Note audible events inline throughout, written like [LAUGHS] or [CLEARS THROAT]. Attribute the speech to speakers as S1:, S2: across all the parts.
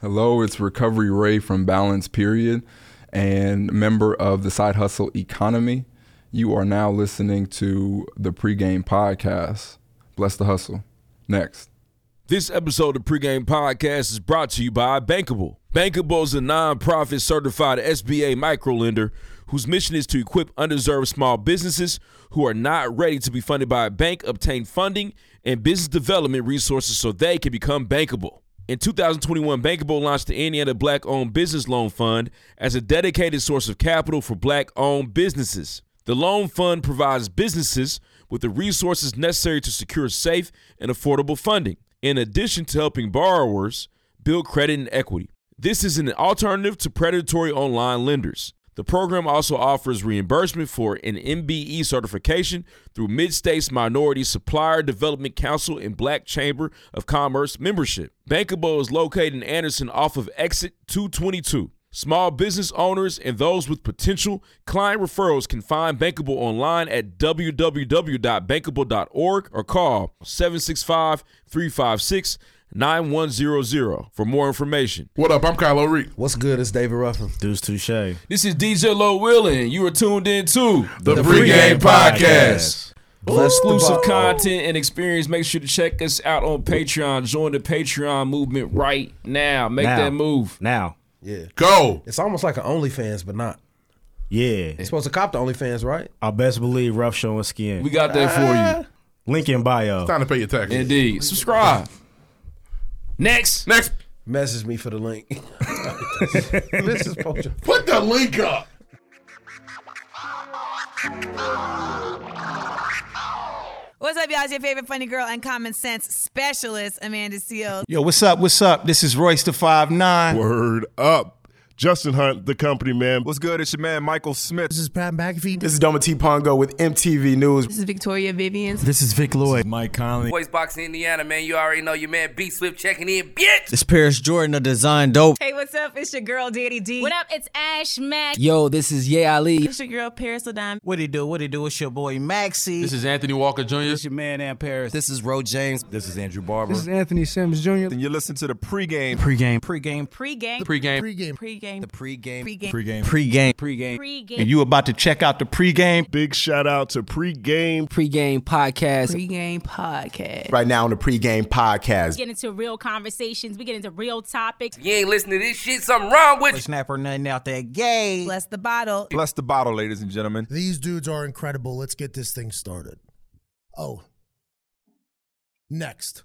S1: Hello, it's Recovery Ray from Balance Period and member of the Side Hustle Economy. You are now listening to the pregame podcast. Bless the hustle. Next.
S2: This episode of Pregame Podcast is brought to you by Bankable. Bankable is a nonprofit certified SBA microlender whose mission is to equip undeserved small businesses who are not ready to be funded by a bank obtain funding and business development resources so they can become bankable. In 2021, Bankable launched the Indiana Black Owned Business Loan Fund as a dedicated source of capital for black owned businesses. The loan fund provides businesses with the resources necessary to secure safe and affordable funding in addition to helping borrowers build credit and equity. This is an alternative to predatory online lenders. The program also offers reimbursement for an MBE certification through Mid-States Minority Supplier Development Council and Black Chamber of Commerce membership. Bankable is located in Anderson off of exit 222. Small business owners and those with potential client referrals can find Bankable online at www.bankable.org or call 765 356 9100 for more information.
S3: What up? I'm Kylo Reed.
S4: What's good? It's David Ruffin.
S5: Deuce Touche. The
S2: This is DJ Low Willin. You are tuned in to
S3: The, pregame, podcast.
S4: Bless the Bible.
S2: exclusive content and experience. Make sure to check us out on Patreon. Join the Patreon movement right now. Make
S5: Now.
S2: that move.
S5: Now.
S4: Yeah.
S3: Go.
S4: It's almost like an OnlyFans, but not.
S5: Yeah.
S4: It's supposed to cop the OnlyFans, right?
S5: I best believe rough showing skin.
S2: We got that
S3: Ah.
S2: for
S5: Link in bio.
S3: Time to pay your taxes.
S2: you. Indeed. Subscribe. Next.
S3: Next,
S4: Message me for the link. [LAUGHS] this is Poacher.
S3: put the link up.
S6: What's up, y'all? It's your favorite funny girl and common sense specialist, Amanda Seals.
S7: Yo, what's up? What's up? This is Royce the Five Nine.
S8: Word up. Justin Hunt, the company man.
S9: What's good? It's your man Michael Smith.
S7: This is Pat McAfee.
S10: This is Doma T. Pongo with MTV News.
S6: This is Victoria Vivian.
S7: This is Vic Lloyd. Mike Conley.
S11: Boys Boxing Indiana, man. You already know your man B Swift checking in, bitch.
S12: This Paris Jordan of Design Dope.
S6: Hey, what's up? It's your girl, Daddy D.
S11: What up? It's Ash Mack.
S12: Yo, this is Ye Ali.
S6: It's your girl, Paris Ladon.
S7: What it do? What it do? It's your boy Maxie.
S9: This is Anthony Walker Jr.
S7: your man Aunt Paris.
S12: This is Ro James.
S9: This is Andrew Barber.
S7: is Anthony Sims Jr.
S9: and you listen to the pregame.
S7: Pre-game. Pre-game.
S9: Pregame.
S6: Pre-game. Pre-game. Pre-game.
S12: Pre-game.
S7: Pre-game.
S12: Pre-game.
S7: Pre-game.
S11: Pre-game.
S7: And you about to check out the pre-game.
S8: Big shout out to pregame.
S12: Pre-game podcast.
S6: Pre-game podcast.
S10: Right now on the pregame podcast.
S11: get into real conversations. We get into real topics.
S12: You ain't listening to this shit, something wrong with
S7: Snapper nothing out there gay.
S6: Bless the bottle.
S9: Bless the bottle, ladies and gentlemen.
S7: These dudes are incredible. Let's get this thing started. Oh. Next.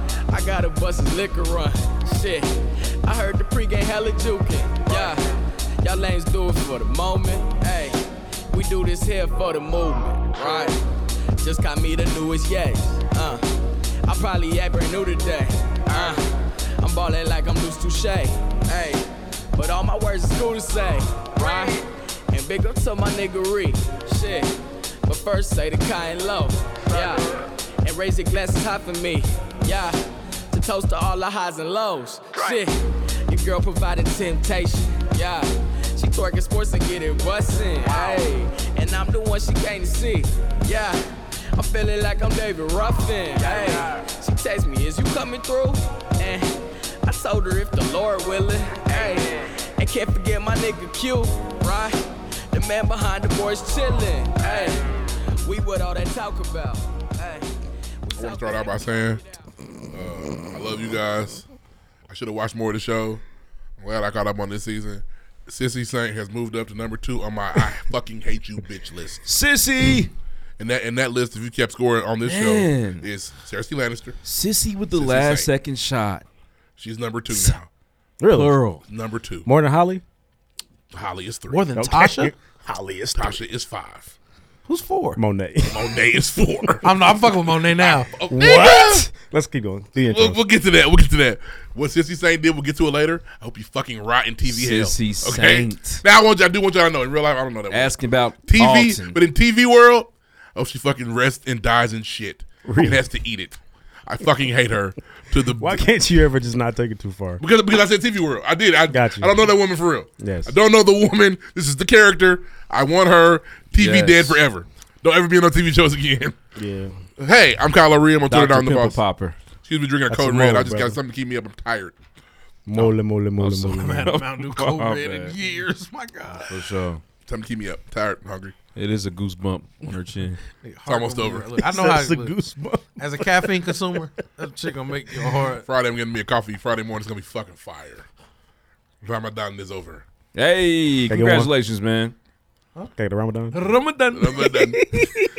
S12: I got a bus's liquor run. Shit. I heard the pregame hella juking. Yeah. Y'all lanes do it for the moment. Hey, we do this here for the movement. Right. Just got me the newest yes. Uh, I probably act brand new today. Uh, I'm ballin' like I'm loose touche. Hey, but all my words is cool to say, right? And big up to my niggery, shit. But first say the kind low, yeah. And raise your glasses high for me, yeah. To toast to all the highs and lows, shit. Your girl providing temptation, yeah. She twerking sports and getting bustin', hey. And I'm the one she came to see, yeah. I'm feeling like I'm David Ruffin. Hey, she text me, is you coming through? Eh. And I told her if the Lord willing. Hey, and can't forget my nigga Q, right? The man behind the boys chillin'. Hey, we what all that talk about.
S3: I
S12: Hey,
S3: want to start out by saying, uh, I love you guys. I should have watched more of the show. I'm glad I caught up on this season. Sissy Saint has moved up to number two on my I fucking hate you bitch list.
S2: Sissy.
S3: And that and that list, if you kept scoring on this
S2: Man.
S3: show, is Cersei Lannister.
S2: Sissy with the
S3: Sissy
S2: last
S3: Saint.
S2: second shot.
S3: She's number two now.
S5: Really?
S2: Plural.
S3: Number two.
S5: More than Holly?
S3: Holly is three.
S7: More than Tasha?
S3: Holly is Tasha is five.
S13: Who's four?
S14: Monet.
S3: Monet is four.
S13: [LAUGHS] I'm not. I'm fucking with Monet now.
S14: [LAUGHS] What? Let's keep going. The intro.
S3: We'll, we'll get to that. We'll get to that. What Sissy Saint did, we'll get to it later. I hope you fucking rotten TV
S2: Sissy
S3: hell. Okay.
S2: Saint.
S3: Now I want y'all, I do want y'all to know in real life I don't know that.
S2: Asking about
S3: TV,
S2: Alton.
S3: but in TV world, oh she fucking rests and dies and shit.
S14: Really?
S3: And has to eat it. I fucking hate her to the
S14: Why can't you ever just not take it too far?
S3: [LAUGHS] because because I said TV world. I did. I
S14: Got you.
S3: I don't know that woman for real.
S14: Yes.
S3: I don't know the woman. This is the character. I want her TV
S14: Yes.
S3: dead forever. Don't ever be on no TV shows again. [LAUGHS]
S14: Yeah.
S3: Hey, I'm Kylo Ree. I'm on
S14: Dr.
S3: Twitter. Down the
S14: Pimple
S3: boss.
S14: Popper.
S3: Excuse me, drinking a
S14: That's
S3: code
S14: a
S3: red.
S14: mole,
S3: I just
S14: brother.
S3: got something to keep me up. I'm
S13: [LAUGHS]
S3: tired.
S14: Mole, mole, mole, mole.
S3: I haven't had a [LAUGHS] Mountain Dew
S2: Oh,
S3: cold
S2: my
S3: red in
S2: bad.
S3: years. My God.
S2: For sure.
S3: Time to keep me up. Tired, and hungry.
S2: It is a goosebump on her chin.
S3: It's almost over.
S13: Look, I know how
S3: It's a
S13: look,
S3: goosebump.
S13: As a caffeine consumer, that shit gonna make your heart.
S3: Friday, I'm getting me a coffee. Friday morning, it's gonna be fucking fire. Ramadan is over.
S2: Hey,
S14: Take it
S2: congratulations, man.
S14: Okay, the Ramadan.
S13: Ramadan.
S3: Ramadan.
S13: [LAUGHS]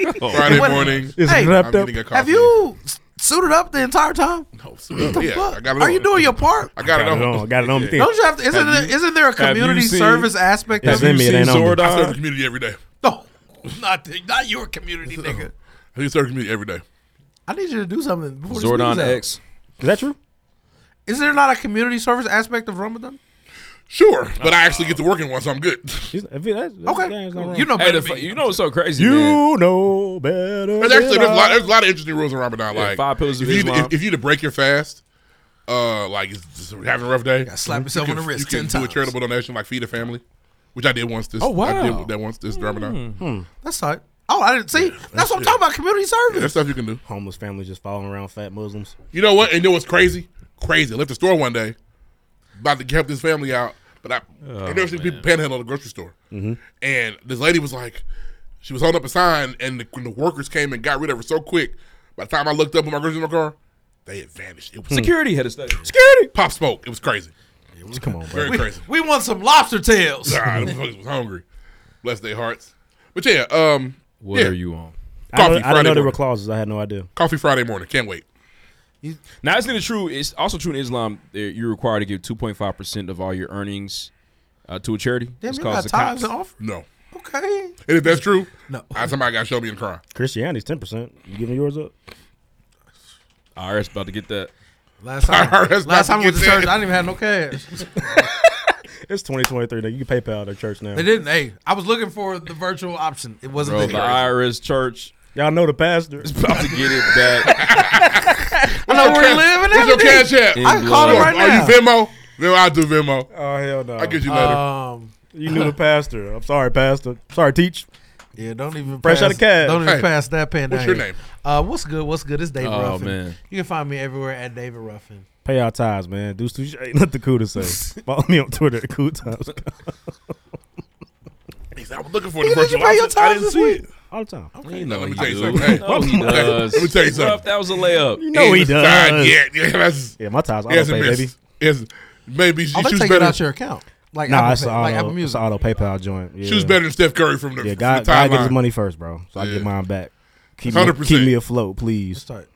S13: Hey,
S3: Friday
S13: what-
S3: morning,
S14: Is it
S13: hey,
S14: wrapped up?
S3: I'm getting a coffee.
S13: Have you s- suited up the entire time?
S3: No,
S13: What the
S3: yeah,
S13: fuck?
S3: I got it
S13: Are
S3: on.
S13: you doing your part?
S3: I got,
S14: Got
S3: it
S14: it
S3: on.
S14: on, got it on.
S13: Don't you have to? Isn't, there, isn't there a
S3: have you
S13: community
S3: seen-
S13: service aspect
S14: That's
S13: of
S14: in me, it ain't on me.
S3: I serve the community every day.
S13: No, not the, not your community, nigga.
S3: I do serve the community every day.
S13: I need you to do something before this
S2: Zordon
S13: leaves out.
S2: X.
S14: Is that true?
S13: Is there not a community service aspect of Ramadan?
S3: Sure, but I actually get to working once, so I'm good. [LAUGHS]
S13: Okay, cool. you know
S2: Hey, the,
S13: better. than
S2: fu-
S13: me.
S2: you know what's so crazy?
S14: You
S2: man?
S14: know better.
S3: There's actually
S14: than
S3: there's a, lot,
S14: I.
S3: there's a lot of interesting rules in Ramadan.
S2: Yeah,
S3: Like
S2: five pillars of
S3: if you,
S2: Islam.
S3: if, if you to break your fast, uh, like it's just having a rough day,
S13: slap
S3: you
S13: yourself on
S3: can-
S13: the wrist
S3: You
S13: 10
S3: can do a
S13: times.
S3: charitable donation, like feed a family, which I did once. This
S13: Oh,
S3: I
S13: wow.
S3: did that once this Ramadan.
S13: That's tight. Oh, I didn't see. that's what I'm talking about. Community
S3: Yeah,
S13: service.
S3: there's stuff you can do.
S14: Homeless families just following around fat Muslims.
S3: You know what? And you know what's crazy? Crazy. I left the store one day, about to help this family out, but I,
S13: Oh,
S3: I never seen people panhandle at the grocery store. And this lady was like, she was holding up a sign, and the, when the workers came and got rid of her so quick, by the time I looked up with my groceries in my car, they had vanished. It was
S2: Security had a study.
S3: Security. Pop smoke. It was crazy.
S14: Come on, bro.
S3: Very
S13: We,
S3: crazy.
S13: we want some lobster tails. [LAUGHS]
S3: Nah, the fuckers was hungry. Bless their hearts. But yeah, um,
S2: What
S3: yeah.
S2: are you on?
S14: I
S3: Coffee
S14: don't, I don't
S3: Friday
S14: know there were
S3: morning.
S14: clauses. I had no idea.
S3: Coffee Friday morning. Can't wait.
S2: Now it's not true. It's also true in Islam. uh, You're required to give 2.5 percent of all your earnings uh, to a charity.
S13: Damn,
S2: it's
S13: you
S2: called
S13: got
S2: zakat.
S13: times and offer.
S3: No.
S13: Okay.
S3: And if that's true,
S13: No.
S3: I, somebody got to show me in crime.
S14: Christianity's ten percent. You giving yours up?
S2: IRS about to get that.
S13: Last
S3: [LAUGHS]
S13: time, last
S3: IRS
S13: time
S3: about to
S13: I went
S3: get
S13: to church,
S3: that.
S13: I didn't even have no cash.
S14: It's twenty twenty three. Now you can PayPal their church now.
S13: They didn't. Hey, I was looking for the virtual option. It wasn't
S2: Bro, the
S13: there.
S2: IRS church
S14: Y'all know the pastor.
S2: is about to get it back.
S13: I know where he live and
S3: What's your
S13: everything.
S3: cash app?
S13: I can call him
S3: Are-
S13: right
S3: Are
S13: now.
S3: you Venmo? Venmo, I do Venmo.
S14: Oh hell no!
S3: I'll get you later.
S13: Um,
S14: you knew the pastor. I'm sorry, pastor. Sorry, teach.
S13: yeah, don't even
S14: Fresh
S13: pass,
S14: out of cab.
S13: Don't even
S3: Hey,
S13: pass that pen.
S3: what's
S13: down
S3: your
S13: here.
S3: name?
S13: Uh, what's good? What's good? It's David
S2: Oh,
S13: Ruffin.
S2: man.
S13: You can find me everywhere at David Ruffin.
S14: Pay our tithes, man. Deuce, deuce, ain't nothing cool to say. Follow me on Twitter at Cool Times
S3: He said, I was looking for the
S13: Nigga, did
S3: virtual
S13: you pay your
S3: option. I
S13: time
S3: didn't
S13: this
S3: see
S13: week?
S3: it.
S14: all the time.
S2: You know
S3: [LAUGHS] Let me
S2: he
S3: tell you
S2: do.
S3: something. Hey,
S2: No, he does.
S3: Let me tell you something.
S2: Ruff, That was a layup.
S14: You know he
S3: Ain't retired
S14: does.
S3: yet. Yeah, that's
S14: Yeah, my tithes
S3: he
S14: auto
S3: hasn't
S14: pay,
S3: missed.
S14: baby.
S3: He hasn't- Maybe she
S13: Oh, they
S3: shoots
S13: take
S3: better.
S13: it out your account. Like
S14: Nah,
S13: Apple
S14: it's
S13: Pay,
S14: auto.
S13: like Apple
S14: It's
S13: Music.
S14: auto PayPal joint. Yeah.
S3: Shoots better than Steph Curry from the,
S14: Yeah,
S3: from
S14: God,
S3: the
S14: God
S3: timeline.
S14: get his money first, bro. So I
S3: Yeah.
S14: get mine back. Keep me,
S3: 100%.
S14: keep me afloat, please.
S13: Start.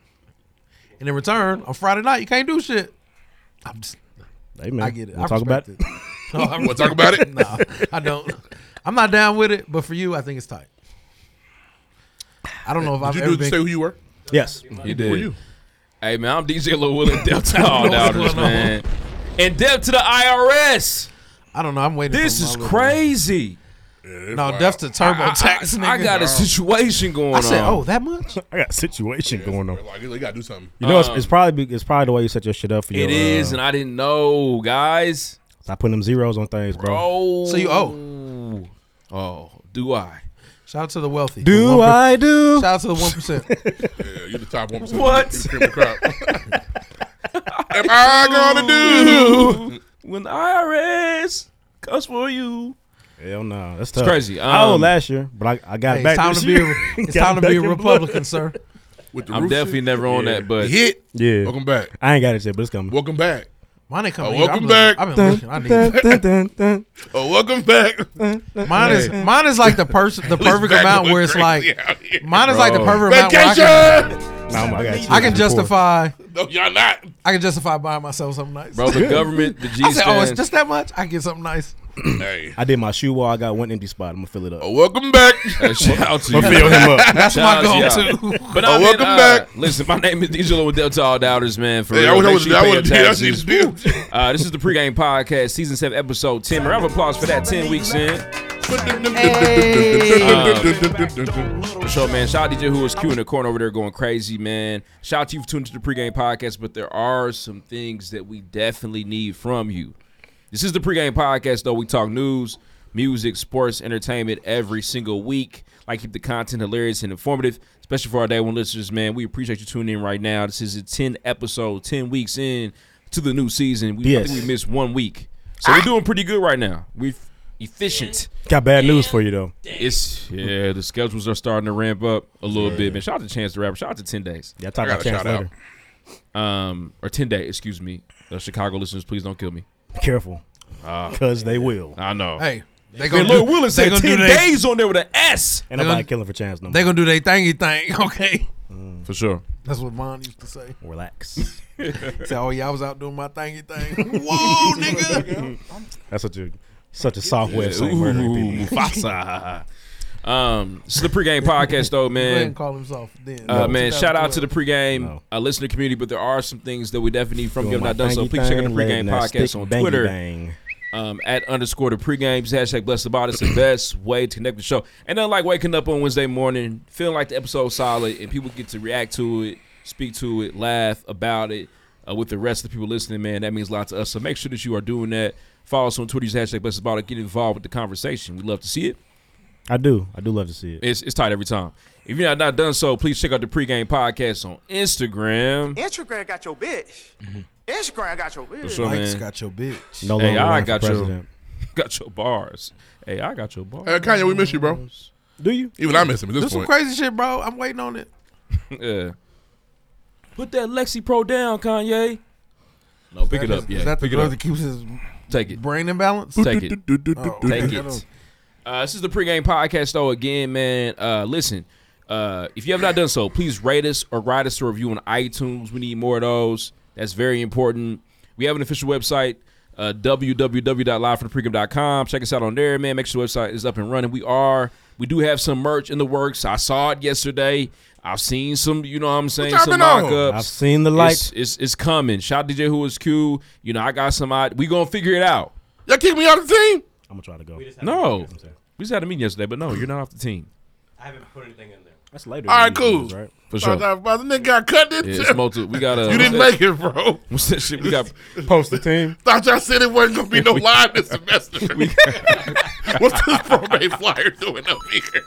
S13: And in return, on Friday night, you can't do shit. I'm just, [LAUGHS]
S14: Hey, man.
S13: I get it.
S14: We'll
S13: I
S14: talk about it.
S13: respect no, I'm,
S3: Wanna talk about it?
S13: No, I don't. I'm not down with it, but for you, I think it's tight. I don't know if I've
S3: Did you,
S13: ever
S3: do, did
S13: been.
S3: you say who you were?
S14: Yes.
S2: He
S3: Who were
S2: did.
S3: you?
S2: Hey man, I'm DJ Lil
S3: [LAUGHS]
S2: Will and Death to all doubters, man. And death to the IRS.
S13: I don't know. I'm waiting.
S2: This
S13: for
S2: is
S13: my little-
S2: crazy.
S13: No, that's the turbo tax.
S2: I,
S13: Nigga.
S2: I, I got a situation going
S13: I said,
S2: on.
S13: oh, that much?
S14: I got a situation going on.
S3: Like, they got to do something.
S14: You know, it's,
S2: Um,
S14: it's probably be- it's probably the way you set your shit up for you.
S2: It is, and I didn't know, guys.
S14: I put them zeros on things, bro.
S2: Oh,
S13: So you
S2: owe. Oh, do I?
S13: Shout out to the wealthy. The
S14: Do
S13: one per-
S14: I do?
S13: Shout out to the one percent.
S3: Yeah, you're the top one.
S2: What?
S3: Am I gonna do?
S2: When the IRS comes for you,
S14: Hell no, that's
S2: it's
S14: tough.
S2: crazy.
S14: I owe
S2: Um,
S14: last year, but I, I got
S13: Hey,
S14: it back.
S13: it's time
S14: this
S13: to be.
S14: year.
S13: A,
S5: [LAUGHS]
S14: [LAUGHS]
S13: it's
S14: Got
S13: time
S14: it
S13: to be a
S14: back in blood.
S13: Republican, sir.
S3: With the
S2: I'm
S3: roof
S2: definitely
S3: shit?
S2: never on
S14: Yeah.
S2: that, but
S3: hit.
S14: Yeah,
S3: Welcome back.
S14: I ain't got it yet, but it's coming.
S3: Welcome back.
S13: Mine ain't coming.
S3: Oh,
S13: either. I'm looking-
S3: welcome back.
S13: I've been looking. I need. it.
S14: Dun, dun, dun,
S3: Oh, welcome back. [LAUGHS]
S13: Mine is mine is like the person the perfect
S3: back
S13: amount
S3: look
S13: where it's like
S3: crazy out here.
S13: mine is like the
S2: Bro.
S13: perfect amount where I can, [LAUGHS]
S3: Vacation.
S14: dun. Nah, I got you.
S13: I can
S14: Before.
S13: justify
S3: No, y'all not.
S13: [CLEARS THROAT] [LAUGHS] I can justify buying myself something nice.
S2: bro, the government, the G
S13: I "Oh,
S2: stands.
S3: [LAUGHS]
S13: said, oh, it's just that much. I can get something nice.
S3: hey.
S5: I did my shoe wall. I got one empty spot. I'm gonna fill it up.
S3: Oh, welcome back.
S13: [LAUGHS]
S2: Hey, uh, shout out to
S5: I'm gonna
S2: you.
S5: fill him
S2: [LAUGHS]
S5: up.
S2: Shout out to y'all. But I
S5: Oh,
S2: mean,
S5: welcome
S2: uh,
S5: back.
S2: Listen, my name is D'Angelo with Delta All Doubters, man. For
S3: Hey, I
S2: real,
S3: wish I
S2: make
S3: was-
S2: sure you
S3: I
S2: pay your
S3: would've- yeah, I
S2: taxes.
S3: should've
S2: Uh, this is the pregame podcast, season seven, episode ten. Round of applause for that. Ten weeks in. Um, for sure, man. Shout out to DJ who was queuing the corner over there going crazy, man. Shout out to you for tuning to the pregame podcast, but there are some things that we definitely need from you. This is the pregame podcast, though. We talk news, music, sports, entertainment every single week. Like keep the content hilarious and informative, especially for our day one listeners, man. We appreciate you tuning in right now. This is a 10 episode, 10 weeks in to the new season. We, I
S5: Yes.
S2: think we missed one week. So we're doing pretty good right now. We're efficient.
S5: Got bad news for you though.
S2: It's yeah, the schedules are starting to ramp up a little bit, man. Shout out to Chance the Rapper. Shout out to Ten Days.
S5: Yeah, talk I about got a Chance shout-out.
S2: out. Um, or Ten Day, excuse me. The Chicago listeners, please don't kill me.
S5: Be careful,
S2: Ah.
S5: because they will.
S2: I know.
S13: Hey, they
S2: Man,
S13: gonna
S2: Lil
S13: do-
S2: Willis
S13: they
S2: said
S13: gonna do
S2: ten
S13: they-
S2: days on there with an S.
S5: And nobody killing for Chance no more.
S13: [LAUGHS] They gonna do their thingy thing, [LAUGHS] okay?
S2: for sure.
S13: That's what Von used to say.
S5: Relax.
S13: He said, "Oh yeah, I was out doing my thingy
S2: [LAUGHS]
S13: thing." Whoa, nigga!
S5: That's such a such a soft way of
S2: Yeah,
S5: saying murdering people.
S2: ooh,
S13: [LAUGHS]
S2: Mufasa. um, this is the pregame podcast, though, man.
S13: Go ahead and call him soft then.
S2: Uh,
S13: No.
S2: man, shout out to the pregame uh, listener community, but there are some things that we definitely need from you.
S5: Doing
S2: If not
S5: my
S2: done so,
S5: thangy
S2: please check out the
S5: thing,
S2: pregame
S5: letting that
S2: podcast
S5: stick
S2: on
S5: bangy
S2: Twitter.
S5: bang.
S2: Um, at underscore the pregames hashtag bless the body is the best way to connect with the show. And then like waking up on Wednesday morning, feeling like the episode's solid, and people get to react to it, speak to it, laugh about it uh, with the rest of the people listening. Man, that means a lot to us. So make sure that you are doing that. Follow us on Twitter use hashtag bless the body. Get involved with the conversation. We love to see it.
S5: I do. I do love to see it.
S2: It's, it's tight every time. If you're not, not done so, please check out the pregame podcast on
S15: [LAUGHS]
S2: Instagram. [LAUGHS]
S15: Instagram got your bitch.
S13: Mm-hmm.
S15: Instagram got your bitch.
S2: For sure, man.
S5: No
S2: hey,
S5: longer
S2: I
S5: running for
S2: got your,
S5: president.
S2: got your bars. Hey, I got your bars.
S3: Hey, Uh, Kanye, we miss you, bro.
S5: Do you?
S3: Even I miss him at this
S13: Do some
S3: point.
S13: crazy shit, bro. I'm waiting on it.
S2: yeah. Put that Lexi Pro down, Kanye. No, pick it
S13: That
S2: up.
S13: is-
S2: Yeah,
S13: Is
S2: pick
S13: that the
S2: it
S13: drug
S2: up.
S13: that keeps his
S2: Take it.
S13: brain imbalance?
S2: Take it.
S13: Oh,
S2: Take
S13: okay.
S2: it. Uh, this is the pregame podcast, though. Again, man, uh, listen. Uh, if you have not done so, please rate us or write us a review on iTunes. We need more of those. That's very important. We have an official website, uh, www.livefromthepregame.com. Check us out on there, man. Make sure the website is up and running. We are. We do have some merch in the works. I saw it yesterday. I've seen some, you know what I'm saying,
S5: y'all
S2: some
S5: been on?
S2: mockups.
S5: I've seen the lights.
S2: It's- It's, it's, coming. Shout out DJ Who Is Q. You know, I got some. I, we going to figure it out. Y'all kick me out of the team?
S5: I'm gonna try to go.
S2: No. We just had a meeting yesterday, but no, you're not off the team.
S16: I haven't put anything in there.
S5: That's later.
S3: All right, cool.
S2: For sure.
S3: About the nigga got cut in
S2: Yeah,
S3: two.
S2: it's multi- we got a.
S3: You didn't make it, bro.
S2: [LAUGHS] What's that shit? We
S3: [LAUGHS]
S2: got
S5: post the team.
S3: Thought y'all said it wasn't gonna be no live this semester. [LAUGHS] What's this probate flyer doing up here?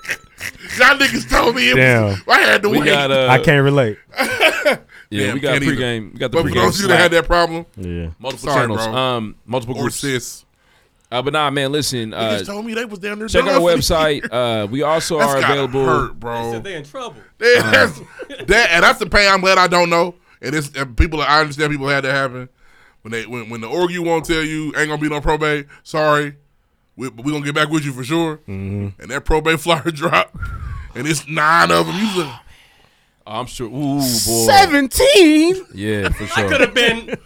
S3: Y'all niggas told me it was.
S5: Damn.
S3: I had to
S2: We
S3: wait.
S2: got, uh,
S5: [LAUGHS] I can't relate.
S2: Yeah,
S3: Damn,
S2: we got
S3: can't either.
S2: pregame. We got the
S3: But
S2: pregame.
S3: for those of you that
S2: Slack.
S3: had that problem,
S5: Yeah.
S2: multiple
S3: sorry,
S2: channels,
S3: bro.
S2: um, multiple
S3: Or
S2: groups.
S3: sis.
S2: Uh, but nah, man, listen.
S3: Niggas
S2: Uh,
S3: told me they was down there.
S2: check out our
S3: doing [LAUGHS]
S2: website. Uh, we also
S3: That's
S2: are
S3: gotta
S2: available.
S3: hurt, bro.
S16: They said they
S2: [LAUGHS]
S16: in trouble.
S3: That's, that, and that's the pain I'm glad I don't know. And it's and people. I understand people had that happen when they when, when the org you won't tell you ain't gonna be no probate. Sorry, we, but we gonna get back with you for sure. And that probate [LAUGHS] flyer drop, and it's nine of them. You look,
S2: I'm sure. Ooh, boy.
S5: Seventeen.
S2: Yeah, for sure.
S16: I could have been.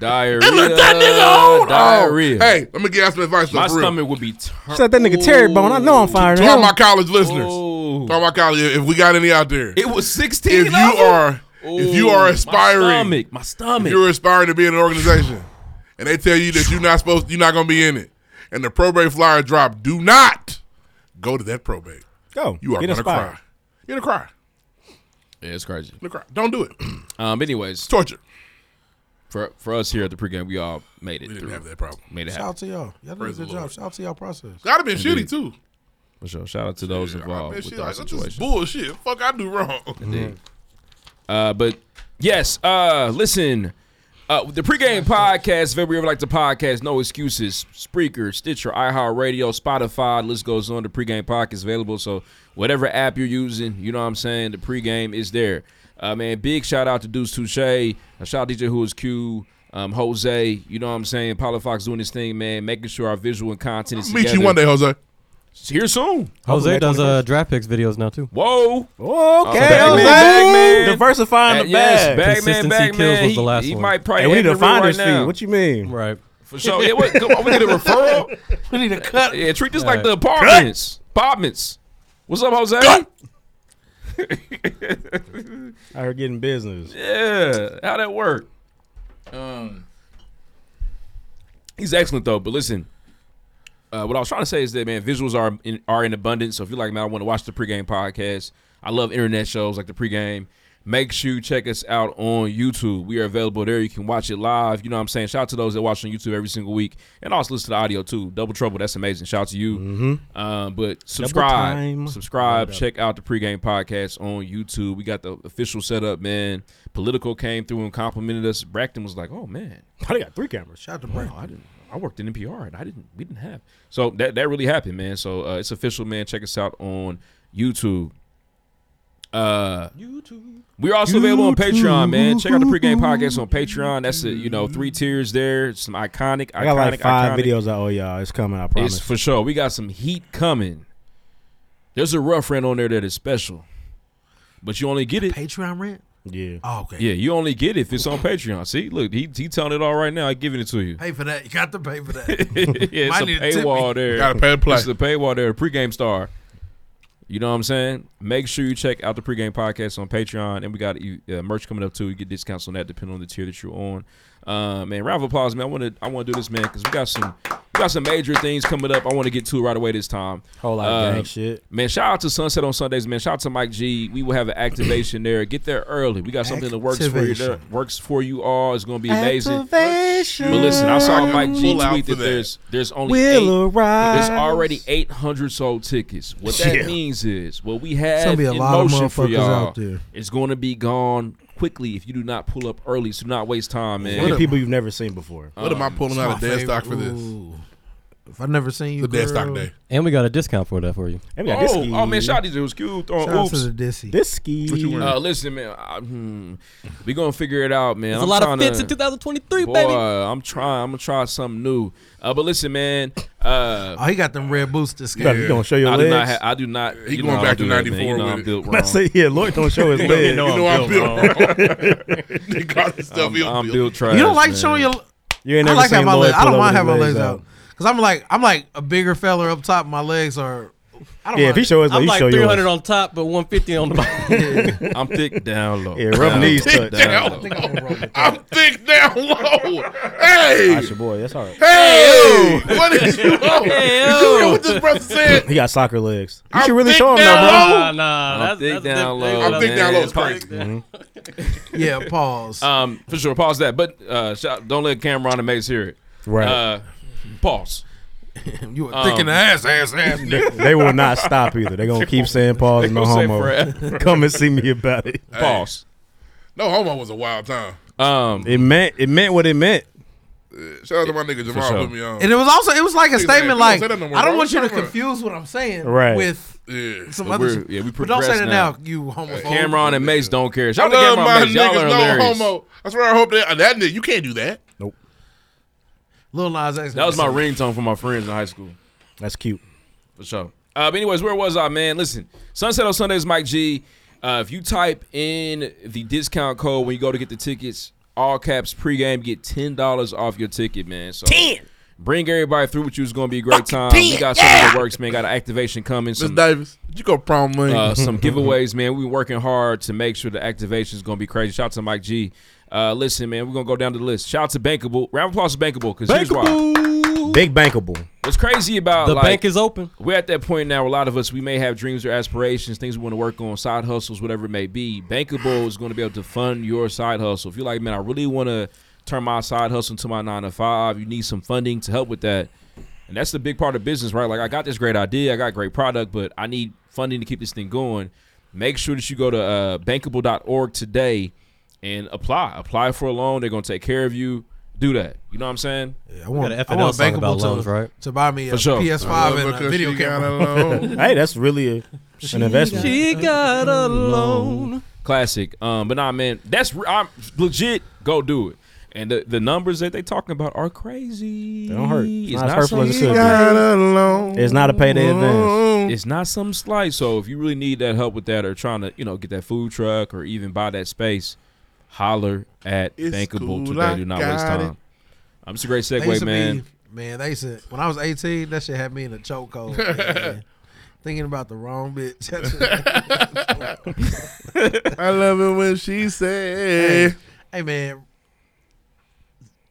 S2: diarrhea.
S3: that nigga on.
S2: Diarrhea.
S3: Oh, hey, let me give you some advice. though,
S2: my
S3: for real.
S2: stomach would be turned.
S5: Shut that nigga Terry bone. I know I'm firing
S3: To all
S5: him.
S3: my college listeners, to all my college, if we got any out there,
S2: It was 16.
S3: if you
S2: of them?
S3: are if you
S2: Ooh,
S3: are
S2: my
S3: aspiring,
S2: stomach, my stomach.
S3: if you're aspiring to be in an organization, and they tell you that you're not supposed, you're not going to be in it, and the probate flyer drop, do not go to that probate.
S5: Go.
S3: You are
S5: Get
S3: going to
S5: inspired.
S3: cry. You're going to cry.
S2: Yeah, it's crazy.
S3: You're gonna cry. Don't do it. [CLEARS THROAT]
S2: Um. Anyways,
S3: torture.
S2: For for us here at the pregame, we all made it. We
S3: didn't
S2: through.
S3: have that problem.
S2: Made it
S13: Shout
S2: happen.
S13: out to y'all. Y'all did a
S3: Praise
S13: good
S3: the
S13: job.
S3: Lord.
S13: Shout out to y'all process.
S3: Gotta been
S2: Indeed.
S3: shitty too.
S2: For sure. Shout out to those involved
S3: Man,
S2: with
S3: shit,
S2: the
S3: like, that's just
S2: situation.
S3: bullshit. Fuck, I do wrong.
S2: [LAUGHS] Indeed. Uh, but yes, uh, listen, uh, the pregame podcast, if ever like the podcast, no excuses. Spreaker, Stitcher, iHeartRadio, Spotify, list goes on. The pregame podcast is available. So whatever app you're using, you know what I'm saying. The pregame is there. Uh, man, big shout out to Deuce Touche. A shout out to DJ Who Is Q. Um, Jose, you know what I'm saying. Paulo Fox doing his thing, man, making sure our visual and content is.
S3: Meet you
S2: together.
S3: one day, Jose.
S2: Here soon.
S16: Jose does uh, draft picks videos now too.
S2: Whoa.
S5: Okay,
S2: Bagman,
S5: Jose.
S2: Bagman.
S5: Diversifying
S2: Uh,
S5: the
S2: yes,
S5: bag.
S2: Bagman, Bagman.
S16: Kills was
S2: he,
S16: the last
S2: he
S16: one.
S2: might probably
S5: Hey, we
S2: act
S5: need a
S2: the room
S5: finder's
S2: right now.
S5: fee. What you mean?
S16: Right.
S2: For sure. Yeah, what, come on, we need a referral.
S13: We need a cut.
S2: Yeah, treat this
S13: All
S2: like the
S13: right. Cut.
S2: apartments. Apartments. What's up, Jose?
S5: I heard getting business.
S2: Yeah, how that work? Um, he's excellent though. But listen, uh, what I was trying to say is that man, visuals are in, are in abundance. So if you're like, man, I want to watch the pregame podcast. I love internet shows like the pregame. Make sure you check us out on YouTube. We are available there. You can watch it live. You know what I'm saying? Shout out to those that watch on YouTube every single week. And also listen to the audio too. Double Trouble, that's amazing. Shout out to you. Mm-hmm. Um, but subscribe.
S5: time.
S2: Subscribe.
S5: Right up.
S2: Check out the pregame podcast on YouTube. We got the official setup, man. Political came through and complimented us. Braxton was like, oh, man.
S5: I got three cameras.
S13: Shout out to
S2: Wow, I didn't. I worked in NPR and I didn't. We didn't have. So that that really happened, man. So uh, it's official, man. Check us out on YouTube. Uh, YouTube. We're also available on Patreon, man. Check out the pregame podcast on Patreon. That's it. You know, three tiers there. Some iconic.
S5: I got
S2: iconic,
S5: like five
S2: iconic.
S5: videos I owe y'all. It's coming. I promise.
S2: It's for sure. We got some heat coming. There's a rough rent on there that is special, but you only get it.
S13: Patreon rent.
S5: Yeah.
S2: uh,
S13: Oh, okay.
S2: Yeah, you only get it if it's on Patreon. See, look, he he telling it all right now. I giving it to you. [LAUGHS]
S13: Pay for that. You got to pay for that.
S2: yeah, [LAUGHS] it's
S13: Might
S2: a
S13: need to tip me.
S2: paywall there.
S3: Gotta pay to play.
S2: It's a paywall there. Pregame star. You know what I'm saying? Make sure you check out the pregame podcast on Patreon, and we got uh, merch coming up too. You get discounts on that depending on the tier that you're on. Um, and round of applause, man. I want to I want to do this, man, because we got some we got some major things coming up. I want to get to right away this time.
S5: Whole lot of
S2: Uh,
S5: gang shit.
S2: Man, shout out to Sunset on Sundays, man. Shout out to Mike G. We will have an activation there. Get there early. We got something that works for you. There,
S13: Activation.
S2: works for you all. It's gonna be amazing.
S5: Activation.
S2: But listen, I saw Mike G
S5: Pull out
S2: tweet
S5: for
S2: that
S5: that.
S2: there's there's only
S5: Will
S2: eight,
S5: arise.
S2: there's already 800 sold tickets. What that
S5: Yeah.
S2: means is what we
S13: It's
S2: have
S13: gonna be a
S2: in
S13: lot of
S2: motion for
S13: motherfuckers
S2: y'all
S13: out there.
S2: is going to be gone quickly if you do not pull up early. So do not waste time, man.
S5: What people you've never seen before.
S3: What am I
S2: um, It's
S3: pulling out
S2: my
S3: of dead
S2: favorite-
S3: stock for this?
S13: If I've never seen you,
S3: The dead stock
S13: girl.
S3: day.
S16: And we got a discount for that for you.
S5: Hey, we got
S2: Oh,
S5: Disky.
S2: oh man, shout out to those cute on
S13: Shout out
S2: Uh, oops.
S13: to the Dissy.
S5: Disky.
S13: What you wearing?
S2: Uh, listen, man, I, hmm, we gonna figure it out, man.
S16: There's
S2: I'm
S16: a lot of
S2: tryna-
S16: fits in 2023,
S2: Boy,
S16: baby.
S2: I'm trying. I'm gonna try something new. Uh, but listen, man. Uh,
S13: Oh, he got them red boots this
S5: You
S13: game.
S5: don't show your
S2: I
S5: legs.
S2: Do
S5: [LAUGHS]
S2: not ha- I do not.
S3: He
S2: you
S3: going
S2: know
S3: back
S2: I
S3: to
S2: do that, man.
S3: 94
S2: You know
S3: with
S2: I'm
S3: it. [LAUGHS]
S2: built
S5: I
S2: wrong.
S5: say, yeah, Lloyd don't show his
S3: You know-
S5: legs.
S3: you know I'm [LAUGHS] built. They got the stuff
S2: I'm,
S3: he
S2: I'm
S3: built.
S2: built trash.
S13: You don't like
S2: man.
S13: showing your.
S5: You ain't
S13: I
S5: never
S13: like
S5: seen
S13: having my
S5: Lloyd
S13: legs. I
S5: pull
S13: don't
S5: over his
S13: mind having my
S5: legs
S13: legs out because I'm like I'm like a bigger fella up top. My legs are. I don't
S5: Yeah,
S13: mind.
S5: if he show his
S16: I'm
S5: legs,
S16: like
S5: you show
S16: 300
S5: yours.
S16: on top, but 150 on the bottom.
S2: I'm thick down low.
S5: Yeah, rub
S2: Down
S5: knees
S2: low,
S5: touch.
S2: down low.
S3: Down low. I'm thick down low. Hey,
S5: That's your boy. That's all
S13: [LAUGHS]
S5: right.
S3: hey, what
S2: [LAUGHS]
S3: is you on? You hear what this brother said?
S5: He got soccer legs. You
S3: I'm
S5: should really
S3: thick
S5: show him
S3: down
S5: now,
S3: low.
S16: nah, nah,
S2: I'm
S16: that's,
S2: thick
S16: that's a
S2: down low.
S16: different thing.
S3: I'm thick
S2: man.
S3: down low is
S2: It's crazy.
S3: crazy.
S2: [LAUGHS]
S13: yeah, pause.
S2: Um, for sure. Pause that. But uh, shout, don't let Cameron and Mace hear it.
S5: Right.
S2: Uh, pause.
S13: you were thick
S2: Um,
S13: in the ass,
S2: [LAUGHS]
S13: ass, ass.
S5: bro. They will not stop either. They're gonna keep saying pause and no
S2: gonna say
S5: homo. [LAUGHS]
S2: forever.
S5: Come and see me about
S13: [LAUGHS]
S5: it.
S2: Pause.
S3: No homo was a wild time.
S2: Um,
S5: It meant it meant what it meant.
S3: Shout out to my nigga Jamal
S2: sure.
S3: put me on.
S13: And it was also it was like a
S3: Niggas ain't-
S13: statement
S3: we don't
S13: like
S3: say that no more,
S13: I don't
S3: bro.
S13: want you to
S3: Talk about-
S13: confuse what I'm saying
S5: Right.
S13: with
S3: yeah.
S13: some
S2: But
S13: other.
S2: we're-
S13: shit.
S2: yeah, we
S13: but don't say
S2: progress
S13: that
S2: now.
S13: now, you homophobe.
S2: Cameron and Mace don't care.
S3: I
S2: Shout out to
S3: love
S2: Cameron
S3: my
S2: and Mace. Y'all are
S3: niggas no
S2: hilarious.
S3: homo. That's where I hope that uh, that nigga you can't do that.
S13: Lil Nas X.
S2: That was my ringtone for my friends in high school.
S5: That's cute.
S2: For sure. Uh, but anyways, where was I, man? Listen, Sunset on Sundays, Mike G. Uh, if you type in the discount code when you go to get the tickets, all caps pregame, get ten dollars off your ticket, man. So ten. Bring everybody through with you. It's gonna be a great time. We got something that works, man. Got an activation coming.
S3: Miss
S2: Some,
S3: Davis, did you go prom money?
S2: uh,
S16: [LAUGHS]
S2: some giveaways, man. We've been working hard to make sure the activation is going to be crazy. Shout out to Mike G. Uh, listen, man, we're going to go down to the list. Shout out to Bankable. Round of applause to Bankable because here's why.
S5: Big bankable.
S2: What's crazy about
S16: The
S2: like,
S16: bank is open.
S2: we're at that point now. where A lot of us, we may have dreams or aspirations, things we want to work on, side hustles, whatever it may be. Bankable is going to be able to fund your side hustle. If you're like, man, I really want to turn my side hustle into my nine to five, you need some funding to help with that. And that's the big part of business, right? Like, I got this great idea, I got a great product, but I need funding to keep this thing going. Make sure that you go to uh, bankable.org today and apply. Apply for a loan. They're going to take care of you. Do that. You know what I'm saying?
S13: I want,
S16: We got a
S13: I want
S16: FNL song
S13: bankable
S16: about
S13: to,
S16: loans, right?
S13: to buy me a
S2: For sure.
S3: I
S13: PS5
S3: love
S13: and
S3: her
S13: a
S3: 'cause
S13: video
S3: she got
S13: camera.
S3: a loan.
S5: Hey, that's really a, an investment.
S16: She got a loan.
S2: Classic. Um, but nah, man, that's re- I'm legit. Go do it. And the, the numbers that they talking about are crazy.
S5: They don't hurt.
S2: It's
S5: Not as
S2: not,
S5: hurtful
S2: some,
S5: as it should be.
S3: Got a loan.
S5: It's not a payday advance.
S2: it's not some slice. So if you really need that help with that, or trying to you know get that food truck, or even buy that space, holler at
S3: It's
S2: Bankable
S3: cool,
S2: today.
S3: I
S2: Do not
S3: got
S2: waste
S3: it.
S2: time. I'm just a great
S13: They used
S2: segue,
S13: to
S2: man.
S13: be- man, they used to when I was 18, that shit had me in a chokehold. man. Thinking about the wrong bitch. [LAUGHS]
S17: I love it when she
S13: hey,
S17: said.
S13: hey, man.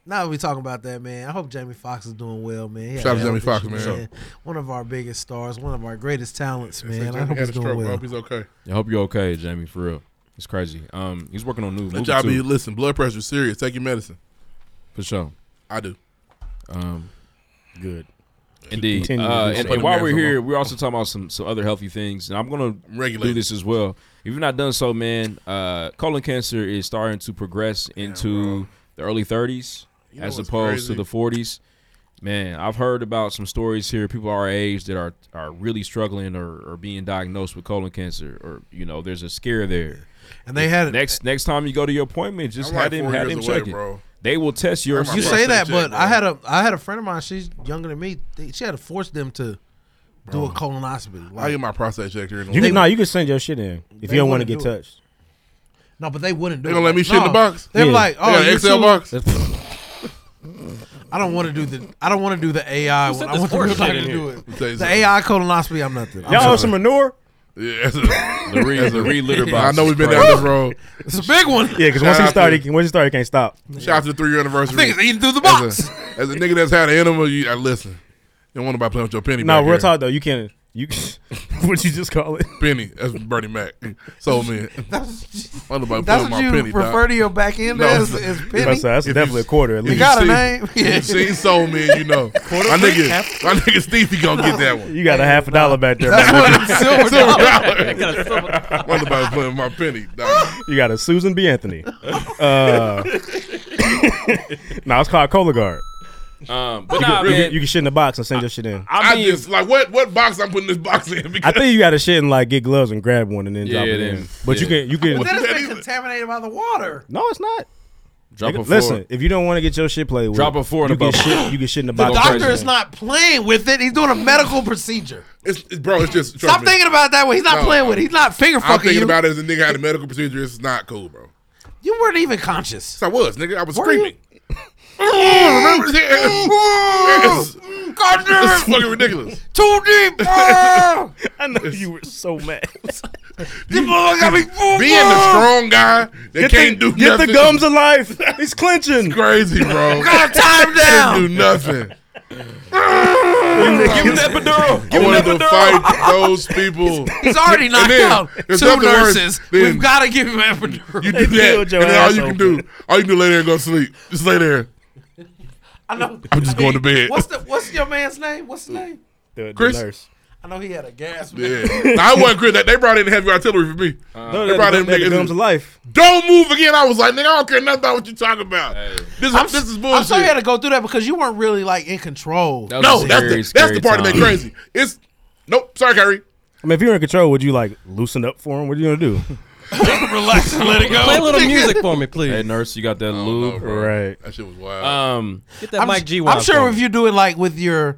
S13: Now that we talking about that, man. I hope Jamie Foxx is doing well, man. He had
S3: Shout out
S13: a
S3: to Jamie
S13: health
S3: Foxx,
S13: issue,
S3: man.
S13: One of our biggest stars, one of our greatest talents,
S3: said
S13: man. I
S3: Jamie
S13: hope
S3: had
S13: he's
S3: a
S13: doing
S3: stroke. I
S13: well.
S3: hope he's okay.
S2: I hope you're okay, Jamie. For real, it's crazy. Um, he's working on new.
S3: Let y'all be listen. Blood pressure serious. Take your medicine.
S2: for sure.
S3: I do.
S2: Um, good. Indeed.
S3: Continue to
S2: Uh,
S3: do
S2: and,
S3: so.
S2: and while
S3: Put
S2: we're
S3: them
S2: here,
S3: hands
S2: we're also talking about some, some other healthy things, and I'm gonna
S3: Regulate.
S2: do this as well. If you've not done so, man, uh, colon cancer is starting to progress into the early 30s,
S3: You know
S2: as
S3: what's
S2: opposed
S3: crazy?
S2: to the 40s. Man, I've heard about some stories here. People our age that are are really struggling or, or being diagnosed with colon cancer, or you know, there's a scare there.
S13: And they had
S2: next next time you go to your appointment, just
S13: I'm
S2: had
S13: like
S2: him
S13: four
S2: had
S13: years
S2: him
S13: away,
S2: check it.
S13: bro.
S2: They will test your.
S13: You say that, but I had a I had a friend of mine. She's younger than me. They- She had to force them to do
S3: Bro.
S13: a colonoscopy.
S3: I get my prostate checked here. In a
S13: You
S3: little
S13: can-
S3: bit.
S14: No, you can send your shit in if
S13: They
S14: you don't want to
S13: wouldn't
S14: get
S13: do it.
S14: touched.
S13: No, but they wouldn't do.
S3: They
S13: it.
S3: gonna let me shit in the
S13: No.
S3: box?
S13: They're
S14: Yeah.
S13: like,
S14: They
S13: oh,
S14: got an
S13: you
S14: XL
S13: too-
S14: box?
S13: I don't want to do the I don't want to do the AI.
S14: Who
S13: One.
S14: said
S13: I
S14: this
S13: want the
S14: horse
S13: real
S14: shit
S13: doctor
S14: in
S13: to
S14: here?
S13: do
S14: Let
S13: it.
S14: me tell you
S13: The
S14: something.
S13: AI colonoscopy, I'm nothing. I'm
S14: Y'all
S13: sorry.
S14: have some manure?
S3: Yeah,
S2: the re- the re-litter
S3: [LAUGHS] I
S2: box
S3: know
S2: is
S3: we've been
S2: crazy.
S3: down this road.
S13: It's a big one.
S14: Yeah, because once you start, he can, once you start, you can't stop.
S3: Shout out to the three year anniversary.
S13: I think it's E eating through the
S3: box. As a, as a nigga that's had an animal, you, I listen. You don't want nobody playing with your penny.
S14: No,
S3: back
S14: real
S3: here.
S14: talk though, you can
S2: [LAUGHS]
S14: you [LAUGHS] what you just call it?
S3: Penny. That's Bernie Mac. [LAUGHS] Sold me.
S13: [LAUGHS] That's,
S3: what
S13: That's what you refer to your back end as-
S3: [LAUGHS]
S13: as penny? [LAUGHS] That's- that's definitely a quarter at least. got a name?
S3: If you seen Soul Man, you know. my
S13: brick,
S3: nigga,
S13: half-
S3: my nigga Steve, he gonna get that one.
S14: You got a half a dollar back there.
S3: That's
S14: my
S3: what
S14: nigga.
S3: I'm [LAUGHS] silver dollar.
S14: dollar.
S3: Wonder about playing with my penny. dog.
S14: You got a Susan B. Anthony. Uh, [LAUGHS] no, it's called Cola Guard.
S2: Um,
S14: you,
S2: but
S14: can-
S2: nah,
S14: you can,
S2: man.
S14: you can shit in the box and send your shit in.
S3: I, just like what what box I'm putting this box in. [LAUGHS] Because
S14: I think you got to shit and like get gloves and grab one and then drop
S2: Yeah,
S14: it
S2: then-
S14: in. But
S2: yeah.
S14: you can you
S13: That
S14: can
S3: [LAUGHS]
S13: has been contaminated by the water.
S14: [LAUGHS] No, it's not.
S2: Drop a four.
S14: Listen, if you don't want to get your shit played with,
S2: Drop a four in
S14: you
S2: the
S14: get
S2: bubble.
S14: shit. You get shit in the
S13: The
S14: box.
S13: doctor is not playing with it. He's doing a medical
S3: [LAUGHS]
S13: procedure.
S3: It's, it's- bro, it's just.
S13: Stop
S3: trust me.
S13: thinking about it that way. He's not playing with it. He's not finger
S3: I'm
S13: fucking
S3: thinking
S13: you.
S3: about it as a nigga had a medical procedure. It's not cool, bro.
S13: You weren't even conscious.
S3: I was, nigga. I was
S13: Were
S3: screaming.
S13: Remember,
S3: [LAUGHS] it's,
S13: [LAUGHS]
S3: it's fucking ridiculous.
S13: Too deep.
S3: [LAUGHS]
S13: I
S14: know you were so mad.
S2: [LAUGHS]
S13: Being the
S3: the strong guy that
S14: Get
S3: can't
S14: the,
S3: do
S14: Get
S3: nothing.
S14: the gums alive. He's clenching.
S3: crazy, bro.
S13: Got time
S3: down. do nothing.
S2: Give him that epidural.
S3: I wanted to fight those people.
S13: [LAUGHS] He's already
S3: And
S13: knocked
S3: then,
S13: out
S3: if
S13: two
S3: nothing works,
S13: nurses.
S3: then
S13: We've got to give him
S2: [LAUGHS]
S13: epidural.
S3: [LAUGHS] You do that, and then all you can do, all you can do, lay there and go to sleep. Just lay there.
S13: I know.
S3: I'm just going to bed.
S13: What's the What's your man's name? What's his name?
S14: The,
S3: Chris?
S13: I know he had a gas.
S3: Yeah,
S2: [LAUGHS]
S3: Nah, I wasn't Chris. They- They brought in heavy artillery for me.
S2: Uh-huh.
S14: No, they- they- they guns of life.
S3: Don't move again. I was like, nigga, I don't care nothing about what you talking about. This,
S13: I'm,
S3: this is
S13: I'm
S3: bullshit.
S13: sorry you had to go through that because you weren't really like in control.
S3: no, that's the, that's the part that make crazy. It's nope. Sorry, Kyrie.
S14: I mean, if you were in control, would you like loosen up for him? What are you gonna do?
S13: Relax and let it go.
S16: Play
S13: [LAUGHS]
S16: a little music for me, please.
S2: Hey, nurse, you got that lube,
S14: right?
S3: That shit was wild.
S2: Um,
S16: Get that
S13: I'm,
S16: Mike G.
S13: I'm
S16: wine
S13: sure
S16: for
S13: if
S16: me.
S13: you do it like with your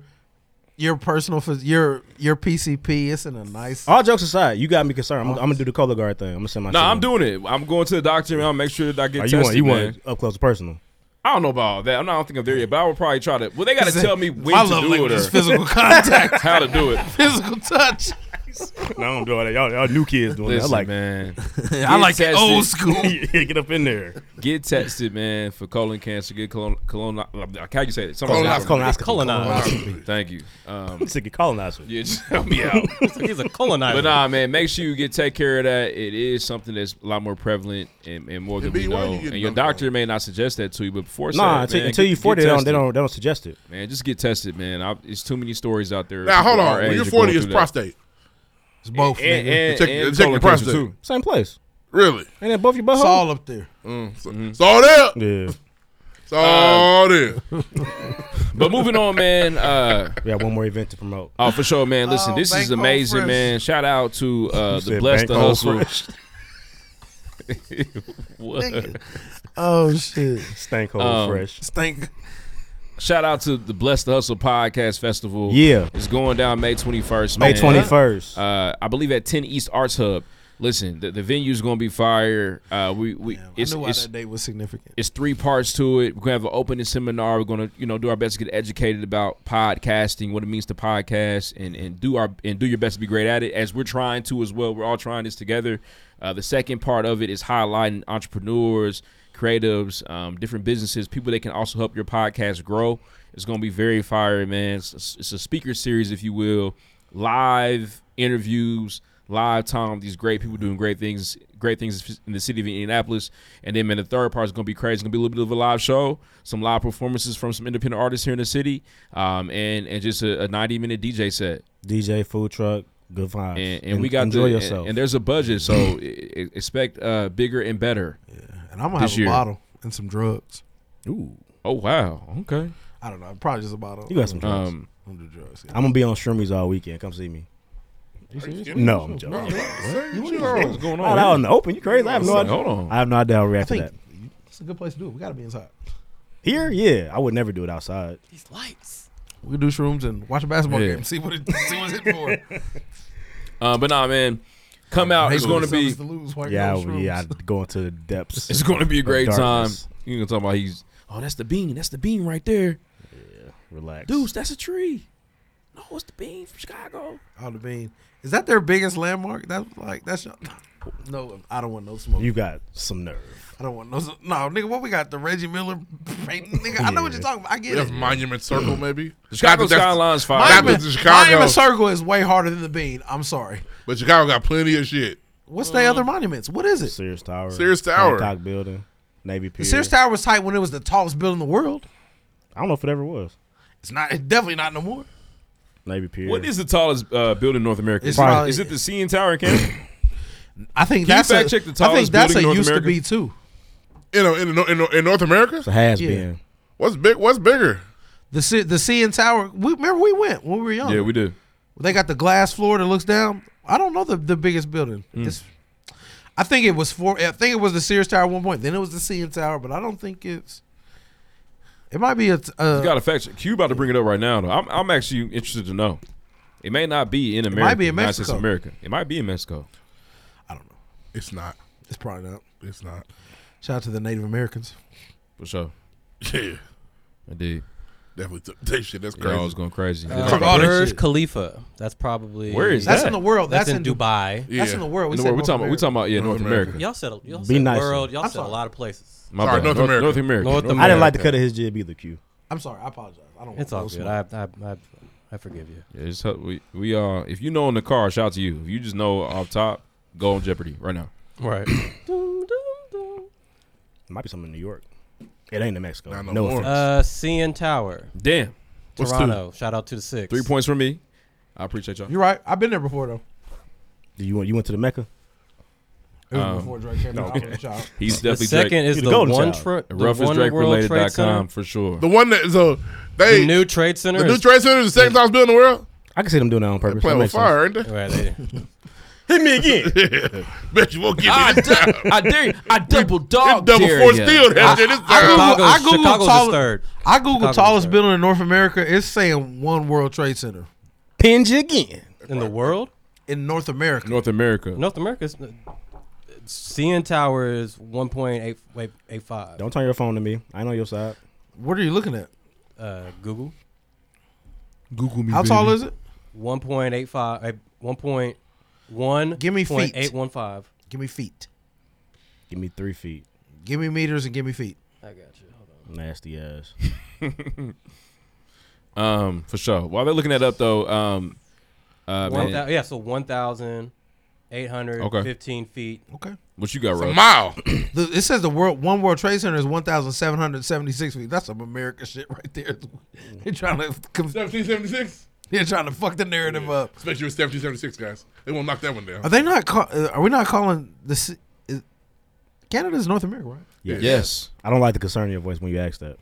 S13: your personal phys- your your PCP, it's in a nice.
S14: All jokes aside, you got me concerned. I'm, I'm gonna do the color guard thing. I'm gonna send my.
S2: No,
S14: shit
S2: I'm
S14: in.
S2: doing it. I'm going to the doctor and I'll make sure that I get
S14: Oh, you
S2: tested.
S14: want you
S2: man.
S14: want up close and personal?
S2: I don't know about all that. I don't think I'm there yet, but I would probably try to. Well, they got to
S13: Listen,
S2: tell me when
S13: my
S2: to
S13: love
S2: do
S13: language
S2: it or
S13: is physical contact.
S2: [LAUGHS] how to
S14: [LAUGHS]
S2: do it.
S13: Physical touch.
S14: no, I don't do all that. Y'all, y'all new kids doing
S2: Listen,
S14: that. I
S2: [LAUGHS]
S14: like
S2: man.
S13: [LAUGHS] I like that [LAUGHS] old school.
S14: yeah, get up in there. [LAUGHS]
S2: Get tested, man, for colon cancer. Get colon colon. How you say it?
S14: Colonoscopy. Colonoscopy.
S2: Colonoscopy. [CLEARS THROAT] Thank you. Um,
S14: This nigga colonizer.
S2: Yeah, just help me
S13: [LAUGHS]
S2: out.
S16: He's a colonizer.
S2: But nah, man, make sure you get take care of that. It is something that's a lot more prevalent and, and more than we
S3: B, why
S2: know.
S3: you getting
S2: and your doctor may not suggest that to you, but before
S14: Nah,
S2: that,
S14: until,
S2: man,
S14: until
S2: get-
S14: you
S2: get
S14: forty, they don't, they
S2: tested.
S14: don't they don't suggest it.
S2: Man, just get tested, man. I, it's too many stories out there.
S3: Now hold
S2: People
S3: on.
S2: our
S3: When
S2: age
S3: you're
S2: are going
S3: 40, it's
S2: through that.
S3: prostate.
S13: It's both.
S2: And-
S13: nigga.
S2: and-
S3: Check-
S2: and
S3: check
S2: colon
S3: your
S2: cancer,
S3: prostate.
S2: too.
S14: Same place.
S3: Really?
S14: And then both your
S13: It's
S14: butthole.
S13: all up there.
S3: Mm, so,
S2: Mm-hmm.
S3: it's all there.
S14: Yeah.
S3: It's all
S2: Uh,
S3: there.
S2: But moving on, man. Uh,
S14: We have one more event to promote.
S2: oh, for sure, man. Listen,
S13: Oh,
S2: this
S13: Bank
S2: is
S13: Hole
S2: amazing,
S13: Fresh.
S2: man. Shout out to uh, the
S14: said
S2: Blessed
S14: Bank
S2: the
S14: Hole
S2: Hustle.
S14: Fresh.
S2: [LAUGHS] what?
S13: Oh shit.
S14: Stank hole
S2: Um,
S14: fresh.
S13: Stink.
S2: Shout out to the Bless the Hustle Podcast Festival.
S14: Yeah.
S2: It's going down May 21st.
S14: May
S2: man.
S14: 21st.
S2: Uh, I believe at 10 East Arts Hub. Listen, the, the venue's gonna be fire. Uh, we we it's,
S13: knew why
S2: it's-
S13: that date was significant.
S2: It's three parts to it. We're gonna have an opening seminar. We're gonna you know do our best to get educated about podcasting, what it means to podcast, and and do our and do your best to be great at it as we're trying to as well. We're all trying this together. Uh, the second part of it is highlighting entrepreneurs, creatives, um, different businesses, people that can also help your podcast grow. It's gonna be very fiery, man. It's, it's a speaker series, if you will, live interviews, live time. These great people doing great things, great things in the city of Indianapolis. And then, man, the third part is gonna be crazy. It's gonna be a little bit of a live show, some live performances from some independent artists here in the city, um, and and just a, a ninety minute DJ set.
S14: DJ food truck, good vibes.
S2: And, and we got
S14: enjoy
S2: the,
S14: yourself.
S2: And, and there's a budget, so e- e- expect uh, bigger and better.
S13: And I'm gonna
S2: this
S13: have a
S2: year.
S13: bottle and some drugs.
S2: Ooh. Oh wow. Okay.
S13: I don't know. Probably just a bottle.
S14: you got some drugs.
S2: Um,
S13: I'm gonna do drugs.
S14: I'm gonna be on Shroomies all weekend. Come see me.
S13: serious?
S14: No, I'm joking.
S13: No,
S14: What?
S13: what
S14: you
S13: are you-
S14: doing?
S13: what's going
S14: Not
S13: on?
S14: out in the open. You crazy? I have no
S13: Hold
S14: idea.
S13: on.
S14: I have no idea how to react to
S13: think-
S14: that.
S13: It's a good place to do it. We gotta be inside.
S14: Here, yeah, I would never do it outside.
S13: These lights. We could do shrooms and watch a basketball
S2: Yeah.
S13: game. See what it see what's it [LAUGHS] for.
S2: Uh, but nah, man, come out.
S13: hate
S2: It's
S13: when
S2: gonna
S13: it
S2: be
S13: sells to lose white
S14: Yeah,
S13: girl
S14: I- yeah,
S13: shrooms.
S14: I'd go into the depths.
S2: it's gonna be a
S14: of
S2: great time.
S14: darkness.
S2: You can talk about he's oh that's the bean, that's the bean right there,
S14: Relax.
S2: dude. That's a tree. No, it's the bean from Chicago.
S13: Oh, the bean. Is that their biggest landmark? That's like that's your- no. I don't want no smoke.
S14: You got some nerve.
S13: I don't want no. No, nigga, what we got? The Reggie Miller painting? Nigga, I know what you're talking about. I get
S3: We
S13: it.
S3: have Monument Circle, maybe.
S2: mm. The Chicago
S3: Not that that's-
S2: skyline's fire.
S3: not that
S13: Monument,
S3: the Chicago,
S13: Monument Circle is way harder than the Bean. I'm sorry.
S3: but Chicago got plenty of shit.
S13: What's the other monuments? What is it?
S14: Sears Tower.
S3: Sears Tower.
S14: Hancock Building. Navy Pier.
S13: The Sears Tower was tight when it was the tallest building in the world.
S14: I don't know if it ever was.
S13: It's not. It's definitely not no more.
S14: Navy Pier.
S2: What is the tallest uh, building in North America?
S13: It's probably-
S2: is it the CN Tower? Can [LAUGHS]
S13: I think
S2: Can you
S13: that's a-
S2: fact check the
S13: I think
S2: tallest
S13: that's
S2: building
S13: a
S2: in North
S13: used to
S2: America?
S13: be too.
S3: You know, in, in, in North America,
S14: It has
S13: Yeah.
S14: been.
S3: what's big? What's bigger?
S13: The C, the CN Tower. We remember we went when we were young.
S2: Yeah, we did.
S13: They got the glass floor that looks down. I don't know the, the biggest building.
S2: Hmm.
S13: It's, I think it was four. I think it was the Sears Tower at one point. Then it was the CN Tower, but I don't think it's. It might be a. t- Uh,
S2: You got a fact check. Q about to bring it up right now. Though. I'm, I'm actually interested to know. It may not be in America.
S13: might be in
S2: United States of
S13: Mexico.
S2: America. It might be in Mexico.
S3: It's not.
S13: it's probably not.
S3: It's not.
S13: Shout out to the Native Americans.
S2: For sure.
S3: Yeah,
S2: Indeed.
S3: definitely took that shit. That's
S2: Y'all
S3: crazy.
S2: was going crazy.
S3: Uh,
S2: Fuck all
S16: Uh,
S2: that
S16: Burj
S2: shit.
S16: Khalifa. That's probably
S2: Where is
S13: That's
S2: that?
S13: in the world. That's,
S16: That's in Dubai.
S13: That's in the world.
S2: In
S13: We
S2: the
S13: said
S2: world. We
S13: North
S2: talking about. We
S13: America.
S2: talking about. Yeah, North America.
S16: Y'all said y'all
S14: Be
S16: said
S14: nice.
S16: world. Y'all
S13: I'm
S16: said a
S13: sorry.
S16: lot of places.
S2: My
S3: Sorry,
S2: bad.
S3: North America.
S2: North America.
S16: North
S14: I didn't like the
S16: America.
S14: cut of his jib either, Q.
S13: I'm sorry. I apologize. I don't.
S16: It's
S13: want no
S16: all good.
S13: smoke.
S16: I, I I I forgive you.
S2: Yeah, it's, we we uh if you know in the car, shout out to you. If you just know off top, go on Jeopardy right now.
S16: Right.
S14: It might be something in New York. It ain't in Mexico.
S3: Not no
S14: no
S3: more.
S14: offense.
S16: Uh, CN Tower,
S2: Damn,
S3: What's two?
S16: Toronto. Shout out to the six.
S2: three points for me. I appreciate y'all.
S13: You're right. I've been there before though.
S14: Do you want you went to the Mecca?
S13: It was
S2: Um,
S13: before Drake came out. I was a
S16: [LAUGHS]
S13: child.
S2: He's
S16: The
S2: definitely
S16: second
S2: Drake.
S16: is
S14: You
S16: the,
S14: the golden
S16: one.
S14: child.
S16: Tra- the
S2: Rough is
S16: one World Trade
S2: DrakeRelated.com
S16: Center.
S2: for sure.
S3: The one that so they
S16: The new Trade Center.
S3: the new
S16: is-
S3: trade center is the second tallest building in the world.
S14: I can see them doing that on
S3: They
S14: purpose.
S3: playing
S14: That
S3: with
S14: makes sense.
S3: fire, ain't they?
S16: Right there.
S14: [LAUGHS] Hit me again.
S3: Bet you won't get
S2: I,
S3: it.
S2: du- I dare you. I double dog
S3: [LAUGHS] Double
S2: dare
S3: four
S2: ya.
S3: steel
S2: I-
S3: that shit this
S13: I
S3: time.
S13: Google, I
S16: Chicago's-
S13: Google
S16: Chicago's is
S13: tallest,
S16: third.
S13: I Google
S16: Chicago's
S13: tallest
S16: third.
S13: building in North America. It's saying one World Trade Center
S14: Pinge again.
S16: in the world.
S13: in North America.
S2: North America.
S16: North America's CN Tower is 1.885.
S14: Don't turn your phone to me. I ain't on your side.
S13: What are you looking at?
S16: Uh, Google
S2: Google me.
S13: How tall is it?
S16: 1.85 eh, 1.1
S13: Give me feet.
S16: 815.
S13: Give me feet.
S14: Give me three feet.
S13: Give me meters and give me feet.
S16: I got you. Hold on.
S14: Nasty ass.
S2: Um, for sure. While they're looking that up though, um, uh,
S16: One
S2: man,
S16: thou- yeah, so 1,815 feet.
S13: Okay.
S2: what you got,
S3: It's a
S2: Ruff?
S3: mile.
S13: The, it says the world one World Trade Center is one thousand seven hundred seventy six feet. That's some America shit right there. [LAUGHS] They're trying to com-
S3: 1776.
S13: they're trying to fuck the narrative up.
S3: Especially with 1776, guys. They won't knock that one down.
S13: Are they not? Call, uh, are we not calling this? Is, Canada's North America, right?
S14: Yes.
S2: Yes.
S14: I don't like the concern in your voice when you ask that.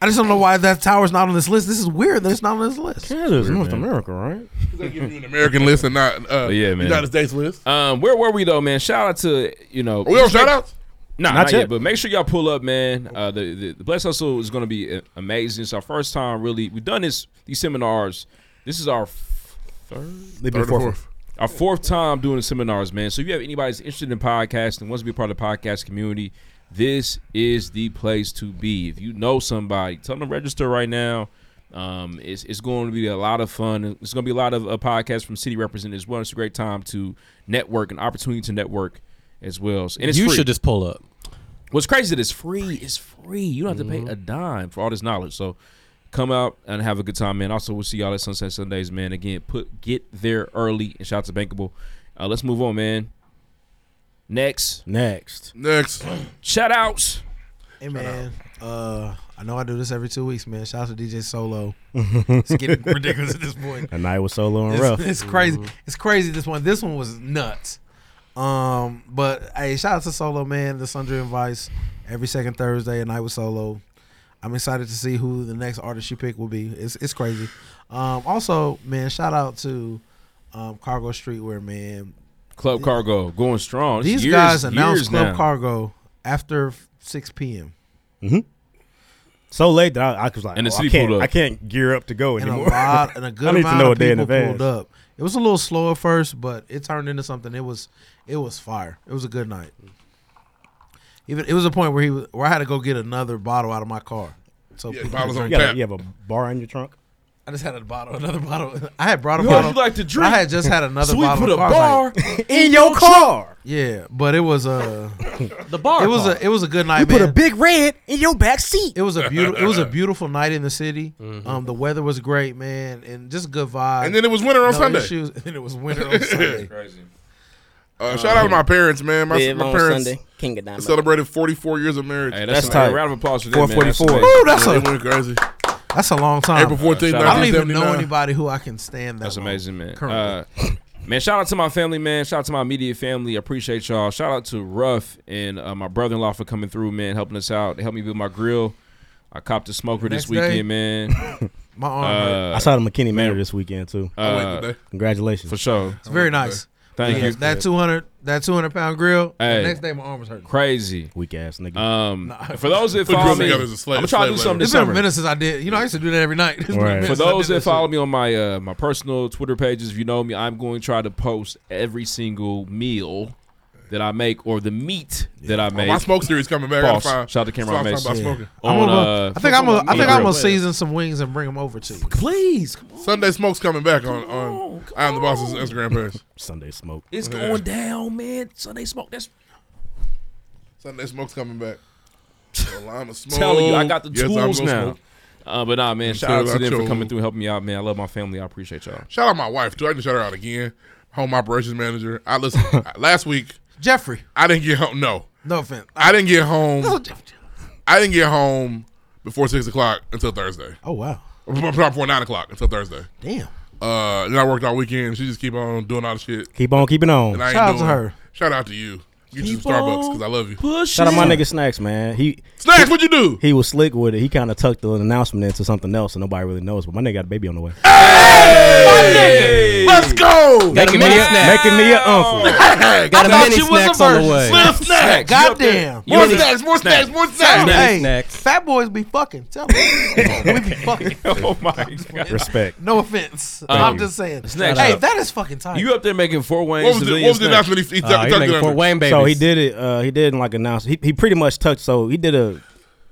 S13: I just don't know why that tower's not on this list. This is weird that it's not on this list.
S14: Canada's North America, right?
S3: We're gonna give you an American list and not uh,
S2: But yeah, man.
S3: United States list.
S2: Um, where were we though, man? Shout out to you know.
S3: Are we on Oh, shout outs?
S2: Nah,
S14: Not
S2: not, yet.
S14: yet.
S2: But make sure y'all pull up, man. Uh, the, the the Bless Hustle is going to be uh, amazing. It's our first time, really. We've done this these seminars. This is our f- third,
S14: They've
S3: Third
S14: been
S3: or
S14: fourth.
S3: fourth.
S2: Our fourth time doing the seminars, man. So if you have anybody that's interested in podcasting and wants to be a part of the podcast community, this is the place to be. If you know somebody, tell them to register right now. Um, it's, it's going to be a lot of fun. It's going to be a lot of uh, podcasts from city representatives as well. It's a great time to network, an opportunity to network as well. And it's
S16: you
S2: free.
S16: should just pull up.
S2: What's crazy is that it's free. It's free. You don't have to
S13: Mm-hmm.
S2: pay a dime for all this knowledge. So come out and have a good time, man. Also, we'll see y'all at Sunset Sundays, man. Again, put get there early. And shout out to Bankable. Uh, let's move on, man. Next.
S14: Next.
S3: Next.
S2: Shout outs.
S13: Hey man, uh, I know I do this every two weeks, man. Shout out to DJ Solo. [LAUGHS] it's getting ridiculous at this point.
S14: A night with Solo and
S13: it's,
S14: Ruff.
S13: It's crazy.
S2: Mm-hmm.
S13: It's crazy. This one. This one was nuts. Um, but hey, shout out to Solo man, the Sundry and Vice. Every second Thursday, a night with Solo. I'm excited to see who the next artist you pick will be. It's it's crazy. Um, also, man, shout out to um, Cargo Streetwear, man.
S2: Club Cargo going strong. It's
S13: These
S2: years-
S13: guys announced
S2: years
S13: Club
S2: now.
S13: Cargo after 6 p.m.
S14: Mm-hmm. So late that I, I was like,
S13: And the
S14: oh, I
S13: city
S14: can't,
S13: pulled up.
S14: I can't gear up to go
S13: and [LAUGHS]
S14: anymore. [LAUGHS]
S13: A lot, and a good
S14: I need
S13: amount
S14: to know
S13: of
S14: a day in
S13: people
S14: advance.
S13: pulled up. It was a little slow at first, but it turned into something. It was it was fire. It was a good night. Even it was a point where he was, where I had to go get another bottle out of my car. So
S3: Yeah,
S13: people
S3: bottles
S13: could
S3: on
S13: drink.
S3: tap.
S14: You have a bar in
S13: [LAUGHS]
S14: your trunk.
S13: I just had a bottle, another bottle. [LAUGHS] I had brought a
S14: You
S13: bottle.
S14: like to drink.
S13: I had just had another
S14: So we
S13: bottle.
S14: put
S13: of
S14: a
S13: I was
S14: bar in your car.
S13: Yeah, but it was uh
S14: The bar
S13: It was
S14: car.
S13: a it was a good night.
S14: You put a
S13: man.
S14: big red in your back seat.
S13: It was a beautiful. It was a beautiful night in the city.
S14: Mhm.
S13: Um, the weather was great, man, and just good vibe.
S3: And then it was winter on
S13: No
S3: Sunday.
S13: issues. [LAUGHS] And then it was winter on Sunday.
S2: Crazy.
S3: Uh, shout out to my parents, man. My,
S13: Live
S3: my
S13: on
S3: parents
S13: Sunday. King of Dynamite.
S3: celebrated 44 years of marriage.
S2: Hey, that's That's tight. a round of applause for them, man. That's
S3: 444.
S2: amazing.
S13: Ooh, that's
S3: Yeah,
S13: a-
S3: they went crazy.
S13: That's a long time.
S3: April 14th,
S13: I don't even know
S3: 1979.
S13: anybody who I can stand that.
S2: That's
S13: long.
S2: amazing, man.
S13: Currently.
S2: Uh, man, shout out to my family, man. Shout out to my immediate family. I appreciate y'all. Shout out to Ruff and uh, my brother in law for coming through, man, helping us out. They helped me build my grill. I copped a smoker this
S13: Next day,
S2: weekend,
S13: [LAUGHS]
S2: man.
S13: my arm
S2: Uh,
S13: hurt.
S14: I saw the McKinney Manor this weekend too.
S2: I went today.
S14: Congratulations.
S2: uh, For sure.
S13: It's very nice.
S2: Thank
S13: Yeah,
S2: you.
S13: That two hundred, that two hundred pound grill.
S2: Hey.
S13: The next day, my arm was hurting.
S2: Crazy.
S14: Weak ass nigga.
S2: Um, For those that follow me, I'm going to try to do something this
S13: It's been a
S2: summer.
S13: minute since I did. You know, I used to do that every night. [LAUGHS] It's been a minute
S2: For
S13: since I
S2: those
S13: did
S2: that
S13: shit.
S2: follow me on my uh, my personal Twitter pages, if you know me, I'm going to try to post every single meal that I make or the meat that I
S3: Oh,
S2: make.
S3: my smoke series coming back. I gotta
S2: Boss,
S3: find-
S2: shout out to
S3: that's
S2: Cameron
S3: what I was
S2: Mason.
S3: talking about smoking.
S13: I'm
S2: On,
S13: gonna,
S2: uh,
S13: I think I'm gonna, I think I'm
S2: Grill.
S13: gonna season some wings and bring them over to you.
S2: Please,
S3: Sunday Smoke's coming back on, on,
S2: Oh,
S3: I Am the Boss's Instagram page.
S14: Sunday Smoke.
S2: It's going down, man. Sunday smoke. That's
S3: Sunday Smoke's coming back.
S2: [LAUGHS]
S3: Lima smoke.
S2: telling you, I got the
S3: Yes, I'm
S2: tools
S3: gonna
S2: now.
S3: smoke.
S2: Uh, but nah, man,
S3: And
S2: shout out to
S3: so I
S2: them for
S3: chose-
S2: coming through and helping me out, man. I love my family. I appreciate y'all.
S3: Shout out my wife too. I can shout her out again. Home operations manager.
S2: [LAUGHS]
S3: I listen last week.
S13: Jeffrey.
S3: I didn't get home. No.
S13: No offense.
S3: I didn't get home.
S13: No,
S3: I didn't get home before six o'clock until Thursday.
S13: Oh wow.
S3: Before nine o'clock until Thursday.
S13: Damn.
S3: Uh, then I worked all weekend. She just keep on doing all the shit.
S14: Keep on keeping on.
S3: And I ain't
S14: Shout out to
S3: doing-
S14: her.
S3: Shout out to you. Get you
S14: Keep
S3: some Starbucks
S14: on
S3: because I love you.
S14: Shout out my nigga Snacks, man. He
S3: Snacks, what you do?
S14: He was slick with it. He kind of tucked the announcement into something else, and nobody really knows. But my nigga got a baby on the way.
S3: Hey! Let's go.
S14: Making me, a, making me a uncle.
S2: [LAUGHS]
S3: Hey,
S14: Got a
S3: I
S14: mini
S3: thought you was
S14: snacks
S3: a
S14: on the
S3: virgin.
S14: way.
S3: Slim snacks.
S13: God
S3: You up there.
S13: damn.
S3: More snacks. More snacks. More snacks.
S13: Hey, fat boys be fucking. Tell me, we be fucking.
S2: [LAUGHS] Oh my god.
S14: Respect.
S13: No offense.
S2: Thank
S13: I'm
S2: you.
S13: just saying.
S2: Snacks
S13: hey,
S2: up.
S13: that is fucking tight.
S2: You up there making Fort Wayne?
S13: What was the-
S2: Sicilian
S13: what was the
S2: snacks.
S13: announcement he- he
S14: Uh, he making Fort Wayne babies. So he did it. Uh, he did like announce. He, he pretty much touched. So he did a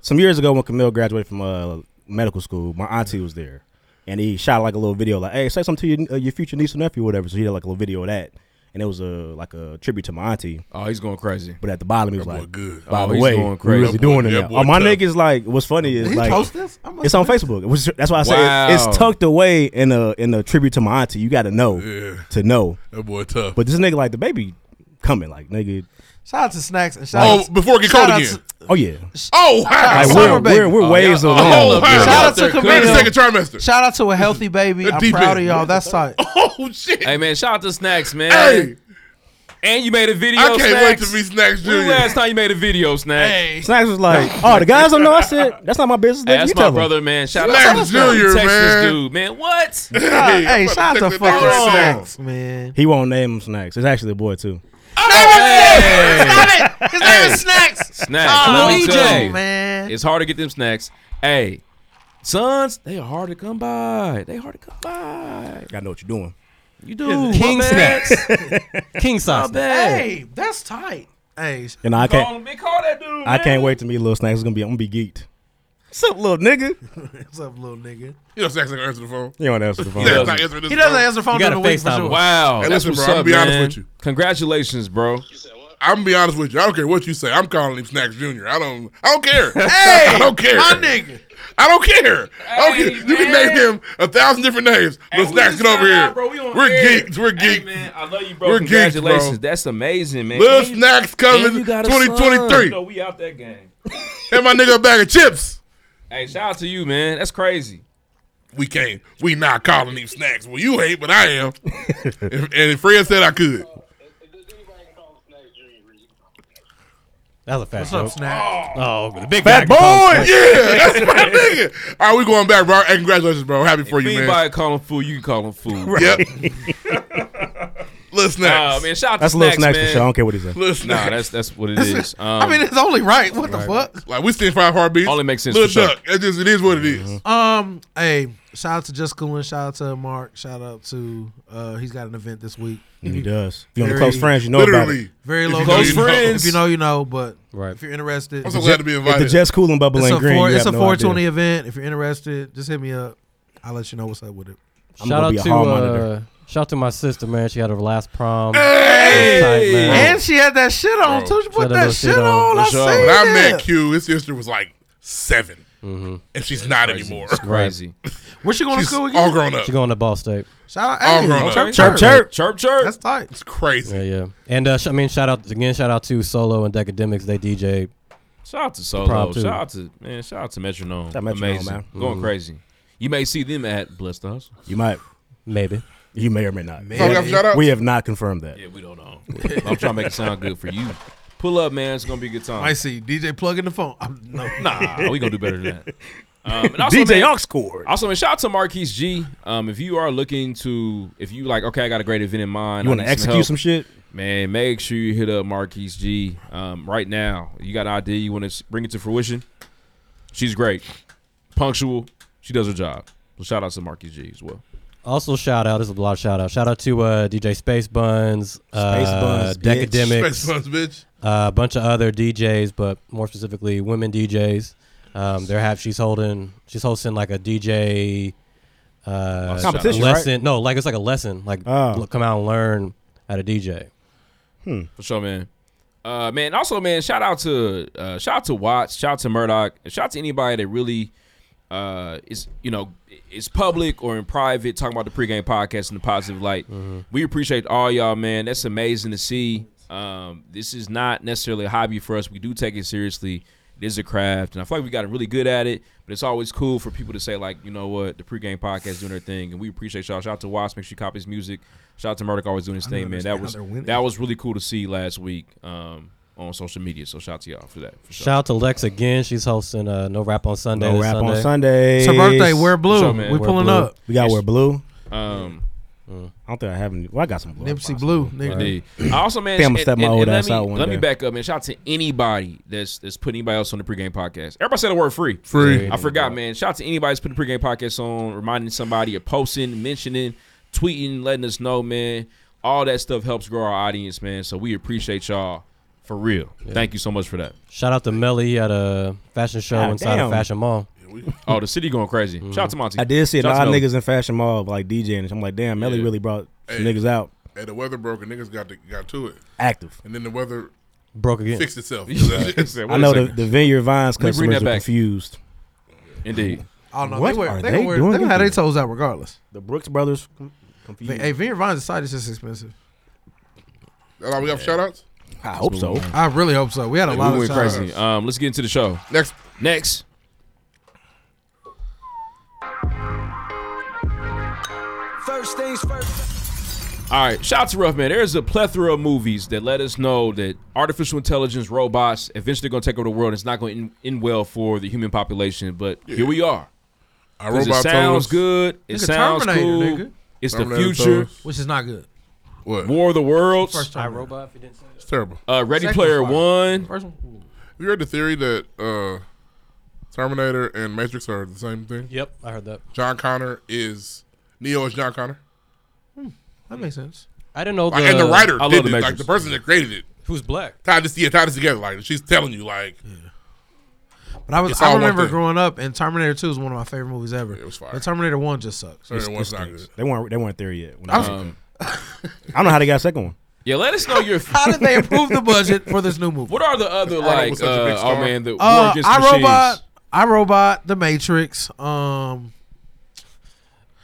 S14: some years ago when Camille graduated from uh, medical school. My auntie was there, and he shot like a little video, like, "Hey, say something to your, uh, your future niece and nephew, or whatever." So he did like a little video of that, and it was a like a tribute to my auntie.
S2: Oh, he's going crazy.
S14: But at the bottom, he was
S2: That boy
S14: like,
S2: good.
S14: "By
S2: Oh,
S14: the
S2: he's
S14: way,
S2: going
S14: we
S2: crazy.
S14: really
S2: That
S14: doing
S2: boy-
S14: it."
S2: that
S14: now."
S2: boy
S14: Oh, my
S2: tough.
S14: niggas like, what's funny is
S13: Did he
S14: like,
S13: post this? I must
S14: it's on
S13: have missed
S14: Facebook. It was- that's why I say it-
S2: Wow.
S14: it's tucked away in a in a tribute to my auntie. You got to know
S3: Yeah.
S14: to know.
S3: That boy tough.
S14: But this nigga like the baby coming like nigga.
S13: Shout out to snacks and shout
S3: Oh,
S13: out to,
S3: before it get
S13: shout out
S3: cold again.
S14: Oh yeah.
S3: Oh, wow.
S14: Like,
S13: Summer
S14: we're,
S13: baby.
S14: we're, we're
S13: Oh,
S14: waves
S13: yeah.
S14: along.
S13: Oh, wow. Shout out to
S3: We're in the
S13: Camille.
S3: second trimester.
S13: Shout out to a [LAUGHS] healthy baby. I'm
S3: Deep
S13: proud of
S3: end.
S13: y'all. [LAUGHS] That's tight.
S3: Oh shit.
S2: Hey man, shout out to Snacks, man.
S3: Hey.
S2: And you made a video.
S3: I can't wait
S2: Snacks.
S3: to be Snacks
S2: When was
S3: Jr.
S2: the
S3: [LAUGHS]
S2: last time you made a video, Snacks?
S14: Snacks was like, [LAUGHS] oh, the guys don't know. I said, that's not my business.
S2: Hey,
S14: nigga.
S2: that's
S14: you
S2: my
S14: tell them.
S2: brother, man. Shout out
S14: Snacks
S2: to Snacks.
S14: Jr.,
S2: Texas
S14: man.
S2: dude, man. What?
S13: Hey, hey, shout out to fucking
S2: Hold on.
S13: snacks, man.
S14: He won't name him Snacks. It's actually a boy too.
S13: Stop it. His name is Snacks.
S2: Snacks.
S13: Oh,
S2: let me
S13: DJ.
S2: tell you.
S13: man.
S2: It's hard to get them snacks. Hey, sons, they are hard to come by. They hard to come by.
S14: Gotta know what you're doing.
S13: You do.
S16: King
S13: My bad.
S16: snacks. King size
S13: My
S16: snacks.
S13: bad. Hey, that's tight. Hey, [LAUGHS]
S14: You know, I
S13: call
S14: can't-
S13: him- they call that dude.
S14: I
S13: man.
S14: can't wait to meet Lil Snacks. It's gonna be I'm gonna be geeked. What's up, little nigga?
S13: What's up, little nigga?
S3: You know, Snacks ain't gonna answer the phone.
S14: You don't answer the phone.
S3: He doesn't,
S14: doesn't.
S3: answer this
S13: He doesn't answer the phone during the week for sure.
S2: Wow.
S3: Hey,
S2: that's
S3: listen,
S2: what's
S3: bro, I'm
S2: up,
S3: be honest
S2: man.
S3: with you.
S2: Congratulations, bro.
S3: I'm gonna be honest with you. I don't care what you say. I'm calling him Snacks Junior. I don't. I don't care. hey, [LAUGHS] I don't care.
S13: my nigga.
S3: I don't care. I don't care. You can name him a thousand different names, but Snacks, get over here. are geeks. We're geeks.
S2: I love you,
S3: bro. We're geeks,
S2: Congratulations.
S3: bro.
S2: That's amazing, man.
S3: Lil
S2: And you-
S3: Snacks coming
S2: and you got a
S3: 2023.
S2: son. You know, we out that game.
S3: Hand my nigga a bag of chips.
S2: Hey, shout out to you, man. That's crazy.
S3: We can't. We not calling these snacks. Well, you ain't, but
S2: [LAUGHS]
S3: I am. If- and if Fred said I could.
S16: That was a fat
S13: What's up,
S16: joke.
S13: Snack?
S16: Oh, the big bag of
S3: Fat boy,
S16: popcorn.
S3: yeah, that's
S2: [LAUGHS]
S3: my nigga. All right, we going back, bro. Hey, congratulations, bro. Happy for
S2: If
S3: you, man.
S2: anybody call him fool, you can call him fool. [LAUGHS]
S3: Yep. Little snacks.
S2: Nah, man, shout out
S14: That's
S2: to
S14: Lil Snacks for
S2: man.
S14: sure. I don't care what he says.
S3: Lil
S2: Nah,
S3: Snacks.
S2: that's that's what it is. Um,
S13: [LAUGHS] I mean, it's only right. What the fuck?
S3: Like we seen five heartbeats.
S2: Only makes sense
S3: Little
S2: for sure.
S3: duck. It just it is what it is.
S13: Um, hey, shout out to Jessica Lynn, shout out to Mark, shout out to uh he's got an event this week.
S14: He does. If you're on the close friends, you know about it.
S13: Very
S3: If
S13: low
S3: you know,
S13: key.
S3: you know.
S13: If you know, you know, but
S16: Right.
S13: if you're interested,
S3: I'm so glad to be
S14: if the
S3: invited.
S14: Jets cool and bubble
S13: it's
S14: ain't
S13: a
S14: green,
S13: Four,
S14: you
S13: it's a
S14: have no
S13: 420
S14: idea.
S13: event. If you're interested, just hit me up. I'll let you know what's up with it.
S14: I'm
S16: shout
S14: gonna
S16: out
S14: be a
S16: to
S14: hall
S16: uh,
S14: monitor.
S16: shout out to my sister, man. She had her last prom.
S3: Hey!
S16: Tight, man.
S13: And she had that shit on too. She
S16: Shut
S13: put
S16: that
S13: that
S16: little
S13: shit
S16: shit
S13: on.
S16: on.
S13: I
S16: For sure.
S13: seen
S3: When I met
S13: that.
S3: Q, his sister was like 7
S16: Mhm.
S3: and she's not anymore.
S16: It's crazy.
S13: Where she going
S3: She's
S13: to school again?
S3: all grown up.
S16: She going to Ball State.
S13: Shout out,
S3: All
S13: hey,
S3: grown up.
S13: chirp,
S16: Chirp,
S13: chirp.
S16: chirp.
S2: Chirp, chirp.
S13: That's tight.
S3: It's crazy.
S16: Yeah,
S3: [LAUGHS]
S16: yeah. And uh, sh- I mean, shout out again. Shout out to Solo and Decademics. They DJ.
S2: Shout out to Solo.
S16: Prop too.
S2: Shout out to man. Shout out to Metronome.
S14: Shout out Metronome,
S2: Amazing.
S14: man. Mm-hmm.
S2: Going
S16: Mhm.
S2: crazy. You may see them at Bless the Hustle.
S14: You might.
S16: Maybe.
S14: You may or may not.
S13: Maybe. Fuck up, shout out.
S14: We have not confirmed that.
S2: Yeah, we don't know. [LAUGHS] I'm trying to make it sound good for you. Pull up, man. It's gonna be a good time.
S13: I see DJ plug in the phone. I'm, [LAUGHS] no,
S2: Nah, we gonna do better
S13: [LAUGHS]
S2: than that. Um, and also,
S14: DJ
S2: man,
S14: Ox scored.
S2: Also, man, shout out to Marquise G. Um, if you are looking to, if you like, okay, I got a great event in mind.
S14: You want
S2: I
S14: to
S2: need
S14: execute
S2: help,
S14: some shit?
S2: Man, make sure you hit up Marquise G. Um, right now. You got an idea you want to bring it to fruition. She's great, punctual. She does her job. So shout out to Marquise G as well.
S16: Also, shout out. There's a lot of shout out. Shout out to uh, DJ Space Buns, uh,
S14: Buns, bitch.
S16: Decademics,
S3: Space Buns, bitch.
S16: uh, a bunch of other DJs, but more specifically women DJs. Um, they're have she's holding she's hosting like a DJ uh,
S14: Competition, right?
S16: lesson. No, like it's like a lesson. Like
S14: Oh.
S16: look, come out and learn at a DJ.
S2: For sure, man. Uh, man, also, man, shout out to uh, shout out to Watts, shout out to Murdoch, and shout out to anybody that really uh, is you know is public or in private talking about the pregame podcast in the positive light.
S13: Mm-hmm.
S2: We appreciate all y'all, man. That's amazing to see. Um, this is not necessarily a hobby for us. We do take it seriously. It is a craft, and I feel like we gotten really good at it. But it's always cool for people to say like, you know what, the pregame podcast is doing their thing, and we appreciate y'all. Shout out to Watts, make sure you copy his music. Shout out to Murdoch, always doing his
S13: I don't
S2: thing, man.
S13: understand
S2: That
S13: how
S2: was
S13: they're winning.
S2: that was really cool to see last week um, on social media. So shout out to y'all for that. For sure.
S16: Shout out to Lex again. She's hosting uh, No Rap on Sunday.
S14: No
S16: this
S14: rap
S16: Sunday.
S14: on Sunday.
S13: It's her birthday. Wear blue.
S2: What's
S13: Mm.
S2: up, man?
S13: we
S16: Wear
S13: pulling
S16: blue.
S13: up.
S14: We got to wear blue.
S2: Um,
S14: I don't think I have any. Well, I got some blue.
S13: Nipsey Blue, nigga.
S2: Indeed. I also man,
S14: Damn, I'ma
S2: and-
S14: step my
S2: and-
S14: old
S2: and let
S14: ass
S2: me,
S14: out one
S2: let
S14: day.
S2: me back up, man. Shout out to anybody that's that's putting anybody else on the pregame podcast. Everybody said the word free.
S3: Free.
S2: I forgot, man. Shout out to anybody that's putting the pregame podcast on, reminding somebody or posting, mentioning, tweeting, letting us know, man. All that stuff helps grow our audience, man. So we appreciate y'all for real. Thank you so much for that.
S16: Shout out to Melly. He had a fashion show
S14: God
S16: inside
S14: damn.
S16: a fashion mall.
S2: Oh, the city going crazy. Shout out to Monty.
S14: Mm-hmm. I did see a
S2: Shout out
S14: lot
S2: to
S14: of
S2: Melly.
S14: niggas in Fashion Mall like DJing. I'm like, damn, Melly
S3: Yeah.
S14: really brought some
S3: Hey.
S14: niggas out
S3: Hey, the weather broke and niggas got to, got to it,
S14: active.
S3: and then the weather
S16: Broke again.
S3: fixed
S2: [LAUGHS]
S3: itself.
S2: Said, wait
S14: I
S2: a
S14: know the,
S2: second.
S14: the Vineyard Vines
S2: Let me bring
S14: customers
S2: that
S14: were
S2: back.
S14: confused.
S2: Indeed.
S13: Oh no,
S14: What
S13: they, were,
S14: are
S13: they,
S14: they
S13: were,
S14: doing
S13: They had
S14: again?
S13: their toes out regardless.
S14: The Brooks brothers com- confused.
S13: Hey, Vineyard Vine's side is just expensive.
S3: That's all we got for shout outs?
S14: I hope so.
S13: I really hope so. We had a
S2: We
S13: lot of
S2: went
S13: shout-outs.
S2: crazy. Um, let's get into the show.
S3: Next.
S2: Next.
S12: First things first.
S2: All right, shout out to Rough Man. There's a plethora of movies that let us know that artificial intelligence, robots, eventually going to take over the world. It's not going to end, end well for the human population, but here we are.
S3: Our
S2: 'Cause
S3: robot
S2: it sounds
S3: told us-
S2: good. It
S13: Nigga,
S2: sounds
S13: Terminator,
S2: cool.
S13: nigga.
S2: It's the
S3: Terminator
S2: future.
S3: told us-
S13: Which is not good.
S3: What?
S2: War of the
S13: First
S2: Worlds.
S13: time.
S16: robot. If you didn't say
S3: It's terrible.
S2: Uh, Ready
S13: Second
S2: Player
S13: fire.
S2: One.
S13: First one.
S3: Have you heard the theory that uh, Terminator and Matrix are the same thing?
S16: Yep, I heard that.
S3: John Connor is Neo is John Connor.
S13: That makes sense.
S16: I didn't know
S3: Like, and the writer did it. like the person that created it.
S16: Who's black?
S3: Tied this, yeah, tied this together. Like she's telling you, like.
S13: But I was
S3: it's
S13: I
S3: all one
S13: remember
S3: thing.
S13: growing up, and Terminator Two is one of my favorite movies ever. It was fire. But Terminator One just sucks.
S3: Terminator It's- 1's it's not
S14: good. They weren't they weren't there yet. When
S13: I
S14: I,
S13: was-
S14: was, I don't know how they got a second one.
S2: Yeah, let us know
S13: [LAUGHS]
S2: your.
S13: How did they improve the budget for this new movie?
S2: What are the other
S13: Arnold
S2: like?
S13: was such a
S2: Uh,
S13: big
S2: oh
S13: star.
S2: man, the War
S13: Uh,
S2: Against
S13: I
S2: Machines.
S13: Robot, I Robot, The Matrix, um,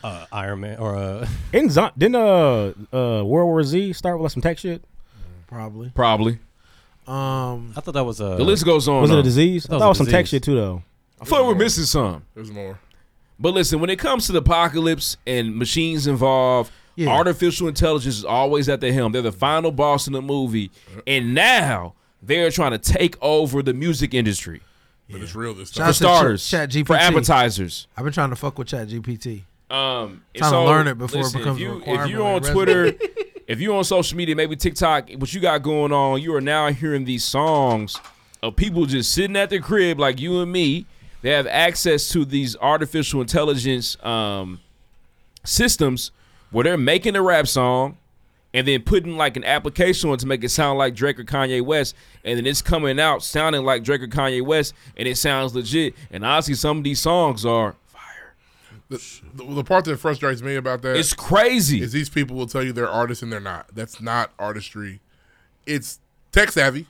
S16: uh, Iron Man or uh, [LAUGHS]
S14: Didn't, Zon- didn't uh, uh, World War Z start with like some tech shit?
S13: probably.
S2: Probably.
S13: Um,
S16: I thought that was uh, a.
S2: The list goes on.
S14: Was Uh, it a
S2: though.
S14: disease? I thought it Oh, was some tech shit too, though.
S2: I feel like we're missing some.
S3: There's more.
S2: But listen, when it comes to the apocalypse and machines involved, artificial intelligence is always at the helm. They're the final boss in the movie, and now they're trying to take over the music industry.
S3: But it's real this
S13: Shout
S3: time.
S13: out
S2: For
S13: to
S2: starters,
S13: Ch- ChatGPT.
S2: for appetizers.
S13: I've been trying to fuck with Chat GPT.
S2: Um,
S13: trying
S2: so,
S13: to learn it before
S2: listen,
S13: it becomes
S2: if you,
S13: a requirement.
S2: If you're on
S13: resume. [LAUGHS]
S2: Twitter, if you're on social media, maybe TikTok, what you got going on, you are now hearing these songs of people just sitting at their crib like you and me. They have access to these artificial intelligence um, systems where they're making a rap song and then putting like an application on to make it sound like Drake or Kanye West, and then it's coming out sounding like Drake or Kanye West, and it sounds legit. And honestly, some of these songs are
S3: The, the, the part that frustrates me about that
S2: It's crazy.
S3: Is these people will tell you they're artists and they're not. That's not artistry. It's tech savvy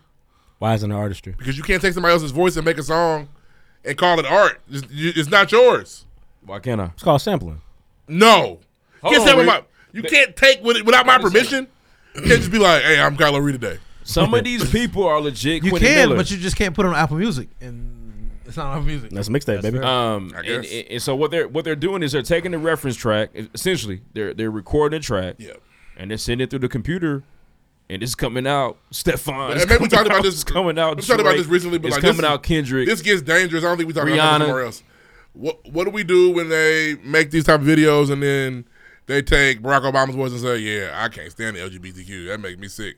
S14: Why isn't it artistry?
S3: because you can't take somebody else's voice and make a song and call it art. It's, you- it's not yours.
S2: Why can't I?
S14: It's called sampling.
S3: No.
S2: Hold
S3: can't
S2: on,
S3: say with
S2: wait.
S3: my, you can't take with it without my permission. You can't just be like, hey, I'm Kylo Reed today.
S2: Some of these people are legit.
S13: you
S2: Quentin
S13: can,
S2: Miller.
S13: but you just can't put it on Apple Music, and it's not Apple Music.
S14: That's mixtape, baby.
S2: Um, and, and- and so what they're what they're doing is they're taking the reference track. Essentially, they're they're recording a track. And they're sending it through the computer, and it's coming out. [LAUGHS] Stefan.
S3: And maybe we talked about this
S2: It's coming out.
S3: We talked about
S2: Drake.
S3: this recently, but
S2: it's
S3: like
S2: coming
S3: this is-
S2: out. Kendrick.
S3: This gets dangerous. I don't think we talked about
S2: Rihanna.
S3: this somewhere else. What What do we do when they make these type of videos and then they take Barack Obama's voice and say, "Yeah, I can't stand the LGBTQ. That makes me sick."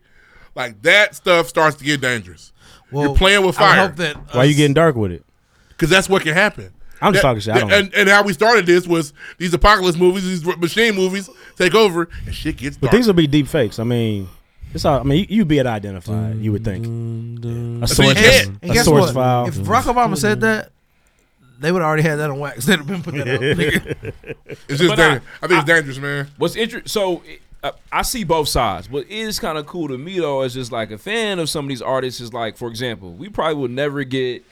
S3: Like that stuff starts to get dangerous. You're playing with
S13: I
S3: fire.
S13: hope that
S14: Why you getting dark with it?
S3: Because that's what can happen.
S14: I'm just
S3: That-
S14: talking shit. I don't
S3: and, and how we started this was these apocalypse movies, these machine movies take over, and shit gets
S14: But
S3: dark.
S14: these will be deep fakes. I mean, it's all. I mean, you, you'd be able to identify. You would think a
S3: So you
S14: source,
S3: can't-
S13: uh, And
S14: a
S13: guess
S14: source
S13: what?
S14: file.
S13: If Barack Obama said
S3: Mm-hmm.
S13: that, they would have already had that on wax. [LAUGHS] They'd have been put that out.
S3: [LAUGHS]
S13: nigga.
S3: It's just
S2: But I-
S3: dangerous. I, think it's dangerous, man.
S2: What's interesting? So uh, I see both sides. What is kind of cool to me though is just like a fan of some of these artists is like, for example, we probably will never get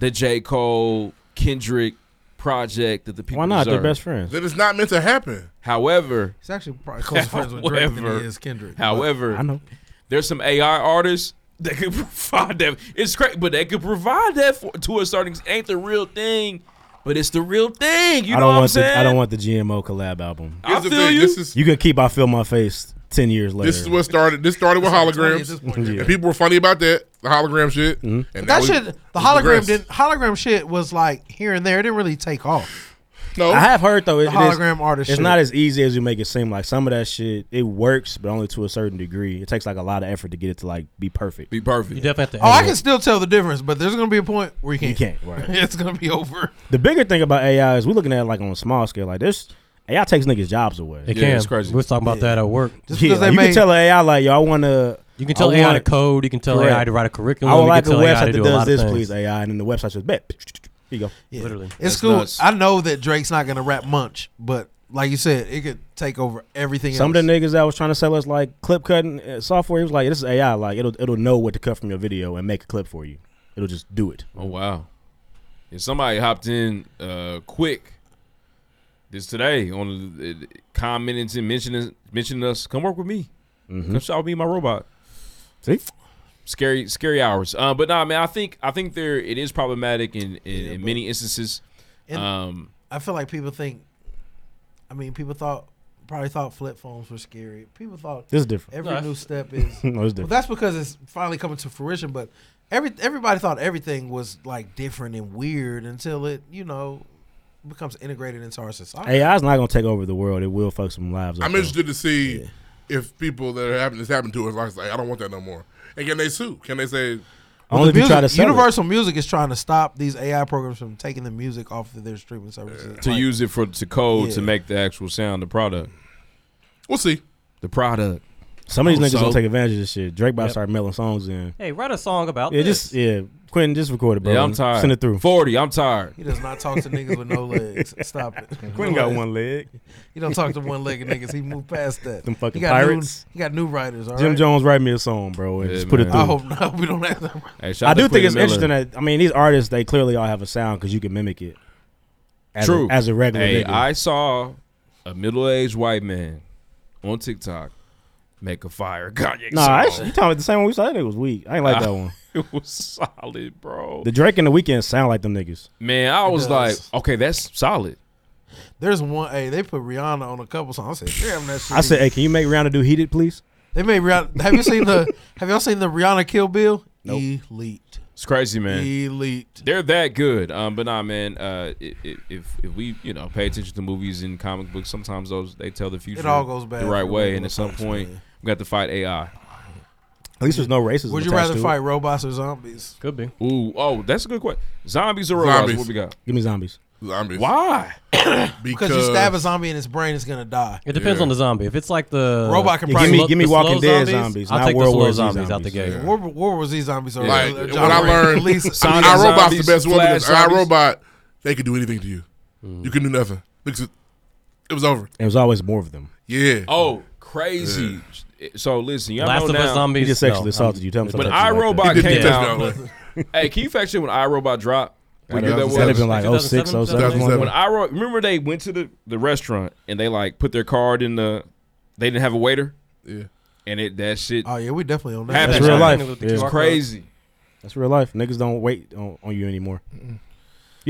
S2: the J Cole Kendrick project that the people.
S14: Why not? They're
S2: deserve.
S14: best friends.
S3: That it's not meant to happen.
S2: However,
S13: He's actually probably closer friends with Drake than he
S2: However-
S13: is Kendrick.
S2: However,
S13: I know.
S2: there's some AI artists that could [LAUGHS] provide that. It's great, but they could provide that for, to a certain extent. Ain't the real thing, but it's the real thing. You know
S14: I don't
S2: what I'm
S14: want
S2: saying?
S14: the I don't want the GMO collab album.
S2: I
S3: the
S2: feel
S3: thing,
S2: you.
S3: this is-
S14: You could keep I feel my face ten years later.
S3: This is what started. This started with
S13: It's like 20 at
S3: holograms,
S13: this
S14: [LAUGHS] point. Yeah.
S3: and people were funny about that. The hologram shit. And
S2: Mm-hmm.
S13: But that
S3: now we-
S13: shit,
S3: we
S13: the hologram
S3: progressed.
S13: didn't, hologram shit was like here and there. It didn't really take off.
S3: No,
S14: I have heard though. It,
S13: The
S14: it is-
S13: hologram artist
S14: It's
S13: shit.
S14: not as easy as you make it seem. Like some of that shit, it works, but only to a certain degree. It takes like a lot of effort to get it to like be perfect.
S2: Be perfect.
S16: You definitely have to.
S13: Oh, I
S14: edit
S13: can still tell the difference, but there's gonna be a point where you
S14: You
S13: can't. [LAUGHS]
S14: can't, right.
S13: it's gonna be over.
S14: The bigger thing about AI is we're looking at it like on a small scale. Like this, AI takes niggas' jobs away.
S16: It can. We was talking about that at work.
S14: Just yeah, like, you can tell AI like y'all want to.
S16: You can tell AI to code, you can tell AI to write a curriculum,
S14: I would
S16: you can
S14: like a
S16: tell AI to
S14: website that
S16: do a lot
S14: does
S16: of
S14: this,
S16: things.
S14: please AI, and then the website says bet. Here you go.
S16: Literally.
S13: It's cool. I know that Drake's not gonna rap much, but like you said, it could take over everything.
S14: Some
S13: else.
S14: of the niggas that was trying to sell us like clip cutting uh, software, he was like, "This is AI. Like it'll it'll know what to cut from your video and make a clip for you. It'll just do it."
S2: Oh wow! And somebody hopped in uh, quick this today on the, the- commenting and mentioning mentioning us. Come work with me. Come shout me my robot.
S14: Mm-hmm. See,
S2: scary scary hours. Uh, but nah, man, I think I think there it is problematic in in, in many instances.
S13: And-
S2: um,
S13: I feel like people think. I mean, people thought probably thought flip phones were scary. People thought
S14: This is different.
S13: Every
S14: No,
S13: new
S14: that's-
S13: step is.
S14: [LAUGHS] No, it's
S13: Well,
S14: different.
S13: that's because it's finally coming to fruition. But every everybody thought everything was like different and weird until it, you know, becomes integrated into our society.
S14: AI's not gonna take over the world. It will fuck some lives up.
S3: I'm
S14: though.
S3: interested to see if people that are having this happen to us like, like, I don't want that no more. And can they sue? Can they say?
S14: Only if you try to sell it.
S13: Universal Music is trying to stop these AI programs from taking the music off of their streaming services.
S2: to
S13: Like,
S2: use it for to code to
S13: Yeah.
S2: make the actual sound the product.
S3: We'll see.
S2: the product.
S14: Some of
S2: Oh,
S14: these niggas
S2: so-
S14: gonna take advantage of this shit. Drake about to
S16: Yep.
S14: start mailing songs in.
S16: Hey, write a song about
S14: Yeah,
S16: this.
S14: just yeah, Quentin, just record it, bro.
S2: Yeah, I'm tired.
S14: Send it through.
S2: Forty, I'm tired.
S13: He does not talk to niggas with no legs. Stop it.
S14: Quinn got one leg.
S13: He don't talk to one-legged niggas. He moved past that.
S14: Them
S13: he
S14: fucking
S13: got
S14: pirates.
S13: New, he got new writers. all
S14: Jim
S13: right?
S14: Jones, write me a song, bro, and
S2: Yeah,
S14: just put it
S2: man.
S14: through.
S13: I hope, I hope [LAUGHS] we don't have that.
S2: Hey, shout
S14: I
S2: out to
S14: do think it's
S2: Quentin
S14: interesting
S2: Miller.
S14: that I mean these artists they clearly all have a sound because you can mimic it. As
S2: True.
S14: A, as a regular
S2: Hey,
S14: nigga.
S2: I saw a middle-aged white man on TikTok make a fire [LAUGHS] Kanye
S14: Nah,
S2: song.
S14: I [LAUGHS] actually, you talking about the same one we saw? That nigga was weak. I
S2: [LAUGHS]
S14: ain't like that one.
S2: It was solid, bro.
S14: The Drake and the Weekend sound like them niggas.
S2: Man, I was like, okay, that's solid.
S13: There's one. Hey, they put Rihanna on a couple songs. I said, damn, that shit.
S14: I said, hey, can you make Rihanna do Heated, please?
S13: they made Rihanna. Have you seen
S3: [LAUGHS]
S13: the? Have y'all seen the Rihanna Kill Bill? Elite.
S2: It's crazy, man.
S13: Elite.
S2: They're that good. Um, but nah, man. Uh, i- i- if if we you know pay attention to movies and comic books, sometimes those they tell the future
S13: all goes bad
S2: the right
S13: for
S2: way,
S13: regular
S2: and at some
S13: folks,
S2: point we got to fight AI.
S14: At least there's no racism.
S13: Would you
S14: attached
S13: rather
S14: to it.
S13: fight robots or zombies?
S16: Could be.
S2: Ooh, oh, that's a good question. Zombies or robots?
S3: Zombies. Ah.
S2: What we got?
S14: Give me zombies.
S3: Zombies.
S2: Why?
S13: Because you stab a zombie in his brain, it's gonna die.
S16: It depends on the zombie. If it's like the
S13: Robot can
S16: the
S13: probably-
S16: slow-
S13: Give me- give
S14: me
S16: the
S14: Walking
S16: slow
S14: Dead zombies,
S16: I'll
S14: not
S16: take the
S14: World
S16: slow
S14: War Z
S16: zombies out the
S14: zombies.
S16: gate.
S13: War, War was these zombies are
S3: Like,
S13: uh,
S3: what
S13: genre-
S3: I learned,
S13: release-
S3: Sonic our robot's the best woman. is Our robot, they could do anything to you.
S2: Mm-hmm.
S3: You can do nothing. Because it, it was over.
S14: It was always more of them.
S3: Yeah.
S2: Oh, crazy. So listen, y'all
S16: Last
S2: know
S16: of
S2: now,
S16: Us zombies.
S14: He just sexually
S16: no,
S14: assaulted
S16: I'm-
S14: you. Tell me
S2: When
S14: something like that.
S2: iRobot
S14: He did
S2: came
S14: touch
S2: out,
S14: that
S2: hey, can you fact check when iRobot dropped? What
S14: Gotta
S2: year that
S14: have-
S2: was?
S14: gotta been like oh, 06, 07, one of
S2: When
S14: them.
S2: iRobot, remember they went to the, the restaurant and they like put their card in the, they didn't have a waiter.
S3: Yeah.
S2: And it that shit.
S3: Ah,
S13: Oh yeah, we definitely on that.
S2: happened.
S14: That's real life.
S2: It's
S14: Yeah.
S2: crazy.
S14: That's real life. Niggas don't wait on, on you anymore. You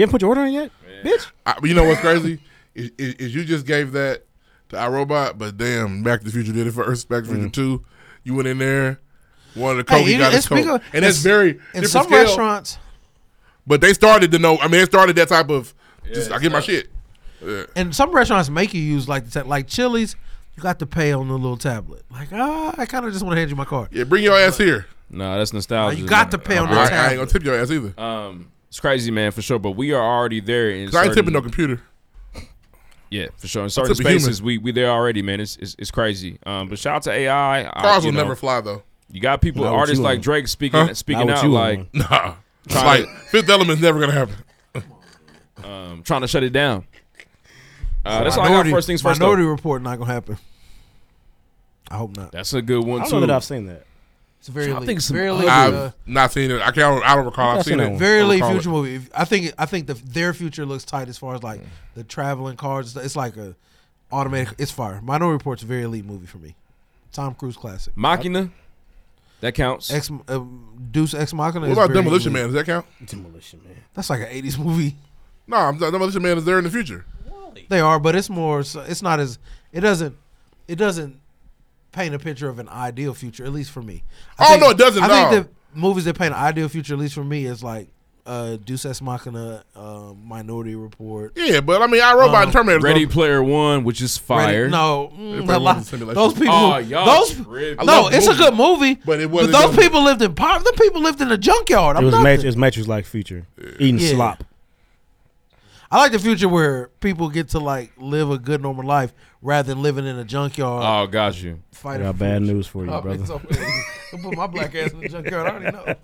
S14: haven't put your order in yet, bitch.
S3: I, but you know what's crazy? is, is, is you just gave that to iRobot, but damn, Back to the Future did it first. Back to
S2: Mm.
S3: the Future 2, you went in there, wanted a Coke,
S13: Hey,
S3: you
S13: it-
S3: got
S13: it's
S3: a Coke.
S13: because-
S3: and that's
S13: it's-
S3: very
S13: In
S3: different
S13: some
S3: scale,
S13: restaurants,
S3: But they started to know, I mean, they started that type of, just, I get my shit. Yeah.
S13: and some restaurants make you use like the ta- like Chili's. You got to pay on the little tablet. Like, ah, I kind of just want to hand you my card.
S3: Yeah, bring your ass here.
S2: Nah, that's nostalgia.
S13: You got to pay on the
S3: I,
S13: tablet.
S3: I ain't gonna tip your ass either.
S2: Um, it's crazy, man, for sure. But we are already there. In
S3: 'Cause I ain't
S2: certain-
S3: tipping no computer.
S2: Yeah, for sure. In certain
S3: took a human.
S2: spaces, we we there already, man. It's it's, it's crazy. Um, but shout out to AI. I-
S3: Cars
S2: you
S3: will
S2: know,
S3: never
S2: [LAUGHS]
S3: fly though.
S2: You got people,
S3: Not with
S2: artists
S3: you
S2: like
S3: on.
S2: Drake speaking
S3: Huh?
S2: speaking
S14: Not
S2: out
S14: with you
S2: like
S14: on.
S3: Nah, it's
S2: Try
S3: like
S2: it.
S3: Fifth Element's never gonna happen.
S2: um, trying to shut it down. Uh, that's all I got.
S13: Minority-
S2: First things first.
S13: Minority
S2: Though.
S13: report not gonna happen. I hope not.
S2: That's a good
S14: I
S2: one
S14: don't
S2: too.
S14: know that I've seen that.
S13: It's a very
S2: I
S13: elite,
S2: think some
S13: very elite,
S3: I've
S13: uh,
S3: not seen it. I can't. I don't recall. I've seen it.
S13: very
S3: I don't
S13: elite
S3: recall it. Mm.
S13: future movie. If- I think I think the, their future looks tight as far as like the traveling cars. It's like a automatic. It's fire. Minority Report's a very elite movie for me. Tom Cruise classic.
S2: Machina. That counts.
S13: Ex, um, Deuce Ex Machina.
S3: What
S13: is
S3: about
S13: very
S3: Demolition
S13: elite.
S3: Man? Does that count?
S14: Demolition Man.
S13: That's like an '80s movie.
S3: No, I'm not, Demolition Man is there in the future.
S13: They are, but it's more. so- It's not as. It doesn't. It doesn't paint a picture of an ideal future, at least for me.
S3: Oh, no, it doesn't,
S13: I
S3: dog.
S13: think the movies that paint an ideal future, at least for me, is like uh, Deus Ex Machina, uh, Minority Report.
S3: Yeah, but I mean, I Robot and Terminator.
S2: Um, Ready Player One, which is fire.
S13: Ready- No,
S3: They
S13: mm,
S3: play
S13: a lot-
S3: Wolf Simulation.
S13: those people.
S2: Oh, y'all
S13: those
S2: tripping. I
S13: no,
S2: love
S13: it's a
S2: movies.
S13: good movie.
S3: But
S13: But
S3: it wasn't
S13: those
S3: no-
S13: people lived in poverty. The people lived in a junkyard.
S14: it
S13: I'm
S14: was
S13: not.
S14: Mat- it was Matrix like future eating
S13: Yeah.
S14: slop.
S13: I like the future where people get to like live a good normal life rather than living in a junkyard.
S2: Oh, got you.
S14: I
S13: fighting
S14: got
S13: for
S14: bad
S13: food.
S14: news for you,
S13: Oh,
S14: brother.
S13: it's okay. Don't put my black ass in the junkyard. I already know.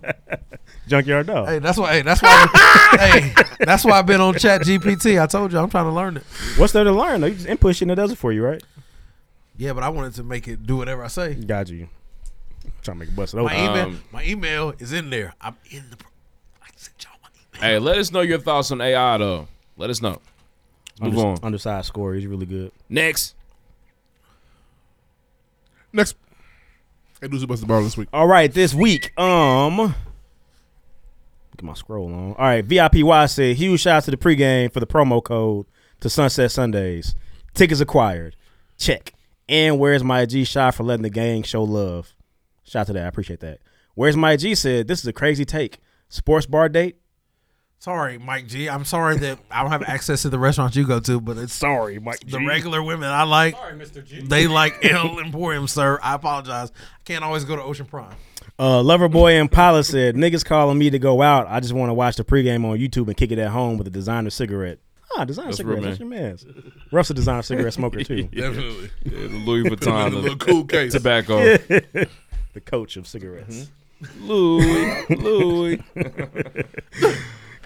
S14: Junkyard
S13: [LAUGHS]
S14: dog.
S13: Hey, that's why. Hey, that's why. [LAUGHS] hey, that's why I've been on Chat GPT. I told you I'm trying to learn it.
S14: What's there to learn? though? You just input shit and it does it for you, right?
S13: Yeah, but I wanted to make it do whatever I say.
S14: Got you. trying to make a bust.
S13: My
S14: open.
S13: email,
S2: Um,
S13: my email is in there. I'm in the. pro-
S2: Hey, let us know your thoughts on AI though. Let us know. Move
S14: Unders-
S2: on.
S14: Undersized score. He's really good.
S2: Next.
S3: Next. Hey, Deuce busted ball [LAUGHS] this week.
S14: All right, this week, um, look at my scroll on. All right, VIPY said huge shout out to the pregame for the promo code to Sunset Sundays. Tickets acquired. Check. And where's my G shot for letting the gang show love? Shout out to that. I appreciate that. Where's my G said this is a crazy take. Sports bar date.
S13: Sorry, Mike G. I'm sorry that I don't have access to the restaurants you go to, but it's
S14: sorry, Mike.
S13: The regular women I like, they like [LAUGHS] L Emporium, sir. I apologize. I can't always go to Ocean Prime.
S14: Uh, Loverboy and Paula said niggas calling me to go out. I just want to watch the pregame on YouTube and kick it at home with a designer cigarette. nah, design
S2: That's real
S14: cigarettes. That's your
S2: man.
S14: man's. Ruff's a design cigarette
S2: [LAUGHS]
S14: smoker too.
S3: Definitely.
S2: Yeah, the [LAUGHS] Louis Vuitton,
S3: The
S2: the
S3: little [LAUGHS] cool case.
S2: tobacco.
S14: the coach of cigarettes.
S2: Mm-hmm. Louis, Louis.
S14: [LAUGHS]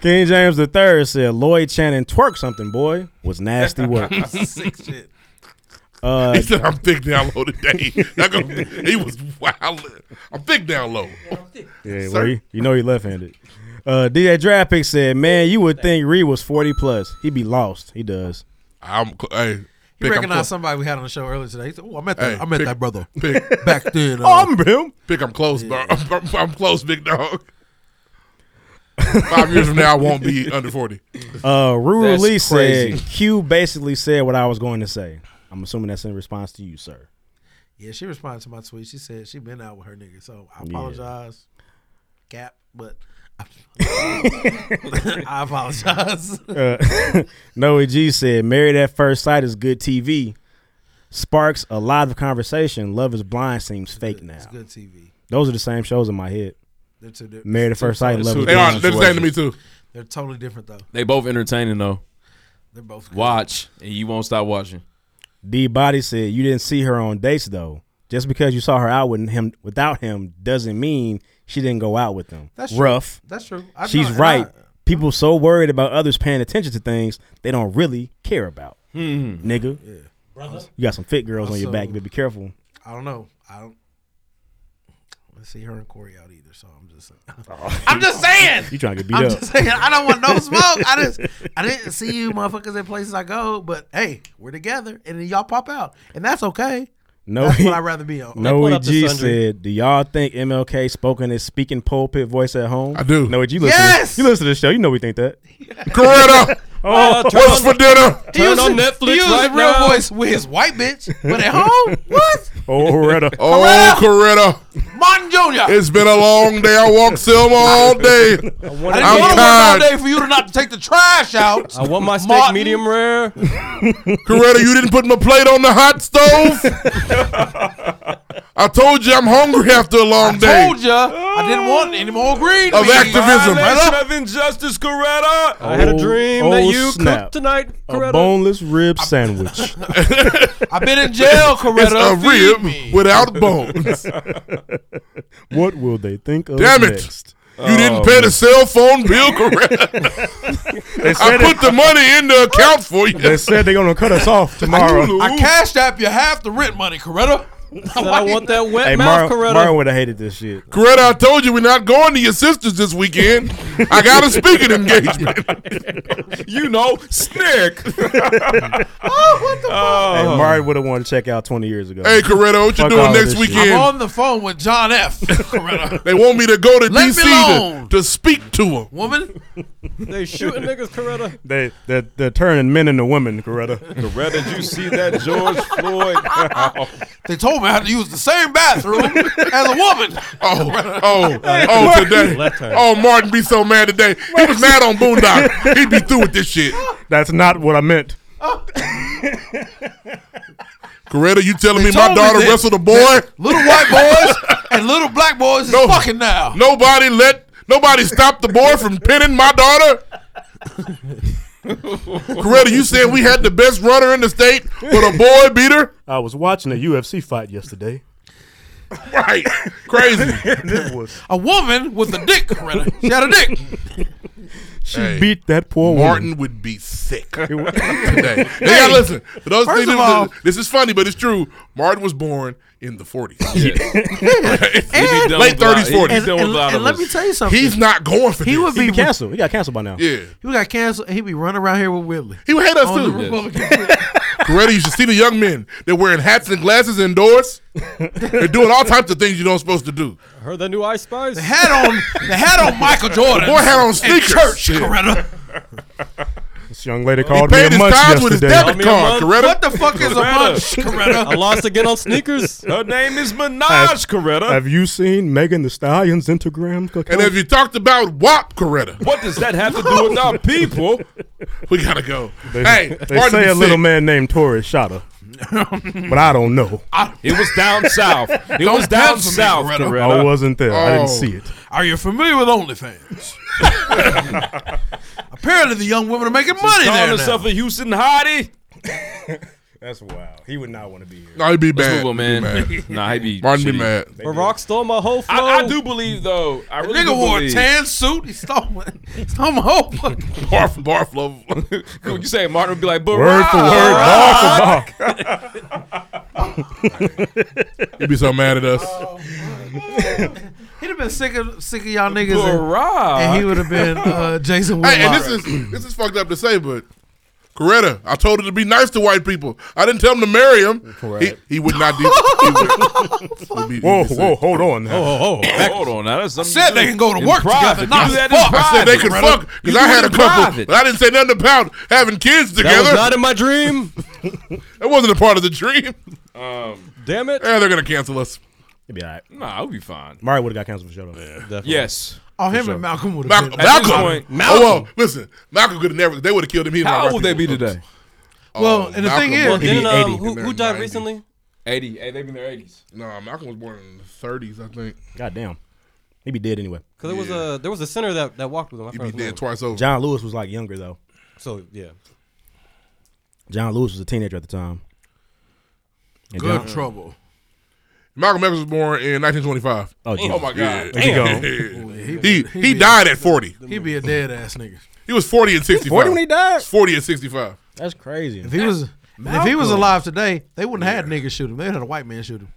S14: King James III said Lloyd Channing twerk something, boy, was
S2: [LAUGHS]
S14: nasty work.
S3: Sick shit.
S14: Uh,
S3: he said, "I'm thick down
S2: [LAUGHS]
S3: low today." That go- he was wild. I'm thick down low.
S14: Yeah, well,
S3: Sir.
S14: he, you know he left-handed. Uh, DJ Draft Pick said, "Man, you would think Reed was forty plus. He'd be lost. He does."
S3: I'm hey.
S13: He recognized somebody we had on the show earlier today. He said, "Oh, I met that.
S3: Hey,
S13: I met
S3: pick-
S13: that brother
S3: pick-
S13: back then." uh,
S3: Oh, I remember
S14: him.
S3: Pick, I'm close, bro. [LAUGHS] I'm, I'm- I'm close, big dog. Five years from now, I won't be under forty.
S14: Uh, Ruru
S3: That's
S14: Lee
S3: crazy.
S14: said, "Q basically said what I was going to say. I'm assuming that's in response to you, sir."
S13: Yeah, she responded to my tweet. She said she been out with her nigga, so I
S14: Yeah.
S13: apologize, Cap, but [LAUGHS] I apologize. [LAUGHS]
S14: Uh, Noe G said, "Married at first sight is good TV. Sparks a lot of conversation. Love is blind seems fake now.
S13: It's good TV.
S14: Those are the same shows in my head.
S13: They're two different-
S14: Married at
S13: two
S14: first sight.
S13: totally
S14: Love is
S13: different
S14: blind.
S3: They're the same to me too.
S13: They're totally different though.
S2: They both entertaining though.
S13: They're both
S2: watch and you won't stop watching.
S14: D Body said you didn't see her on dates though. Just because you saw her out with him without him doesn't mean she didn't go out with him.
S13: That's true.
S14: rough.
S13: That's true. I
S14: She's
S13: know, and
S14: right.
S13: I-
S14: People so worried about others paying attention to things they don't really care about. Nigga,
S13: Brother.
S14: you got some fit girls on your
S13: Also-
S14: back. You better be careful.
S13: I don't know. I don't. Let's see her and Corey out either. So I'm just saying. [LAUGHS] I'm just saying.
S14: You tryna get beat
S13: I'm
S14: up.
S13: just saying. I don't want [LAUGHS] no smoke. I just. I didn't see you, motherfuckers, at places I go. But hey, we're together, and then y'all pop out, and that's okay.
S14: No,
S13: that's what I'd rather be [LAUGHS] on.
S14: Noe G said, "Do y'all think MLK spoke in his speaking pulpit voice at home?" I
S3: do.
S14: Noe G, listen.
S13: Yes!
S14: To, you listen to the show. You know we think that.
S2: [LAUGHS]
S3: Coretta.
S14: Oh,
S13: Well, turn
S14: what's
S13: on-
S14: for dinner?
S13: He used to- he used his real voice with his white bitch, but at [LAUGHS] home, what?
S14: Oh, Coretta.
S3: [LAUGHS] Oh, Coretta.
S13: Martin Jr.
S3: It's been a long day. I walked Selma all day.
S13: I didn't want to
S3: I'm
S13: work all
S3: tired.
S13: day for you to not take the trash out.
S16: I want my steak
S13: Martin.
S16: medium rare.
S3: Coretta, you didn't put my plate on the hot
S13: [LAUGHS]
S3: stove. I told you I'm hungry after a long day.
S13: told ya I didn't want any more green
S3: Of
S13: beans.
S3: activism.
S2: Violation of injustice, Coretta.
S14: I had a dream that you cooked
S2: tonight,
S14: A boneless rib sandwich.
S13: I've been in jail, Coretta.
S3: It's
S13: Feed
S3: a rib
S13: me.
S3: without bones.
S14: what will they think of
S3: Damn it.
S14: next?
S13: Oh,
S3: You didn't pay the cell phone
S13: [LAUGHS]
S3: bill, Coretta. I
S14: said
S3: put the money in the account for you.
S14: They said they're gonna cut us off tomorrow.
S13: I cashed app you half the rent money, Coretta.
S16: I want that wet
S14: Hey,
S16: mouth,
S14: Mario,
S16: Coretta.
S14: Mario would have hated this shit.
S3: Coretta, I told you we're not going to your sister's this weekend. I got
S13: [LAUGHS]
S3: a speaking engagement.
S2: you know, Snick.
S13: oh, what the
S14: Hey, Mario would have wanted to check out 20 years ago.
S3: Uh-huh. Hey, Coretta, what you
S14: Fuck
S3: doing
S14: all
S3: next
S14: this
S3: weekend?
S13: I'm
S3: Yeah.
S13: on the phone with John F. [LAUGHS] Coretta.
S3: They want me to go to
S13: Let me
S3: DC
S13: alone.
S3: to, to speak to them.
S13: Woman,
S16: they shooting niggas, Coretta.
S14: They, they're, they're turning men into women, Coretta.
S3: [LAUGHS]
S2: Coretta, did you see that George Floyd? [LAUGHS]
S13: they told me I had to use the same bathroom as a woman.
S3: [LAUGHS] Oh, oh, oh, today.
S16: Left her.
S3: Oh, Martin be so mad today. He was mad on Boondock. He'd be through with
S13: [LAUGHS]
S3: this shit.
S14: That's not what I meant.
S3: Coretta, you telling
S13: They
S3: me my
S13: told me
S3: daughter
S13: that-
S3: wrestled a boy?
S13: that Little white boys
S3: [LAUGHS]
S13: and little black boys is
S3: No.
S13: fucking now.
S3: Nobody let nobody stopped the boy from pinning my
S13: [LAUGHS]
S3: daughter. Coretta, you said we had the best runner in the state, but a boy beat her.
S14: I was watching a UFC fight yesterday.
S3: Right, crazy.
S14: It was.
S13: A woman with a dick, Coretta. She had a dick.
S14: She
S3: Hey,
S14: beat that poor
S3: Martin
S14: woman.
S3: would be sick [LAUGHS]
S14: It
S3: today.
S14: wa-
S3: They gotta listen. For those
S13: First
S3: things,
S13: of all-
S3: this is funny, but it's true. Martin was born in
S13: [LAUGHS]
S3: the 40s.
S2: done with
S3: Late
S2: a lot-
S3: 30s,
S2: he-
S3: 40s.
S2: he's done with a lot of
S13: And let
S2: us.
S13: me tell you something.
S3: He's not going for
S13: he
S3: this.
S13: would
S14: He
S13: be.
S14: got canceled. He got canceled by now.
S3: yeah.
S13: He got canceled. and He be running around here with Whitley.
S3: He would hate us
S13: On the
S3: too.
S13: Republican.
S3: Coretta, you should see the young men. They're wearing hats and glasses indoors. They're doing all types of things you don't supposed to do.
S16: I heard that new Ice Spice.
S13: Had on the hat on Michael Jordan.
S3: Boy had on
S13: at
S3: sneakers.
S13: Church,
S3: Yeah.
S13: Coretta.
S14: This young lady
S3: He
S14: called me
S3: paid
S14: a
S3: his
S14: munch
S3: tithes with his
S14: yesterday.
S3: debit
S16: me a
S3: card,
S16: month.
S3: Coretta.
S13: What the fuck is a munch, Coretta?
S16: I lost again on sneakers.
S2: Her name is Minaj, Coretta.
S14: Have you seen Megan the Stallion's Instagram account?
S3: And if you talked about WAP, Coretta,
S2: What does that have to do with our people?
S3: we gotta go.
S14: They,
S3: hey,
S14: they
S3: Martin
S14: say
S3: be
S14: a little
S3: sick.
S14: man named Torres shot
S3: [LAUGHS]
S14: her, but I don't know.
S2: It was down south. It was down
S13: cancel me,
S2: south,
S13: Coretta.
S2: Coretta.
S14: I wasn't there. I
S3: Oh.
S14: didn't see it.
S13: Are you familiar with OnlyFans? I [LAUGHS] Apparently, the young women are making money
S2: Calling
S13: there now.
S2: herself a Houston hottie.
S14: That's wild. He would not want to be here.
S3: No, he'd be
S2: Let's
S3: bad.
S2: move on, man.
S3: He'd be
S2: [LAUGHS]
S3: mad.
S2: nah, he'd be.
S3: Martin be
S2: shitty.
S3: mad.
S16: But Rock stole my whole flow.
S2: I, I do believe though. I really do
S13: Nigga wore a
S2: believe- [LAUGHS]
S13: tan suit. He stole my, stole my whole fucking
S3: barf, barf, love.
S2: what you say? Martin would be like, but
S3: Word for word,
S2: Rock."
S3: He'd be so mad at us.
S13: He'd have been sick of sick of y'all niggas,
S2: Barack.
S13: and, and he would have been uh, Jason. Whitlock.
S3: Hey, and this is this is fucked up to say, but Coretta, I told her to be nice to white people. I didn't tell him to marry him. He, he would not do. he would- he would be- he'd be
S14: Whoa,
S3: sick.
S14: whoa, hold on. now.
S2: Oh, oh, oh, hold on. Now that's
S13: I
S2: something
S13: said
S2: to
S13: they
S2: do
S13: can go to
S2: in
S13: work
S2: private.
S13: together.
S2: You
S13: Not
S2: do that in
S13: fuck.
S3: I said they
S2: private,
S3: could
S2: brother.
S3: fuck
S2: You
S3: because I
S2: do
S3: had
S2: it
S3: a
S2: in
S3: couple,
S2: private.
S3: but I didn't say nothing about having kids together.
S16: was not in my
S14: [LAUGHS]
S16: dream.
S3: That wasn't a part of the dream.
S2: Um,
S16: Damn it.
S3: Yeah, they're gonna cancel us.
S14: It'd be all right.
S2: nah, I'll be fine.
S14: Mario would have got canceled for sure. though.
S2: Yes.
S13: Oh, him and Malcolm would have
S3: Malcolm,
S13: been.
S3: Malcolm.
S2: point-
S3: Malcolm. Oh, well, listen, Malcolm could have never. They would have killed him. He was
S2: How
S3: like,
S2: old would they be
S3: "Rocky,
S2: today?
S13: Well, and the
S3: Oh, Malcolm
S13: thing
S3: was-
S13: is,
S3: He
S16: Then,
S3: be
S16: um,
S3: 80.
S16: who, who died recently?
S2: 80. Hey, they've been their 80s.
S3: No, Malcolm was born in the 30s, I think.
S14: God damn. He'd be dead anyway.
S16: Because there was a there was a center that, that walked with him. I
S3: He'd
S16: forgot
S3: be
S16: his name.
S3: dead twice over.
S14: John Lewis was like younger though.
S16: So yeah,
S14: John Lewis was a teenager at the time. And
S13: good
S14: John-
S13: trouble.
S3: Malcolm X was born in 1925.
S14: Oh, Jesus.
S3: my
S14: Yeah.
S3: God.
S14: There you [LAUGHS] go.
S3: [LAUGHS] he he, died at 40.
S13: He'd be a dead ass nigga.
S3: He was 40 and 65.
S14: 40 when he [LAUGHS] died?
S3: 40 and 65.
S14: That's crazy.
S13: If he was, if he was alive today, they wouldn't have had niggas shoot him. They'd had a white man shoot him.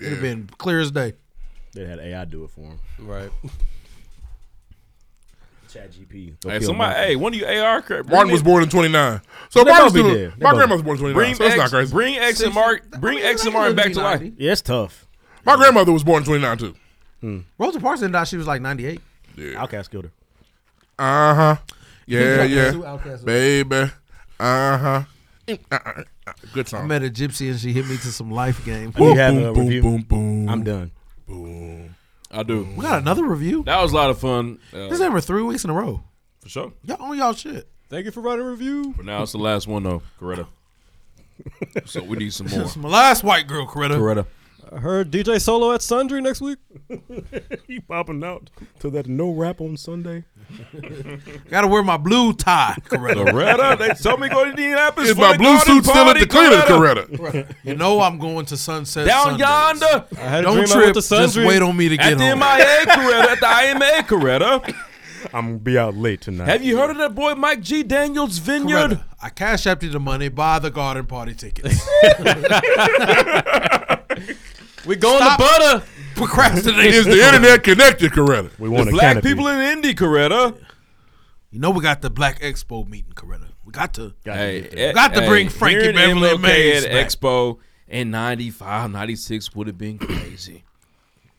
S13: It'd have been clear as day.
S14: They had AI do it for him. [LAUGHS]
S16: right.
S14: Chat GP.
S2: Hey, somebody, hey, one of you AR crap.
S3: Martin was born in 29. So
S14: They
S3: Martin's
S14: both be
S3: still,
S14: dead. They
S3: my
S14: both-
S3: grandmother's born in 29.
S2: Bring
S3: so that's
S2: X,
S3: not crazy.
S2: Bring X and Mark. Bring X and Martin back to life.
S14: Yeah, it's tough.
S3: my grandmother was born in 29 too.
S13: Rosa Parks didn't die. She was like ninety eight.
S14: Outcast killed her.
S3: Uh huh. Yeah,
S13: Outcast
S3: yeah.
S13: too, Outcast.
S3: Baby. Uh huh. Good
S13: I
S3: song.
S13: met a gypsy and she hit me to some life game.
S14: I need to have
S3: boom,
S14: a
S3: boom,
S14: review.
S3: boom, boom.
S14: I'm done.
S2: I do.
S13: We got another review.
S2: That was a lot of fun. Uh,
S13: This is over three weeks in a row.
S2: for sure.
S13: Y'all on y'all shit.
S16: Thank you for writing a review.
S2: For now, it's the last one though,
S3: [LAUGHS]
S2: Coretta. so we need some more.
S13: It's my last white girl, Coretta.
S2: Coretta.
S16: I heard DJ Solo at Sundry next week.
S14: He popping out to that no rap on Sunday.
S13: Gotta wear my blue tie, Coretta.
S2: Coretta, they told me go to Indianapolis.
S3: Is
S2: for
S3: my
S2: the
S3: blue
S2: garden
S3: suit still at
S2: party,
S3: the cleaners, Coretta?
S14: [LAUGHS]
S13: You know I'm going to Sunset
S2: Down
S13: Sundays.
S2: yonder.
S16: I had a
S13: Don't
S16: dream I went
S13: trip.
S16: to
S13: Just
S16: Sundry.
S13: wait on me to
S2: At
S13: get
S2: the
S13: home.
S2: MIA, Coretta. At the IMA, Coretta.
S14: I'm gonna be out late tonight.
S2: Have you heard of that boy Mike G. Daniels Vineyard?
S13: Coretta, I cash apped you the money. Buy the garden party tickets. [LAUGHS]
S16: We going to butter.
S13: Procrastinate.
S3: Is the internet connected, Coretta?
S14: we want a
S2: Black
S14: canopy.
S2: people in Indy, Coretta.
S13: You know we got the Black Expo meeting, Coretta. We got to.
S14: Gotta
S2: Hey,
S14: get there.
S2: eh,
S13: Got to
S2: hey,
S13: bring Frankie
S2: hearing
S13: Beverly
S2: MLK
S13: Mays
S2: at
S13: back.
S2: Expo in 95, 96 would have been crazy. [CLEARS THROAT]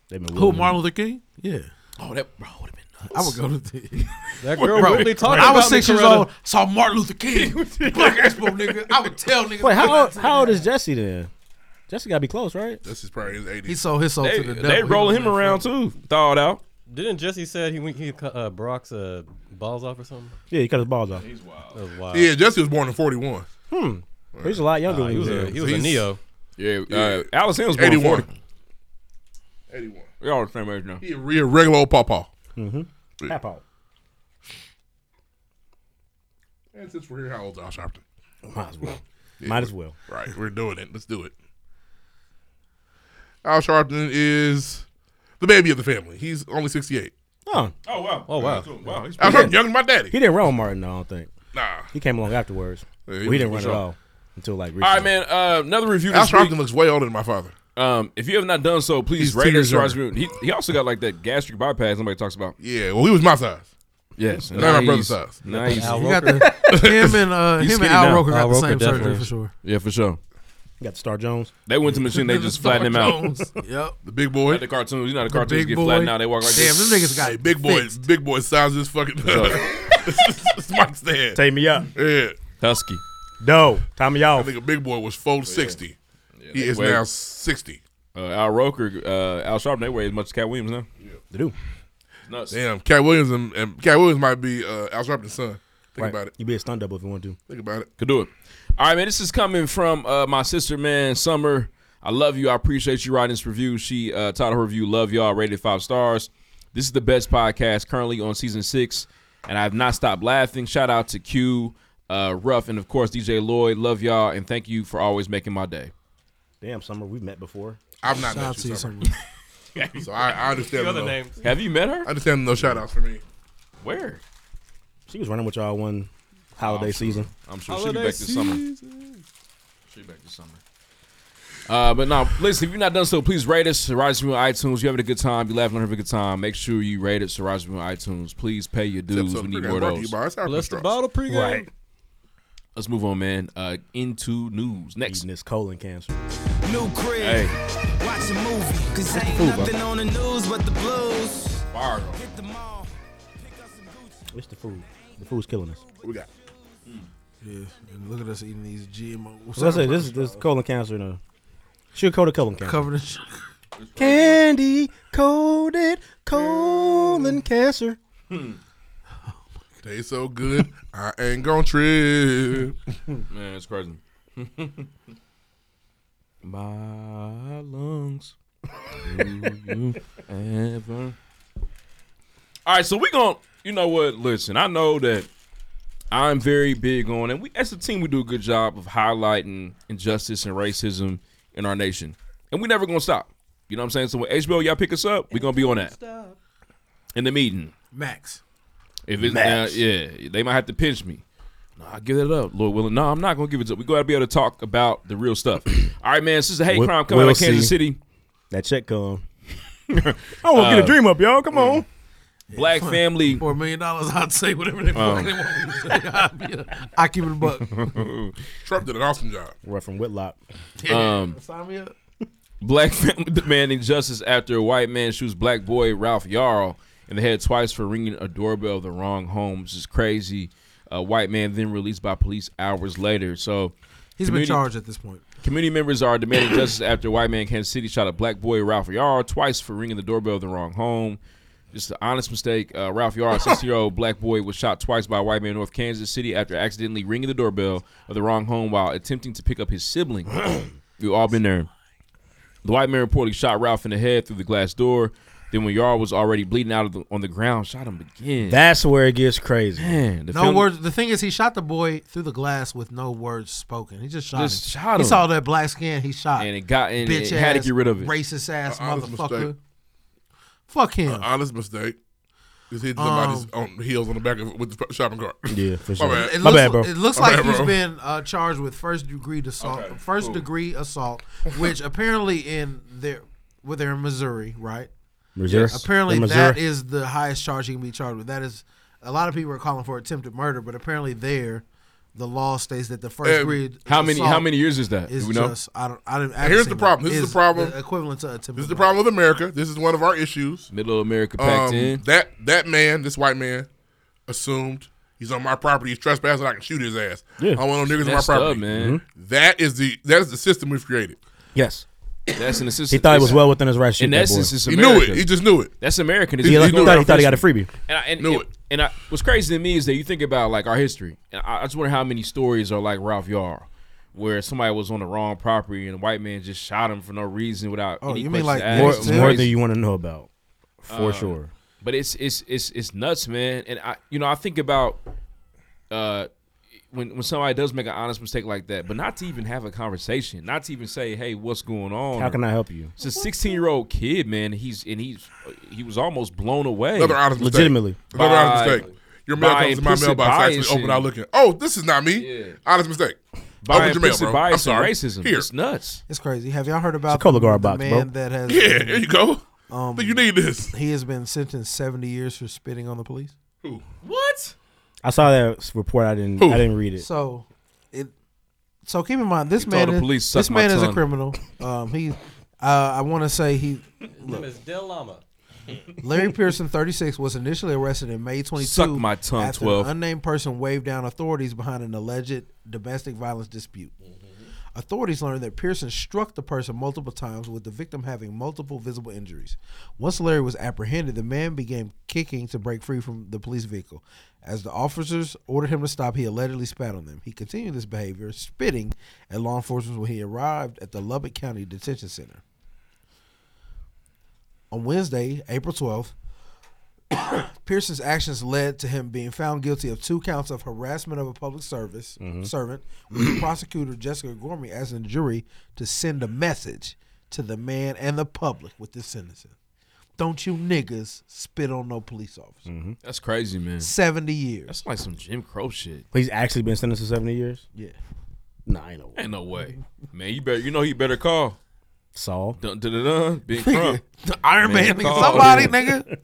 S14: They been
S13: Who
S14: willing.
S13: Martin Luther King? Yeah,
S2: oh, that bro would have been nuts.
S13: I would go to. The,
S16: That girl
S13: Bro,
S16: Whitley
S13: when
S16: talked
S13: I
S16: about
S13: was
S16: me,
S13: six years
S16: Coretta.
S13: old. Saw Martin Luther King, Black Expo nigga. I would tell niggas.
S14: Wait, how old, how old is Jesse then? Jesse gotta be close, right?
S3: This is probably his 80s.
S13: He sold his soul
S2: They,
S13: to the devil.
S2: they
S13: He
S2: rolling
S13: was
S2: him
S13: in
S2: around
S13: front.
S2: too, thawed out.
S16: Didn't Jesse said he went he cut uh, Brock's uh, balls off or something?
S14: Yeah, he cut his balls off.
S16: That was wild.
S3: Yeah, Jesse was born in 41.
S14: He was a lot younger.
S16: Uh,
S14: when
S16: he was a he was a
S3: He's-
S16: neo.
S2: Yeah, uh, Alice Hill was born in
S3: 81.
S2: 40.
S3: 81.
S2: We all the same age now.
S3: He a real regular old pawpaw.
S14: Pap out.
S3: And since we're here, how old Josh Hopton?
S14: Might as well. Might as well.
S3: Right, we're doing it. Let's do it. Al Sharpton is the baby of the family. He's only 68.
S14: Huh.
S2: Oh wow!
S16: Oh, wow.
S2: Wow! He's
S3: Al Sharpton, younger than my daddy.
S14: He didn't run with Martin, though, I don't think.
S3: nah.
S14: He came along afterwards.
S3: Yeah, he
S14: Well, he,
S3: was-
S14: didn't
S3: for
S14: run
S3: sure.
S14: at all until like recently.
S2: All right, man. Uh, another review
S3: Al
S2: this week.
S3: Sharpton looks way older than my father.
S2: Um, if you have not done so, please
S3: He's
S2: rate
S3: two
S2: us.
S3: years
S2: Review. He, he also got like that gastric bypass nobody talks about.
S3: Yeah, well, he was my size.
S2: Yes,
S3: Not my brother's size.
S2: Nice.
S16: Al
S13: You got
S16: Roker.
S13: the him and uh,
S2: [LAUGHS] He's
S13: him and
S2: skinny
S13: Al
S2: now.
S13: Roker got
S16: Al
S13: the
S16: Roker
S13: same surgery
S16: definitely.
S13: for sure.
S2: Yeah, for sure.
S14: You got Star Jones.
S2: They went to the machine. They just flattened him
S13: [LAUGHS]
S2: out.
S13: Jones. yep.
S3: The big boy.
S2: Like the cartoons, you know, how the
S13: The
S2: cartoons
S13: big
S2: get
S13: boy.
S2: flattened out. They walk like
S13: Damn,
S2: this.
S13: them niggas got
S3: Hey, big boy.
S13: fixed.
S3: Big boy size is fucking. [LAUGHS] it's Mike's dad.
S14: Take me up.
S3: Yeah.
S2: Husky.
S14: No. Time me
S3: I
S14: off.
S3: think a big boy was 460. He
S2: they
S3: is
S2: weigh-
S3: now 60.
S2: Uh, Al Roker, uh, Al Sharpton, they weigh as much as Cat Williams now.
S14: They do.
S2: Nuts.
S3: Damn, Cat Williams and, and Cat Williams might be uh, Al Sharpton's son. Think
S14: Right.
S3: about it.
S14: You be a stunt double if you want to.
S3: Think about it.
S2: Could do it. All right, man. This is coming from uh, my sister, man, Summer. I love you. I appreciate you writing this review. She uh, titled her review "Love Y'all," rated five stars. This is the best podcast currently on season six, and I have not stopped laughing. Shout out to Q, uh, Ruff, and of course DJ Lloyd. Love y'all, and thank you for always making my day.
S14: Damn, Summer, we've met before.
S3: I've not met you, Summer. so I, I understand.
S2: The other
S3: no-
S2: names. Have you met her?
S3: I understand no shout outs for me.
S2: Where?
S14: She was running with y'all one holiday season.
S2: I'm sure she'll be back this summer. She'll be back this summer. Uh, but no, listen, if you're not done so, please rate us, Surprise Me on iTunes. You're having a good time, you're laughing, having a good time. Make sure you rate it, Surprise Me on iTunes. Please pay your dues.
S3: Tips
S2: We
S3: on
S2: need
S3: pregame
S2: more of
S3: brought to you
S2: those.
S3: by Sour Bless the Constructs. bottle pregame.
S2: Right. Let's move on, man. Uh, into news. Next.
S14: Eating this colon cancer.
S18: New crib.
S2: Hey.
S18: Watch a movie. Cause ain't
S14: Food, bro.
S18: nothing on the news but the blues. Hit the mall.
S14: It's the food. The food's killing us.
S3: What we got?
S13: Yeah, and look at us eating these GMOs.
S14: So I said, this is this is colon cancer. No. Sugar coated colon cancer.
S13: Covered in
S14: Candy coated colon cancer.
S3: Taste so good, I ain't gon' trip.
S2: Man, it's crazy. [LAUGHS] My lungs. Do you ever? All right, so we gonna, you know what? Listen, I know that I'm very big on, and we as a team we do a good job of highlighting injustice and racism in our nation, and we never gonna stop. You know what I'm saying? So when HBO y'all pick us up, we gonna be on that in the meeting.
S13: Max.
S2: If it's
S13: Max.
S2: uh, yeah, they might have to pinch me. No, I give it up, Lord willing. No, I'm not gonna give it up. We gotta be able to talk about the real
S14: [CLEARS THROAT]
S2: stuff. All right, man. This is a hate
S14: We'll-
S2: crime coming out of
S14: we'll
S2: Kansas
S14: see.
S2: City.
S14: That check Uh, come. I want to get a dream up, y'all. Come on.
S2: Black family.
S13: For a million dollars, I'd say whatever they
S2: Um.
S13: fucking want me to say. [LAUGHS] I'd be a- I keep it a
S2: [LAUGHS]
S13: buck.
S3: Trump did an awesome job.
S14: We're from Whitlock.
S2: Um,
S13: Sign me up.
S2: Black [LAUGHS] family demanding justice after a white man shoots black boy Ralph Yarl in the head twice for ringing a doorbell of the wrong home. This is crazy. A white man then released by police hours later. So
S13: He's been charged at this point.
S2: Community members are demanding justice after a white man in Kansas City shot a black boy Ralph Yarl twice for ringing the doorbell of the wrong home. Just an honest mistake. Uh, Ralph Yarl, a 60 year
S13: [LAUGHS]
S2: old black boy, was shot twice by a white man in North Kansas City after accidentally ringing the doorbell of the wrong home while attempting to pick up his
S13: [CLEARS THROAT]
S2: sibling. We've all been there. The white man reportedly shot Ralph in the head through the glass door. Then, when Yarl was already bleeding out of the, on the ground, shot him again.
S14: That's where it gets crazy.
S2: Man, the
S13: no
S2: film-
S13: words. The thing is, he shot the boy through the glass with no words spoken. He just shot
S2: Just
S13: him.
S2: shot
S13: he
S2: him.
S13: saw that black skin. He shot.
S2: And it got- and
S13: bitch
S2: it had to
S13: ass,
S2: get rid of it.
S13: Racist ass
S3: A honest
S13: motherfucker.
S3: mistake.
S13: Fuck him.
S3: An honest mistake. Just hit somebody's on heels on the back of with the shopping cart.
S14: Um, Yeah, for
S3: My
S14: sure.
S3: bad.
S13: It
S14: My
S13: looks,
S14: bad, bro.
S13: It looks
S3: My
S13: like
S3: bad,
S13: he's
S3: bro.
S13: been uh, charged with first degree assault. first degree assault,
S3: [LAUGHS]
S13: which apparently in their where they're in Missouri, right?
S14: Missouri?
S13: Yes. Apparently
S14: In Missouri?
S13: that is the highest charge he can be charged with. That is a lot of people are calling for attempted murder, but apparently there. The law states that the first
S2: And
S13: degree
S2: how many-
S13: assault
S2: how many years is that? Do
S13: Is
S2: we know?
S13: just I don't I didn't. I
S3: And
S13: haven't
S3: here's
S13: seen
S3: the
S13: that.
S3: problem. This is the problem.
S13: the equivalent to attempted.
S3: This is the problem with America. This is one of our issues.
S2: Middle America packed
S13: Um,
S2: in.
S3: Um, That that man, this white man, assumed he's on my property. He's trespassing. I can shoot his ass.
S2: Yeah.
S3: I want no niggas on my
S2: Messed up,
S3: property.
S2: man. Mhm.
S3: That is the that is the system we've created.
S14: Yes.
S2: That's an assistant.
S14: He thought it was well within his rights to shoot
S2: In
S14: that
S2: essence,
S14: boy.
S2: it's
S14: He knew it.
S2: America.
S14: He just knew it.
S2: That's American.
S14: He thought- he thought he got a freebie.
S2: And, I, and,
S14: Knew
S2: and, and I, what's crazy to me is that you think about like our history. And I, I just wonder how many stories are like Ralph Yarr, where somebody was on the wrong property and a white man just shot him for no reason without.
S13: Oh,
S2: any
S13: you mean,
S2: questions
S13: like,
S2: asked.
S14: more,
S2: It's
S14: more
S2: crazy.
S14: than you want to know about, for
S2: Uh,
S14: sure.
S2: But it's it's it's it's nuts, man. And I you know I think about uh when when somebody does make an honest mistake like that, but not to even have a conversation, not to even say, hey, what's going on?
S14: How can I help you?
S2: It's a 16 year old kid, man. He's and he's he was almost blown away.
S3: Another honest mistake.
S14: Legitimately.
S3: Another honest
S2: By-
S3: mistake. Your mail
S2: by
S3: comes to my
S2: implicit
S3: mailbox. I actually
S2: bias
S3: open out
S2: and-
S3: looking. Oh, this is not me. Honest mistake. [LAUGHS]
S2: By
S3: Open your mail,
S2: implicit
S3: bro.
S2: bias
S3: I'm
S2: and
S3: sorry.
S2: racism.
S3: Here.
S2: It's nuts.
S13: It's crazy. Have y'all heard about
S14: It's a Kohler
S13: the,
S14: guard
S13: the
S14: box,
S13: man
S14: bro.
S13: that has?
S3: Yeah, there you go.
S13: Um,
S3: But you need this.
S13: He has been sentenced seventy years for spitting on the police.
S2: What?
S14: I saw that report. I didn't. I didn't read it.
S13: So, it. So keep in mind, this
S14: He told
S13: man.
S14: the
S13: Is,
S14: police,
S13: this
S14: "Suck my
S13: man is a
S14: tongue."
S13: criminal. Um, he. Uh, I want to say he. Look,
S16: is Del Lama.
S2: [LAUGHS]
S13: Larry Pearson, 36, was initially arrested in May 22.
S2: Suck my tongue,
S13: after
S2: 12.
S13: An unnamed person waved down authorities behind an alleged domestic violence dispute.
S2: Mm-hmm.
S13: Authorities learned that Pearson struck the person multiple times, with the victim having multiple visible injuries. Once Larry was apprehended, the man began kicking to break free from the police vehicle. As the officers ordered him to stop, he allegedly spat on them. He continued this behavior, spitting at law enforcement when he arrived at the Lubbock County Detention Center. On Wednesday, April 12th, [COUGHS] Pearson's actions led to him being found guilty of two counts of harassment of a public service
S2: Mm-hmm.
S19: Mhm.
S13: servant, with prosecutor Jessica Gormley asking the jury to send a message to the man and the public with this sentence. Don't you niggas spit on no police officer.
S2: That's crazy, man.
S13: 70 years.
S2: That's like some Jim Crow shit.
S14: He's actually been sentenced to seventy years.
S13: Yeah.
S14: Nah, ain't no
S2: Ain't no way, man. You better, you know, he better call
S14: Saul.
S2: Dun dun dun. dun Big Crump,
S13: Iron Man, nigga,
S2: call.
S13: somebody, nigga.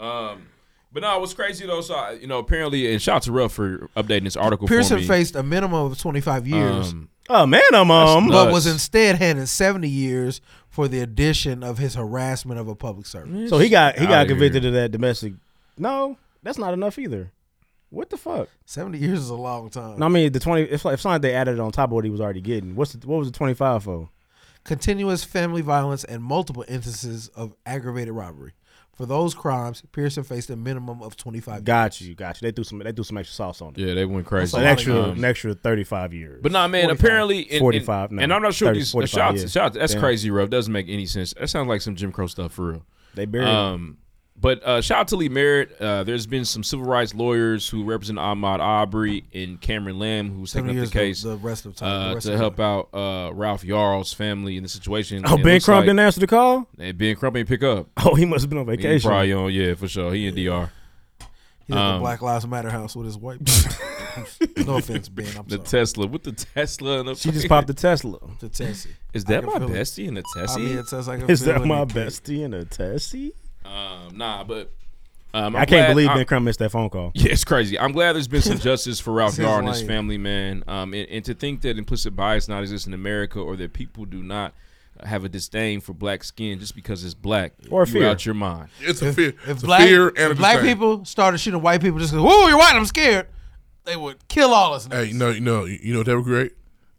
S2: Um, but no, what's crazy though? So I- you know, apparently, and shout out to Ruff for updating this article. for
S13: Pearson
S2: me.
S13: faced a minimum of 25 years.
S2: Um,
S14: Oh, man, I'm, um,
S13: But
S14: nuts.
S13: was instead handed 70 years for the addition of his harassment of a public servant.
S14: So he got he got convicted of that domestic. No, that's not enough either. What the fuck?
S13: 70 years is a long time.
S14: No, I mean the twenty. It's like if something they added on top of what he was already getting. What's the, what was the twenty five for?
S13: Continuous family violence and multiple instances of aggravated robbery. For those crimes, Pearson faced a minimum of 25
S14: Got you, got you. They threw some they threw some extra sauce on it.
S2: Yeah, they went crazy. Um,
S14: So an extra an extra thirty five years.
S2: But nah, man.
S14: 45.
S2: Apparently, and,
S14: forty five.
S2: And, and I'm not sure these the shots.
S14: Yeah.
S2: Shots. That's
S14: Damn.
S2: crazy, bro. Doesn't make any sense. That sounds like some Jim Crow stuff for real.
S14: They buried him.
S2: Um, but uh, shout out to Lee Merritt. Uh, there's been some civil rights lawyers who represent Ahmaud Aubrey and Cameron Lamb, who's
S13: Seven
S2: taking up
S13: years
S2: the case
S13: the- the rest of time, the
S2: uh,
S13: rest
S2: to
S13: of
S2: help out uh, Ralph Yarl's family in the situation.
S14: Oh,
S2: It
S14: Ben
S2: looks
S14: Crump didn't answer
S2: [LAUGHS]
S14: the call?
S2: Yeah, ben Crump ain't pick up.
S14: Oh, he must have been on
S2: He
S14: vacation.
S2: probably on, yeah, for sure. He in DR.
S13: He's at the
S2: Um,
S13: Black Lives Matter house with
S2: [LAUGHS]
S13: his wife. no offense, Ben. I'm
S2: the
S13: sorry.
S2: Tesla with the Tesla and the
S14: [LAUGHS] She just popped
S2: [LAUGHS]
S14: the Tesla.
S13: The Tessie.
S2: Is
S14: I
S2: that
S14: can
S2: my
S14: feel it.
S2: bestie in the Tessie?
S13: mean, it sounds like
S14: Is that my bestie in a tessie?
S2: Um, nah, but um, I'm
S14: I can't
S2: glad-
S14: believe
S2: I'm-
S14: Ben Crump missed that phone call. [LAUGHS]
S2: Yeah, it's crazy. I'm glad there's been some justice for Ralph
S14: This is
S2: Yar and his
S14: lame.
S2: family, man. Um, and, and to think that implicit bias not exists in America or that people do not have a disdain for black skin just because it's black
S14: Or
S2: you
S14: fear.
S2: out your mind.
S3: It's
S13: If, if
S3: It's a
S13: black,
S3: fear and
S13: if
S3: a
S13: black
S3: disdain.
S13: people started shooting white people just because, whoa, you're white, I'm scared, they would kill all us.
S3: Hey, no, you know, you know what that would create?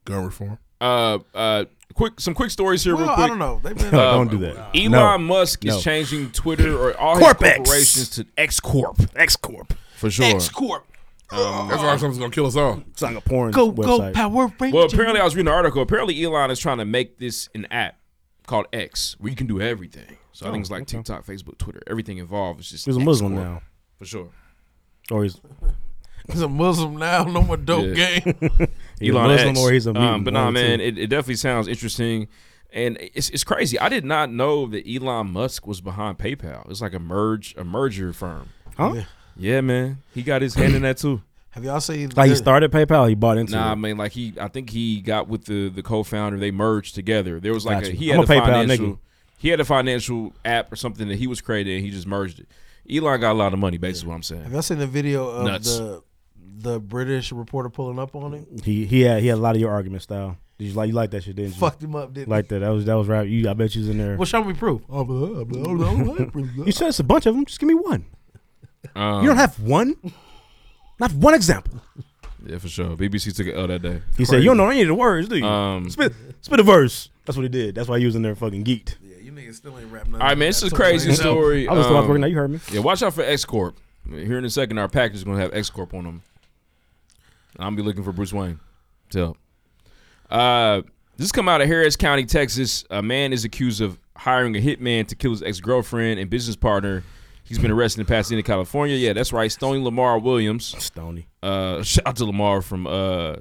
S3: Gun reform.
S2: Uh, uh, quick, some quick stories here,
S13: Well,
S2: real
S13: I
S2: quick. Uh,
S13: don't know.
S2: [LAUGHS]
S13: They've been-
S14: Don't
S2: Um,
S14: do that.
S2: Elon
S14: No.
S2: Musk
S14: No.
S2: is changing Twitter or all his
S14: Corp X.
S2: corporations to X Corp. X Corp for sure.
S13: X Corp.
S2: Um,
S3: That's why something's gonna kill us all.
S14: It's like a porn
S13: Go, go, Power Rangers.
S2: Well, apparently I was reading an article. Apparently Elon is trying to make this an app called X where you can do everything. So I think it's like TikTok, Facebook, Twitter, everything involved. It's just
S14: Oh, He's a
S2: X
S14: Muslim
S2: Corp,
S14: now.
S2: for sure.
S14: Or he's
S13: He's a Muslim now, no more dope
S2: Yeah.
S13: game.
S14: He's a
S2: Elon
S14: Muslim
S2: X.
S14: or he's a
S2: um,
S14: mutant,
S2: But nah,
S14: one or two.
S2: man, it, it definitely sounds interesting, and it's it's crazy. I did not know that Elon Musk was behind PayPal. It's like a merge a merger firm.
S14: Huh?
S13: Yeah.
S2: Yeah, man, he got his hand in that too.
S13: Have y'all seen?
S14: like he started PayPal, he bought
S2: [CLEARS THROAT]
S14: into
S2: Nah, I
S14: it.
S2: mean, like he, I think he got with the the co-founder. They merged together. There was like
S14: Gotcha.
S2: a, he
S14: I'm
S2: had a,
S14: a PayPal
S2: financial,
S14: nigga.
S2: he had a financial app or something that he was creating. and He just merged it. Elon got a lot of money, basically. What I'm saying.
S13: Have y'all seen the video of
S2: Nuts.
S13: the the British reporter pulling up on him?
S14: He he had he had a lot of your argument style. Did you like you like that shit, didn't you?
S13: Fucked him up, didn't
S14: Like that. That was that was right. You I bet you was in there.
S13: Well, show me proof. Oh, blah, blah, blah, blah, blah. [LAUGHS]
S14: you said it's a bunch of them. Just give me one.
S2: Um,
S14: you don't have one. Not one example.
S2: Yeah, for sure. BBC took it L that day.
S14: He said, "You don't know any of the words, do you?
S2: Um,
S14: spit, spit a verse." That's what he did. That's why he was in there fucking geeked.
S2: All right, man, this is a crazy story.
S14: I was still
S2: Um,
S14: working. Now you heard me.
S2: Yeah, watch out for X Corp. Here in a second, our package is gonna have X Corp on them. I'm gonna be looking for Bruce Wayne. Tell. Uh, this come out of Harris County, Texas. A man is accused of hiring a hitman to kill his ex girlfriend and business partner. He's been arrested in Pasadena, California. Yeah, that's right. Stony Lamar Williams.
S14: Stony.
S2: Uh, [LAUGHS] shout out to Lamar from uh,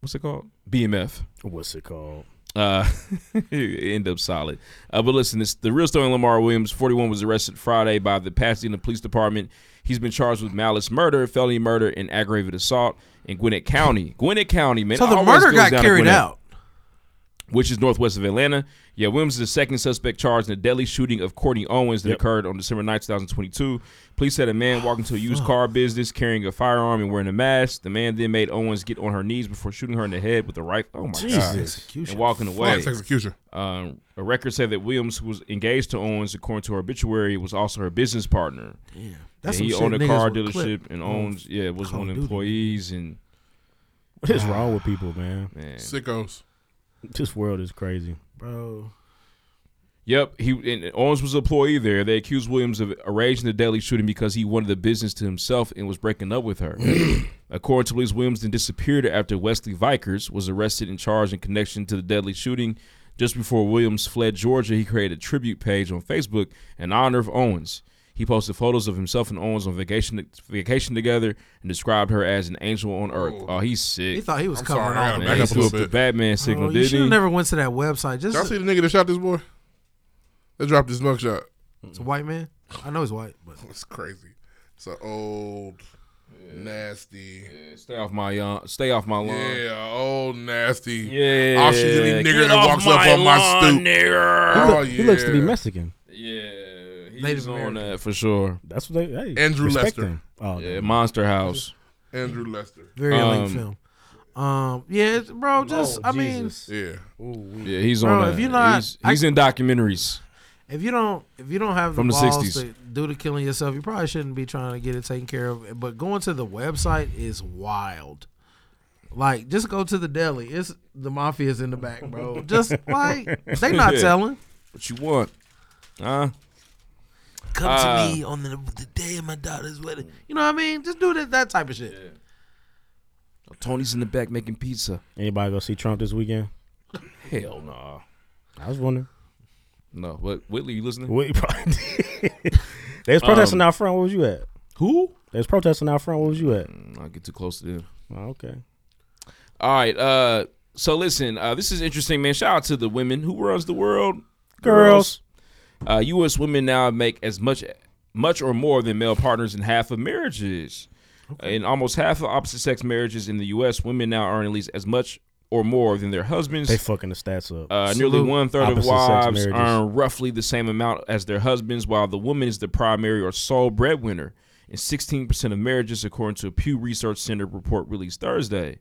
S2: what's it called? BMF.
S14: What's it called?
S2: Uh, [LAUGHS] it end up solid. Uh, but listen, this the real story. Lamar Williams, 41, was arrested Friday by the Pasadena Police Department. He's been charged with malice murder, felony murder, and aggravated assault in Gwinnett County. Gwinnett County, man.
S13: So
S2: it
S13: the
S2: always
S13: murder
S2: goes
S13: got
S2: down to
S13: carried
S2: Gwinnett,
S13: out.
S2: which is northwest of Atlanta. Yeah, Williams is the second suspect charged in the deadly shooting of Courtney Owens that
S14: Yep.
S2: occurred on December 9, 2022. Police said a man walked into a used car business carrying a firearm and wearing a mask. The man then made Owens get on her knees before shooting her in the head with a rifle. Oh my god!
S3: Jesus.
S2: And walking away.
S3: That's execution.
S2: Um, a record said that Williams, who was engaged to Owens, according to her obituary, was also her business partner.
S13: Yeah,
S2: that's
S13: that's
S2: he
S13: some
S2: owned
S13: shit
S2: a
S13: niggas
S2: car
S13: would clip
S2: dealership, and
S13: on
S2: Owens, yeah, was
S13: Call
S2: one of
S13: of
S2: the
S13: Duty.
S2: employees. And
S14: What is wrong with people, man?
S2: man,
S3: Sickos.
S14: This world is crazy.
S13: Bro.
S2: Yep, he and Owens was an employee there. They accused Williams of arranging the daily shooting because he wanted the business to himself and was breaking up with
S13: [CLEARS THROAT]
S2: her. According to police, Williams then disappeared after Wesley Vikers was arrested and charged in connection to the deadly shooting. Just before Williams fled Georgia, he created a tribute page on Facebook in honor of Owens. He posted photos of himself and Owens on vacation vacation together and described her as an angel on earth. Oh, he's sick.
S13: He thought he was
S2: I'm
S13: covering
S2: sorry, I gotta
S13: up.
S2: back up
S13: for that.
S2: a little bit. The Batman signal,
S13: Oh, You
S2: didn't
S13: should have
S2: he?
S13: never went to that website. Just
S3: Y'all see the nigga that shot this boy? That dropped his mugshot.
S13: It's a white man. I know he's white, but
S3: [LAUGHS] it's crazy. It's an old, nasty.
S2: Stay off my uh, stay off my lawn.
S3: Yeah, old nasty.
S2: Yeah,
S3: I'll shoot any
S2: get
S3: nigga that
S2: off
S3: walks up
S2: my
S3: on my
S2: lawn,
S3: stoop.
S2: nigga.
S14: He
S3: Oh,
S14: look- he looks to be
S3: yeah.
S14: Mexican.
S2: Yeah, he's on that for sure.
S14: That's what they. Hey,
S3: Andrew
S14: respect
S3: Lester.
S14: them. Oh,
S2: yeah, Monster House.
S3: Andrew Lester.
S13: Very
S2: Um,
S13: late film. Um, yeah, it's- bro. Just I mean,
S3: Yeah.
S2: Yeah, he's on.
S13: Bro,
S2: that.
S13: if you're not-
S2: he's, he's in documentaries.
S13: if you don't, if you don't have
S2: From the
S13: the balls
S2: 60s.
S13: to do the killing yourself, you probably shouldn't be trying to get it taken care of. But going to the website is wild. Like, just go to the deli. It's the mafia's in the back,
S2: [LAUGHS]
S13: bro. Just like they not
S2: Yeah.
S13: telling.
S2: What you want? Huh?
S13: Come
S2: Uh,
S13: to me on the, the day of my daughter's wedding. You know what I mean? Just do that, that type of shit.
S2: Tony's in the back making pizza.
S14: Anybody go see Trump this weekend?
S2: Hell no.
S14: I was wondering.
S2: No, but Whitley, you listening?
S14: Whitley probably [LAUGHS] They was protesting
S2: Um,
S14: out front. Where was you at?
S2: Who?
S14: They was protesting out front. Where was you at?
S2: I'll get too close to them.
S14: Oh, okay.
S2: All right. Uh, so listen, uh, this is interesting, man. Shout out to the women who runs the world.
S14: Girls.
S2: Uh, U.S. women now make as much, much or more than male partners in half of marriages. In almost half of opposite-sex marriages in the U.S., women now earn at least as much or more than their husbands.
S14: They fucking the stats up.
S2: Uh, nearly
S14: Salute.
S2: one third of
S14: Opposite sex
S2: wives
S14: marriages.
S2: earn roughly the same amount as their husbands, while the woman is the primary or sole breadwinner in 16% of marriages, according to a Pew Research Center report released Thursday.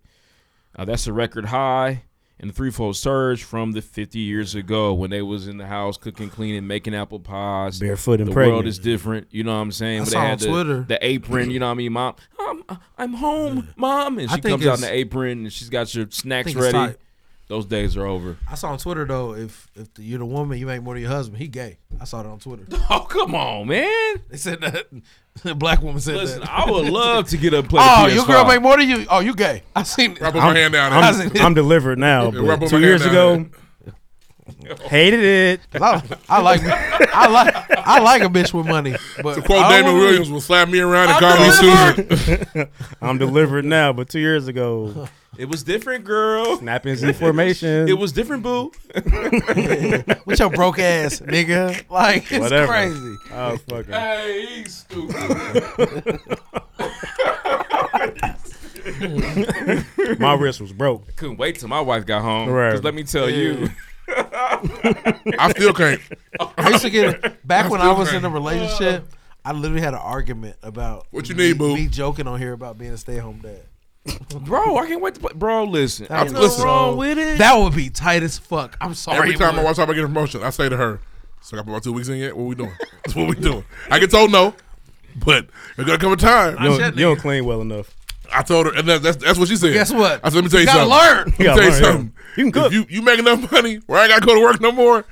S2: Uh, that's a record high and a threefold surge from the 50 years ago when they was in the house cooking, cleaning, making apple pies.
S14: Barefoot and
S2: the world
S14: pregnant.
S2: is different. You know what I'm saying?
S13: I
S2: When
S13: saw
S2: they
S13: on
S2: had the,
S13: Twitter.
S2: the apron. You know what I mean? Mom, I'm, I'm home, mom. And
S13: I
S2: she
S13: think
S2: comes out in
S13: it's-
S2: the apron and she's got your snacks
S13: think it's
S2: ready.
S13: tight.
S2: Those days are over.
S13: I saw on Twitter though, if if the, you're the woman, you make more than your husband. He gay. I saw that on Twitter.
S2: [LAUGHS] Oh come on, man!
S13: They said that. [LAUGHS] The black woman said
S2: Listen,
S13: that.
S2: I
S13: [LAUGHS]
S2: would love to get a play.
S13: Oh,
S2: the
S13: your
S2: PS5.
S13: girl make more than you. Oh, you gay. I seen.
S3: Rub
S13: it.
S3: my hand
S2: [LAUGHS]
S3: down.
S13: I
S14: I'm,
S13: seen it.
S14: I'm delivered now.
S13: Yeah,
S14: but
S13: rub up
S14: two
S13: my
S14: years
S13: hand
S14: ago,
S13: down
S14: hated it.
S13: I, I like I like I like a bitch with money. But
S3: To quote
S13: I don't
S3: Damon
S13: wanna-
S3: Williams, will slap me around and call me Susan.
S14: I'm delivered now, but two years ago,
S2: It was different, girl.
S13: [LAUGHS]
S14: snapping Z formation.
S2: It was different, boo.
S13: with your broke ass, nigga. Like it's
S14: Whatever.
S13: crazy.
S14: I was Oh, fucking-
S2: Hey, he's stupid.
S14: My wrist was
S2: [LAUGHS]
S14: broke.
S2: Couldn't wait till my wife got home.
S14: Right.
S2: 'cause let me tell you,
S3: I still [LAUGHS] can't.
S13: I used to get back
S3: I
S13: when I
S3: still
S13: was
S3: can't.
S13: in a relationship. I literally had an argument about
S3: What you
S13: me-
S3: need, boo?
S13: Me joking on here about being a stay at home dad.
S2: [LAUGHS] bro. I can't wait to play. Bro, listen.
S13: That is
S2: What's
S13: so-
S2: wrong with it?
S13: That would be tight as fuck. I'm sorry.
S3: Every
S13: it
S3: time I
S13: would.
S3: watch how I get a promotion, I say to her, "So I put my two weeks in yet? What we doing? [LAUGHS] That's what we doing." I get told no, but there's gonna come a time.
S14: You don't,
S2: [LAUGHS]
S14: you don't clean well enough.
S3: I told her, and that, that's that's what she said.
S13: Guess what?
S3: I said, let me tell
S13: You
S3: you,
S13: gotta
S3: something.
S13: learn.
S3: Let
S13: You
S3: me
S13: gotta
S3: tell you
S13: learn, yeah.
S3: something.
S14: You can
S3: cook. If you you make enough money where I ain't gotta go to work no more.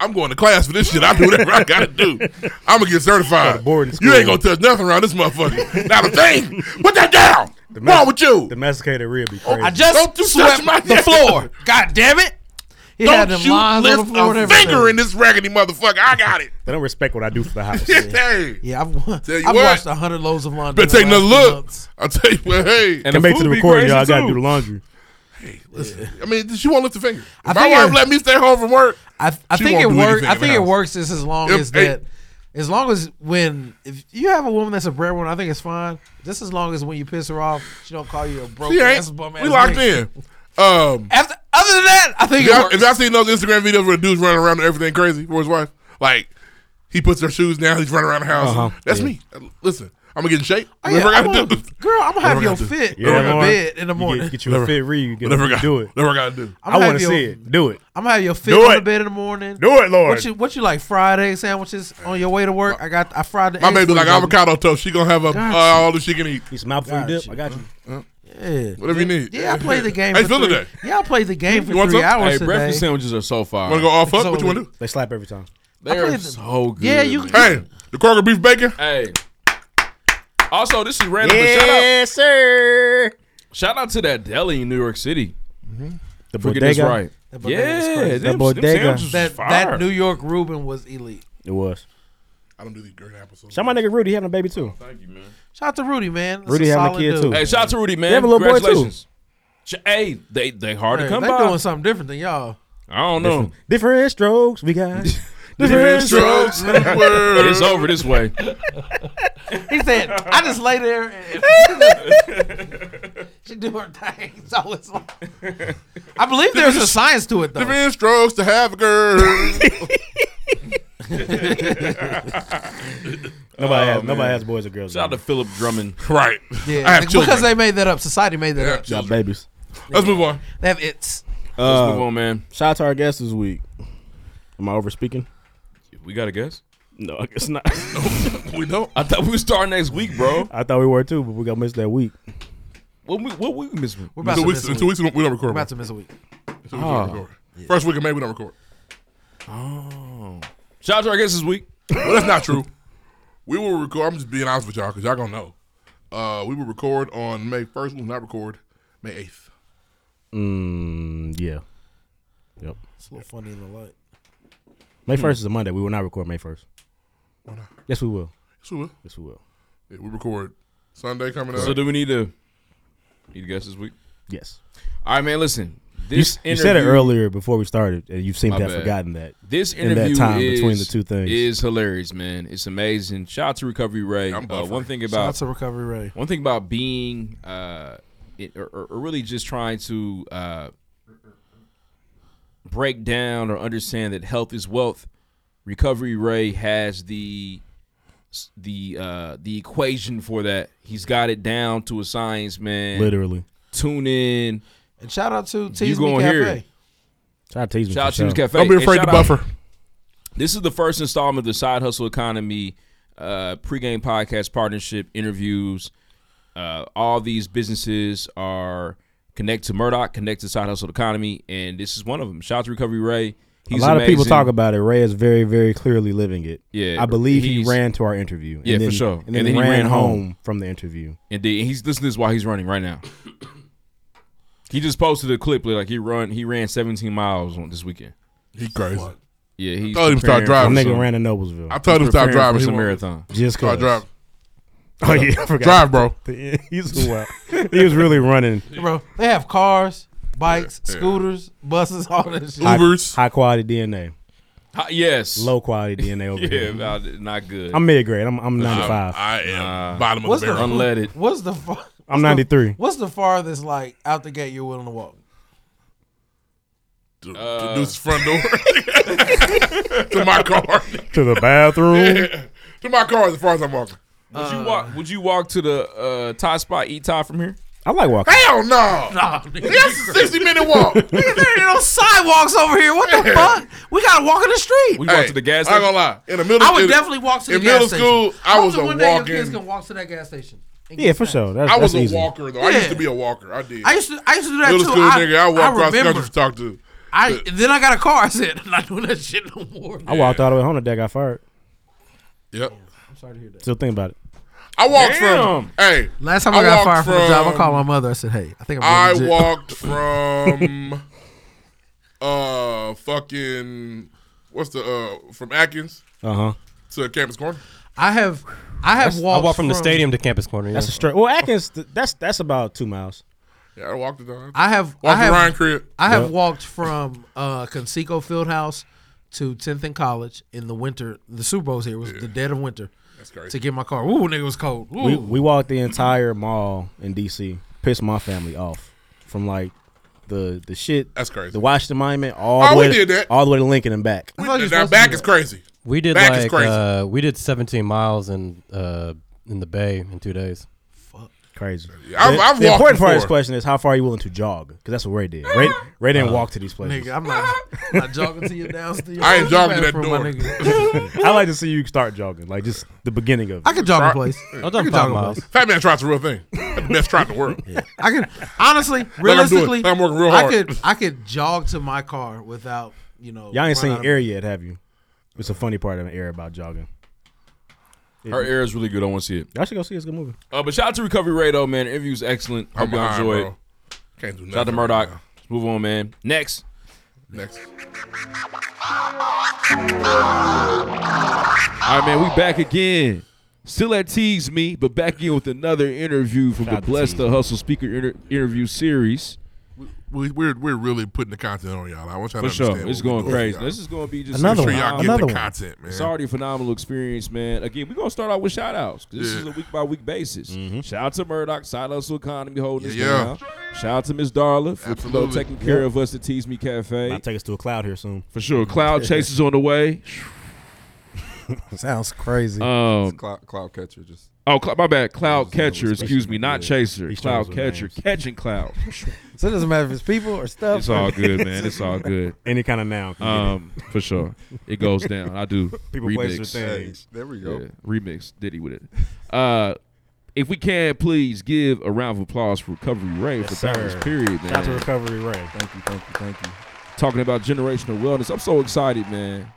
S3: I'm going to class for this shit. I do whatever I gotta do. I'm gonna get certified. you ain't gonna touch nothing around this motherfucker. Not a thing. Put that down. Wrong with you?
S14: Domesticated rib
S2: Oh,
S14: be crazy.
S13: I just
S3: Don't you touch
S13: swept
S3: my-
S13: the
S3: [LAUGHS]
S13: floor. God damn it! He
S3: Don't
S13: had them
S3: you
S13: lines on the
S3: lift
S13: floor and
S3: a
S13: everything.
S3: finger in this raggedy motherfucker. I got it.
S14: they don't respect what I do
S2: [LAUGHS]
S14: for the house.
S3: [LAUGHS] Hey.
S13: Yeah, I've, wa-
S3: Tell you
S13: I've
S3: what.
S13: watched a hundred loads of laundry.
S3: Better take
S13: in the
S3: another
S13: last few
S3: look.
S13: months.
S3: I'll tell you what. Hey,
S14: Come back to the recording, y'all. I gotta do the laundry.
S3: I mean, she won't lift a finger.
S13: I
S3: If my
S13: think
S3: wife
S13: it-
S3: let me stay home from work.
S13: I, I
S3: she
S13: think it
S3: won't do
S13: works.
S3: anything
S13: I
S3: in the
S13: think it
S3: house.
S13: works just as long
S3: If-
S13: as
S3: hey,
S13: that. As long as when if you have a woman that's a breadwinner, I think it's fine. Just as long as when you piss her off, she don't call you a broke
S3: She
S13: ass
S3: ain't.
S13: bum ass.
S3: We locked
S13: nigga.
S3: in. Um,
S13: After, other than that, I think
S3: if
S13: it
S3: y'all,
S13: works.
S3: if y'all seen those Instagram videos where the dude's running around and everything crazy for his wife, like he puts her shoes down, he's running around the house.
S14: Uh-huh.
S3: That's
S14: Yeah.
S3: me. Listen, I'm gonna get in shape.
S13: Oh, yeah,
S3: Whatever I
S13: I'm
S3: gotta
S13: gonna-
S3: do.
S13: girl, I'm gonna have
S3: Whatever I
S13: your
S3: gotta do.
S13: fit
S14: Yeah,
S13: in
S14: Lauren,
S13: bed in the
S14: you
S13: morning.
S14: Get, get you a fit read. You get
S3: Whatever I
S14: you
S3: got-
S14: do it.
S3: whatever I gotta do.
S13: I'm
S14: I
S13: gonna
S14: want to
S13: have
S14: see
S13: your-
S14: it. Do it.
S13: I'm gonna have your fit
S14: Do
S13: on
S14: it.
S13: the bed in the morning.
S14: Do it, Lord.
S13: What you what you like Friday sandwiches on your way to work? I got I fried the
S3: My
S13: eggs
S3: baby
S13: for
S3: like
S13: you, baby.
S3: avocado toast. She gonna have a,
S13: Gotcha.
S3: uh, all that she can eat.
S14: He's mouthful
S13: Got
S14: dip.
S13: you.
S14: I got you.
S13: Yeah.
S3: Whatever you need.
S13: Yeah, I played the game.
S3: How you
S13: for
S3: feeling
S13: three-
S3: today?
S13: Yeah, I played the game for
S3: You want
S13: three
S3: something?
S13: hours
S2: Hey,
S13: today.
S2: breakfast sandwiches are so fire.
S3: Wanna go off up? What you
S13: Absolutely.
S3: wanna do?
S14: They slap every time.
S2: They
S13: I
S2: are
S13: played the-
S2: so good.
S13: Yeah, you-
S3: Hey, the Kroger beef bacon.
S2: Hey. Also, this is random. but
S14: sir.
S2: Shout out, shout out to that deli in New York City.
S14: The
S2: For getting this
S14: bodega.
S2: right.
S13: That bodega was crazy.
S14: That bodega.
S13: That, that New York Reuben was elite.
S14: It was.
S3: I don't do these green apples.
S14: Shout my nigga Rudy having a baby too.
S3: Thank you, man.
S13: Shout out to Rudy, man. That's
S14: Rudy
S13: a
S14: having a
S13: solid
S14: kid
S13: dude.
S14: too.
S2: Hey, shout out to Rudy, man.
S14: They have a little boy too.
S2: Congratulations. Sh- Hey, they they hard
S13: Hey,
S2: to come
S13: they
S2: by.
S13: doing something different than y'all.
S2: I don't know.
S14: Different strokes we got.
S2: Different strokes.
S13: [LAUGHS]
S2: But it's over this
S14: [LAUGHS]
S2: way.
S13: He said, "I just lay there
S2: [LAUGHS]
S13: and [LAUGHS] she do her thing." [LAUGHS] So it's like, I believe there's a science to it though.
S3: Different strokes to have a girl.
S13: [LAUGHS]
S14: Nobody has-
S2: man.
S14: nobody has boys or girls
S2: Shout out to Philip Drummond.
S3: Right.
S13: Yeah, because they made that up. Society made that up.
S14: Got babies.
S3: Let's move on.
S13: They have its.
S14: Uh,
S2: move on, man.
S14: Shout out to our guest this week. Am I over speaking?
S2: We got a guess.
S14: No, I guess not.
S2: we don't. I thought we would start next week, bro.
S14: [LAUGHS] I thought we were too, but we got missed that week.
S2: What we what we miss?
S13: We're about
S3: two
S13: to
S3: weeks,
S13: miss a
S3: two
S13: week.
S3: weeks we don't- we don't
S13: We're
S3: record.
S13: about to miss a week.
S3: Two weeks we don't
S2: Ah.
S3: record. First week of May we don't record.
S2: Oh. Shout out to our guest this week.
S3: well, that's
S13: [LAUGHS]
S3: not true. We will record. I'm just being honest with y'all because y'all gonna know. Uh, we will record on May first. We will not record May eighth.
S14: Mm, yeah. Yep.
S13: It's a little funny in the light.
S14: May
S3: Hmm.
S14: first is a Monday. We will not record May first.
S3: Why not?
S14: Yes, we will.
S3: Yes, we will.
S14: Yes, we will.
S3: Yeah, we record Sunday coming up.
S2: So do we need to need a guest this week?
S14: Yes.
S2: All right, man. Listen,
S14: You
S2: this
S14: s- you, said it
S2: interview-
S14: earlier before we started, and you've seemed
S2: My
S14: to have
S2: bad.
S14: forgotten that.
S2: This
S14: in
S2: interview
S14: that time
S2: is,
S14: between the two things.
S2: is hilarious, man. It's amazing. Shout out to Recovery Ray.
S13: I'm
S2: Uh, one
S13: buffering.
S2: thing
S13: Shout
S2: about
S13: out to Recovery Ray.
S2: One thing about being uh, it, or, or or really just trying to uh, break down or understand that health is wealth. Recovery Ray has the the uh, the equation for that. He's got it down to a science, man.
S14: Literally.
S2: Tune in.
S13: And shout out to Tease
S2: You
S13: Me
S2: gonna
S13: Cafe.
S2: hear it.
S14: Shout out to Teasman.
S2: Shout out to Teams Cafe.
S3: Don't be
S2: And
S3: afraid
S2: shout
S3: to
S2: out-
S3: buffer.
S2: This is the first installment of the Side Hustle Economy uh, pregame podcast partnership interviews. Uh, all these businesses are connect to Murdoch, connect to Side Hustle Economy, and this is one of them. Shout out to Recovery Ray.
S14: a lot of people
S2: amazing.
S14: talk about it. Ray is very, very clearly living it.
S2: Yeah,
S14: I believe he
S2: he's-
S14: ran to our interview.
S2: Yeah,
S14: and then,
S2: for sure.
S14: And then, he ran, home, from the interview.
S2: Indeed, and he's listening to this while he's running right now. he just posted a clip like he run he ran 17 miles on this weekend.
S3: He crazy.
S2: Yeah,
S3: I
S2: he's
S3: told him to start
S2: preparing
S3: driving.
S2: for
S14: Nigga
S2: some-
S14: ran to Noblesville.
S3: I told him to stop
S2: preparing for
S3: driving. He
S2: some
S3: won't.
S2: marathon.
S14: Just
S3: Start
S14: cause.
S3: [LAUGHS] driving.
S14: Oh yeah, I forgot.
S3: Drive, bro.
S14: [LAUGHS] He's wow. he was really running.
S13: Bro, they have cars, bikes, scooters, buses, all this shit.
S14: High- High, quality DNA.
S2: Hi- yes,
S14: Low quality DNA over
S2: yeah,
S14: here.
S2: about it, not good.
S14: I'm mid grade. I'm I'm 95.
S3: I am
S2: Nah.
S3: bottom of
S13: What's
S3: the
S13: the
S3: barrel.
S2: Unleaded.
S13: What's the far- what's
S14: I'm
S13: the-
S14: 93.
S13: What's the farthest like out the gate you're willing to walk?
S3: To, to Deuce's front door. [LAUGHS] to my car.
S14: [LAUGHS]
S3: [LAUGHS]
S14: to the bathroom.
S3: to my car as far as I'm walking.
S2: Would you walk? Would you walk to the uh, Thai spot, eat Thai from here?
S14: I like walking.
S3: Hell no.
S2: Oh, [LAUGHS]
S3: That's a 60 minute
S13: [LAUGHS]
S3: walk.
S13: Nigga, [LAUGHS] there ain't no sidewalks over here. What the fuck? We gotta walk in the street.
S2: We walk to the gas
S3: I
S2: station.
S3: ain't gonna lie. In the middle
S13: I would
S3: in-
S13: definitely walk to the
S3: in
S13: gas
S3: middle
S13: station.
S3: school, I
S13: Hope
S3: was
S13: that
S3: a
S13: one day your kids
S3: walking.
S13: gonna walk to that gas station. and
S14: Yeah,
S13: get
S14: for
S13: snacks.
S14: sure. That's,
S3: I was
S14: that's
S3: a
S14: easy.
S3: walker though. I
S13: Yeah.
S3: used to be a walker. I did.
S13: I used to. I used to do that
S3: middle
S13: too.
S3: school
S13: I,
S3: nigga. I walked across the
S13: remember.
S3: country to talk to.
S13: I then I got a car. I said I'm not doing that shit no more.
S14: I walked all the way home. The day I got fired.
S3: Yep.
S13: I'm sorry to hear that.
S14: Still think about it.
S3: I walked
S2: Damn.
S3: from. Hey,
S13: Last time I, got fired
S3: walked
S13: from, the job, I
S3: from-
S13: called my mother. I said, "Hey, I think
S3: I
S13: I'm." doing legit." [LAUGHS]
S3: walked from uh fucking what's the uh from Atkins
S14: Uh huh.
S3: to Campus Corner.
S13: I have. I have
S16: That's-
S13: walked.
S16: I walked from the stadium to Campus Corner. Yeah.
S14: That's a straight. Well, Atkins. th- That's that's about two miles.
S3: Yeah, I walked it down.
S13: I have.
S3: walked
S13: I have
S3: to Ryan Crib.
S13: I have
S14: Yep.
S13: walked from uh, Conseco Fieldhouse to 10th and College in the winter. The Super Bowl's here It was the dead of winter.
S3: That's crazy.
S13: To get my car. Ooh, nigga it was cold. Ooh.
S14: We we walked the entire mall in D.C. Pissed my family off from like the the shit.
S3: That's crazy.
S14: The Washington Monument all
S3: Oh,
S14: the
S3: we
S14: way
S3: did that.
S14: all the way to Lincoln and back.
S13: I thought you were
S3: Now
S13: supposed to
S3: back
S13: do
S3: is crazy.
S16: We did
S3: back is
S16: like
S3: crazy.
S16: uh, we did 17 miles in uh, in the bay in two days.
S14: Crazy.
S3: I've-
S14: the,
S3: I've
S14: the important
S3: walked
S14: part of this
S3: before.
S14: question is how far are you willing to jog? Because that's what Ray did. Ray, Ray didn't walk to these places.
S13: Nigga, I'm not, I'm not jogging to your downstairs.
S3: I ain't jogging to that
S13: bathroom, my
S3: door.
S13: nigga.
S14: [LAUGHS] I like to see you start jogging, like just the beginning of it.
S13: I can jog a place.
S16: I've
S13: I
S16: done
S13: can
S16: five
S13: jog a
S16: miles.
S13: place.
S3: Fat man trot's a real thing. [LAUGHS] That's the best trot in the world.
S13: I can honestly,
S3: [LAUGHS] Like I'm doing-
S13: realistically,
S3: like I'm working real
S13: I
S3: hard.
S13: could I could jog to my car without you know.
S14: Y'all
S13: running out
S14: ain't seen
S13: of-
S14: air yet, have you? It's a funny part of an air about jogging.
S2: Her air is really good. I want to see it.
S14: Y'all should go see it. It's a good movie.
S2: Uh, but shout out to Recovery Ray though, man. Interview's excellent. Hope
S3: I'm
S2: y'all
S3: behind,
S2: enjoy it.
S3: bro. Can't do nothing.
S2: Shout out to Murdoch. Let's move on, man. Next,
S3: Next.
S2: All right, man, we back again. Still at Tease Me, but back in with another interview from the Bless the Hustle Speaker inter- interview series.
S3: We, we're we're really putting the content on y'all. I want y'all
S2: For
S3: to
S2: sure.
S3: understand. what
S2: It's
S3: we're
S2: going
S3: doing,
S2: crazy.
S3: y'all.
S2: This is going to be just
S3: Make sure y'all get the content, man.
S2: It's already a phenomenal experience, man. Again, we're going to start out with shout outs. This is a week by week basis. Shout out to Murdoch, Side Hustle Economy holding us
S14: Yeah.
S2: down. Shout out to Miss Darla for you know,
S14: Absolutely.
S2: taking care
S14: Yeah.
S2: of us at Tease Me Cafe.
S14: I'll take us to a cloud here soon.
S2: For sure. [LAUGHS] Cloud Chase is on the way.
S4: Sounds crazy.
S2: Um,
S1: It's cloud, cloud catcher just.
S2: Oh, cl- my bad. Cloud catcher, excuse me, not chaser.
S1: He struggles
S2: Cloud
S1: with
S2: catcher, catching cloud.
S4: So it doesn't matter if it's people or stuff.
S2: It's all good, man. It's all [LAUGHS] good.
S14: Any kind of noun. can get it.
S2: Um, for sure, it goes down. I do
S14: People,
S2: remix.
S14: places, or things.
S1: There we go.
S2: Yeah, remix Diddy with it. Uh, if we can, please give a round of applause for Recovery Ray
S14: Yes,
S2: for Balance
S14: sir.
S2: Period. Man.
S14: Shout out to Recovery Ray.
S1: Thank you, thank you, thank you.
S2: Talking about generational wellness, I'm so excited, man,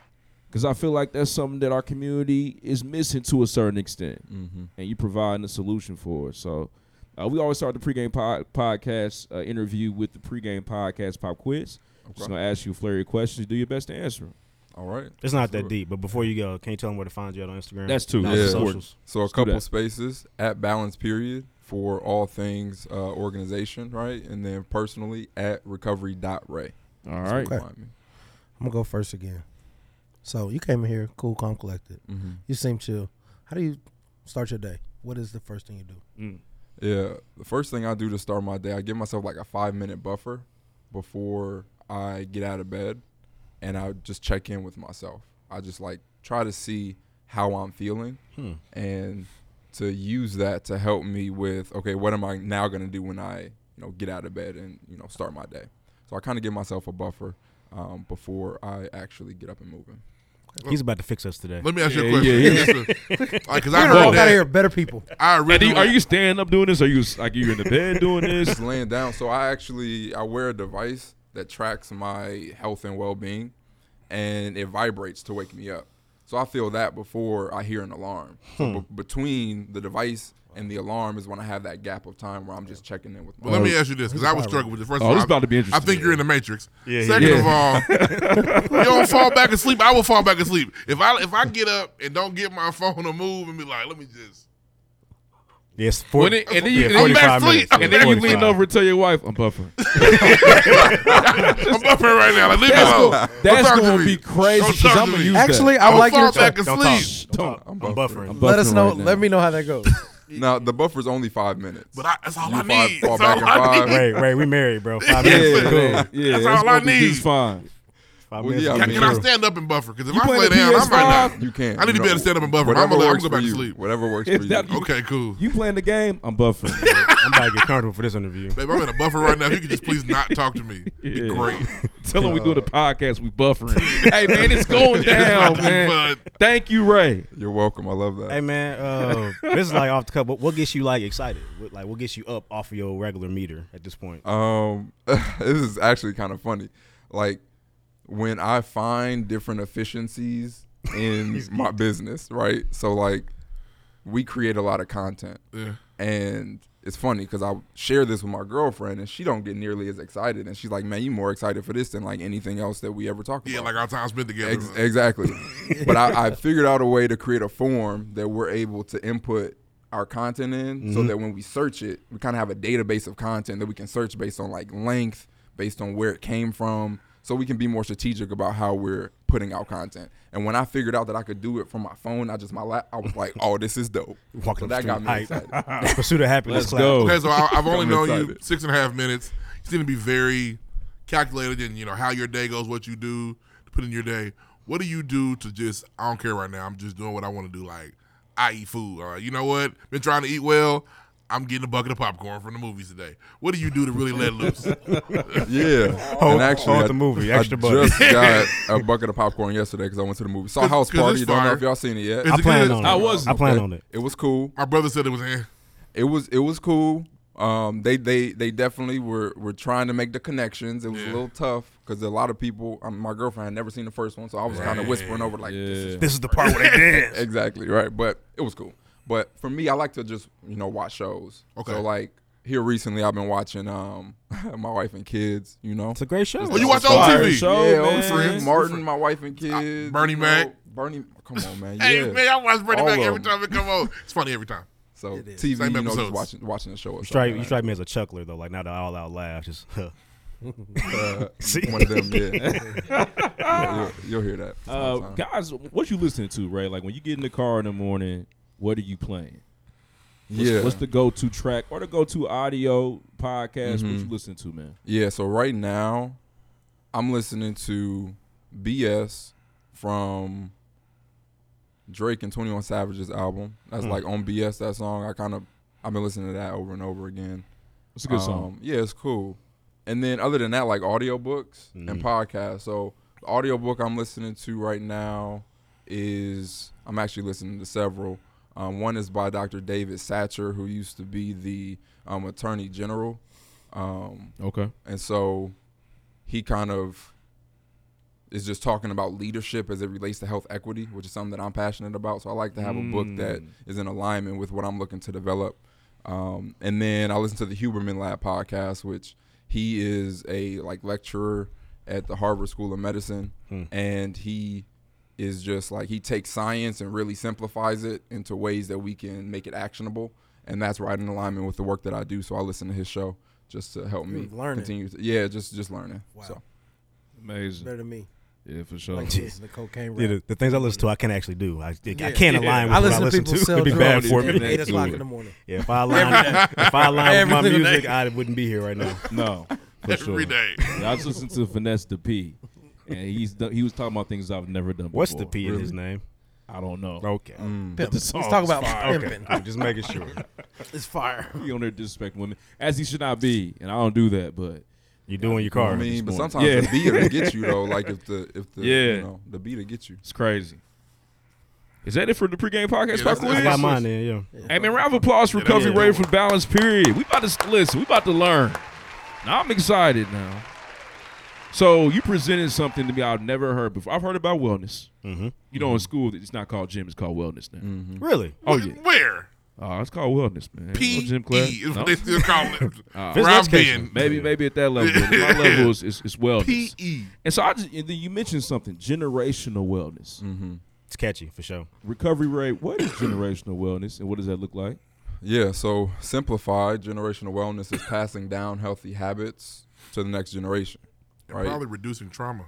S2: because I feel like that's something that our community is missing to a certain extent,
S1: Mhm.
S2: and you providing a solution for it. So. Uh, we always start the pregame pod- podcast uh, interview with the pregame podcast pop quiz. Just
S1: Okay.
S2: gonna ask you a flurry of questions. Do your best to answer 'em.
S1: All right.
S14: It's not
S1: Sure.
S14: that deep, but before you go, can you tell them where to find you at on Instagram?
S2: That's two.
S14: No,
S2: Yeah.
S14: the socials.
S1: So a
S2: Let's do
S1: couple
S2: that.
S1: spaces at balance period for all things uh, organization, right? And then personally at recovery dot ray.
S2: All
S1: That's
S2: right.
S1: where you
S2: Okay.
S1: find me.
S7: I'm gonna go first again. So you came in here cool, calm, collected.
S1: Mhm.
S7: You seem chill. How do you start your day? What is the first thing you do?
S1: Yeah. The first thing I do to start my day, I give myself like a five minute buffer before I get out of bed and I just check in with myself. I just like try to see how I'm feeling
S14: Hmm.
S1: and to use that to help me with okay, what am I now gonna do when I, you know, get out of bed and, you know, start my day. So I kinda give myself a buffer um, before I actually get up and moving.
S14: He's about to fix us today.
S3: Let me ask you a
S1: Yeah,
S3: question.
S1: yeah, yeah.
S3: [LAUGHS] Because
S1: Get
S3: I
S1: her
S3: heard
S1: up
S3: that.
S1: outta here,
S7: better people.
S2: Now,
S3: I
S2: do
S3: originally.
S2: you- are you standing up doing this? Are you s- like you in the bed doing this? [LAUGHS]
S1: Just laying down. So I actually I wear a device that tracks my health and well being, and it vibrates to wake me up. So I feel that before I hear an alarm. So be- between the device and the alarm is when I have that gap of time where I'm just checking in with.
S3: Well, let me ask you this, because I was struggling with the first.
S2: Oh,
S3: of all,
S2: this about to be
S3: I
S2: interesting.
S3: think you're in the Matrix.
S2: Yeah, yeah,
S3: Second
S2: yeah.
S3: of all, you don't fall back asleep. I will fall back asleep if I if I get up and don't get my phone to move and be like, let me just.
S14: Yes, four,
S2: When it- and then you-
S14: yeah,
S2: and then you
S14: 45
S2: back asleep.
S14: minutes. Yeah,
S2: And then you
S14: 45.
S2: lean over and tell your wife, "I'm buffering."
S3: I'm buffering right now. Like, leave me
S2: That's
S3: alone.
S2: gonna-
S3: Don't
S2: that's
S3: talk to
S2: gonna
S3: me.
S2: be crazy,
S3: Don't
S2: 'cause
S3: talk to
S2: I'ma
S3: me.
S2: use that.
S7: Actually, I
S3: Don't
S7: like
S3: fall
S7: your
S3: back asleep.
S1: Don't- I'm buffering. I'm
S7: Let us
S1: buffering
S7: know.
S1: right now.
S7: let me know how that goes.
S1: No, the buffer's only five minutes.
S3: But I, that's all
S1: You
S3: I
S1: five-
S3: need.
S1: fall
S3: That's
S1: back
S3: all
S1: in
S3: I
S1: five.
S3: need.
S14: Ray, Ray, we married, bro. Five
S1: Yeah,
S14: minutes.
S1: yeah,
S14: cool.
S1: yeah.
S2: Yeah,
S3: That's
S2: it's
S3: all I
S2: gonna be
S3: need.
S2: just fine.
S14: Five
S1: Well,
S14: minutes.
S1: yeah, I
S3: Can,
S1: mean-
S3: can I stand up and buffer? Because if
S2: You
S3: I
S2: playing
S3: lay
S2: the
S3: down, I might
S2: PS5?
S3: not.
S1: You can. you
S3: I need to be
S1: know,
S3: able to stand up and buffer. I'm
S1: whatever
S3: gonna, I'm
S1: works for
S3: gonna go back to
S1: you.
S3: sleep.
S1: Whatever works
S2: If
S1: for
S2: that-
S1: you.
S3: Okay, cool.
S2: You playing the game? I'm buffering.
S3: [LAUGHS]
S14: I'm about to get comfortable for this interview.
S3: Babe, I'm in a buffer right now. If you could just please not talk to
S1: [LAUGHS]
S3: me. It'd be
S2: Yeah.
S3: great.
S2: [LAUGHS] Tell them we doing a podcast. We
S3: [LAUGHS]
S2: buffering. hey man, it's going
S3: It's
S2: down,
S3: about [LAUGHS] to be
S2: man.
S3: fun.
S2: Thank you, Ray.
S1: You're welcome. I love that.
S14: Hey [LAUGHS] man, uh, this is like off the cuff. What, what gets you like excited? What, like what gets you up off of your regular meter at this point?
S1: Um, [LAUGHS] this is actually kind of funny. Like when I find different efficiencies
S3: [LAUGHS]
S1: in my business, right? So like we create a lot of content,
S3: Yeah.
S1: and it's funny because I share this with my girlfriend, and she don't get nearly as excited, and she's like, "Man, you more excited for this than like anything else that we ever talk about."
S3: Yeah, like our time spent together.
S1: Ex- exactly. but I, I figured out a way to create a form that we're able to input our content in so
S14: Mhm.
S1: that when we search it, we kind of have a database of content that we can search based on like length, based on where it came from, so we can be more strategic about how we're putting out content. And when I figured out that I could do it from my phone, I just my lap, I was like, oh, this is dope.
S14: Walking
S1: so
S14: up
S1: that got me
S14: the street, [LAUGHS]
S1: excited.
S14: hype. Pursuit of happiness.
S2: Let's
S14: clap.
S2: go.
S3: Okay, so I, I've only
S1: I'm
S3: known you
S1: excited.
S3: six and a half minutes. You seem to be very calculated in you know how your day goes, what you do to put in your day. What do you do to just? I don't care right now. I'm just doing what I want to do. Like I eat food. All right, you know what? Been trying to eat well. I'm getting a bucket of popcorn from the movies today. What do you do to really let loose?
S1: Yeah,
S14: Oh,
S1: and actually,
S14: oh,
S1: I-
S14: the movie,
S1: I
S14: extra bucks. [LAUGHS]
S1: just got a bucket of popcorn yesterday because I went to the movie. Saw
S3: 'Cause-
S1: House
S3: 'cause
S1: Party.
S3: it's
S1: Don't know
S3: fire.
S1: if y'all seen it yet.
S3: Is
S14: I
S3: it
S14: plan
S3: good?
S14: on it.
S2: I wasn't.
S14: I plan
S1: Okay.
S14: [LAUGHS] on it.
S1: It was cool.
S3: My brother said it was in.
S1: It was it was cool. Um, they they they definitely were were trying to make the connections. It was
S3: Yeah.
S1: a little tough because a lot of people. Um, my girlfriend had never seen the first one, so I was kind of whispering over like, this, is
S14: This is the part where they dance.
S1: exactly right." But it was cool. But for me, I like to just you know watch shows.
S3: Okay.
S1: So like here recently, I've been watching um [LAUGHS] my wife and kids. You know, it's
S14: a great show.
S3: Oh, you watch on TV?
S1: Show, yeah, on
S3: man.
S1: Friends, Martin, my wife and kids.
S3: Bernie
S1: you
S3: Mac.
S1: know, Bernie, come on, man.
S3: Hey,
S1: yeah.
S3: man, I watch Bernie
S1: All
S3: Mac
S1: of
S3: every
S1: them.
S3: time it come on. It's funny every time.
S1: So
S3: It is.
S1: TV,
S3: Same
S1: you know, just
S3: episodes.
S1: watching watching the show. or something
S14: You strike, you
S1: like
S14: strike me as a chuckler though. Like now that all out loud, just [LAUGHS] huh.
S1: Uh, one of them, yeah.
S2: [LAUGHS]
S1: Yeah, you'll- you'll hear that from
S2: Uh,
S1: time to
S2: guys, what you listening to, Ray? Like when you get in the car in the morning, what are you playing? What's,
S1: Yeah.
S2: What's the go-to track or the go-to audio podcast?
S7: Mm-hmm.
S2: What you
S1: Mhm.
S2: listening to, man?
S1: Yeah, so right now I'm listening to BS from Drake and 21 Savage's album. That's
S2: Hmm.
S1: like on BS that song. I kind of I've been listening to that over and over again.
S2: It's
S7: Um,
S2: a good song.
S1: Um, Yeah, it's cool. And then other than that like audiobooks and
S2: Mm.
S1: podcasts. So the audiobook I'm listening to right now is I'm actually listening to several. Um, one is by Dr. David Satcher, who used to be the um, Attorney General. Um,
S2: Okay.
S1: and so he kind of is just talking about leadership as it relates to health equity, which is something that I'm passionate about. So I like to have a book that
S2: Mm.
S1: is in alignment with what I'm looking to develop. Um, and then I listen to the Huberman Lab podcast, which he is a like lecturer at the Harvard School of Medicine,
S14: Hmm.
S1: and he is just like he takes science and really simplifies it into ways that we can make it actionable, and that's right in alignment with the work that I do. So I listen to his show just to help me
S7: Ooh, learning.
S1: continue. To, yeah, just just learning.
S7: Wow.
S1: So
S2: Amazing.
S7: Better than me.
S2: Yeah, for sure.
S7: Like this, the cocaine
S14: Yeah,
S7: rap.
S14: the, the things I listen to, I can actually do. I, I
S7: Yeah.
S14: can't
S7: Yeah.
S14: align with
S7: I
S14: what
S7: listen to
S14: I listen
S7: people
S14: to.
S7: sell
S14: It'd be bad
S7: drugs
S14: for
S7: at
S14: me.
S7: eight o'clock in the morning.
S14: Yeah, if I align, if I align with my
S7: Every day.
S14: music, I wouldn't be here right [LAUGHS] now.
S2: No, for
S14: Every
S2: sure.
S14: day.
S2: Yeah, I was listening to Finesse the P, and he's done, he was talking about things I've never done.
S14: What's
S2: before.
S14: the P in his name? Oh.
S2: I don't know.
S14: Okay.
S2: But the
S14: Let's
S2: song
S14: talk
S2: is
S14: about
S2: fire.
S14: pimping. Okay. Just making [LAUGHS] sure.
S13: It's fire.
S2: He on there disrespecting women as he should not be, and I don't do that. But
S14: you doing your
S1: I mean, but sometimes the beat will get you though. Like if the if the
S2: yeah,
S1: you know the beat will get you.
S2: it's crazy. Is that it for the pregame podcast? Fuck with
S14: I got
S2: it.
S14: mine then, yeah.
S2: Hey man, round of applause for
S14: Yeah, that's
S2: Recovery
S14: it.
S2: Ray for Balance Period. We about to listen. We about to learn. Now I'm excited now. So you presented something to me I've never heard before. I've heard about wellness.
S14: Mm-hmm.
S2: You know, in school it's not called gym; it's called wellness now.
S14: Really?
S2: Oh yeah.
S3: Where?
S2: Uh, it's called wellness, man. Ain't no
S3: P.E.
S2: gym class.
S3: is
S2: No.
S3: what they still call it.
S2: Uh,
S3: Where I'm being.
S2: Maybe, maybe at that level. At my level is, is, is wellness.
S3: P.E..
S2: And so I just, and then you mentioned something generational wellness.
S1: Mm-hmm.
S14: It's catchy for sure.
S2: Recovery rate. What is generational wellness, and what does that look like?
S1: Yeah, so simplified generational wellness is passing down healthy habits to the next generation,
S3: And
S1: right?
S3: Probably reducing trauma.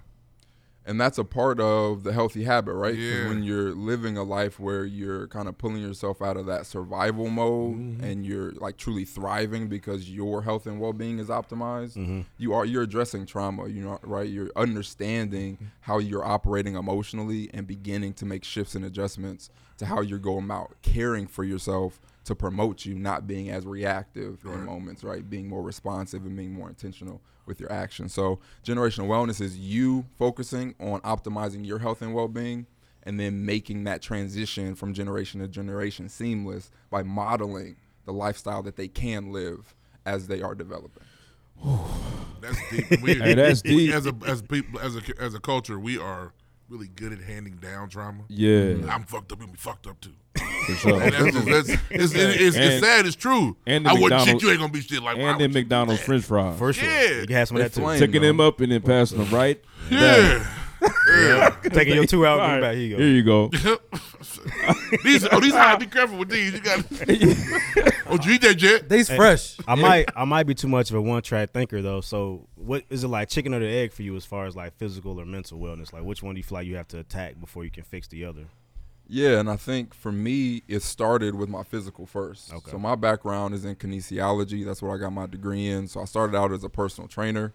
S1: and that's a part of the healthy habit, right? 'Cause
S3: Yeah.
S1: when you're living a life where you're kind of pulling yourself out of that survival mode
S3: Mhm.
S1: and you're like truly thriving because your health and well-being is optimized,
S14: Mhm.
S1: you are you're addressing trauma, you know, right? You're understanding how you're operating emotionally and beginning to make shifts and adjustments to how you're going about caring for yourself to promote you not being as reactive in
S3: Right.
S1: moments, right? Being more responsive and being more intentional with your actions. So, generational wellness is you focusing on optimizing your health and well being and then making that transition from generation to generation seamless by modeling the lifestyle that they can live as they are developing.
S2: [LAUGHS]
S3: That's deep. We,
S2: Hey, that's
S3: we-
S2: deep.
S3: As a as people as a as a culture, we are really good at handing down trauma.
S2: Yeah.
S3: I'm fucked up and be fucked
S2: [LAUGHS]
S3: up too.
S2: For sure.
S3: And that's just- that's- it's, it- it's,
S2: And-
S3: it's sad. It's true.
S2: and the
S3: I wouldn't shit.
S2: McDonald's-
S3: You ain't gonna be shit like. [LAUGHS] why
S2: and then McDonald's French fries.
S14: For sure. Yeah. You can have some of
S2: They
S14: that, too.
S2: flame,
S14: Taking
S2: Taking
S14: them
S2: them up and then passing them right.
S3: Yeah. Yeah.
S14: Taking your two out, bring it back. Here you go.
S2: Here you go.
S3: [LAUGHS] these oh these hot. Be careful with these. You got.
S2: [LAUGHS]
S3: oh, did you eat that jet?
S14: Hey, I might I might be too much of a one track thinker though. So what is it like chicken or the egg for you as far as like physical or mental wellness? Like which one do you feel like you have to attack before you can fix the other?
S1: Yeah, and I think for me, it started with my physical first. Okay. So my background is in kinesiology. That's what I got my degree in. So I started out as a personal trainer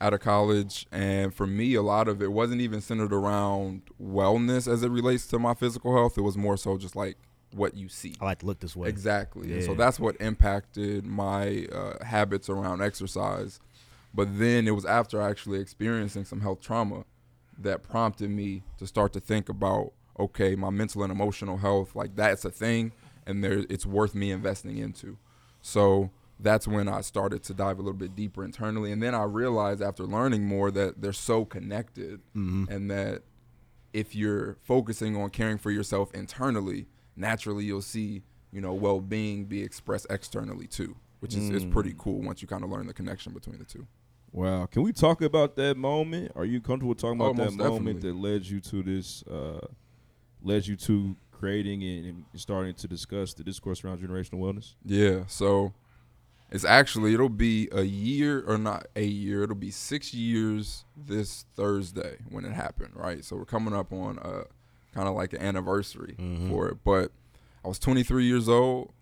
S1: out of college, and for me, a lot of it wasn't even centered around wellness as it relates to my physical health. It was more so just like what you see.
S14: I like to look this way.
S1: Exactly. And so
S14: Yeah.
S1: that's what impacted my uh, habits around exercise. But then it was after actually experiencing some health trauma that prompted me to start to think about okay, my mental and emotional health, like that's a thing, and there it's worth me investing into. So that's when I started to dive a little bit deeper internally, and then I realized after learning more that they're so connected,
S14: Mm-hmm.
S9: Mhm.
S1: and that if you're focusing on caring for yourself internally, naturally you'll see you know well-being be expressed externally too. which is, is pretty cool once you kind of learn the connection between the two.
S2: Wow. Can we talk about that moment? Are you comfortable talking about
S1: Oh,
S2: that
S1: most
S2: moment that led you to this, uh, led you to creating and, and starting to discuss the discourse around generational wellness?
S1: Yeah, so it's actually it'll be a year or not a year. It'll be six years this Thursday when it happened, right? So we're coming up on a kind of like an anniversary for it. But I was 23 years old,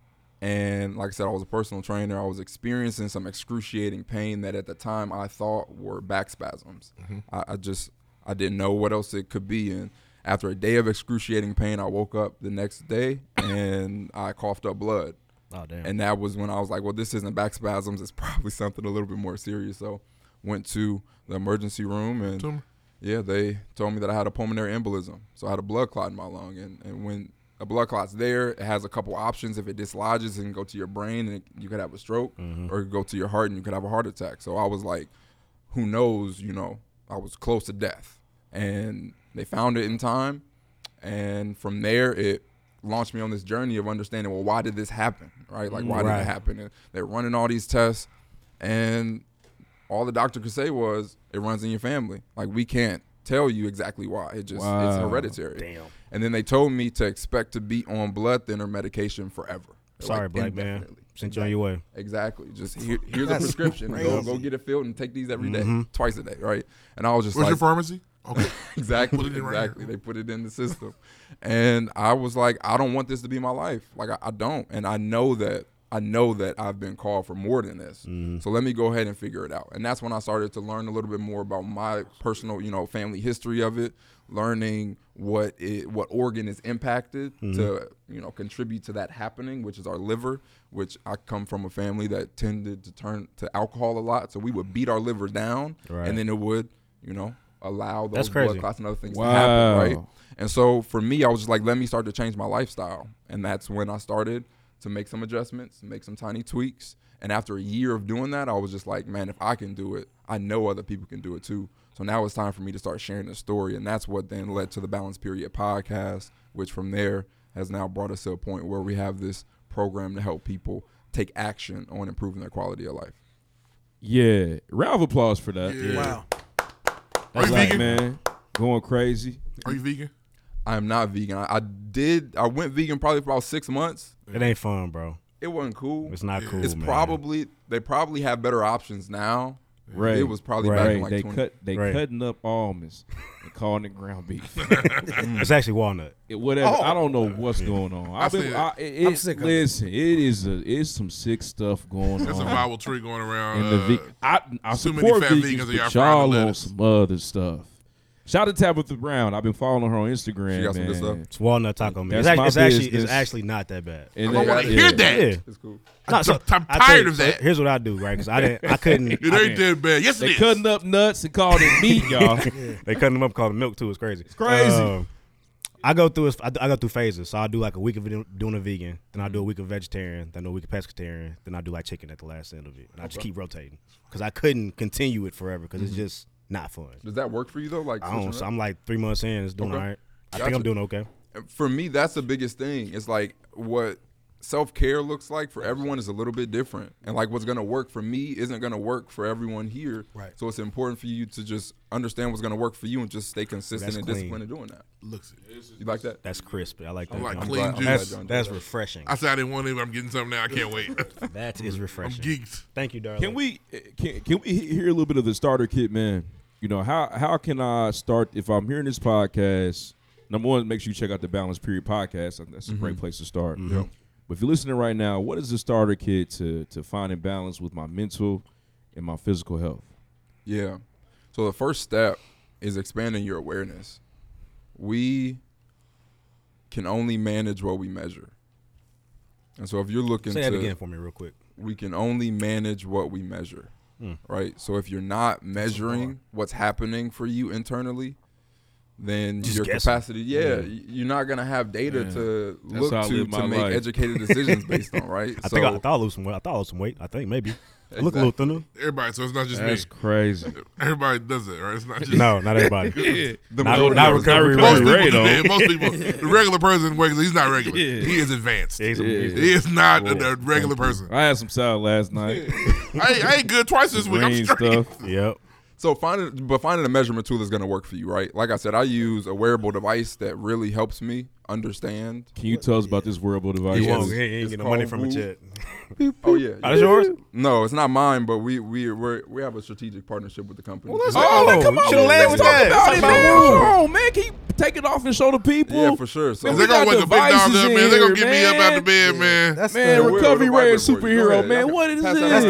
S1: and like I said, I was a personal trainer. I was experiencing some excruciating pain that at the time I thought were back spasms.
S19: Mhm.
S1: I, I just I didn't know what else it could be. And after a day of excruciating pain, I woke up the next day and I coughed up blood.
S14: Oh, damn.
S1: And that was when I was like, well, this isn't back spasms. It's probably [LAUGHS] something a little bit more serious. So went to the emergency room and
S3: Tumor.
S1: yeah, they told me that I had a pulmonary embolism. So I had a blood clot in my lung. And, and when a blood clot's there, it has a couple options. If it dislodges and go to your brain, and you could have a stroke or it could go to your heart and you could have a heart attack. So I was like, who knows, you know, I was close to death. And they found it in time. And from there, it launched me on this journey of understanding, well, why did this happen? Right? Like, why did
S19: Right.
S1: it happen? And they're running all these tests. And all the doctor could say was, it runs in your family. Like, we can't tell you exactly why. It just, it's
S2: Wow.
S1: hereditary. Damn. And then they told me to expect to be on blood thinner medication forever.
S14: Sorry,
S1: Like,
S14: black man.
S1: indefinitely.
S14: Sent you on your way.
S1: Exactly. Just here, here's a
S14: That's
S1: prescription. Go, go
S14: crazy.
S1: get it filled and take these every day,
S14: Mhm.
S1: twice a day, right? And I was just
S3: Mm-hmm. Where's
S1: like,
S3: your pharmacy?
S2: [LAUGHS]
S3: Okay.
S1: exactly,
S3: Put it in right here.
S1: exactly. they put it in the system, and I was like, I don't want this to be my life. Like I, I don't, and I know that I know that I've been called for more than this.
S19: Mm-hmm.
S1: So let me go ahead and figure it out. And that's when I started to learn a little bit more about my personal, you know, family history of it, learning what it what organ is impacted
S19: Mhm.
S1: to, you know, contribute to that happening, which is our liver, which I come from a family that tended to turn to alcohol a lot. So we would beat our liver down
S19: Right.
S1: and then it would, you know, allow
S19: That's
S1: those blood
S19: crazy.
S1: clots and other things
S19: Wow.
S1: to happen, right? And so for me, I was just like, let me start to change my lifestyle. And that's when I started to make some adjustments, make some tiny tweaks. And after a year of doing that, I was just like, man, if I can do it, I know other people can do it too. So now it's time for me to start sharing the story. And that's what then led to the Balance Period podcast, which from there has now brought us to a point where we have this program to help people take action on improving their quality of life.
S2: Yeah. Round of applause for that.
S1: Yeah. Wow.
S2: That's
S1: Are you
S2: right,
S1: vegan?
S2: man. Going crazy.
S3: Are you vegan?
S1: I am not vegan. I, I did. I went vegan probably for about six months.
S14: It ain't fun, bro.
S1: It wasn't cool.
S14: It's not cool,
S1: It's
S14: man.
S1: probably they probably have better options now.
S2: Right.
S1: It was probably
S2: right.
S1: back in like
S2: they
S1: 20.
S2: cut they
S1: Right.
S2: cutting up almonds and calling it ground beef.
S14: It's actually walnut.
S2: It- whatever.
S14: Oh.
S2: I don't know what's
S14: Yeah.
S2: going on.
S14: I
S2: I've been
S14: said-
S2: I, it,
S14: I'm sick of it.
S2: listen, it is a it's some sick stuff going
S3: There's
S2: on.
S3: a viral tree going around,
S2: Uh-huh. And the
S3: uh,
S2: ve- I, I
S3: too many
S2: support
S3: fat vegans
S2: vegans,
S3: and y'all
S2: but
S3: frying the
S2: y'all on
S3: lettuce.
S2: some other stuff. Shout out to Tabitha Brown. I've been following her on Instagram.
S14: She got some
S2: man.
S14: good stuff. It's walnut taco, man. It's
S2: That's
S14: act-
S2: my
S14: it's actually-
S2: business.
S14: it's actually not that bad.
S2: And
S14: I don't
S2: they-
S14: wanna hear that. Yeah. It's cool. No, so- I tell you, so here's what I do, right? 'Cause I didn't- [LAUGHS] I couldn't- It I ain't didn't- that bad. Yes, it
S2: they
S14: is.
S2: cutting up nuts and calling it meat, y'all.
S14: they cutting them up, calling milk too. It's crazy. It's
S2: crazy.
S14: I go through I, I go through phases. So I do like a week of it- doing a vegan, then I do a week of vegetarian, then a week of pescatarian, then I do like chicken at the last end of it, and I just
S1: Okay.
S14: keep rotating because I couldn't continue it forever because
S1: Mhm.
S14: it's just not fun.
S1: Does that work for you though? Like
S14: I don't.
S1: switching
S14: So
S1: up?
S14: I'm like three months in, it's doing
S1: Okay.
S14: all right. I
S1: Gotcha.
S14: think I'm doing okay.
S1: For me, that's the biggest thing. It's like what self care looks like for everyone is a little bit different, and like what's gonna work for me isn't gonna work for everyone here.
S3: Right.
S1: So it's important for you to just understand what's gonna work for you and just stay consistent
S14: That's
S1: and
S14: clean.
S1: disciplined in doing that.
S3: Looks
S1: You like that?
S14: That's crispy. I like
S3: I
S14: that.
S3: like
S14: I'm
S3: clean
S14: glad-
S3: juice.
S14: That's, that's refreshing.
S3: I said I didn't want it, but I'm getting something now. I can't
S2: [LAUGHS]
S3: wait.
S14: That is refreshing.
S3: I'm geeked.
S14: Thank you, darling.
S2: Can we eh, can can we he- hear a little bit of the starter kit, man? You know how how can I start if I'm hearing this podcast? Number one, make sure you check out the Balance Period podcast. I think That's a great
S19: Mhm.
S2: place to start.
S19: Mhm. Yep.
S2: But if you're listening right now, what is the starter kit to to finding balance with my mental and my physical health?
S1: Yeah. So the first step is expanding your awareness. We can only manage what we measure. And so if you're looking
S14: Say
S1: to
S14: that again for me real quick.
S1: We can only manage what we measure.
S14: Hmm.
S1: Right? So if you're not measuring what's happening for you internally, then
S19: Just
S1: your
S19: guessing.
S1: capacity, yeah,
S19: Yeah.
S1: y- you're not gonna have data
S19: Yeah.
S1: to
S19: That's
S1: look
S19: how I
S1: to
S19: live
S1: to
S19: my
S1: make
S19: life. [LAUGHS]
S1: educated decisions based on, right?
S14: I think I, I thought I lose some weight. I thought I lost some weight. I think maybe. Look a little thinner.
S3: Everybody, so it's not just me.
S2: That's crazy.
S3: Everybody does it, right? It's not just
S14: No, not everybody.
S3: Yeah.
S14: The Not- majority not of us. recovery rate.
S3: most people,
S14: Ray,
S3: yeah,
S14: though.
S3: most
S14: [LAUGHS]
S3: people, the regular person, regular, he's not regular. He is advanced.
S2: Yeah, he's-
S3: He is not a, a regular person.
S2: I had some salad
S1: [LAUGHS]
S2: last night.
S3: I, ain't- I ain't good twice this week. I'm straight.
S14: Yep.
S1: So finding but finding a measurement tool that's going to work for you, right? Like I said, I use a wearable device that really helps me understand.
S2: Can you tell us about this wearable device?
S1: Yes.
S2: It's-
S1: It's
S2: it's
S1: called
S2: called Woo.
S1: Woo. Oh yeah,
S2: Oh, that's yours?
S1: No, it's not mine. But we we we're, we have a strategic partnership with the company. Well,
S2: Oh, man, come on, man. Let's talk about it, man. Come on, man. Can you take it off and show the people?
S1: Yeah, for sure. So-
S2: Man,
S1: Is
S2: we
S1: that gonna
S2: got
S1: wake the big dog
S2: devices
S1: up,
S2: in
S1: man? They gonna
S2: here,
S1: get me up out the
S3: bed, man.
S2: That's
S3: That's
S2: man,
S3: the-
S1: Where-
S2: recovery
S1: where the
S2: ray and
S1: vibrate for you? Go
S2: superhero,
S1: ahead.
S2: man.
S1: I can-
S2: What is
S1: pass
S2: this?
S1: that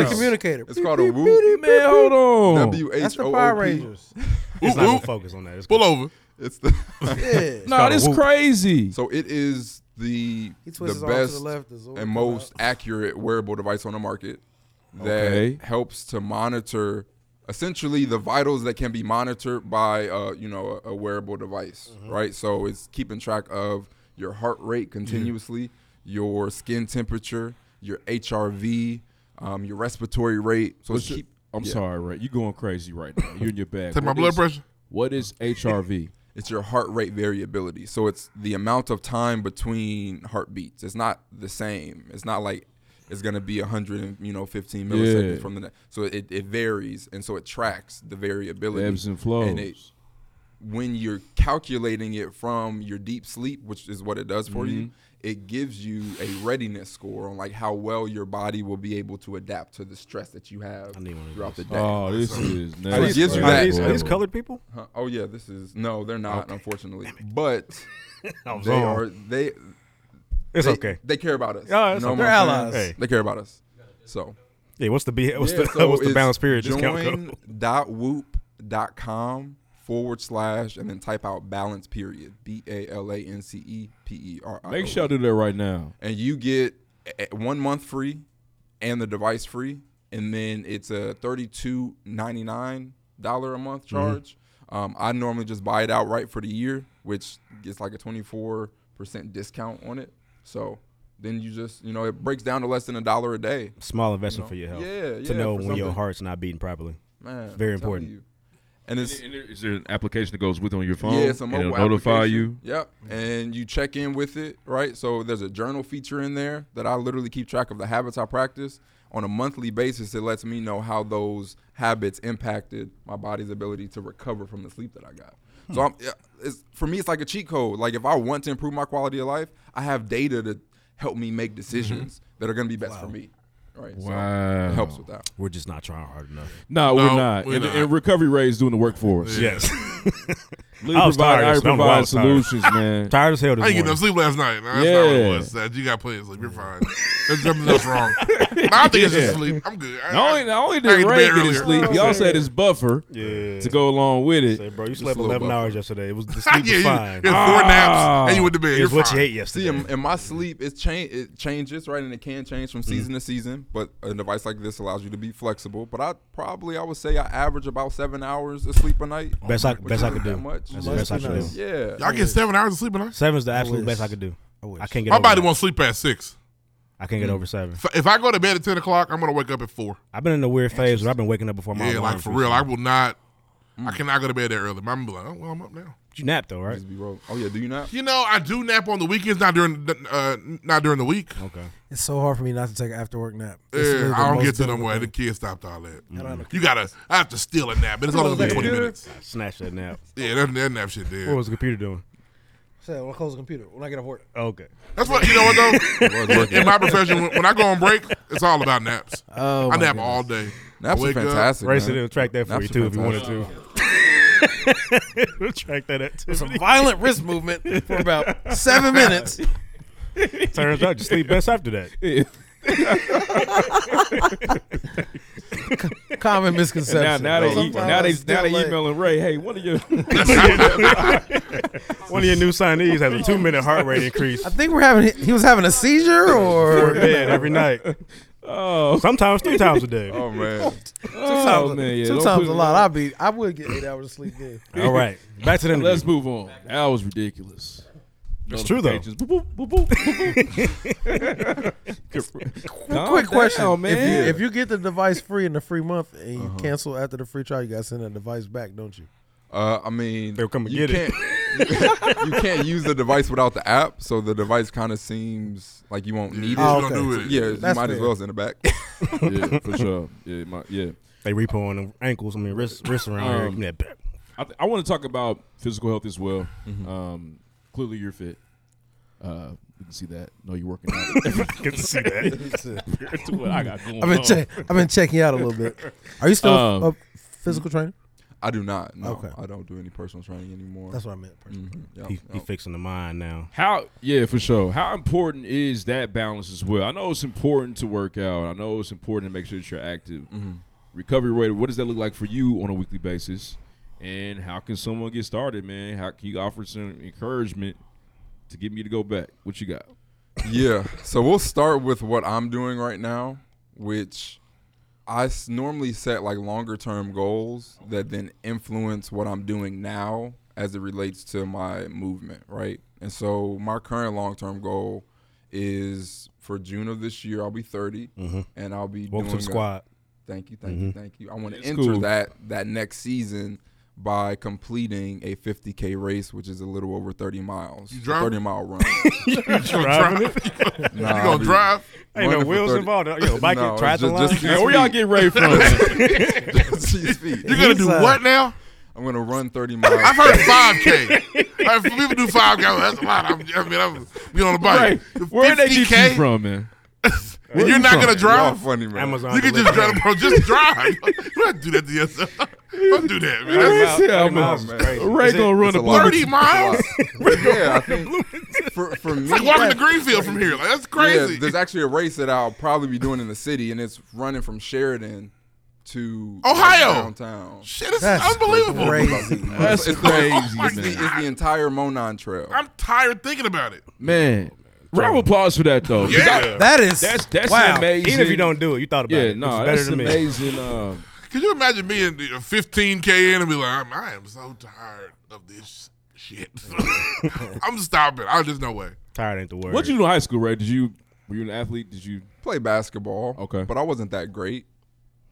S1: down. It's called a whoop.
S2: Man, hold on.
S1: W
S2: That's
S1: H
S2: the
S1: O
S2: Power
S1: O P.
S2: Rangers.
S14: It's not gonna focus on that. It's
S3: Pull over.
S1: It's the [LAUGHS]
S14: It's
S2: Nah, called a this whoop. crazy.
S1: So it is the
S7: He
S1: the
S7: twists his arm to the
S1: best
S7: left, his arm
S1: and
S7: come out.
S1: most accurate wearable device on the market that
S2: Okay.
S1: helps to monitor essentially the vitals that can be monitored by uh, you know a, a wearable device,
S7: Mm-hmm.
S1: right? So it's keeping track of your heart rate continuously, your skin temperature, your HRV, um, your respiratory rate. So
S2: What's
S1: it's
S2: your-
S1: keep,
S2: I'm
S1: yeah.
S2: sorry, Ray. You're going crazy right now. You're in your bag.
S1: Take my
S2: What
S1: blood
S2: is-
S1: pressure?
S2: What is HRV?
S1: It's your heart rate variability. So it's the amount of time between heartbeats. It's not the same. It's not like it's gonna be hundred and you know fifteen milliseconds
S2: Yeah.
S1: from the next. So it, it varies, and so it tracks the variability.
S2: Ebbs and flows.
S1: it, when you're calculating it from your deep sleep, which is what it does for you,
S2: Mhm.
S1: it gives you a readiness score on like how well your body will be able to adapt to the stress that you have throughout the day.
S2: Oh, this is
S1: So it
S2: nasty.
S1: gives you
S2: Are
S1: that.
S2: these- are these
S14: colored people?
S1: Huh? Oh yeah, this is no, they're not, unfortunately. But
S14: I was
S1: they
S14: wrong.
S1: are they.
S14: It's
S1: they-
S14: okay.
S1: They care about us.
S14: Oh,
S1: You
S14: it's
S1: know
S14: okay.
S1: what I'm
S14: They're
S1: saying?
S14: allies. Hey.
S1: They care about us. So
S14: Yeah, what's the B- what's the-
S1: so
S14: [LAUGHS] what's the
S1: it's
S14: balance period discount [LAUGHS] code?
S1: Join.whoop.com forward slash and then type out balance period. B A L A N C E P E R I.
S2: Make sure I do that right now.
S1: And you get a- a- one month free and the device free. And then it's a thirty-two ninety-nine dollar a month
S14: Mm-hmm.
S1: charge. Um, I normally just buy it outright for the year, which gets like a twenty-four percent discount on it. So then you just you know it breaks down to less than a dollar a day.
S14: Small investment
S1: know?
S14: for your health.
S1: Yeah, yeah.
S14: To know
S1: for
S14: when your
S1: something.
S14: heart's not beating properly.
S1: Man,
S14: it's very
S1: I'm telling
S14: important.
S1: you. And it's
S2: And there- is there an application that goes with on your phone?
S1: Yeah, it's a
S2: and
S1: mobile
S2: it'll notify
S1: application.
S2: you.
S1: Yep. And you check in with it, right? So there's a journal feature in there that I literally keep track of the habits I practice. On a monthly basis, it lets me know how those habits impacted my body's ability to recover from the sleep that I got.
S2: Hmm.
S1: So I'm, yeah, it's, for me, it's like a cheat code. Like if I want to improve my quality of life, I have data to help me
S2: Mm-hmm.
S1: make decisions that are going to be best for me. Right. So it helps with that.
S14: We're just not trying hard enough.
S2: No,
S1: No,
S2: we're not.
S1: we're
S2: and,
S1: not.
S2: and recovery ray is doing the work for us.
S14: Yes.
S2: Lee
S14: I was
S2: provide-
S14: tired
S2: I
S14: as- I don't know why I
S2: provide
S14: was tired.
S2: solutions,
S13: [LAUGHS]
S2: man.
S14: Tired as hell this
S3: I
S14: morning.
S3: didn't get enough sleep last night. Nah, that's not what it
S2: Yeah.
S3: was. That you got plenty of sleep. You're fine. There's nothing
S14: [LAUGHS]
S3: else wrong. Nah, I think it's
S2: Yeah.
S3: just sleep. I'm good. I,
S2: Not only, not only
S3: I
S2: did
S3: ate
S2: Ray
S3: bed
S2: get his
S3: earlier.
S2: sleep, y'all said his buffer
S14: Yeah.
S2: to go along with it.
S14: Say, bro, you
S2: Just
S14: slept
S2: a little
S14: 11
S2: buffer.
S14: hours yesterday. It was the sleep
S1: Yeah,
S14: was
S1: you-
S14: fine. Ah.
S1: you had four naps and you went to bed.
S14: It's
S1: You're
S14: what
S1: fine.
S14: you ate yesterday.
S1: See, in, in my sleep, it's change. It changes, right? And it can change from season
S14: Mm-hmm.
S1: to season. But a device like this allows you to be flexible. But I probably, I would say, I average about seven hours of sleep a night.
S14: Best I-
S1: which
S14: best I
S1: isn't
S14: could do.
S1: that Much.
S14: That's the best I could do.
S1: Yeah,
S3: Y'all get seven hours of sleep a night?
S14: Seven's the absolute best I could do. I, can't get
S3: My
S14: over
S3: body
S14: that.
S3: won't sleep past six.
S14: I can't get over seven.
S3: If- If I go to bed at ten o'clock, I'm gonna wake up at four.
S14: I've been in a weird phase where I've been waking up before my
S3: Yeah,
S14: alarm
S3: like
S14: for
S3: for real, I
S14: something.
S3: will not. I
S1: Mm.
S3: cannot go to bed that early. My Mom be like, oh well, I'm up now.
S14: You nap though, right?
S1: Oh yeah, do you nap?
S3: You know, I do nap on the weekends, not during the- uh, not during the week.
S14: Okay.
S7: It's so hard for me not to take an after work nap. It's
S3: Yeah,
S7: literally the
S3: I don't
S7: most
S3: get to them
S7: difficult
S3: way.
S7: thing.
S3: The kids stopped all that.
S1: Mm-hmm.
S7: I don't know.
S3: You gotta. I have to steal a nap, but it's only gonna be twenty minutes.
S14: Snatch that nap.
S3: Yeah, that, that nap shit there.
S14: What was the computer doing?
S7: Say, when I close the computer, when I get off work.
S14: Okay.
S3: That's what you know.
S14: [LAUGHS]
S3: What though? In my profession, when, when I go on break, it's all about naps.
S14: Oh,
S3: I
S14: my
S3: nap
S14: goodness.
S3: all day.
S1: Naps
S3: I
S1: are
S3: wake up-
S1: fantastic,
S14: Race it in, track that for
S1: Naps
S14: you
S1: are
S14: too if you wanted
S1: fantastic.
S14: to. [LAUGHS] track that activity. [LAUGHS]
S13: Some violent wrist movement for about seven minutes.
S14: Turns out you sleep best after that.
S2: [LAUGHS]
S13: Common
S2: Now,
S13: misconception.
S2: [LAUGHS] now they e-
S13: Sometimes
S2: now they
S13: it's
S2: now
S13: still
S2: they
S13: late.
S2: emailing Ray. Hey, one
S13: [LAUGHS]
S2: of your
S14: [LAUGHS] One of your new signees has a two minute heart rate increase.
S13: I think we're having. He was having a seizure,
S2: [LAUGHS]
S14: Before
S13: or
S14: bed every night.
S2: Oh,
S14: sometimes three times a day.
S1: Oh man.
S2: Oh, man, yeah,
S13: two
S2: don't
S13: times
S2: put-
S13: a lot. I be. I would get eight hours of sleep then.
S14: All right, back to the
S2: Let's move on. That was ridiculous.
S5: It's true, though.
S2: Notifications. Boop, boop, boop, boop, boop,
S7: [LAUGHS]
S2: boop. Calm
S7: Quick question,
S2: down,
S7: If you,
S2: Oh, man.
S7: if you get the device free in the free month and you
S1: Uh-huh.
S7: cancel after the free trial, you gotta send that device back, don't you?
S1: Uh, I mean,
S5: they'll come
S7: and
S1: you
S7: get it.
S1: can't- [LAUGHS] you can't use the device without the app, so the device kind of seems like you won't need it.
S5: Oh, okay.
S1: So, Yeah, you might as well send it back. [LAUGHS]
S2: yeah, for sure. Yeah, my, yeah.
S14: They repo on the ankles. I mean, wrists, wrists around here.
S2: Um,
S14: Give me that back. [LAUGHS]
S2: I, th- I want to talk about physical health as well.
S7: Mm-hmm.
S2: Um, clearly, you're fit. Uh, we can see that. No, you're working out. [LAUGHS]
S14: Can see that.
S2: Compared to what I got going
S7: I've been
S2: on.
S7: check, I've been checking you out a little bit. Oh. [LAUGHS] Are you still
S2: Um,
S7: a physical trainer?
S1: I do not. No,
S7: Okay.
S1: I don't do any personal training anymore.
S7: That's what I meant, personal
S2: Mm-hmm.
S1: Mhm.
S7: training.
S1: Yep,
S14: He,
S1: yep.
S14: he fixing the mind now.
S2: How? Yeah, for sure. How important is that balance as well? I know it's important to work out. I know it's important to make sure that you're active. Recovery rate. What does that look like for you on a weekly basis? And how can someone get started, man? How can you offer some encouragement to get me to go back? What you got?
S1: yeah. So we'll start with what I'm doing right now, which I s- normally set like longer term goals that then influence what I'm doing now as it relates to my movement, right? And so my current long term goal is for June of this year, I'll be 30
S14: Mhm.
S1: and I'll be
S14: Welcome to
S1: doing
S14: the
S1: a-
S14: squad.
S1: thank you, thank you,
S14: Mhm.
S1: thank you. I want to
S14: It's
S1: enter
S14: cool.
S1: that that next season by completing a 50k race, which is a little over 30 miles,
S3: You
S1: a
S3: driving?
S1: 30 mile run.
S3: [LAUGHS] You gonna driving drive? it? [LAUGHS] You gonna
S1: I'll be
S3: drive?
S5: Ain't no
S1: running for
S5: wheels
S1: 30
S5: involved, uh,
S1: [LAUGHS]
S5: yo, biking,
S1: it's
S5: triathlon?
S1: these
S14: [LAUGHS]
S5: Yeah, where y'all
S1: feet.
S5: get Ray
S1: [LAUGHS]
S5: from?
S1: Just these feet.
S3: You gonna do He's, uh, what now?
S1: I'm gonna run 30 miles.
S3: I've heard 5K. I've heard people do 5K. That's a lot. I'm, I mean, I'm be on the bike.
S2: Right. Where they get you
S3: 50K? [LAUGHS]
S2: from, man?
S3: And you're not gonna drive.
S5: Amazon
S3: You can just drive, bro. Just drive. [LAUGHS] You don't do that to yourself. Don't do that, man.
S2: [LAUGHS]
S3: That's-
S2: Yeah, I'm a- [LAUGHS] Ray gonna run a
S3: thirty miles.
S1: yeah, I think for, for me,
S3: It's like walking to Greenfield from here. Like, that's crazy.
S1: Yeah, there's actually a race that I'll probably be doing in the city, and it's running from Sheridan to like,
S3: Ohio.
S1: downtown.
S3: Shit, it's That's unbelievable. crazy.
S2: That's
S1: it's, the-
S2: crazy,
S1: it's the,
S2: man.
S1: it's the entire Monon Trail.
S3: I'm tired thinking about it.
S2: Man, round of applause for that though. 'Cause
S3: Yeah.
S2: I-
S3: That is-
S2: that's that's
S3: wow.
S2: amazing.
S14: Even if you don't do it, you thought about
S2: yeah,
S14: it.
S2: Yeah,
S14: It's
S2: no,
S14: better
S2: that's
S14: than me.
S2: amazing. Um,
S3: Could you imagine being 15K in and be like, I'm, I am so tired of this shit. [LAUGHS] I'm stopping. I just no way.
S14: Tired ain't the word.
S2: what you do in high school, Ray? Did you were you an athlete? Did you
S1: play basketball.
S2: Okay.
S1: But I wasn't that great.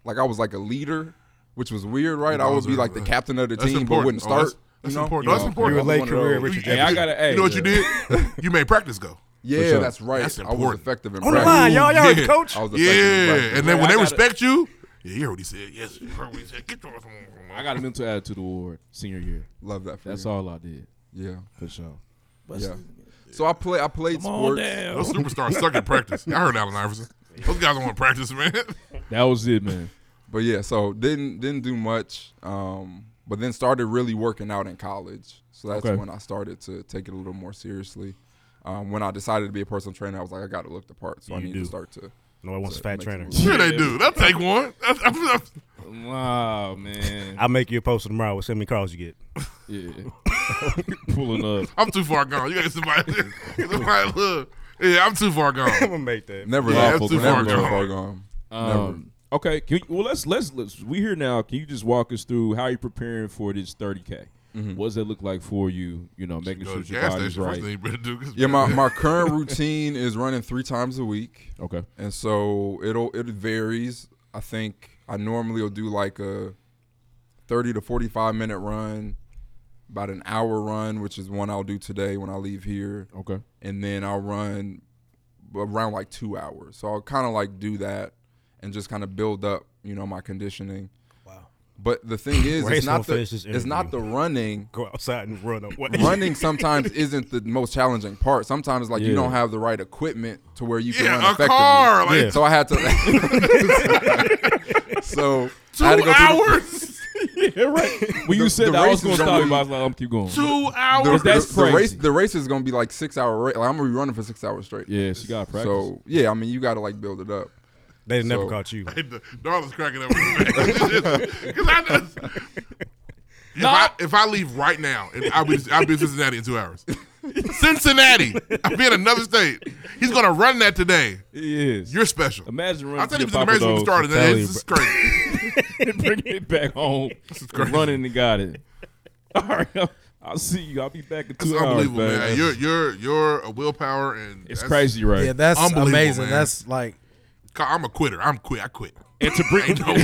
S1: Like I was like a leader, which was weird, right?
S3: Yeah,
S1: I would be
S3: those are-
S1: like the captain of the
S3: that's
S1: team,
S3: important.
S1: but wouldn't
S3: Oh,
S1: start.
S3: that's- that's
S1: you know?
S3: important. No, that's important. You were
S1: I was
S3: late
S1: one of
S3: career
S1: those-
S3: Richard Hey, I Jefferson. gotta- hey,
S1: You
S3: You know what you did? You made
S1: [LAUGHS]
S3: practice go.
S1: Yeah,
S3: For sure.
S1: that's right.
S3: That's
S1: I was
S3: important.
S1: effective in
S3: On the
S1: practice.
S3: line, y'all. Y'all heard the
S1: Yeah.
S3: coach?
S1: I was effective in
S3: Yeah,
S1: practice.
S3: and then when
S1: I
S3: they
S1: gotta-
S3: respect you, yeah, you heard what he said. Yes, you heard what he said. Get your ass on.
S2: I got a mental attitude award senior year.
S1: Love that for
S2: That's
S1: you.
S2: all I did.
S1: Yeah.
S2: For sure.
S1: Yeah. So I play. I played
S2: Come on
S1: sports.
S2: down.
S3: Those superstars suck at practice. I heard Allen Iverson. Those guys don't want to practice, man.
S2: That was it, man.
S1: But yeah, so didn't didn't do much. Um, but then started really working out in college. So that's
S2: Okay.
S1: when I started to take it a little more seriously. Um, when I decided to be a personal trainer, I was like, I got to look the part. So I
S14: You
S1: need
S14: do.
S1: to start to.
S14: No one wants
S1: to
S14: a fat
S1: make some
S14: trainer.
S1: moves.
S3: Sure they do. They'll take one.
S2: Wow, man.
S14: I'll make you a poster tomorrow with how many calls you get.
S2: Yeah. [LAUGHS] Pulling up.
S3: I'm too far gone. You got somebody. [LAUGHS] get somebody look. Yeah, I'm too far gone. I'm
S14: gonna make that.
S1: Never
S3: yeah,
S1: lawful,
S3: I'm too
S1: never
S3: far
S1: too
S3: gone.
S1: far gone.
S2: Um, okay. Can you, well, let's, let's let's we here now. Can you just walk us throrough how you're preparing for this 30k?
S1: Mm-hmm.
S2: What does that look like for you? You know, making
S3: go
S2: sure
S3: to
S2: that your
S3: gas
S2: body's
S3: station first
S2: right.
S3: thing you better do 'cause-
S1: Yeah, my, my current routine is running three times a week.
S2: Okay.
S1: And so it'll it varies. I think I normally will do like a thirty to forty five minute run, about an hour run, which is one I'll do today when I leave here.
S2: Okay.
S1: And then I'll run around like two hours. So I'll kinda like do that and just kind of build up, you know, my conditioning. Wow. But the thing is,
S14: Ray's
S1: it's
S14: gonna
S1: not the
S14: finish this
S1: it's not the
S14: interview.
S1: running.
S14: Go outside and run away.
S1: running sometimes isn't the most challenging part. Sometimes like you
S2: Yeah.
S1: don't have the right equipment to where you can
S3: Yeah,
S1: run
S3: a
S1: effectively.
S3: car, like- Yeah.
S1: So I had to. [LAUGHS] so I had to go
S3: Two
S1: through the-
S2: [LAUGHS]
S3: hours.
S2: yeah, right. When you
S1: The-
S2: said
S1: the
S2: that, I
S1: races
S2: was
S1: don't
S2: going to stop you,
S1: really-
S2: but I was like, I'm keep going.
S3: Two
S1: the,
S3: hours.
S1: the-
S2: That's
S1: the
S2: crazy.
S1: race. The race is gonna be like six hour race. Like I'm gonna be running for six hours straight.
S2: Yeah, she got practice.
S1: So yeah, I mean you got to like build it up.
S14: They never
S1: So-
S14: caught you.
S3: Darla's cracking up. [LAUGHS] Because I know. If, I, if I leave right now, and I'll be I'll be in Cincinnati in two hours. Cincinnati, I'll be in another state. He's gonna run that today.
S2: He is.
S3: You're special.
S2: Imagine running.
S3: I thought he was
S2: to
S3: in
S2: your
S3: the
S2: Papa
S3: Mary's when
S2: Do's
S3: we
S2: and
S3: started.
S2: tell
S3: This is
S2: you,
S3: crazy.
S2: bro- Bringing it back home,
S3: crazy.
S2: running and got it. [LAUGHS] All right, I'll see you. I'll be back in [LAUGHS] two
S3: That's
S2: hours.
S3: unbelievable,
S2: baby.
S3: man. Your your your willpower and
S2: It's crazy, right? Yeah,
S7: that's
S3: unbelievable,
S7: amazing.
S3: man.
S7: That's like
S3: I'm a quitter. I'm quit.
S1: [LAUGHS]
S3: I quit.
S2: And to bring
S3: [LAUGHS] ain't no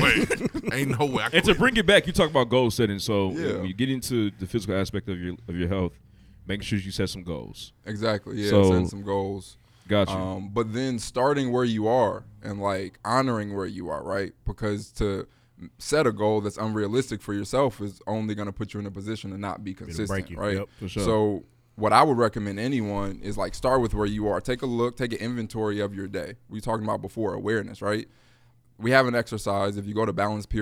S3: way, ain't no way. I
S2: and to bring it back, you talk about goal setting. So
S1: Yeah.
S2: when you get into the physical aspect of your of your health, making sure you set some goals.
S1: Exactly. Yeah.
S2: So-
S1: Setting some goals.
S2: Got you.
S1: Um, but then starting where you are and like honoring where you are, right? Because to set a goal that's unrealistic for yourself is only going to put you in a position to not be consistent,
S2: break you.
S1: right?
S2: Yep, for sure.
S1: So what I would recommend anyone is like start with where you are. Take a look. Take an inventory of your day. We were talking about before awareness, right? We have an exercise. If you go to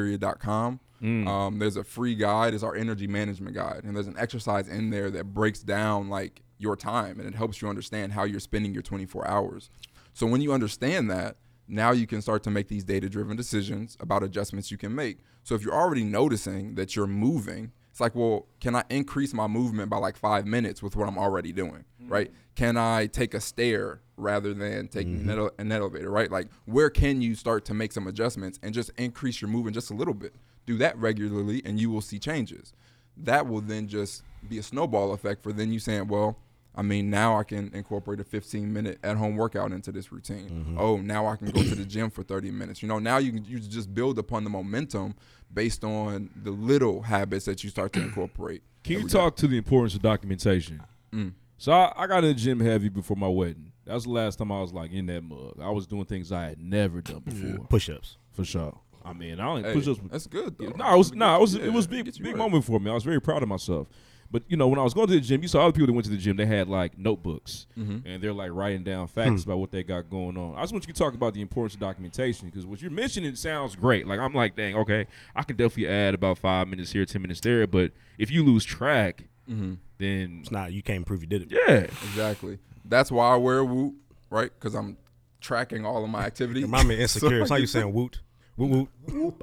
S1: balanceperiod.com,
S2: Mm.
S1: um, there's a free guide. It's our energy management guide, and there's an exercise in there that breaks down like your time and it helps you understand how you're spending your 24 hours. So when you understand that, now you can start to make these data-driven decisions about adjustments you can make. So if you're already noticing that you're moving, it's like, well, can I increase my movement by like five minutes with what I'm already doing, right? Can I take a stair rather than taking an, ele- an elevator, right? Like, where can you start to make some adjustments and just increase your movement just a little bit? Do that regularly, and you will see changes. That will then just be a snowball effect for then you saying, well, I mean, now I can incorporate a 15 minute at home workout into this routine.
S14: Mm-hmm.
S1: Oh, now I can go to the gym for 30 minutes. You know, now you can you just build upon the momentum based on the little habits that you
S14: [CLEARS THROAT]
S1: start to incorporate.
S2: Can you
S1: every day.
S2: talk to the importance of documentation?
S1: Mm.
S2: So I, I got in the gym heavy before my wedding. That was the last time I was like in that mug. I was doing things I had never done before.
S14: Push-ups.
S2: for sure. I mean, I only
S1: Hey,
S2: push ups.
S1: that's good, though.
S2: No, I was
S1: Get
S2: no, I
S1: you-
S2: was
S1: yeah,
S2: it was big
S1: get you
S2: big
S1: right.
S2: moment for me. I was very proud of myself. But you know, when I was going to the gym, you saw other people that went to the gym. They had like notebooks,
S1: Mhm.
S2: and they're like writing down facts
S1: Hmm.
S2: about what they got going on. I just want you to talk about the importance of documentation because what you're mentioning sounds great. Like I'm like, dang, okay, I can definitely add about five minutes here, ten minutes there. But if you lose track,
S1: Mhm.
S2: then
S14: it's not you can't prove you did it.
S2: Yeah,
S1: Exactly. That's why I wear Whoop, right? Because I'm tracking all of my activity.
S14: Remind me
S1: [LAUGHS]
S14: of insecure. It's how you
S1: can-
S14: saying woot. Woot woot.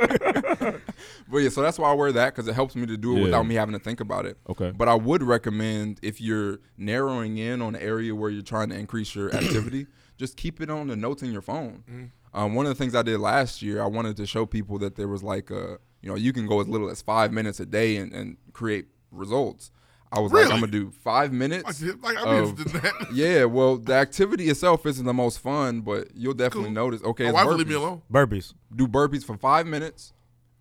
S1: but yeah, so that's why I wear that because it helps me to do it
S2: Yeah.
S1: without me having to think about it.
S2: Okay.
S1: But I would recommend if you're narrowing in on an area where you're trying to increase
S2: [CLEARS THROAT]
S1: your activity, just keep it on the notes in your phone.
S3: Mm-hmm.
S1: Um, one of the things I did last year, I wanted to show people that there was like a, you know, you can go as little as five minutes a day and, and create results. I was like,
S3: Really?
S1: I'm gonna do five minutes.
S3: Like, like, I'm
S1: of-
S3: [LAUGHS] interested in that.
S1: Oh. [LAUGHS] Yeah, well, the activity itself isn't the most fun, but you'll definitely
S3: Cool.
S1: notice. Okay,
S3: My
S1: it's
S3: wife will leave me
S1: burpees.
S3: alone.
S14: Burpees.
S1: Do burpees for five minutes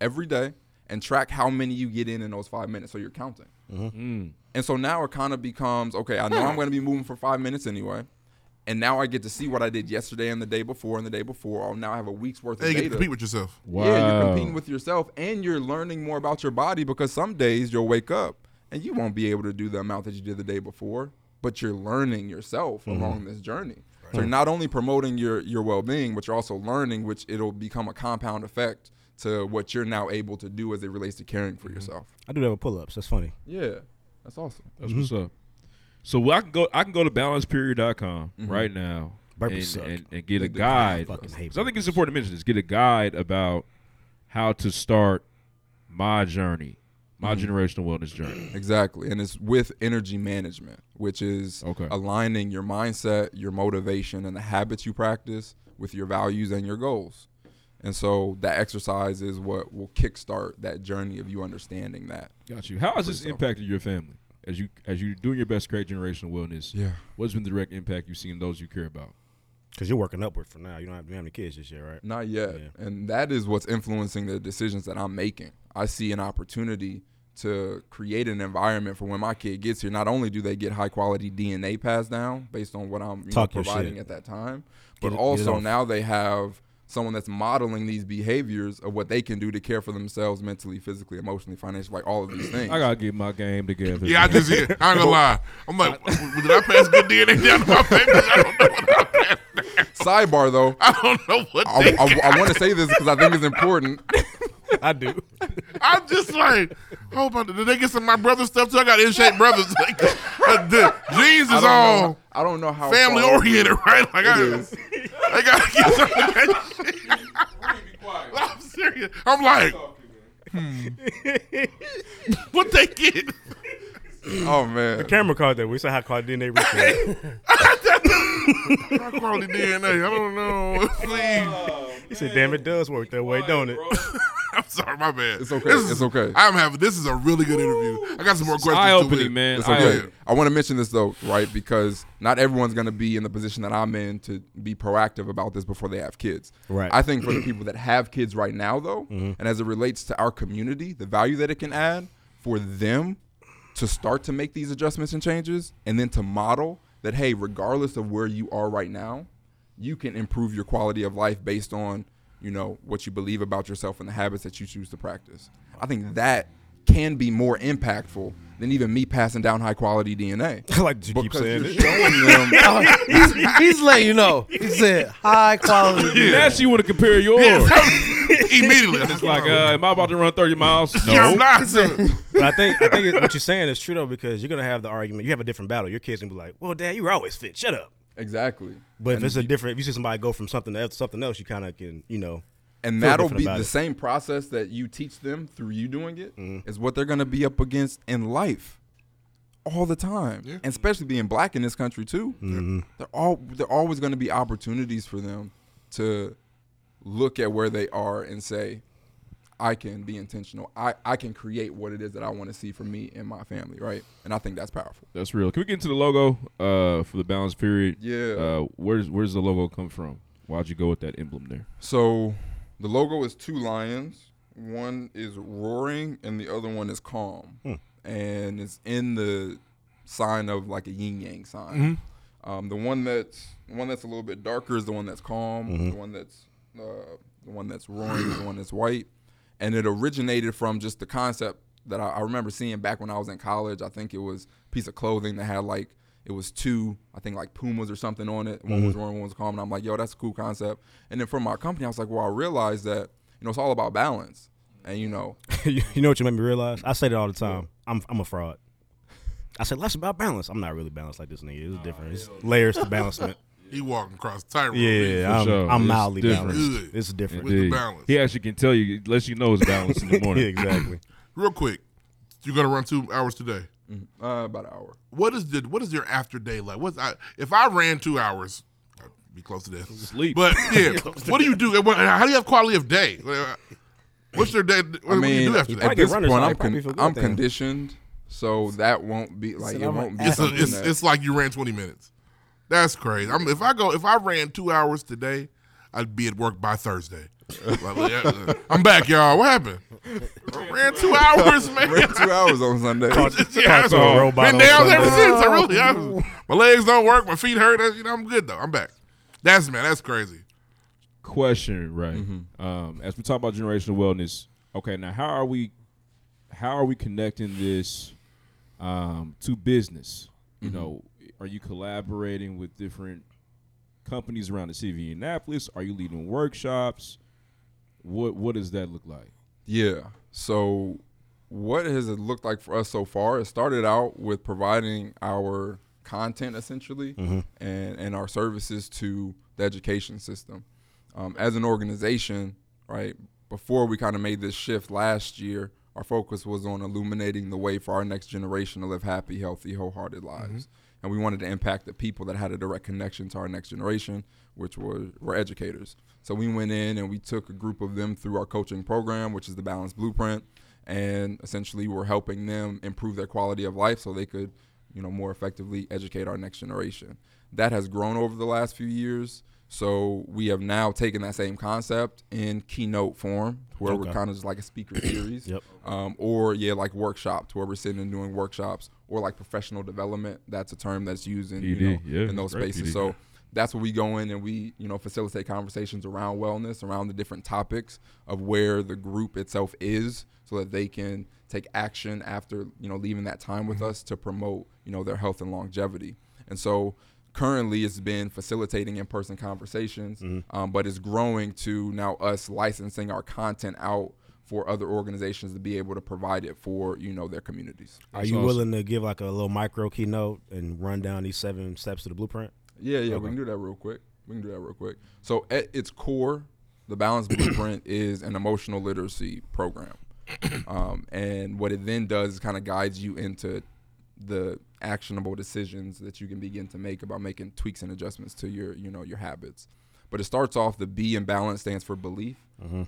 S1: every day, and track how many you get in in those five minutes. So you're counting. And so now it kind of becomes okay, I know I'm going to be moving for five minutes anyway. And now I get to see what I did yesterday and the day before and the day before. Oh, now I have a week's worth of
S3: And you
S1: data.
S3: get to compete with yourself.
S1: Yeah, you're
S2: Wow.
S1: competing with yourself and you're learning more about your body because some days you'll wake up and you won't be able to do the amount that you did the day before, but you're learning yourself
S2: Mhm.
S1: along this journey. So you're not only promoting your your well-being, but you're also learning, which it'll become a compound effect to what you're now able to do as it relates to caring for yourself.
S14: I do that with pull ups. That's funny.
S1: Yeah. That's awesome.
S2: That's what's up. So well, I can go. I can go to balanceperiod.com
S1: Mhm.
S2: right now
S14: Burpees
S2: and,
S14: suck.
S2: and, and get a
S14: They do. I
S2: guide.
S14: fucking hate
S2: So I think it's important to mention this. Get a guide about how to start my journey, my
S1: Mhm.
S2: generational wellness journey.
S1: Exactly. And it's with energy management, which is
S2: Okay.
S1: aligning your mindset, your motivation, and the habits you practice with your values and your goals. And so that exercise is what will kickstart that journey of you understanding that.
S2: [CLEARS THROAT] Got you. How has this impacted your family as you as you doing your best to create generational wellness?
S1: Yeah.
S2: What's been the direct impact you've seen in those you care about?
S14: Because you're working upward for now. You don't have, you don't have any kids this year, right?
S1: Not yet. And that is what's influencing the decisions that I'm making. I see an opportunity to create an environment for when my kid gets here. Not only do they get high quality DNA passed down based on what I'm you know,
S14: Talk your
S1: providing
S14: shit.
S1: at that time,
S14: Get
S1: but
S14: it- get it
S1: also
S14: off.
S1: now they have someone that's modeling these behaviors of what they can do to care for themselves mentally, physically, emotionally, financially, like all of these things.
S2: I gotta get my game together.
S3: Yeah,
S2: [LAUGHS]
S3: I just yeah,
S1: [LAUGHS]
S3: I ain't gonna lie. I'm like, w- did I pass good DNA down to my papers? I don't know what I passed.
S1: Sidebar though,
S3: I don't know what
S1: I,
S3: they [LAUGHS] got.
S1: want to say this because I think it's important.
S14: I do.
S3: I'm just like, oh, but did they get some of my brother's stuff too? I got in shape brothers. [LAUGHS] Like, uh, the jeans
S1: I
S14: [LAUGHS]
S1: don't
S3: is
S1: know-
S3: all
S1: I don't know how
S3: family
S1: far-
S3: oriented, [LAUGHS] right? Like, I,
S1: It is.
S3: I gotta
S1: [LAUGHS]
S3: get some of that shit. I'm serious. I'm like, hmm. [LAUGHS] what they get?
S1: Oh man.
S14: The camera caught that. We saw how caught DNA [LAUGHS] reached.
S3: High quality DNA. I don't know. [LAUGHS] Please.
S14: He said, "Damn, it does work that way, don't it?"
S3: I'm sorry, my bad.
S1: It's okay.
S3: This is-
S1: it's okay.
S3: I'm having. This is a really good interview. I got some more questions. too, but-
S1: It's okay. I want to mention this though, right? Because not everyone's going to be in the position that I'm in to be proactive about this before they have kids.
S14: Right.
S1: I think for the people that have kids right now, though,
S14: Mhm.
S1: and as it relates to our community, the value that it can add for them to start to make these adjustments and changes, and then to model that, hey, regardless of where you are right now, you can improve your quality of life based on you know what you believe about yourself and the habits that you choose to practice i think that can be more impactful than even me passing down high quality dna
S14: I [LAUGHS] like that you [LAUGHS] keep saying
S1: you're
S14: it.
S1: showing them
S13: he's,
S14: [LAUGHS]
S13: he's letting you know. He said high quality.
S2: Yeah. Now she want to
S3: [LAUGHS]
S2: compare yours.
S3: Immediately.
S2: It's like, uh, am I about to run 30
S3: [LAUGHS]
S2: miles?
S1: [LAUGHS]
S14: but I think I think it- what you're saying is true though because you're gonna have the argument. You have a different battle. Your kids gonna be like, "Well, Dad, you were always fit. Shut up."
S1: Exactly.
S14: But if
S1: And
S14: it's a different, if you see somebody go from something else to something else, you kind of can, you [LAUGHS] know,
S1: and
S14: feel
S1: that'll
S14: different
S1: be
S14: about
S1: the
S14: it.
S1: same process that you teach them through you doing it is
S14: Mm-hmm.
S1: what they're going to be up against in life all the time and especially being black in this country too
S14: Mhm.
S1: they're all they're always going to be opportunities for them to look at where they are and say i can be intentional i, I can create what it is that i want to see for me and my family right and i think that's powerful
S2: That's real. Can we get into the logo uh, for the balance period?
S1: Yeah.
S2: Uh, where's Where's the logo come from? Why'd you go with that emblem there?
S1: So the logo is two lions. One is roaring and the other one is calm.
S14: Hmm.
S1: And it's in the sign of like a yin yang sign. Um, the one that's the one that's a little bit darker is the one that's calm.
S14: Mhm.
S1: The one that's uh, the one that's roaring is the one that's white. And it originated from just the concept that I, I remember seeing back when I was in college. I think it was a piece of clothing that had like it was two, I think like Pumas or something on it. One was
S3: Mm-hmm.
S14: Mhm.
S1: roaring, one was calm. And I'm like, yo, that's a cool concept. And then for my company, I was like, well, I realized that you know it's all about balance. And you know,
S14: you you know what you made me realize? I say that all the time. I'm I'm a fraud. I said less about balance. I'm not really balanced like this nigga. It's different. It's layers to [LAUGHS] balancement.
S3: He walking across Tyrone.
S14: Yeah, I'm, I'm mildly balanced.
S3: Good.
S14: It's different.
S3: With the balance.
S2: He actually can tell you, lets you know it's balanced
S3: [LAUGHS]
S2: in the morning.
S14: Yeah, [LAUGHS] exactly.
S3: Real quick, you're gonna run two hours today.
S1: Uh, about an hour.
S3: What is the what is your after day like? What's I, if I ran two hours? I'd be close to death.
S2: Sleep. [LAUGHS]
S3: But yeah,
S2: Close to
S3: what do you do? What- How do you have quality of day? uh, What's your day? What,
S1: I
S3: what do you
S1: mean,
S3: do after that?
S1: at this point, I'm, con- I'm conditioned, so that won't be like
S3: Said
S1: it
S3: I'm
S1: won't
S3: an
S1: be.
S3: It's, a-
S1: something
S3: it's,
S1: that-
S3: it's like you ran 20 minutes. That's crazy. I'm, if I go, if I ran two hours today, I'd be at work by Thursday. Like, yeah, I'm back, y'all. What happened? I ran
S1: [LAUGHS]
S3: two hours, man.
S1: Ran two hours on
S3: [LAUGHS]
S1: Sunday.
S3: yeah,
S1: Talk to a robot
S3: been
S1: on
S3: down ever
S1: Sunday.
S3: since. I really, I was- my legs don't work, my feet hurt. You know, I'm good though. I'm back. That's man. That's crazy.
S2: question, right?
S1: Mm-hmm.
S3: Mm-hmm.
S2: Um, as we talk about generational wellness, okay, now how are we, how are we connecting this um, to business? You
S1: Mhm.
S3: Mm-hmm.
S2: know, are you collaborating with different companies around the city of Annapolis? Are you leading workshops? What What does that look like?
S1: Yeah. So, what has it looked like for us so far? It started out with providing our content essentially
S14: Mhm.
S1: and, and our services to the education system. Um, as an organization, right, before we kind of made this shift last year, our focus was on illuminating the way for our next generation to live happy, healthy, wholehearted lives. And we wanted to impact the people that had a direct connection to our next generation, which were, were educators. So we went in and we took a group of them through our coaching program, which is the Balance Blueprint. And essentially, we're helping them improve their quality of life so they could, you know, more effectively educate our next generation. That has grown over the last few years. So we have now taken that same concept in keynote form, where we're
S14: Okay.
S1: kind of just like a speaker series,
S14: Yep.
S1: um, or yeah, like workshops where we're sitting and doing workshops, or like professional development. That's a term that's used in you know,
S2: PD, yeah,
S1: in those
S2: great
S1: spaces.
S2: PD.
S1: So that's where we go in and we you know facilitate conversations around wellness, around the different topics of where the group itself is, so that they can take action after you know leaving that time with us to promote you know their health and longevity. And so currently it's been facilitating in-person conversations um, but it's growing to now us licensing our content out for other organizations to be able to provide it for you know their communities
S14: Are you willing to give like a little micro keynote and run down these seven steps to the blueprint?
S1: Yeah, yeah,
S14: Okay.
S1: we can do that real quick. We can do that real quick. So at its core, the Balance Blueprint is an emotional literacy program, um, and what it then does is kind of guides you into the actionable decisions that you can begin to make about making tweaks and adjustments to your, you know, your habits. But it starts off the B in balance stands for belief.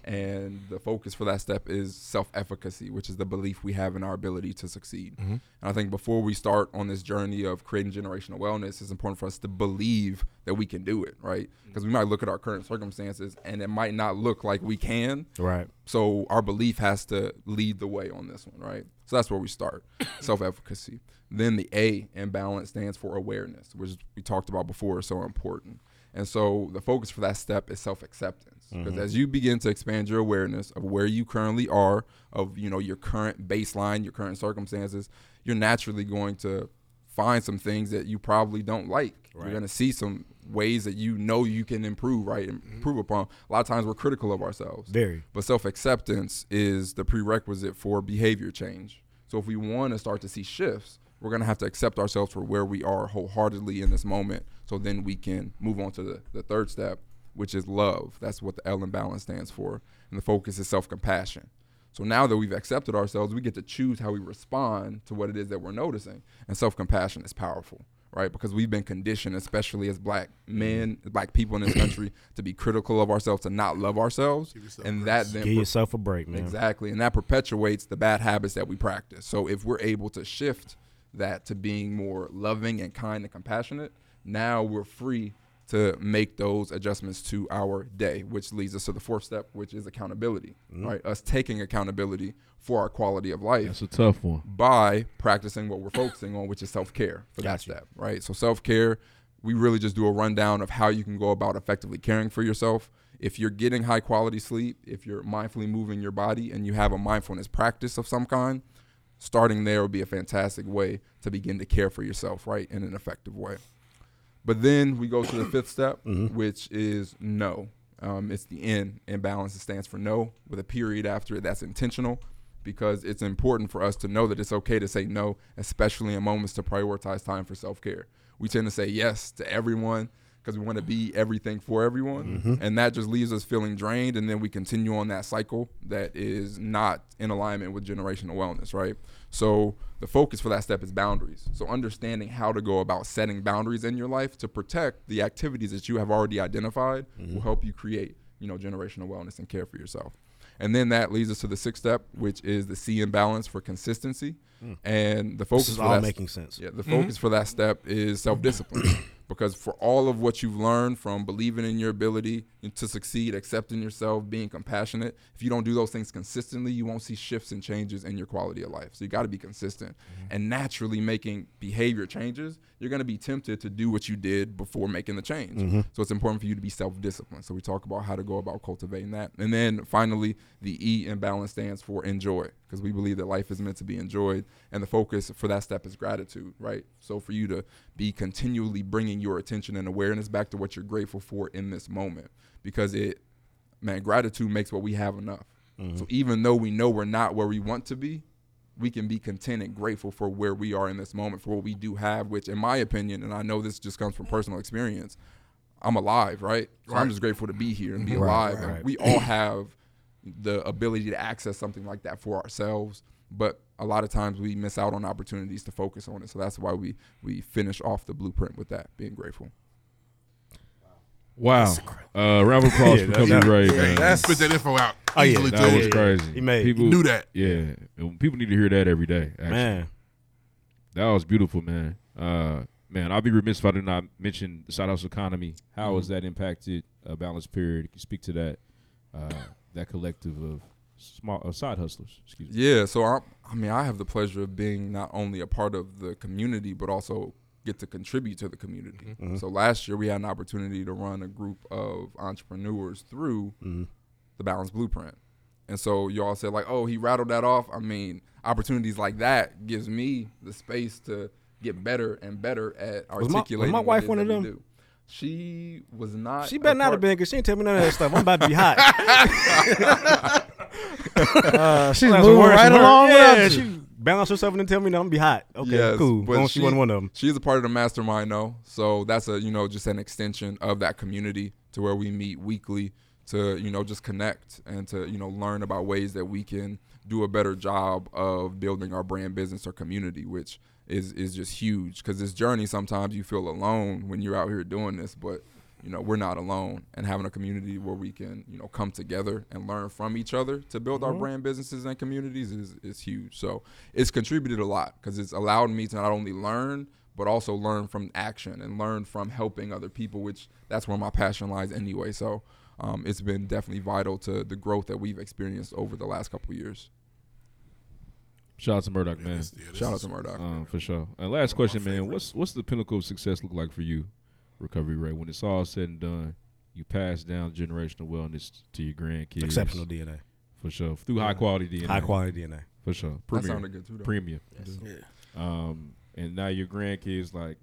S1: And the focus for that step is self efficacy, which is the belief we have in our ability to succeed.
S2: Mhm.
S1: And I think before we start on this journey of creating generational wellness, it's important for us to believe that we can do it, right? Because we might look at our current circumstances and it might not look like we can.
S14: Right.
S1: So our belief has to lead the way on this one, right? So that's where we start [COUGHS] self efficacy. Then the A in balance stands for awareness, which we talked about before is so important. And so the focus for that step is self acceptance. Because
S2: Mhm.
S1: as you begin to expand your awareness of where you currently are, of you know your current baseline, your current circumstances, you're naturally going to find some things that you probably don't like.
S2: Right.
S1: You're going to see some ways that you know you can improve, right? Improve upon. A lot of times we're critical of ourselves.
S14: Very.
S1: But self acceptance is the prerequisite for behavior change. So if we want to start to see shifts, we're going to have to accept ourselves for where we are wholeheartedly in this moment. So then we can move on to the, the third step, which is love. That's what the L in balance stands for. And the focus is self compassion. So now that we've accepted ourselves, we get to choose how we respond to what it is that we're noticing. And self compassion is powerful, right? Because we've been conditioned, especially as black men, black people in this country, to be critical of ourselves, to not love ourselves. And that then
S14: Give yourself a break, man.
S1: Exactly. And that perpetuates the bad habits that we practice. So if we're able to shift that to being more loving and kind and compassionate, now we're free to make those adjustments to our day, which leads us to the fourth step, which is accountability,
S2: Mm.
S1: right? Us taking accountability for our quality of life.
S2: That's a tough one.
S1: By practicing what we're focusing on, which is self care for that step, right? So self care, we really just do a rundown of how you can go about effectively caring for yourself. If you're getting high quality sleep, if you're mindfully moving your body, and you have a mindfulness practice of some kind, starting there would be a fantastic way to begin to care for yourself, right, in an effective way. But then we go to the fifth step, which is no. Um, it's the N in balance. It stands for no with a period after it. That's intentional because it's important for us to know that it's okay to say no, especially in moments to prioritize time for self care. We tend to say yes to everyone because we want to be everything for everyone.
S14: Mm-hmm.
S2: Mhm.
S1: And that just leaves us feeling drained. And then we continue on that cycle that is not in alignment with generational wellness, right? So the focus for that step is boundaries. So understanding how to go about setting boundaries in your life to protect the activities that you have already identified
S14: Mm-hmm.
S1: will help you create, you know, generational wellness and care for yourself. And then that leads us to the sixth step, which is the C imbalance for consistency.
S14: Mm.
S1: And the
S14: This
S1: focus
S14: is
S1: for
S14: all
S1: that-
S14: making sense.
S1: Yeah, the
S14: Mhm.
S1: focus for that step is self discipline. because for all of what you've learned from believing in your ability to succeed, accepting yourself, being compassionate, if you don't do those things consistently, you won't see shifts and changes in your quality of life. So you got to be consistent. And naturally making behavior changes, you're going to be tempted to do what you did before making the change.
S2: Mhm.
S1: So it's important for you to be self-disciplined. So we talk about how to go about cultivating that. And then finally, the E in balance stands for enjoy because we believe that life is meant to be enjoyed and the focus for that step is gratitude, right? So for you to be continually bringing your attention and awareness back to what you're grateful for in this moment because it man, gratitude makes what we have enough. So even though we know we're not where we want to be, we can be content and grateful for where we are in this moment, for what we do have, which, in my opinion, and I know this just comes from personal experience, I'm alive, right? So I'm
S2: Right.
S1: just grateful to be here and be
S2: Right,
S1: alive.
S2: right.
S1: And we all have the ability to access something like that for ourselves. But a lot of times we miss out on opportunities to focus on it. So that's why we, we finish off the blueprint with that, being grateful.
S2: Wow. Uh, round of applause
S1: Yeah,
S2: for
S1: that's-
S2: Kobe Ray.
S1: yeah,
S2: man.
S1: that's- Spit that info out
S14: Oh,
S2: That
S14: yeah. easily, too.
S2: was
S14: Yeah.
S2: crazy.
S14: He made-
S2: people
S14: He knew that.
S2: Yeah, And people need to hear that every day. Actually.
S14: Man.
S2: that was beautiful, man. Uh, man, I'll be remiss if I did not mention the side hustle economy. How has that impacted a balanced period? Can you speak to that? Uh, that collective of small of side hustlers. Excuse me.
S1: Yeah, so I, I mean, I have the pleasure of being not only a part of the community, but also get to contribute to the community.
S14: Mm-hmm.
S2: Mhm.
S1: So last year we had an opportunity to run a group of entrepreneurs through
S14: Mm-hmm.
S1: the Balance Blueprint, and so y'all said like, "Oh, he rattled that off." I mean, opportunities like that gives me the space to get better and better at
S14: Was my- was
S1: articulating.
S14: my
S1: what it
S14: wife
S1: is
S14: one
S1: that
S14: of
S1: we
S14: them?
S1: do. She was not.
S14: She
S1: a
S14: better not
S1: part-
S14: have been because she ain't tell me none of that stuff. I'm about to be hot. uh,
S1: She's
S14: that's the
S1: moving
S14: worst
S1: right
S14: word.
S1: along without
S14: Yeah,
S1: you.
S14: she balanced herself and then tell me no, I'm gonna be hot. Okay,
S1: Yes,
S14: cool. But she, wasn't one of them.
S1: She's a part of the mastermind, though. So that's a you know just an extension of that community to where we meet weekly to you know just connect and to you know learn about ways that we can do a better job of building our brand, business, or community, which is is just huge because this journey sometimes you feel alone when you're out here doing this, but you know, we're not alone and having a community where we can, you know, come together and learn from each other to build our
S14: Mm-hmm.
S19: Mhm.
S1: brand businesses and communities is, is huge. So it's contributed a lot because it's allowed me to not only learn, but also learn from action and learn from helping other people, which that's where my passion lies anyway. So um, it's been definitely vital to the growth that we've experienced over the last couple of years.
S2: Shout out to Murdoch, man.
S1: Shout out to Murdoch.
S2: Um, for sure. And last question, man. What's what's the pinnacle of success look like for you, Recovery Ray? When it's all said and done, you pass down generational wellness to your grandkids.
S14: Exceptional DNA.
S2: For sure. Through high quality DNA.
S14: High Mm-hmm. quality DNA.
S2: For sure.
S14: That
S2: Premium.
S14: sounded good too, though.
S2: Premium.
S14: Yes. Yeah.
S2: Um, and now your grandkids
S14: [LAUGHS]
S2: like,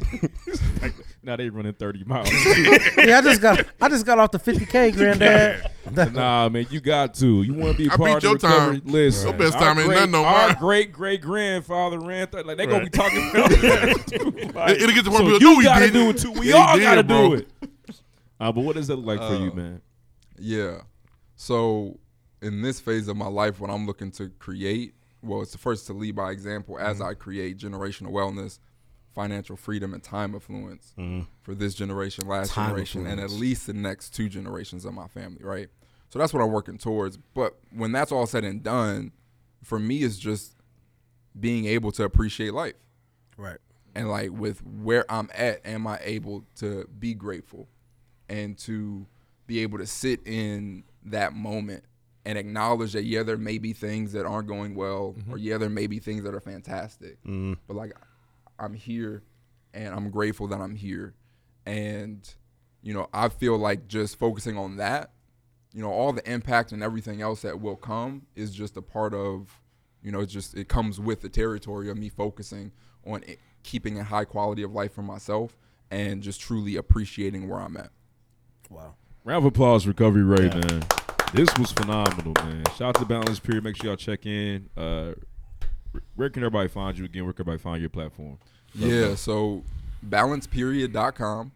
S2: [LAUGHS] like now they running thirty miles. [LAUGHS]
S7: yeah, I just got I just got off the 50k, granddad.
S2: nah, man, you got to. You want to be a
S7: I
S2: part
S7: beat
S2: of
S7: your
S2: the recovery.
S7: time.
S2: Listen,
S7: Your best
S2: our
S7: time ain't
S2: great-
S7: nothing on
S2: Our
S7: mine.
S2: great great grandfather ran through. Like they gonna be
S7: Right.
S2: talking.
S7: [LAUGHS]
S2: about it.
S3: It- it'll get to one
S2: so
S3: people,
S2: You
S3: "No, he
S2: gotta
S3: didn't."
S2: do it too. We [LAUGHS]
S3: Yeah, he
S2: all
S3: did,
S2: gotta do
S3: bro.
S2: it. [LAUGHS] Uh, but what does that look like for you, man?
S1: Yeah. So in this phase of my life, when I'm looking to create, well, it's the first to lead by example as
S14: Mm-hmm.
S1: I create generational wellness, financial freedom, and time affluence
S14: Mhm.
S1: for this generation, last
S14: Time
S1: generation, and at
S14: affluence.
S1: least the next two generations of my family, right? So that's what I'm working towards. But when that's all said and done, for me, it's just being able to appreciate life.
S7: Right.
S1: And like with where I'm at, am I able to be grateful and to be able to sit in that moment and acknowledge that yeah, there may be things that aren't going well, or yeah, there may be things that are fantastic.
S14: Mhm.
S1: But like I'm here and I'm grateful that I'm here. And, you know, I feel like just focusing on that, you know, all the impact and everything else that will come is just a part of, you know, it's just it comes with the territory of me focusing on it, keeping a high quality of life for myself and just truly appreciating where I'm at.
S7: Wow.
S2: Round of applause, Recovery Ray, man. This was phenomenal, man. Shout out to Balance Period. Make sure y'all check in. Uh, where can everybody find you again? Where can everybody find your platform?
S1: Yeah, so balanceperiod.com.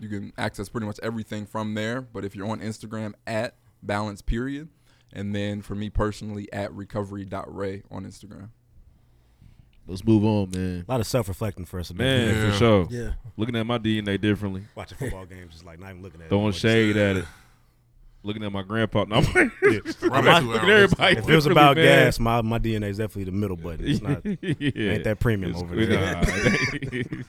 S1: You can access pretty much everything from there. But if you're on Instagram, at balanceperiod. And then for me personally, at recovery.ray on Instagram.
S2: Let's move on, man.
S14: A lot of self reflecting for us,
S2: Man,
S14: Yeah.
S2: for sure.
S14: Yeah.
S2: Looking at my DNA differently.
S14: Watching football games is like not even looking at
S2: Throwing
S14: it.
S2: shade at it. Looking at my grandpa. No, I'm like, looking
S14: Right.
S2: at everybody.
S14: If it was
S2: differently,
S14: about
S2: man.
S14: gas, my, my DNA is definitely the middle button.
S2: [LAUGHS]
S14: It's not
S2: Yeah.
S14: ain't that premium
S2: It's-
S14: over there.
S2: nah, [LAUGHS] it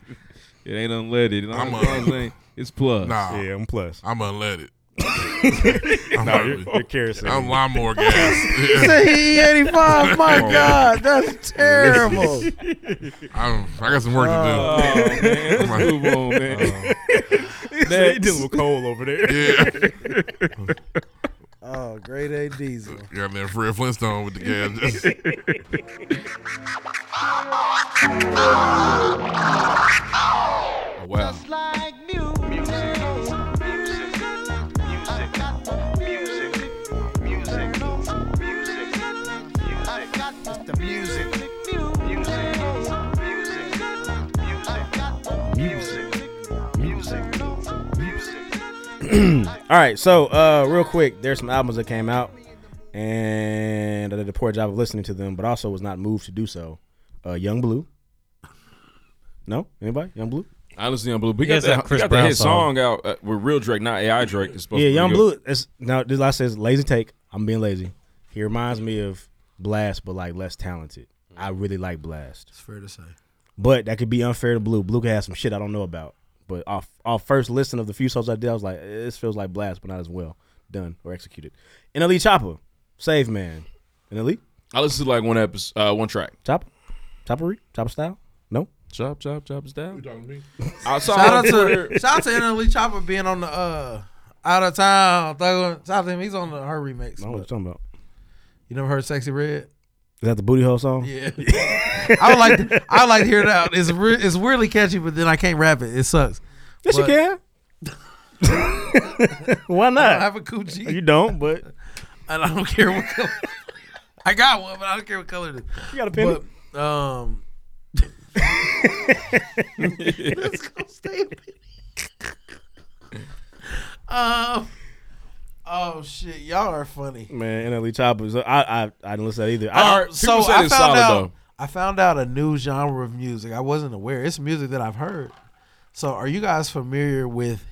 S2: ain't unleaded. It
S3: I'm
S2: ain't-
S3: a-
S2: it's plus.
S3: Nah.
S14: Yeah, I'm plus.
S3: I'm unleaded.
S14: [LAUGHS] Nah,
S3: I'm
S14: you're- you're kerosene.
S3: I'm lawnmower gas.
S14: He said he
S7: E
S14: 85. My God,
S7: that's terrible.
S3: I'm, I got some work to do.
S14: Oh, man, let's
S3: Like-
S14: move on, man.
S16: Uh,
S14: He said he dealing with coal over there.
S3: Yeah.
S7: Oh, grade A diesel.
S3: yeah, man, Fred Flintstone with the gas. Oh,
S1: wow.
S14: All right, so uh, real quick, there's some albums that came out, and I did a poor job of listening to them, but also was not moved to do so. Uh, Young Blue. No, anybody? Young Blue.
S2: Honestly, on Blue. We
S14: Yeah,
S2: got
S14: it's
S2: that,
S14: that Chris
S2: we got that
S14: Brown
S2: hit
S14: song.
S2: song, out uh, with real Drake, not AI Drake. It's supposed
S14: yeah,
S2: to be
S14: Young
S2: good.
S14: Blue. It's now this last says lazy take. I'm being lazy. He reminds me of Blast, but like less talented. I really like Blast.
S7: It's fair to say.
S14: But that could be unfair to Blue. Blue could have some shit I don't know about. But off off first listen of the few songs I did, I was like, eh, this feels like blast, but not as well done or executed. And Ali Chopper, Save Man. And Ali?
S2: I listened to like one episode, uh, one track.
S14: Chopper? Choppery? Chopper style? No?
S2: Chop, chop, chop is down.
S3: talking to me?
S2: I saw
S13: Shout out
S2: on Twitter-
S13: to [LAUGHS] shout out to Anna Lee Chopper being on the uh out of town. thug- Shout out to him. He's on the, her remix.
S14: I don't know what you're talking about.
S13: You never heard "Sexy Red"?
S14: Is that the booty hole song?
S13: Yeah. I would like to, I would like to hear it out. It's re- it's weirdly catchy, but then I can't rap it. It sucks.
S14: Yes, you
S13: But-
S14: can. [LAUGHS] Why not?
S13: I don't have a coochie.
S14: You don't, but
S13: And I don't care what color. [LAUGHS] I got one, but I don't care what color it is.
S14: You got a pen?
S13: But, um. Let's go stay a minute. Um. Oh shit, y'all are funny.
S14: man, NLE Chopper's I I I didn't listen to that either. I-
S13: Um, so I found out I found out a new genre of music. I wasn't aware. It's music that I've heard. So are you guys familiar with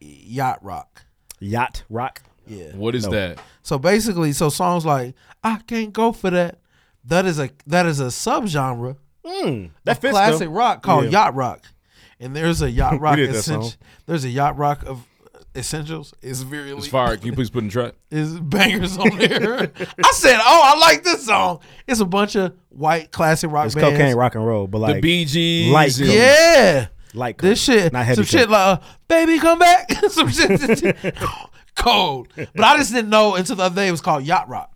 S13: yacht rock.
S14: Yacht rock.
S13: Yeah.
S2: What is that?
S13: So basically, so songs like "I Can't Go for That," that is a that is a subgenre
S14: Hmm, that
S13: of
S14: fits, though.
S13: classic rock called
S14: Yeah.
S13: yacht rock, and there's a
S14: [LAUGHS] We
S13: yacht rock
S14: did that
S13: essential.
S14: song.
S13: There's a yacht rock of essentials. It's very
S2: It's fire. Can you please put in track?
S13: is bangers on there. [LAUGHS] I said, "Oh, I like this song." It's a bunch of white classic rock
S14: It's
S13: bands.
S14: cocaine rock and roll, but
S13: The
S14: like
S2: Bee Gees
S14: light,
S2: and-
S13: Yeah.
S14: like
S13: this shit,
S14: not heavy.
S13: some shit
S14: coke.
S13: like uh, "Baby Come Back," [LAUGHS] some shit cold. But I just didn't know until the other day it was called yacht rock.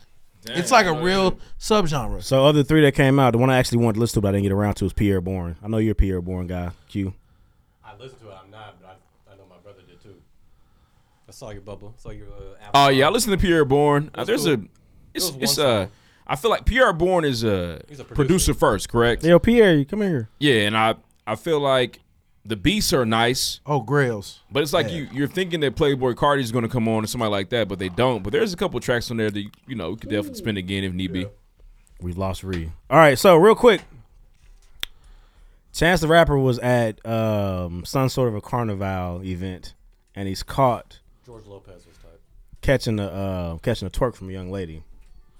S13: it's like a real subgenre.
S14: So of the three that came out, the one I actually wanted to listen to but I didn't get around to was Pierre Bourne. I know you're a Pierre Bourne guy, Q.
S16: I listened to it. I'm not, but I, I know my brother did too. I saw your bubble. I saw your. Uh, Apple
S2: Oh yeah, I listen to Pierre Bourne. Uh,
S16: It was
S2: there's
S16: cool.
S2: a, it's
S16: It was
S2: it's
S16: one
S2: uh, I feel like Pierre Bourne is a,
S16: a
S2: producer. first, correct?
S14: Yo, Pierre, you come here.
S2: Yeah, and I I feel like the beats are nice.
S13: Oh, Grails.
S2: But it's like you you're thinking that Playboy Cardi is going to come on or somebody like that, but they don't. But there's a couple tracks on there that you know we could definitely spin again if need be.
S14: We lost Ree. All right, so real quick, Chance the Rapper was at um, some sort of a carnival event, and he's caught
S16: George Lopez was tight.
S14: catching a uh, catching a twerk from a young lady.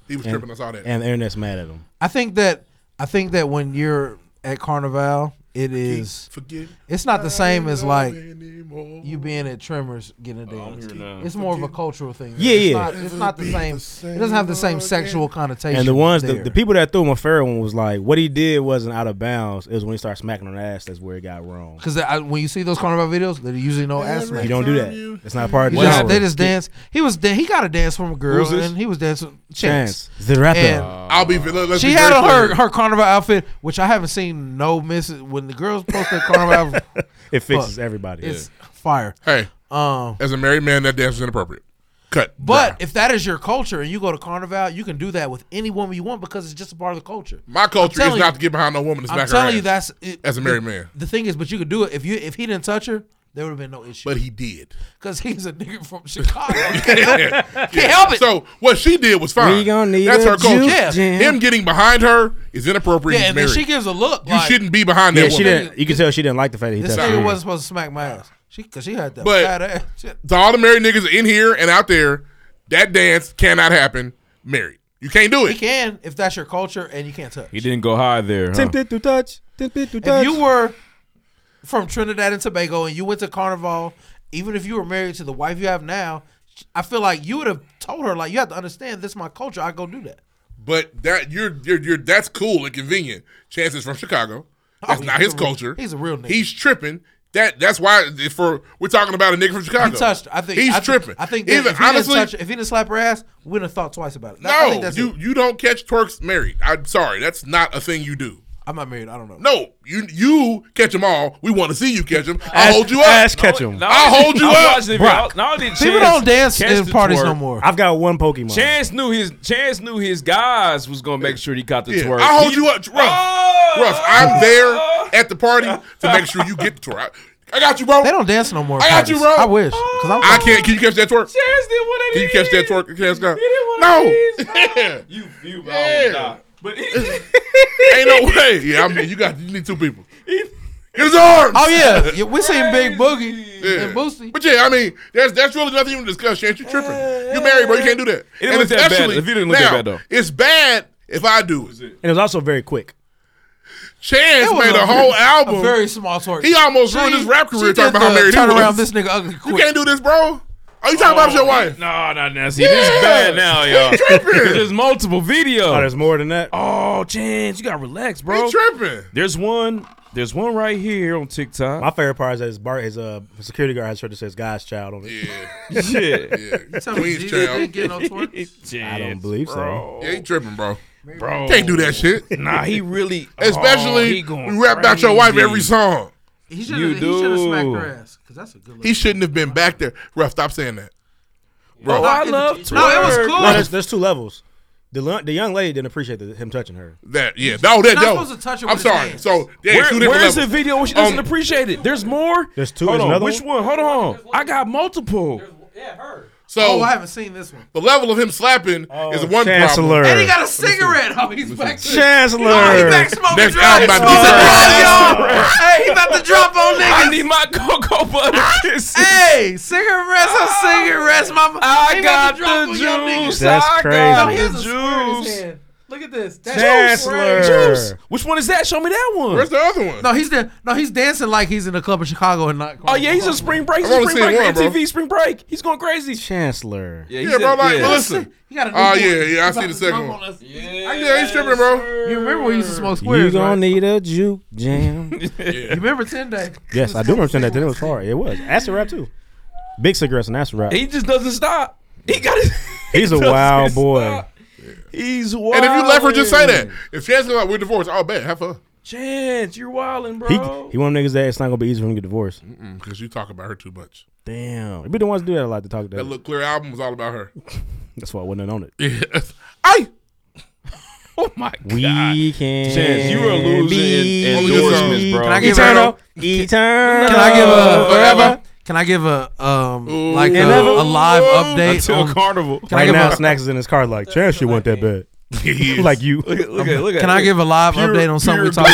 S3: He was
S14: and,
S3: tripping us out at it.
S14: and the internet's mad at him.
S13: I think that I think that when you're at Carnival, it is
S3: forget
S13: it's not the same as
S3: love
S13: like
S3: anymore.
S13: you being at Tremors getting
S14: Oh,
S13: a dance.
S3: here now.
S13: it's more of a cultural thing.
S14: Yeah,
S13: it's
S14: yeah.
S13: Not, it's not the same. It doesn't have the same sexual connotation.
S14: And the ones, the,
S13: there.
S14: the people that threw him a fair one was like, what he did wasn't out of bounds. It was when he started smacking on the ass. That's where it got wrong.
S13: Because when you see those carnival videos, they usually no ass
S14: You
S13: smack.
S14: don't do that. It's not part of
S13: You
S14: the
S13: just-
S14: genre.
S13: They just dance. He was da- he got a dance from a girl,
S14: Who's this?
S13: and he was dancing
S14: Chance,
S13: Chance,
S14: the rapper.
S13: And
S3: I'll be. Let, let's
S13: she
S3: be
S13: had
S3: very
S13: on her
S3: clear.
S13: her carnival outfit, which I haven't seen no misses. When the girls post their
S14: [LAUGHS]
S13: carnival, outfit,
S14: It fixes
S13: fuck,
S14: everybody.
S13: It's fire.
S3: Hey,
S13: um,
S3: as a married man, that dance is inappropriate. Cut.
S13: But
S3: Bruh.
S13: if that is your culture and you go to carnival, you can do that with any woman you want because it's just a part of the culture.
S3: My culture
S13: I'm telling
S3: is not to get behind no woman to
S13: I'm
S3: smack her
S13: telling you,
S3: ass
S13: that's it,
S3: as a married
S13: the-
S3: man.
S13: The thing is, but you could do it if you if he didn't touch her, there would have been no issue.
S3: But he did
S13: because he's a nigga from [LAUGHS] Chicago.
S3: [LAUGHS] Yeah.
S13: [LAUGHS] Can't help it.
S3: So what she did was fine.
S13: We gonna need
S3: That's
S13: a
S3: her culture.
S13: juice Yeah. jam.
S3: Him getting behind her is inappropriate.
S13: yeah,
S3: He's
S13: and then
S3: married.
S13: she gives a look.
S3: you
S13: like,
S3: shouldn't be behind
S14: yeah,
S3: that
S14: she
S3: woman.
S14: didn't. You can tell she didn't like the fact that he
S13: This
S14: touched
S13: nigga
S14: her.
S13: wasn't supposed to smack my ass. She because she had that
S3: But-
S13: fat ass. Shit.
S3: To all the married niggas in here and out there, that dance cannot happen married. You can't do
S13: He
S3: it.
S13: can if that's your culture and you can't touch.
S2: He didn't go high there. Huh?
S14: Tempted to touch. Tempted to
S13: If
S14: touch.
S13: you were from Trinidad and Tobago and you went to Carnival, even if you were married to the wife you have now, I feel like you would have told her like you have to understand this is my culture. I go do that.
S3: But that you're you're, you're that's cool and convenient. Chances from Chicago. That's
S13: Oh,
S3: not
S13: he's
S3: his
S13: a real-
S3: culture.
S13: he's a real nigga.
S3: He's tripping. That that's why for we're talking about a nigga from Chicago.
S13: He touched. her. I think
S3: he's
S13: I think-
S3: tripping.
S13: I think that
S3: Even
S13: if, he
S3: honestly,
S13: didn't touch, if he didn't slap her ass, we'd have thought twice about it. That- I think
S3: no,
S13: that's
S3: you
S13: it.
S3: you don't catch twerks married. I'm sorry, that's not a thing you do.
S13: I'm not married. I don't know.
S3: No, you you catch them all. We want to see you catch them. I'll
S14: Ass-
S3: hold you up.
S14: ass catch 'em.
S2: No,
S3: I'll hold you
S2: I'm
S3: up.
S2: watching the video.
S14: Brock.
S2: Now that
S13: People
S2: Chance
S13: don't dance
S2: catch
S13: in
S2: the
S13: parties
S2: twerk,
S13: no more.
S14: I've got one Pokemon.
S2: Chance knew his Chance knew his guys was gonna make sure he caught the
S3: Yeah,
S2: twerk. Oh!
S3: I'll hold
S2: He-
S3: you up, Ruff. Ruff, I'm there at the party to make sure you get the twerk. I, I got you, bro.
S13: They don't dance no more.
S3: I got you, bro.
S13: parties. I wish because I'm.
S3: I can't. Can you catch that twerk?
S2: Chance did one of
S3: Can you
S2: these.
S3: catch that twerk? Chance, no.
S2: No.
S3: [LAUGHS] Yeah.
S2: You you
S3: Yeah.
S2: yeah. But he, [LAUGHS]
S3: Ain't no way. Yeah, I mean, you got you need two people. Get his arms.
S13: Oh
S3: [LAUGHS]
S13: yeah, yeah we seen Big Boogie
S3: Yeah.
S13: and Boosie.
S3: But yeah, I mean, that's that's really nothing even to discuss. Chance, you tripping. You married, bro. You can't do that.
S2: It didn't look that bad
S3: especially
S2: if you didn't look that
S3: now,
S2: bad, though.
S3: It's bad if I do it.
S14: And it was also very quick.
S3: Chance
S13: That was
S3: made a, whole
S13: very-
S3: album.
S13: A very small twerk.
S3: He almost
S13: She-
S3: ruined his rap
S13: she
S3: career
S13: did
S3: talking about how
S13: the
S3: married he
S13: turn
S3: was.
S13: around this nigga ugly
S3: You
S13: quick.
S3: can't do this, bro. Are you talking about
S2: Oh,
S3: your wife?
S2: No, no, no. See, this is bad now, y'all.
S3: He
S2: [LAUGHS]
S3: tripping.
S2: There's multiple
S14: Oh,
S2: videos.
S14: there's more than that.
S2: Oh, Chance, you gotta relax, bro.
S3: He tripping.
S2: There's one. There's one right here on TikTok.
S14: My favorite part is that his bar, his uh, security guard has a shirt that says "God's child" on it.
S3: [LAUGHS] Yeah.
S2: Shit.
S3: yeah.
S13: Tell me,
S3: Queen's
S13: G,
S3: child.
S13: ain't getting no twerk.
S14: I don't believe so.
S3: Yeah, he tripping, bro.
S2: Bro,
S3: Can't do that shit.
S2: Nah, he really. [LAUGHS] oh,
S3: Especially
S2: he going
S3: you rap about your wife
S2: crazy.
S3: every song.
S13: He should
S2: You
S13: have. He should have smacked
S2: do.
S13: her ass because that's a good.
S3: He shouldn't have been back there. Ruff, stop saying that. Bro,
S2: Oh, I love twerk.
S13: No, it was cool.
S14: No, there's, there's two levels. The, lo- the young lady didn't appreciate the, him touching her.
S3: that yeah, no, that
S13: not
S3: no.
S13: supposed to touch it
S3: I'm
S13: with his
S3: sorry.
S13: hands.
S3: So yeah, two
S2: Where,
S3: different
S2: where's the
S3: levels.
S2: video when she doesn't
S3: Um,
S2: appreciate it? There's more.
S14: There's two.
S2: Hold
S14: There's
S2: on.
S14: another
S2: Which
S14: one?
S2: one? Hold on. I got multiple.
S3: So
S13: oh, I haven't seen this one.
S3: The level of him slapping
S2: Oh,
S3: is one
S5: Chancellor.
S3: problem.
S13: And he got a cigarette. Oh, he's back.
S5: Chancellor.
S13: Oh, he back smoking
S3: Next
S13: drugs.
S3: album about to
S13: He's
S3: be
S13: a drug, y'all. Hey, he about to drop on niggas.
S2: I need my [LAUGHS] cocoa butter
S3: Ah!
S2: kisses.
S13: Hey, cigarettes, oh, cigarettes, mama.
S2: I
S13: He about
S2: got
S13: to drop
S2: the
S13: on y'all niggas.
S2: juice.
S5: That's
S2: I
S5: crazy.
S13: No,
S2: got
S13: he has
S2: the
S13: a square in his
S2: juice.
S13: hand. Look at this. That's
S5: Chancellor.
S2: Juice. Which one is that? Show me that one.
S3: Where's the other one?
S13: No, he's da- no, he's dancing like he's in a club in Chicago and not.
S2: Oh yeah, he's a spring break.
S3: I
S2: He's a
S3: wanna
S2: spring
S3: see
S2: break.
S3: one, bro.
S2: MTV spring break. He's going crazy.
S14: Chancellor.
S2: Yeah,
S3: Yeah,
S2: he's
S3: bro.
S2: in-
S3: Like,
S2: yeah.
S3: listen.
S13: He got a new
S3: Oh
S13: boy.
S3: yeah, yeah. I
S13: He's
S3: see
S13: about
S3: the
S13: to
S3: second
S13: jump
S3: one.
S13: on us.
S3: Yeah, yeah he's tripping, bro.
S13: You remember we used to smoke
S14: You
S13: squares,
S14: gonna
S13: right?
S14: need a juke
S2: [LAUGHS]
S14: jam.
S13: You remember 10 Day?
S14: yes, I do remember that. Then it was hard. It was acid rap too. Big cigarettes and acid rap.
S2: He just doesn't stop. He got
S3: [LAUGHS]
S2: his.
S14: He's
S2: [LAUGHS]
S14: a
S2: doesn't
S14: wild boy.
S2: stop. He's wild.
S3: And if you let her just say that, if Chance is like we're divorced, oh bet have fun.
S2: Chance, you're wilding,
S14: He
S2: bro.
S14: he one of them niggas that it's not gonna be easy for him to get divorced.
S3: Because you talk about her too much.
S14: Damn, we don't want to do that a lot to talk to
S3: That
S14: that.
S3: look clear album was all about her.
S14: That's why I wasn't
S2: [LAUGHS]
S14: on it.
S3: I
S2: oh my
S14: We
S2: god.
S14: can.
S2: Chance, you are losing
S14: be
S2: en-
S13: Only this song.
S2: endorsements, bro.
S13: Can I give
S14: Eternal,
S13: Can
S14: eternal.
S13: I give a forever? Can I give a um like a,
S14: Forever.
S13: a live update
S2: Until
S13: on-
S2: Carnival.
S13: Can I
S14: right
S13: give
S14: now,
S13: a,
S14: Snacks is in his car like, Chance, you want that bad. [LAUGHS] like you.
S2: Look at look at look at.
S13: Can I [LAUGHS] give a live
S2: Pure-
S13: update on something we
S2: pure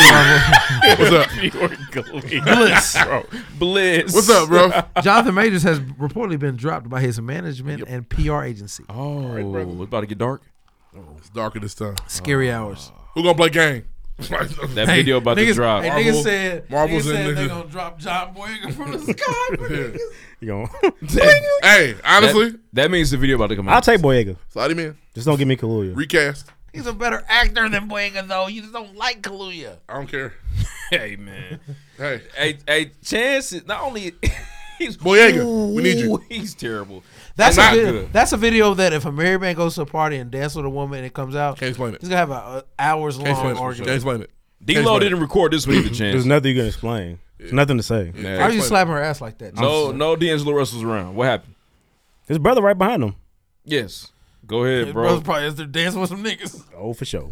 S13: talked about?
S3: What's
S2: Bliss,
S3: up?
S2: bro. Bliss.
S3: [LAUGHS] What's up, bro?
S13: [LAUGHS] Jonathan Majors has reportedly been dropped by his management and PR agency.
S2: Oh,
S3: brother.
S2: it's about to get dark.
S3: It's darker this time.
S13: Scary hours.
S3: Who gonna play game?
S2: That video about to
S13: niggas,
S2: drop.
S13: Hey,
S3: Marvel-
S13: niggas said, niggas
S3: Marvel's
S13: said
S3: in
S13: they
S3: nigga.
S13: gonna drop John Boyega from the sky. for niggas.
S14: [LAUGHS] You gonna-
S3: [LAUGHS] hey, honestly,
S2: That, that means the video about to come
S14: I'll
S2: out.
S14: take Boyega.
S3: Slotty man,
S14: Just don't give me Kaluuya.
S3: recast.
S13: He's a better actor than Boyega though. You just don't like Kaluuya.
S3: I don't care.
S2: hey man.
S3: Hey,
S2: Hey, hey, Chance is not only [LAUGHS] he's
S3: Boyega, we need you.
S2: Ooh, He's terrible.
S13: That's
S2: Not
S13: a video,
S2: good.
S13: that's a video that if a married man goes to a party and dances with a woman and it comes out,
S3: Can't explain it.
S13: he's gonna have an hours
S3: Can't
S13: long
S3: explain it. Can't
S13: argument.
S3: explain it.
S2: D Lo didn't record this one either, Chance.
S14: There's nothing you can explain. There's nothing to say.
S13: Why are you
S3: explain it.
S13: slapping her ass like that?
S2: No, no D'Angelo Russell's around. What happened?
S14: His brother right behind him.
S2: Yes. Go ahead,
S13: His
S2: bro.
S13: brother's probably is there dancing with some
S3: [LAUGHS]
S13: niggas,
S14: Oh, for sure.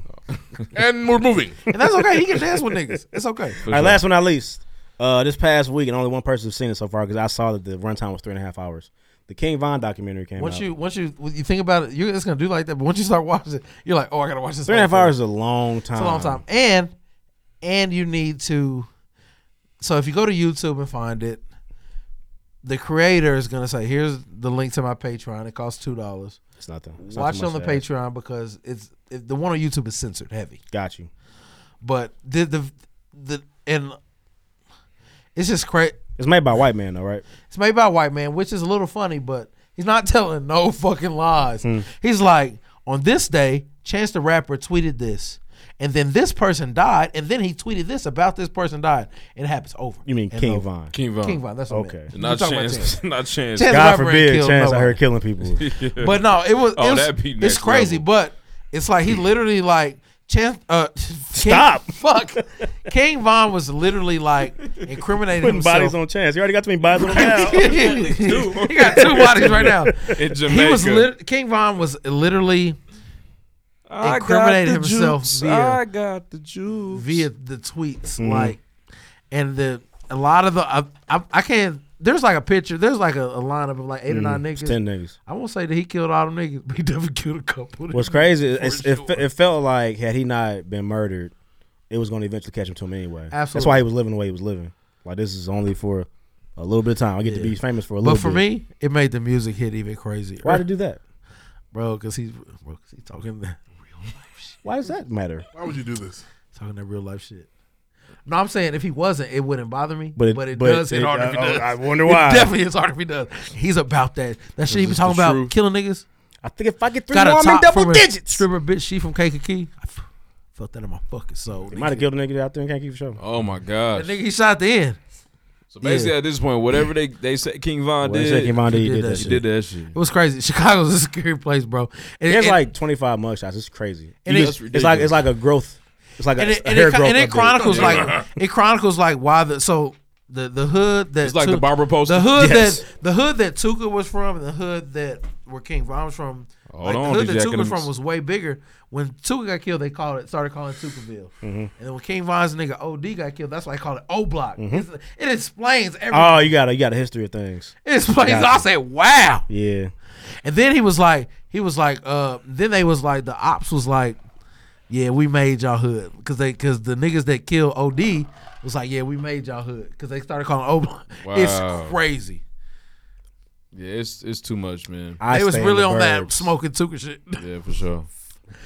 S3: And we're moving.
S13: and that's okay. He can dance with niggas. It's okay.
S14: All right, last but not least. Uh, this past week, and only one person has seen it so far because I saw that the runtime was three and a half hours. The King Von documentary came
S13: Once
S14: out.
S13: you once you when you think about it, you're just gonna do like that. But once you start watching it, you're like, oh, I gotta watch this.
S14: three and a half
S13: whole thing.
S14: hours is a long time.
S13: It's a long time, and and you need to. So if you go to YouTube and find it, the creator is gonna say, "Here's the link to my Patreon. It costs two dollars.
S14: It's nothing. It's not
S13: Watch
S14: too
S13: it on the
S14: much to ask.
S13: Patreon because it's it, the one on YouTube is censored heavy.
S14: Got you.
S13: But the the the and it's just crazy.
S14: It's made by a white man, though, right?
S13: It's made by a white man, which is a little funny, but he's not [LAUGHS] telling no fucking lies.
S14: Hmm.
S13: He's like, on this day, Chance the Rapper tweeted this, and then this person died, and then he tweeted this about this person died, and it happens over.
S14: You mean
S13: and
S14: King
S13: over.
S14: Von?
S2: King Von.
S13: King Von, that's what
S14: Okay.
S13: I meant.
S2: Not
S13: We're talking about Chance.
S2: Chance. [LAUGHS] Not Chance.
S13: Chance-
S14: God
S13: Rapper ain't
S14: forbid,
S13: killed
S14: Chance out
S13: nobody.
S14: here killing
S13: [LAUGHS]
S14: people.
S13: But no, it
S2: [LAUGHS]
S13: was.
S2: Oh,
S13: it was
S2: that'd be next
S13: it's crazy,
S2: level.
S13: but it's like he literally like Chance. Uh, [LAUGHS] King-
S14: Stop.
S13: Fuck. King Von was literally like incriminating
S14: Putting
S13: himself. [LAUGHS]
S14: bodies on Chance. You already got too many bodies on now.
S13: he got two bodies right
S2: [LAUGHS]
S13: now.
S2: in Jamaica.
S13: He was lit- King Von was literally
S2: I
S13: incriminated
S2: got the
S13: himself
S2: juice.
S13: via-
S2: I got the juice.
S13: via the tweets,
S14: Mm-hmm.
S13: like, and the a lot of the I, I, I can't. There's like a picture. There's like a, a lineup of like eight or nine
S14: It's
S13: niggas.
S14: Mm-hmm. Ten niggas.
S13: I won't say that he killed all them niggas, but he definitely killed a couple. of
S14: What's
S13: them.
S14: crazy is
S13: For
S14: it,
S13: sure.
S14: it felt like had he not been murdered, it was going to eventually catch him to him anyway. That's
S13: Absolutely.
S14: why he was living the way he was living. Like this is only for a little bit of time. I get to be famous for a little.
S13: But for
S14: bit.
S13: me, it made the music hit even crazier,
S14: why did do that?
S13: bro? Because he's bro, 'cause he's talking that [LAUGHS] real life shit.
S14: Why does that matter?
S3: Why would you do this?
S13: Talking that real life shit. No, I'm saying if he wasn't, it wouldn't bother me.
S14: But
S13: But
S14: it-
S13: it,
S14: but
S13: does hit
S14: it-
S13: hard if he
S14: I-
S13: does.
S14: I wonder
S13: [LAUGHS]
S14: why.
S13: It definitely hits hard if he does. He's about that. That shit he
S2: it's
S13: was talking
S2: the
S13: about
S2: truth.
S13: killing niggas.
S14: I think if I get three
S13: Got
S14: more,
S13: a
S14: I'm in
S13: top
S14: double
S13: from a
S14: digits.
S13: stripper bitch. She from Kankakee. I f- felt that in my fucking soul.
S14: He might have killed a nigga out there and can't keep showing.
S2: Oh my
S13: That
S2: gosh.
S13: nigga he shot at the end.
S2: So basically at this point, whatever they, they said King Von
S14: Well,
S2: did,
S14: Shaky Von
S13: he
S14: D
S13: did
S14: did
S13: that
S14: that
S13: shit.
S2: he
S14: shit.
S2: did that shit.
S13: It was crazy. [LAUGHS] Chicago's a scary place, bro. And,
S14: There's
S13: and-
S14: like 25 mugshots. It's crazy.
S13: And
S14: You
S13: it-
S14: just-
S2: That's
S14: it's like
S2: ridiculous.
S14: it's like a growth. It's like
S13: and
S14: a,
S13: it,
S14: a
S13: and
S14: hair
S13: it,
S14: growth.
S13: and it
S14: update.
S13: chronicles [LAUGHS] like it chronicles like why the so the the hood that
S2: It's like
S13: Tu-
S2: the Barbara poster.
S13: the hood
S14: Yes.
S13: that the hood that Tuka was from and the hood that where King Von was from
S2: Hold
S13: like,
S2: on,
S13: the hood
S2: DJ
S13: that Tuka
S2: Academics.
S13: from was way bigger. When Tuka got killed, they called it started calling it Tukaville.
S2: Mm-hmm.
S14: Mhm.
S13: And then when King Von's nigga OD got killed, that's why they called it O Block.
S2: Mm-hmm.
S14: Mhm.
S13: It's- It explains everything.
S14: Oh, you got a you got a history of things.
S13: It's funny.
S14: Got
S13: I
S14: you.
S13: said, "Wow."
S14: Yeah.
S13: And then he was like, he was like, uh, then they was like, the ops was like, yeah, we made y'all hood because they because the niggas that killed OD was like, yeah, we made y'all hood because they started calling O.
S2: Wow.
S13: [LAUGHS] It's crazy.
S2: Yeah, it's it's too much, man.
S13: they was really on that smoking Tuka [LAUGHS] shit.
S2: Yeah, for sure.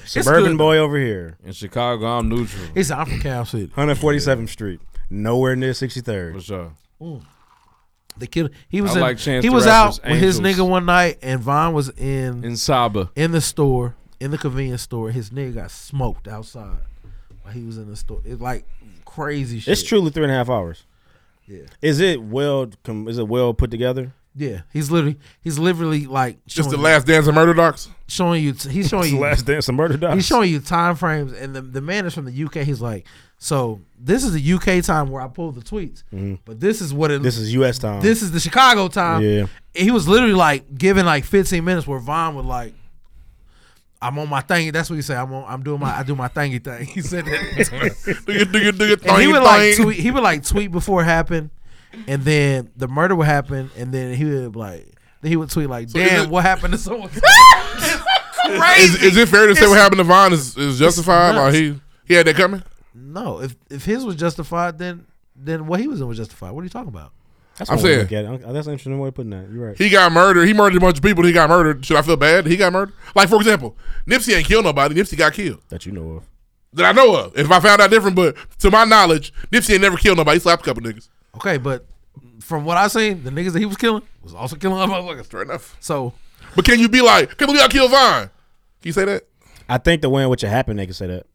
S14: Suburban boy over here.
S2: In Chicago, I'm neutral.
S13: He said, "I'm from Cal City,
S14: 147th Street, nowhere near 63rd."
S2: For sure.
S13: They killed. He was
S14: I
S13: in,
S14: like Chance
S13: he
S14: the
S13: was
S14: Rapper's
S13: out with his
S14: Angels.
S13: nigga one night, and Von was in
S2: in Saba
S13: in the store in the convenience store. His nigga got smoked outside while he was in the store. It's like crazy shit.
S14: It's truly three and a half hours.
S13: Yeah.
S14: Is it well? Com- is it well put together?
S13: Yeah, he's literally he's literally like
S14: Just
S13: showing
S14: The Last Dance of
S13: [LAUGHS]
S14: Murder
S3: Docs.
S13: Showing you, he's showing Oh,
S14: [LAUGHS] It's
S13: you
S14: The Last Dance of Murder Docs.
S13: He's showing you time frames, and the the man is from the UK. He's like, so this is the UK time where I pulled the tweets,
S14: Mhm.
S13: but this is what it.
S14: This is U.S. time.
S13: This is the Chicago time.
S14: Yeah.
S13: he was literally like giving like 15 minutes where Vaughn would like. I'm on my thingy. That's what he said. I'm on. I'm doing my. I do my thingy thing. [LAUGHS] He said
S3: [LAUGHS]
S13: that.
S3: Do your- do your- do your
S13: And he
S3: thingy
S13: would like e-
S3: thing.
S13: tweet. He would like tweet before it happened, and then the murder would happen, and then he would like. Then he would tweet like,
S3: is
S13: "Damn,
S3: it-
S13: what happened to
S3: [LAUGHS]
S13: someone?"
S3: Is, is it fair to say what happened to Vaughn is, is justified?
S13: It's
S3: Like
S13: nuts.
S3: he he had that coming.
S13: No, if if his was justified, then then what he was in was justified. What are you talking about?
S14: That's
S3: I'm
S14: one way to
S3: saying.
S14: look at it. That's an interesting way of putting that. You're right.
S3: He got murdered. He murdered a bunch of people. He got murdered. Should I feel bad? He got murdered. Like for example, Nipsey ain't killed nobody. Nipsey got killed.
S14: That you know of.
S3: That I know of. If I found out different, but to my knowledge, Nipsey ain't never killed nobody. He slapped a couple niggas.
S13: Okay, but from what I seen, the niggas that he was killing was also killing other motherfuckers. Fair enough. So,
S3: but can you be like, can not believe I killed Vine? Can you say that?
S14: I think the way in which it happened, they can say that.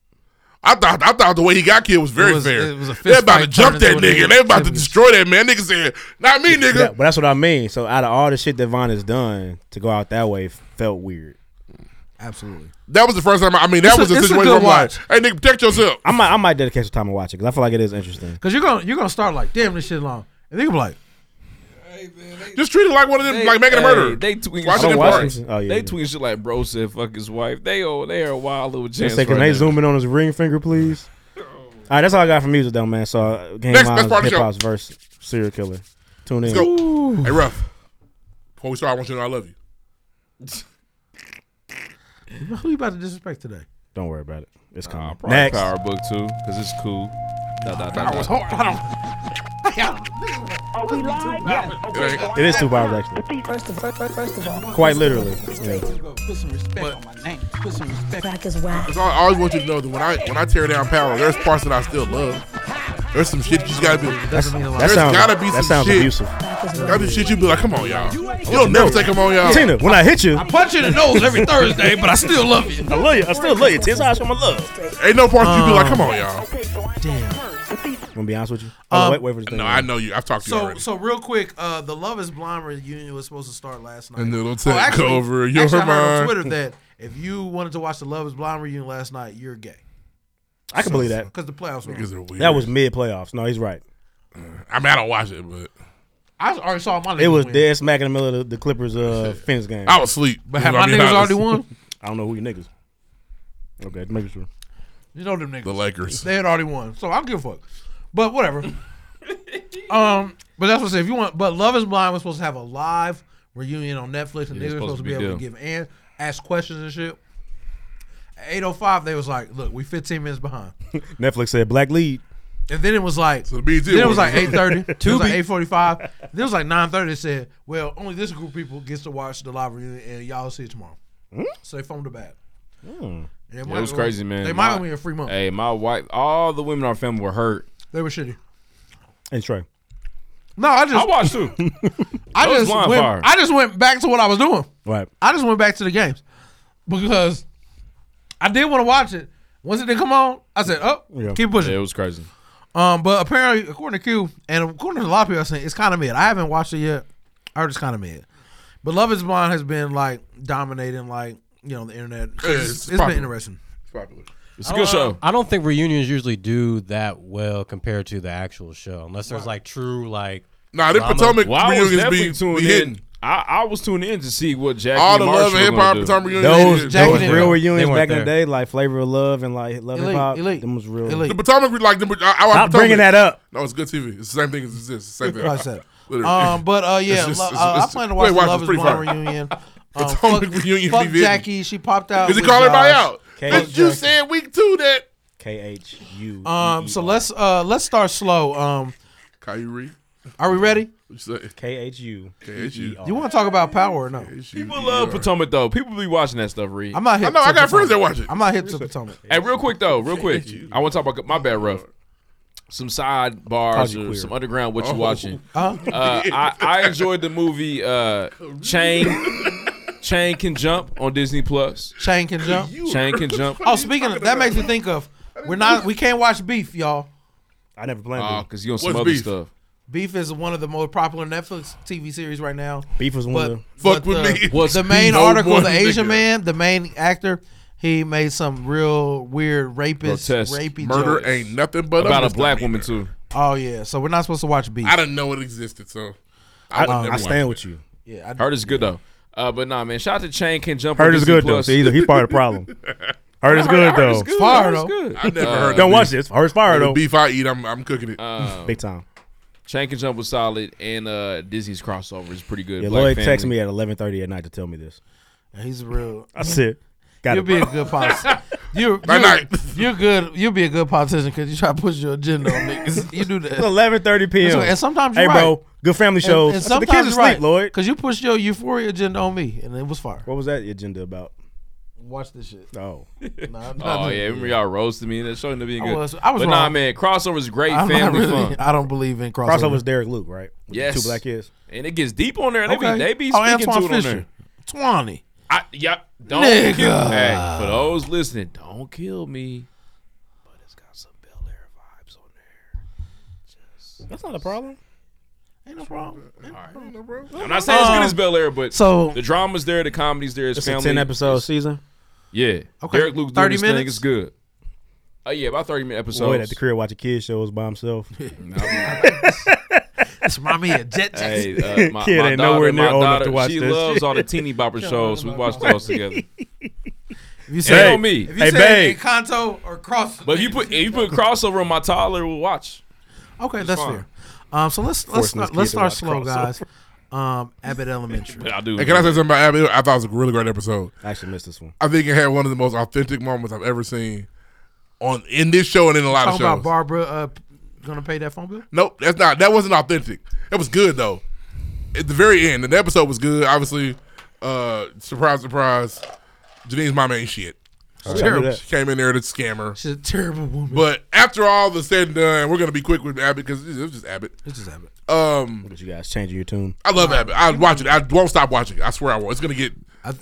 S3: I thought I thought the way he got killed was very
S14: It was-
S3: fair.
S14: it was a fist
S3: they about to
S14: fight
S3: jump that
S14: turned into a
S3: nigga. They about to destroy that man. Nigga said, not me, nigga.
S14: That- but that's what I mean. So out of all the shit that Von has done, to go out that way f- felt weird.
S13: Absolutely.
S3: That was the first time. I, I mean, that
S14: It's a-
S3: was a
S14: it's a
S3: situation
S14: good
S3: where I'm like, hey, nigga, protect yourself.
S14: I might I might dedicate some time to watch it because I feel like it is interesting.
S13: because you're gonna you're gonna start like, damn, this shit long, and they gonna be like,
S3: Just treat it like one of them, like making a murder.
S2: They tweeting
S3: Watch it
S2: shit
S3: in
S2: like,
S3: parts.
S14: Oh,
S2: they tweeting shit like bro said fuck his wife. They oh they are a wild little
S14: Just
S2: chance.
S14: say,
S2: Right
S14: can they
S2: now.
S14: zoom in on his ring finger, please? All right, that's all I got for music though, man. So uh, Game
S3: Next-
S14: Miles,
S3: next Oh. part of the
S14: hip hop's verse, serial killer. Tune in.
S3: Let's go. Hey, Ruff. Before we start, I want you to know I love you.
S13: who you about to disrespect today?
S14: Don't worry about it. It's coming.
S2: Probably
S14: Next.
S2: Power Book too because it's cool. Da, da, da,
S13: I was
S2: da.
S13: hard. I
S19: Are we live? Yes.
S14: It is two bars actually.
S19: First of, first, first of all,
S14: Quite literally. Yeah.
S19: Put some respect on my name. Put some respect. Crack is
S3: Because I I always want you to know that when I when I tear down power, there's parts that I still love. There's some shit you just gotta be.
S14: That's- that
S3: there's
S14: sounds-
S3: gotta be
S14: that
S3: some
S14: sounds
S3: shit.
S14: abusive.
S3: Gotta be shit you be like, come on, y'all. You'll never take come on, y'all.
S14: Tina, when I hit you, I
S13: punch you in the nose every Thursday, but I still love you.
S14: I love you. I still love you. Tis I show my love.
S3: Ain't no parts you be like, come on, y'all.
S14: I'm gonna be honest with you. Oh,
S13: Um,
S14: wait, wait for the thing.
S3: No, I know you. I've talked to you
S13: So
S3: already.
S13: so real quick, uh, the Love Is Blind reunion was supposed to start last night. Oh,
S3: And it'll take over your
S13: actually, I heard on
S3: mind.
S13: Twitter that if you wanted to watch the Love Is Blind reunion last night, you're gay.
S14: I can believe that.
S13: because the playoffs were. on.
S14: That was mid playoffs. No, he's right.
S3: I mean, I don't watch it, but
S13: I already saw my.
S14: It
S13: niggas
S14: was
S13: win.
S14: dead smack in the middle of the, the Clippers uh Phoenix game.
S3: I was asleep.
S13: But have my niggas already won?
S14: I don't know who you niggas. Okay, maybe sure.
S13: You know them niggas.
S3: The Lakers.
S13: They had already won, so I don't give a fuck. But whatever. um, but that's what I said. If you want, but Love Is Blind was supposed to have a live reunion on Netflix, and
S2: Yeah, it's
S13: niggas were supposed to be able
S2: there.
S13: to give and ask questions and shit. At eight oh five, they was like, "Look, we fifteen minutes behind,"
S14: Netflix said black lead.
S13: and then it was like,
S3: so the BET
S13: then it was like
S3: Awards.
S13: eight thirty, it
S14: To
S13: was like
S14: be-
S13: eight forty five, then it was like nine thirty. They said, "Well, only this group of people gets to watch the live reunion, and y'all see it tomorrow." So they phoned it back. And
S2: Hmm? Yeah,
S13: they
S2: it
S13: might
S2: was
S13: go-
S2: crazy, man.
S13: They might
S2: My-
S13: owe me a free month.
S2: Hey, my wife, all the women in our family were hurt.
S13: They were shitty.
S14: And Trey.
S13: No, I just
S2: I watched [LAUGHS] too.
S13: I
S2: Those
S13: just
S2: blind
S13: went,
S2: fire.
S13: I just went back to what I was doing.
S14: Right.
S13: I just went back to the games because I did want to watch it. Once it did come on, I said, "Oh, keep pushing."
S2: Yeah, it was crazy.
S13: Um, but apparently, according to Q and according to a lot of people, I saying it's kind of mid. I haven't watched it yet. I heard it's kind of mid. But Love Is Blind has been like dominating, like you know, the internet.
S3: Yeah,
S13: It's-
S3: it's
S13: it's
S3: popular.
S13: been interesting.
S3: It's popular.
S16: I don't- I don't think reunions usually do that well compared to the actual show, unless there's like true like.
S3: Nah, the
S16: drama.
S3: Potomac reunions be, be hidden.
S2: I, I was tuning in to see what Jackie
S3: All the
S2: Marshall
S3: Love and Hip
S2: gonna
S3: Hop
S2: do.
S3: Return reunion
S14: Those,
S3: Jack
S14: those
S3: and
S14: real
S3: Hip.
S14: reunions
S3: They
S14: back in
S3: weren't
S14: the day, like Flavor of Love and like Love
S3: Elite,
S14: and Pop,
S3: elite.
S14: them was real.
S3: [LAUGHS] The Potomac, like the, I, I watch
S14: Stop
S3: Potomac.
S14: bringing that up.
S3: No, it's good TV. It's the same thing as this. It's the same thing.
S13: I said.
S3: [LAUGHS] Literally.
S13: Um, but uh, yeah,
S3: It's just-
S13: lo-
S3: it's-
S13: uh,
S3: it's-
S13: I plan to
S3: you
S13: watch
S3: ain't
S13: the
S3: watching
S13: Love is
S3: Pretty
S13: Blind
S3: Fire.
S13: reunion.
S3: [LAUGHS] It's
S13: Um,
S3: on
S13: fuck,
S3: the reunion,
S13: fuck
S3: be busy.
S13: Jackie. She popped out.
S3: Is he
S13: with
S3: calling everybody
S13: Josh.
S3: out? Bitch, you said week two that.
S14: K H U.
S13: Um, so let's uh let's start slow. Um,
S3: Kyrie,
S13: are we ready?
S14: K H U.
S13: You want to talk about power or no?
S2: People love Potomac though. People be watching that stuff. Reed.
S13: I'm not hip.
S3: I know,
S13: to
S3: I got friends that
S13: Potomac.
S3: watch it.
S13: I'm not hip to Potomac.
S2: Hey, real quick though, real quick. I want to talk about my bad rough. Some
S13: Cause
S2: sidebars
S13: you
S2: or
S13: queer.
S2: some underground. What you
S13: Oh.
S3: [LAUGHS]
S2: watching?
S13: Huh?
S2: [LAUGHS] Uh, I, I enjoyed the movie uh,
S3: [LAUGHS]
S2: Chain. Chain can jump on Disney Plus.
S13: Chain can jump.
S2: Chain can jump.
S13: Oh, speaking of that, makes me think of we're not we can't watch Beef, y'all.
S14: I never
S2: played Aw, Beef. Oh, 'cause you on
S13: don't
S2: some What's other Beef? stuff.
S13: Beef is one of the most popular Netflix TV series right now.
S14: Beef was one
S13: But-
S14: of the-
S13: but
S14: Fuck with
S13: the-
S14: me.
S3: [LAUGHS]
S13: the
S14: What's
S13: main
S14: Beef?
S13: article,
S14: No
S13: the
S14: one
S13: Asian
S14: nigga.
S13: man, the main actor, he made some real weird rapist,
S2: Grotesque.
S13: rapey
S3: Murder
S13: jokes.
S3: ain't nothing but
S2: about a
S3: misdemeanor.
S2: black woman too.
S13: Oh yeah, so we're not supposed to watch Beef.
S3: I didn't know it existed, so I, would never watch it.
S13: Yeah,
S2: heard is good though. Uh, but nah, man. Shout out to Chain can jump.
S14: Heard
S2: on
S14: is
S2: Disney
S14: good though.
S2: Plus.
S14: See, he's, he's part of the problem. Heard is
S2: Heard-
S14: good
S2: Heard is
S14: though.
S2: good. Fire, Heard is though. good.
S14: [LAUGHS]
S2: I never heard of
S14: Don't
S2: beef.
S14: watch this. Heard is fire
S2: Heard of
S14: though.
S2: beef
S3: I eat, I'm, I'm cooking it.
S2: Um,
S14: Big time.
S2: Chain can jump was solid, and uh, Disney's crossover is pretty good.
S14: Yeah,
S2: Black
S14: Lloyd
S2: Family.
S14: texted me at 11:30 at night to tell me this.
S13: And he's real.
S14: I said, got
S13: You'll
S14: it.
S13: be a good
S2: [LAUGHS]
S13: politician. You're,
S14: Night,
S13: you're,
S14: night.
S13: [LAUGHS] you're good. You'll be a good politician because you try to push your agenda on
S2: [LAUGHS]
S13: niggas. You do [LAUGHS] that.
S14: It's 11:30 p.m.
S13: That's what- And sometimes
S14: Hey,
S13: you're
S14: bro,
S13: right.
S14: good family
S13: And-
S14: shows.
S13: And,
S14: I said, the
S13: sometimes
S14: kids
S13: you're
S14: asleep,
S13: right,
S14: Lloyd.
S13: Because you pushed your euphoria agenda on me, and it was fire.
S14: What was that agenda about?
S13: Watch this [LAUGHS] shit.
S14: Oh.
S13: nah, I'm not
S2: Oh
S13: doing
S2: yeah,
S13: it.
S2: remember y'all roasted me and that show ended up being
S13: I
S2: good.
S13: was- I was
S2: but nah,
S13: wrong.
S2: man, crossover is great.
S13: I'm not
S2: family
S13: really- [LAUGHS]
S2: fun.
S13: I don't believe in crossover.
S14: Crossover's Derek Luke, right? With the
S2: Yes,
S14: Two black kids.
S2: and it gets deep on there. They
S13: Okay.
S2: be they be
S13: Oh,
S2: speaking
S13: Antoine
S2: to it on there.
S13: Fisher. Twanny.
S2: I, yeah, don't
S13: Nigga.
S2: kill. Hey, for those listening, don't kill me.
S14: That's not a problem.
S13: Ain't no problem.
S2: I'm not saying it's good as Bel Air, but
S14: Uh,
S2: [LAUGHS]
S14: so-
S2: the drama's there, the comedy's there, the
S14: It's
S2: family.
S14: a 10 episode
S2: it's-
S14: season.
S2: Yeah,
S14: Okay.
S2: Derek Luke
S14: 30
S2: thirty minutes. Thing.
S14: minutes?
S2: It's good. Oh yeah, about thirty minute episodes.
S14: Lloyd at the crib watching kids shows by
S3: [LAUGHS]
S14: himself.
S13: It's mommy at Jet
S2: Hey, uh,
S13: Jackson.
S2: my,
S14: [LAUGHS] Kid
S2: my
S14: ain't
S2: daughter,
S14: nowhere near
S2: my
S14: old enough
S2: daughter,
S14: to watch
S2: She
S14: this
S2: loves
S14: shit.
S2: all
S14: [LAUGHS]
S2: the teeny bopper shows. We watch those together.
S13: If you
S2: Hey,
S13: say
S2: on me.
S13: If you
S2: Hey,
S13: say
S2: babe.
S13: Encanto or Cross.
S2: But if you put if you put crossover on my toddler, we'll watch.
S13: Okay,
S2: It's
S13: that's
S2: fine.
S13: fair. Um, so let's let's
S2: Forcing this
S13: start,
S2: kid
S13: let's
S2: to
S13: start
S2: watch
S13: slow,
S2: crossover.
S13: guys. Um, Abbott Elementary.
S2: But I do.
S3: Hey, can I say something about Abbey? I thought it was a really great episode.
S14: I actually missed this one.
S3: I think it had one of the most authentic moments I've ever seen on in this show and in a lot of
S13: Talking
S3: shows.
S13: about Barbara uh, gonna pay that phone bill.
S3: Nope, that's not. That wasn't authentic. That was good though. At the very end, and the episode was good. Obviously, uh, surprise, surprise, Janine's mama ain't shit.
S13: All right, I knew Terrible. that.
S3: She came in there to scammer.
S13: She's a terrible woman.
S3: But after all the said and done, we're gonna be quick with Abbott because it's just Abbott.
S13: It's just Abbott.
S3: Um,
S14: Look at you guys changing your tune.
S3: I love Abbott. I watch it. I won't stop watching. it. I swear I will. It's gonna get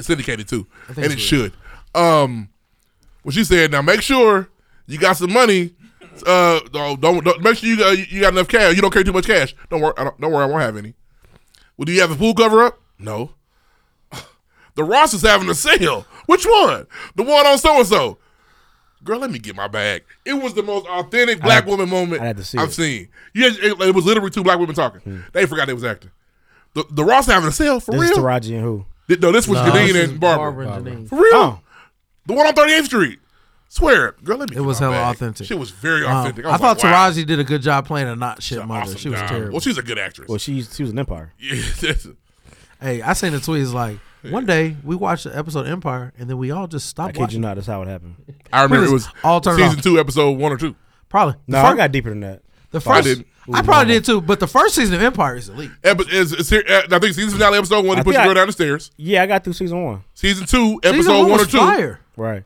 S3: syndicated too,
S13: I think
S3: and it
S13: so.
S3: should. Um, when she said, "Now make sure you got some money. Uh, don't, don't, don't- make sure you got you got enough cash. You don't carry too much cash. Don't worry. I don't, don't worry. I won't have any. Well, do you have the pool cover up? No. [LAUGHS] the Ross is having a sale. Which one? The one on so and so. Girl, let me get my bag. It was the most authentic black woman moment
S14: I had to see
S3: I've
S14: it. Hmm.
S3: seen. Yeah, it, it was literally two black women talking. They forgot they was acting. The, the Ross having a sale for
S14: this
S3: real.
S14: is Taraji and who?
S3: Th- no, this was
S13: Uh,
S14: No,
S3: Janine
S14: this is
S3: and
S14: Barbara
S3: Barbara.
S14: and Barbara. Janine.
S3: For real. The one on 38th Street. Swear it. Girl, let me
S13: It was hella
S3: bag.
S13: authentic.
S3: She was very
S13: Um,
S3: authentic. I,
S13: I,
S3: was
S13: thought
S3: like, wow.
S13: Taraji did a good job playing a not shit mother.
S3: awesome
S13: she was
S3: job.
S13: terrible.
S3: Well, she's a good actress.
S14: Well, she's she was an empire.
S13: hey, I seen the tweets like one day we watched the episode of Empire and then we all just
S14: I
S13: stopped
S14: kid you
S13: watching.
S14: not, that's how it happened.
S3: [LAUGHS] I remember
S13: We
S3: it was
S13: all turned
S3: season
S13: off.
S3: two, episode one or two.
S13: Probably. The
S14: No,
S13: fir-
S14: I got deeper than that.
S13: The
S3: I
S13: first, I,
S3: didn't.
S13: probably did too, but the first season of Empire is elite.
S3: Epi- is- is here- uh, I think season finale, episode one,
S14: I
S3: he put
S14: think
S3: the girl
S14: I-
S3: down the stairs.
S14: Yeah, I got through season one.
S3: Season two,
S14: Season
S3: episode
S14: one
S3: one, or
S14: was
S3: two.
S14: fire. Right.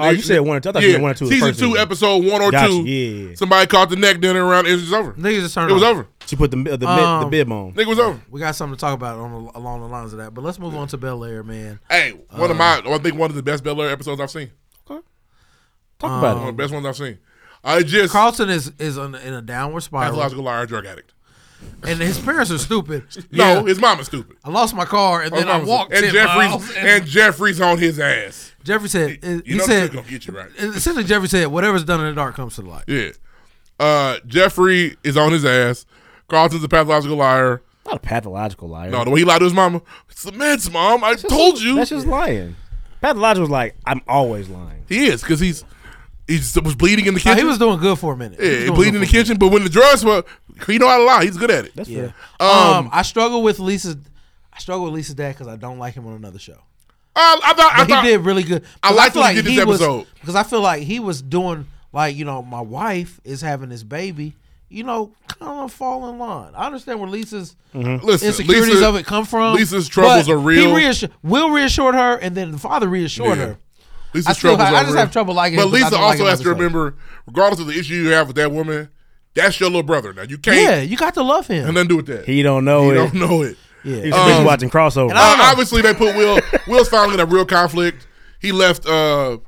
S14: Oh, you said one or two. I thought you said one or two. was
S3: Season
S14: first
S3: two,
S14: season.
S3: episode one or
S14: Gotcha,
S3: two.
S14: Yeah.
S3: Somebody caught the neck dinner around. It was over.
S13: Niggas just turned
S3: It was
S13: off.
S3: over.
S14: She put the the,
S13: Um,
S14: mid, the bib on.
S3: Nigga was over.
S13: We got something to talk about on the, along the lines of that, but let's move on to Bel Air, man.
S3: Hey, one of my, I think one of the best Bel Air episodes I've seen.
S14: Okay.
S3: Talk
S13: about it.
S3: One of the best ones I've seen. I just
S13: Carlton is is on, in a downward spiral.
S3: pathological liar, drug addict.
S13: and his parents are stupid.
S3: [LAUGHS] No, Oh,
S13: Yeah.
S3: his mama's stupid.
S13: I lost my car and
S3: His
S13: then I
S3: mama's
S13: walked
S3: stupid.
S13: 10
S3: and Jeffrey's
S13: miles.
S3: and, Jeffrey's on his ass.
S13: Jeffrey said,
S3: you
S13: he
S3: know the
S13: said,
S3: truth gonna get you right.
S13: essentially Jeffrey said, whatever's done in the dark comes to the light.
S3: Yeah. Uh, Jeffrey is on his ass. Carlton's a pathological liar.
S14: Not a pathological liar.
S3: No, the way he lied to his mama. It's the meds, mom. I told you.
S14: That's just lying. Pathological's like, I'm always lying.
S3: He is because he's he just was bleeding in the kitchen.
S13: he was doing good for a minute.
S3: Yeah,
S13: was
S3: he
S13: doing
S3: bleeding in the kitchen, but when the drugs were, he know how to lie. He's good at it. That's
S13: Yeah. Um,
S3: Um,
S13: I struggle with Lisa's. I struggle with Lisa's dad because I don't like him on another show.
S3: I, I thought, I
S13: But
S3: thought
S13: he did really good.
S3: I
S13: Because
S3: liked
S13: feel
S3: what he did this
S13: was-
S3: episode.
S13: because I feel like he was doing like you know my wife is having this baby. You know, kind of fall in line. I understand where Lisa's
S3: Mhm. Listen,
S13: insecurities
S3: Lisa-
S13: of it come from.
S3: Lisa's troubles
S13: but
S3: are
S13: He
S3: real.
S13: reassure, will reassured her, and then the father reassured
S3: Yeah.
S13: her.
S3: Lisa's
S13: I still
S3: troubles
S13: have-
S3: are
S13: I just
S3: real.
S13: have trouble liking
S3: But
S13: him 'cause I
S3: Lisa
S13: don't like
S3: also
S13: him
S3: has
S13: as
S3: to
S13: a son.
S3: remember, regardless of the issue you have with that woman, that's your little brother. Now you can't.
S13: Yeah, you got to love him.
S3: And nothing do with that.
S14: He don't know
S3: He
S14: it.
S3: don't know it.
S13: Yeah.
S14: He's busy watching crossover.
S3: Uh, obviously, they put Will. Will's finally in a real conflict. He left. uh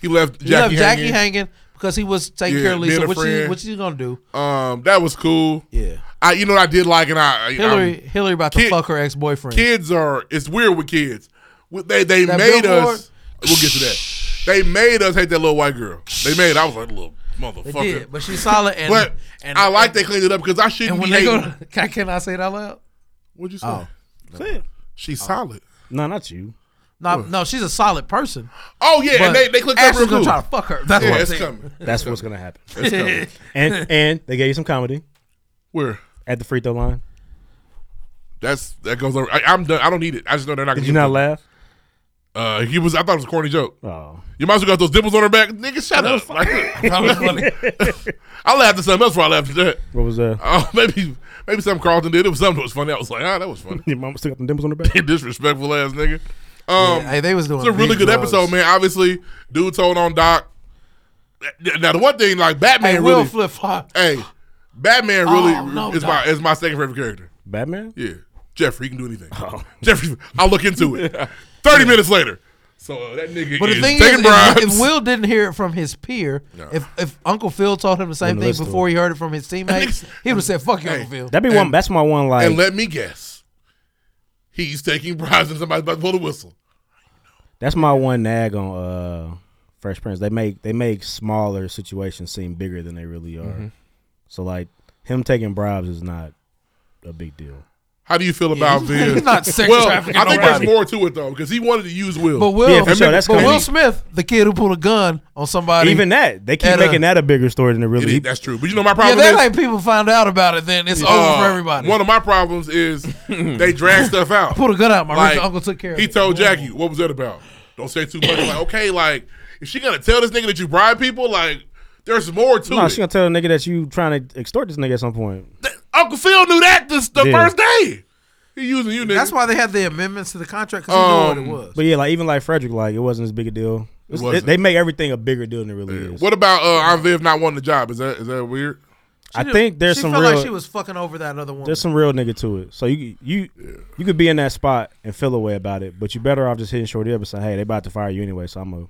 S3: He left
S13: you left
S3: Jackie.
S13: Jackie
S3: hanging.
S13: hanging. because he was taking
S3: Yeah,
S13: care of
S3: being
S13: Lisa.
S3: a
S13: What she,
S3: friend.
S13: what she gonna do?
S3: Um, that was cool.
S13: Yeah.
S3: I, you know what I did like, and I I-
S13: Hillary,
S3: I'm-
S13: Hillary about to
S3: Kid-
S13: fuck her ex boyfriend.
S3: Kids are it's weird with kids. With- They they
S13: That
S3: made
S13: billboard?
S3: us. We'll get to that. They made us hate that little white girl. They made. I was like little motherfucker.
S13: did, but she's solid and-
S3: but
S13: and-
S3: I like they cleaned it up because I shouldn't
S13: And when
S3: be
S13: they
S3: hating.
S13: go, to, [LAUGHS] can, can I say it out loud?
S3: What'd you say?
S13: Oh.
S3: Say it. She's solid.
S14: No, not you.
S13: No,
S3: What?
S13: no, she's a solid person.
S3: Oh, yeah, and they- they clicked up
S13: Ashley's
S3: real
S13: gonna
S3: cool.
S13: try to fuck her. That's
S3: Yeah,
S13: what I'm
S3: it's
S13: saying.
S3: coming.
S14: That's what's gonna happen.
S13: [LAUGHS]
S3: It's coming.
S14: and and they gave you some comedy.
S3: Where?
S14: At the free throw line.
S3: That's that goes over. I, I'm done. I don't need it. I just know they're not.
S14: Did
S3: gonna
S14: you
S3: give
S14: not
S3: it.
S14: laugh?
S3: Uh, he was. I thought it was a corny joke.
S14: Oh.
S3: You might as well got those dimples on her back, nigga. Shut up. I thought it was funny. [LAUGHS] I laughed at something else before I laughed at that.
S14: What was uh, that?
S3: Oh, [LAUGHS] maybe maybe something Carlton did. It was something that was funny. I was like, ah, that was funny.
S14: [LAUGHS]
S3: [LAUGHS]
S14: Your mama still got them dimples
S13: [LAUGHS]
S14: on her back.
S3: Disrespectful ass nigga. Um,
S13: Yeah, hey, they was doing
S3: It's a really
S13: big
S3: good
S13: drugs.
S3: episode, man. Obviously, dude told on Doc. Now the one thing, like Batman,
S13: Hey, Will
S3: really
S13: flip flop.
S3: [LAUGHS] Hey, Batman really
S13: Oh, no,
S3: is
S13: Doc.
S3: my is my second favorite character.
S14: Batman?
S3: Yeah, Jeffrey. He can do anything.
S13: Oh.
S3: Jeffrey, I'll look
S13: [LAUGHS]
S3: into it. Thirty minutes later. So uh, that nigga
S13: But the
S3: is
S13: thing is,
S3: taking bribes.
S13: if, if Will didn't hear it from his peer, if if Uncle Phil told him the same
S14: Wouldn't
S13: thing
S14: listen to
S13: before he heard it from his
S3: [LAUGHS]
S13: teammates, he would have said, "Fuck you,
S3: Hey,
S13: Uncle Phil."
S14: That'd be one that's my one like
S3: and let me guess, he's taking bribes and somebody's about to blow the whistle.
S14: That's my one nag on uh Fresh Prince. They make they make smaller situations seem bigger than they really are.
S13: Mm-hmm.
S3: Mhm.
S14: So like him taking bribes is not a big deal.
S3: How do you feel about
S14: he's-
S13: [LAUGHS]
S3: this?
S14: he's not sex
S3: well, I
S14: trafficking
S3: think there's
S14: nobody.
S3: more to it though because he wanted to use Will.
S13: But Will,
S14: Yeah, for sure, that's
S13: but
S14: crazy.
S13: Will Smith, the kid who pulled a gun on somebody,
S14: Even that they keep
S13: at a-
S14: making that a bigger story than it really.
S3: It is- that's true. But you know my problem
S13: yeah, they
S3: is
S13: like people find out about it, then it's over for
S3: Uh,
S13: everybody.
S3: One of my problems is they
S13: [LAUGHS]
S3: drag stuff out.
S13: Pull the gun out, my rich uncle took care of
S3: He
S13: it.
S3: told Jackie, "What was that about? Don't say too much." like, okay, like is she gonna tell this nigga that you bribe people? Like, there's more to
S14: No,
S3: it.
S14: she gonna tell a nigga that you trying to extort this nigga at some point.
S3: Uncle Phil knew that this, the
S14: Yeah.
S3: first day. He using you, nigga.
S13: That's why they had the amendments to the contract because he knew what it
S3: Um,
S13: was.
S14: But yeah, like even like Frederick, like it wasn't as big a deal. It's-
S3: wasn't.
S14: it- they make everything a bigger deal than it really is.
S3: What about uh, Viv not wanting the job? Is that is that weird?
S14: I think there's
S13: she
S14: some
S13: felt
S14: real.
S13: like she was fucking over that other woman.
S14: There's some real nigga to it. So you you you could be in that spot and feel a way about it, but you better off just hitting shorty up and saying, "Hey, they about to fire you anyway, so I'm gonna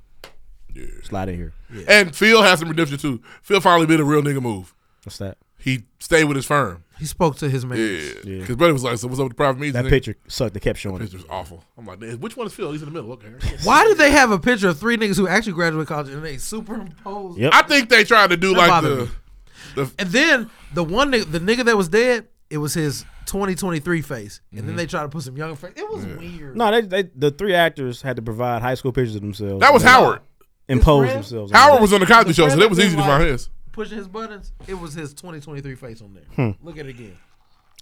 S14: slide in here."
S3: And Phil has some redemption too. Phil finally made a real nigga move.
S14: What's that?
S3: He stayed with his firm.
S13: He spoke to his man.
S3: Yeah, because brother was like, "So what's up with the private meetings?"
S14: That
S3: nigga?"
S14: picture sucked. They kept showing it.
S3: Picture's awful. I'm like, which one is Phil? He's in the middle. Okay.
S13: Why did they have a picture of three niggas who actually graduated college and they superimposed?
S3: I think they tried to do
S13: That
S3: like
S13: bothered
S3: the,
S13: me.
S3: the
S13: And then the one nigga, the nigga that was dead, it was his 2023 face, and then they tried to put some young face. It was weird.
S14: Mm-hmm. No, they, they the three actors had to provide high school pictures of themselves.
S3: That was
S14: They
S3: Howard.
S14: Imposed themselves. on
S3: Howard
S14: it.
S3: was on the Cosby Show, so that was
S13: Frederick
S3: easy to
S13: was
S3: find
S13: like
S3: his.
S13: Pushing his buttons, it was his 2023 face on there.
S14: Hmm.
S13: Look at it again.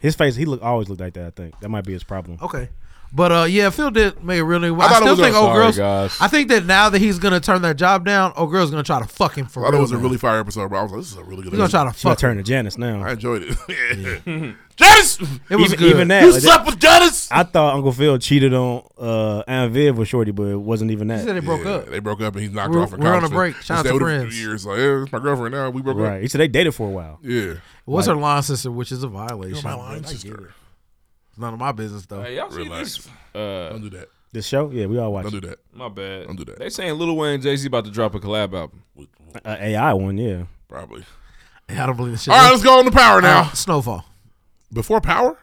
S14: His face, he look always looked like that. I think that might be his problem.
S13: Okay. But uh, yeah, Phil did make it really. Well. I,
S14: thought it
S13: still
S14: was a-
S13: think old
S14: Sorry,
S13: girls.
S14: guys.
S13: I think that now that he's gonna turn that job down, old girl's gonna try to fuck him for
S3: I thought
S13: real.
S3: it was a
S13: now.
S3: really fire episode, but I was like, this is a really good
S13: You gonna try to
S14: She gonna
S13: fuck?
S14: turn to Janice now.
S3: I enjoyed it. [LAUGHS] Yeah. Janice!
S13: It was
S14: even,
S13: good.
S14: even that.
S3: You
S14: like,
S3: slept
S14: that-
S3: with Dennis?
S14: I thought Uncle Phil cheated on uh, Aunt Viv with Shorty, but it wasn't even that.
S13: He said they broke up.
S3: They broke up and he's knocked
S13: We're-
S3: off for
S13: we're on
S3: college.
S13: a break.
S3: He
S13: Shout out
S3: stayed
S13: to
S3: with him for
S13: friends.
S3: Years like, yeah, it's my girlfriend now. We broke
S14: Right. He
S3: up.
S14: said they dated for a while.
S3: Yeah.
S13: What's
S14: Like-
S13: her line sister, which is a violation.
S3: You're my line
S13: but I get
S3: sister.
S13: it. It's none of my business though.
S2: Hey, y'all see this? Uh,
S3: Don't do that.
S14: This show, yeah, we all watch.
S3: Don't do that.
S2: My bad.
S3: Don't do that.
S2: They saying Lil Wayne and Jay Z about to drop a collab album.
S14: Uh, AI one, yeah.
S3: Probably.
S13: I don't believe this shit.
S3: All right, let's go on to power now.
S13: Uh, Snowfall.
S3: Before power?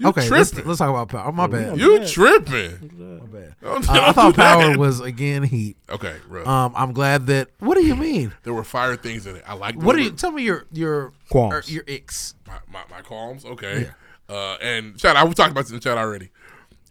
S3: You
S13: okay, let's,
S3: tripping. Oh,
S13: let's talk about power. My bad.
S3: You tripping.
S14: My
S13: bad.
S3: Don't, [LAUGHS]
S13: Uh, [LAUGHS] I
S3: don't
S13: thought
S3: do that.
S13: power was again heat.
S3: Okay, rough.
S13: Um, I'm glad that. What do you mean?
S3: There were fire things in it. I like
S13: What do you tell me your your
S14: Qualms.
S13: er, your icks?
S3: my, my, my qualms? Okay. Uh, and shout out, we talked about this in the chat already.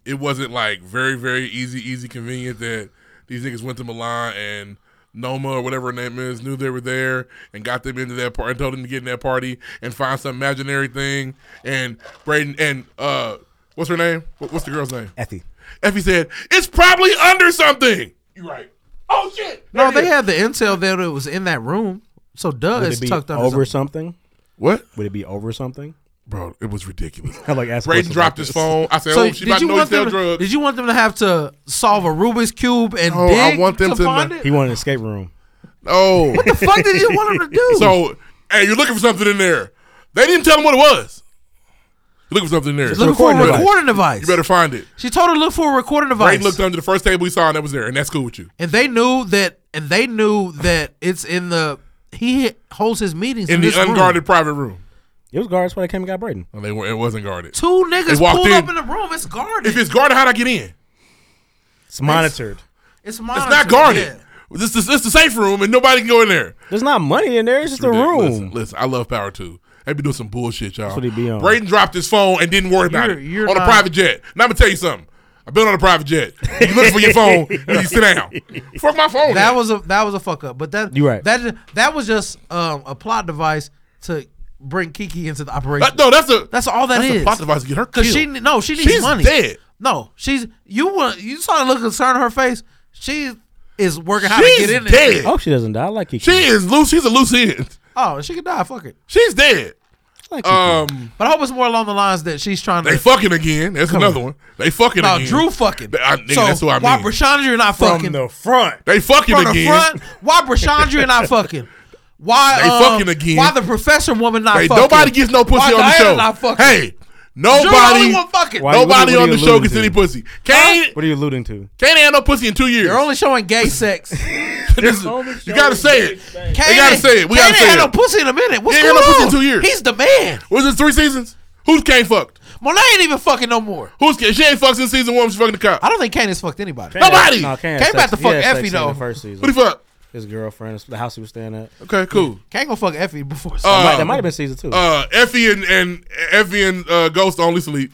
S3: It wasn't like very, very easy, easy, convenient that these niggas went to Milan and Noma or whatever her name is knew they were there and got them into that party and told them to get in that party and find some imaginary thing. And Braden and uh, what's her name? What- What's the girl's name?
S14: Effie.
S3: Effie said it's probably under something. You're right. Oh shit!
S13: No, they had the intel that it was in that room. So duh,
S14: Would
S13: it's
S14: it be
S13: tucked under
S14: over
S13: something.
S14: something?
S3: What?
S14: Would it be over something?
S3: Bro, it was ridiculous.
S14: I like asked
S3: Braden dropped his phone. I said, "Oh, she
S13: did
S3: about to
S13: you
S3: know he
S13: want
S3: sell
S13: them?
S3: drugs."
S13: Did you want them to have to solve a Rubik's cube and
S3: No, I
S13: dig
S3: want them to
S13: find
S3: know.
S13: it?
S14: He wanted an escape room.
S3: Oh, what
S13: the fuck did you want
S3: [LAUGHS]
S13: him to do?
S3: So, hey, you're looking for something in there. They didn't tell him what it was. You're looking for something in there.
S13: It's a Looking for a recording recording device. device.
S3: You better find it.
S13: She told her to look for a recording device.
S3: Braden looked under the first table he saw and that was there, and that's cool with you.
S13: and they knew that and they knew that it's in the he holds his meetings in,
S3: In the
S13: this room.
S3: unguarded private room.
S14: It was guards when they came and got Braden.
S3: And they were, it wasn't guarded.
S13: two niggas
S3: They walked
S13: pulled
S3: in.
S13: up in the room it's guarded
S3: If it's guarded, how'd I get in?
S14: It's monitored.
S13: it's
S3: It's
S13: monitored
S3: not guarded. This is it's the safe room, and nobody can go in there.
S14: There's not money in there. It's just a room.
S3: Listen, listen, I love Power Two. They be doing some bullshit, y'all.
S14: That's what he be on.
S3: Braden dropped his phone and didn't worry about
S14: You're-
S3: it
S14: you're
S3: on a
S14: not-
S3: private jet. Now I'm gonna tell you something. I've been on a private jet. You looking for your phone? and you
S14: [LAUGHS]
S3: sit down. Fuck my phone.
S13: that was a that was a fuck up but that
S3: You right.
S13: that that was just um, a plot device to bring Kiki into the operation
S3: That- no, that's a
S13: that's all that
S3: that's a
S13: is.
S3: plot device to get her
S13: because she
S3: killed.
S13: no she needs
S3: She's
S13: money
S3: dead.
S13: no she's you want you saw the look of concern on her face she is working how
S3: She's
S13: to get in
S3: dead.
S13: there
S14: Oh, she doesn't die I like Kiki.
S3: She is loose. She's a loose end.
S13: oh she could die fuck it
S3: She's dead.
S14: Like
S13: uh,
S3: Um,
S13: but I hope it's more along the lines that she's trying to
S3: They fucking again. That's
S13: Come
S3: another
S13: on.
S3: one. They fucking
S13: No,
S3: again.
S13: Drew fucking.
S3: I, nigga,
S13: so
S3: that's what I
S13: why
S3: mean.
S13: Brashandra and I
S3: From
S13: fucking
S14: the front?
S3: They fucking
S13: from the
S3: again.
S13: front? Why Brashandra and I fucking? Why
S3: They
S13: um,
S3: fucking again.
S13: Why the professor woman not
S3: Hey,
S13: fucking?
S3: nobody gets no pussy
S13: why
S3: on the
S13: Diana
S3: show.
S13: Not fucking?
S3: Hey,
S13: You're the only
S3: nobody,
S13: one fucking.
S14: Why- what are
S3: nobody
S14: you- what
S3: on
S14: are
S3: the
S14: you
S3: show gets
S14: alluding to?
S3: any pussy. Kane,
S14: What are you alluding to?
S3: Kane ain't had no pussy in two years.
S13: You're only showing gay sex. Kane
S3: [LAUGHS] This is- you gotta say it. You gotta
S13: ain't-
S3: say it. We
S13: Kane
S3: gotta say
S13: ain't had
S3: it.
S13: no pussy in a minute. What's
S3: He ain't
S13: going
S3: had no pussy
S13: on?
S3: in two years.
S13: He's the man.
S3: Was it three seasons? Who's Kane fucked?
S13: Monet ain't even fucking no more.
S3: Who's Kane? She ain't fucked since season one. She's fucking the cop.
S13: I don't think Kane has fucked anybody.
S3: Kane- Nobody.
S14: No, Kane had
S13: Came
S14: sex-
S13: back to
S14: he
S13: fuck
S14: had
S13: Effie,
S14: sex scene in
S13: though.
S14: The first season.
S3: Who the fuck?
S14: His girlfriend. The house he was staying at.
S13: Uh,
S3: Okay, cool.
S13: Kane gonna fuck Effie before.
S3: Uh,
S14: that, might, that might have been season two.
S3: Uh, Effie and, and Effie and uh, Ghost only sleep.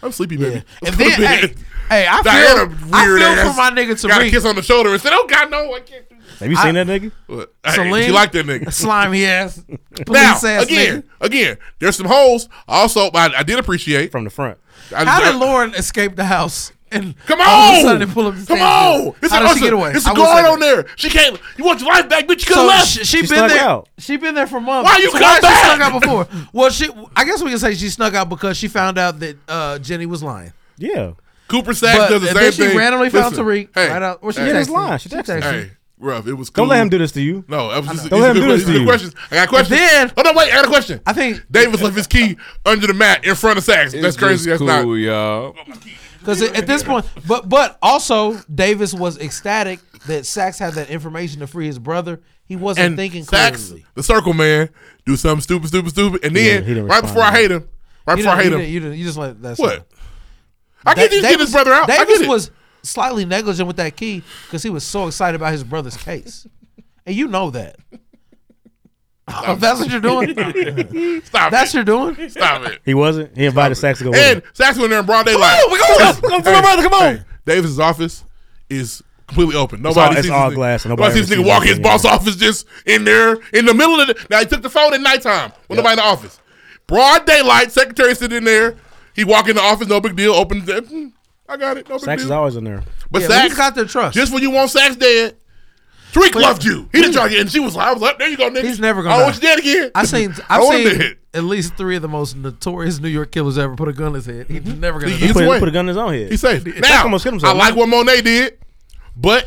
S3: I'm sleepy, baby. [LAUGHS]
S13: And then, hey, hey, I
S3: Diana,
S13: feel, I
S3: weird
S13: feel
S3: ass,
S13: for my nigga
S3: got a
S13: Tariq.
S3: kiss on the shoulder and said, "Oh God, no, I can't." do this."
S14: have you
S13: I-
S14: seen that nigga?
S3: What? Hey, she
S13: Celine?
S3: liked that nigga.
S13: Slimy
S3: [LAUGHS]
S13: ass.
S3: Now
S13: Police ass
S3: again,
S13: nigga.
S3: again, there's some holes. Also, I, I did appreciate.
S14: From the front.
S3: I,
S13: How
S3: I-
S13: did Lauren escape the house? And
S3: Come
S13: all of a
S3: on!
S13: sudden they pull up the
S3: Come
S13: stand?
S3: on! It's
S13: How
S3: a,
S13: did she
S3: it's a-
S13: get away?
S3: It's a
S13: I will say
S3: guard
S13: that.
S3: on there. She can't. You want your life back, bitch? You could have
S13: So
S3: left.
S13: she, she
S14: She
S13: been
S14: snuck
S13: there.
S14: out.
S13: She been there for months.
S3: Why you
S13: so
S3: come
S13: why
S3: back?
S13: She snuck out before. Well, she. I guess we can say she snuck out because she found out that uh, Jenny was lying.
S14: Yeah.
S3: Cooper Sacks
S13: But-
S3: does the
S13: and
S3: same
S13: then she
S3: thing.
S13: randomly found
S3: Listen,
S13: Tariq
S3: Hey,
S13: right out- or she texted
S3: hey,
S14: Yeah, that's
S13: him.
S14: lying. She
S13: She
S14: texted him.
S13: texted
S3: Hey, rough. It was cool.
S14: Don't let him do this to you.
S3: No, that was just,
S14: Don't
S3: these
S14: let
S3: are
S14: him do
S3: good,
S14: this to
S3: these are good
S14: you.
S3: questions. I got questions.
S13: then-
S3: oh no, wait, I got a question.
S13: I think
S3: Davis left his key under the mat in front of Sacks. That's crazy. That's
S2: cool,
S3: not.
S2: y'all.
S13: because at this point, but but also Davis was ecstatic that Sachs had that information to free his brother. He wasn't
S3: and
S13: thinking
S3: Sacks,
S13: clearly.
S3: the circle man, do something stupid, stupid, stupid, and then
S14: didn't- he didn't
S3: right
S14: respond.
S3: before I hate him, right
S13: You
S3: before I
S13: didn't-
S3: hate
S13: you
S3: him,
S13: didn't- You, didn't- you just let that.
S3: what? I get you
S13: Da-
S3: get his brother out. I
S13: Davis
S3: get it.
S13: was slightly negligent with that key because he was so excited about his brother's case, and you know
S3: [LAUGHS]
S13: that. Oh, that's what you're doing.
S3: Stop
S13: That's what
S3: it.
S13: you're doing.
S14: [LAUGHS]
S3: Stop it.
S14: He wasn't. He invited Sax to go with
S3: And
S14: him.
S3: Sacks went there in broad daylight.
S13: on, we go.
S3: Hey,
S14: [LAUGHS] Come on, brother, come on.
S3: hey, Davis's office is completely open.
S14: all-
S3: Nobody
S14: it's
S3: sees
S14: all
S3: this nigga.
S14: glass and
S3: Nobody,
S14: nobody
S3: sees this
S14: ever
S3: nigga
S14: sees
S3: walk his
S14: nothing,
S3: boss
S14: yeah.
S3: office just in there in the middle of the. Now he took the phone at nighttime with nobody in the office. Broad daylight. Secretary sitting in there. He walk in the office. No big deal. Open. The, "Hmm, I got it. No big
S14: Sax is
S3: deal.
S14: always in there.
S3: But
S13: Yeah, we
S3: Sacks
S13: just got their trust.
S3: Just when you want Sacks dead. Tariq loved you. He didn't try to get, and she was like, "I was like, there you go, nigga.
S13: He's never gonna
S3: I
S13: die.
S3: want you dead again.
S13: I
S3: [LAUGHS]
S13: seen.
S3: I
S13: I've
S3: want him
S13: seen
S3: dead.
S13: at least three of the most notorious New York killers ever put a gun in his head. He's never gonna.
S3: He-
S13: die.
S3: Either
S14: Put,
S3: way.
S14: put a gun in his own head.
S3: He safe.
S14: Sax
S3: Now,
S14: almost killed himself.
S3: I like what Monet did, but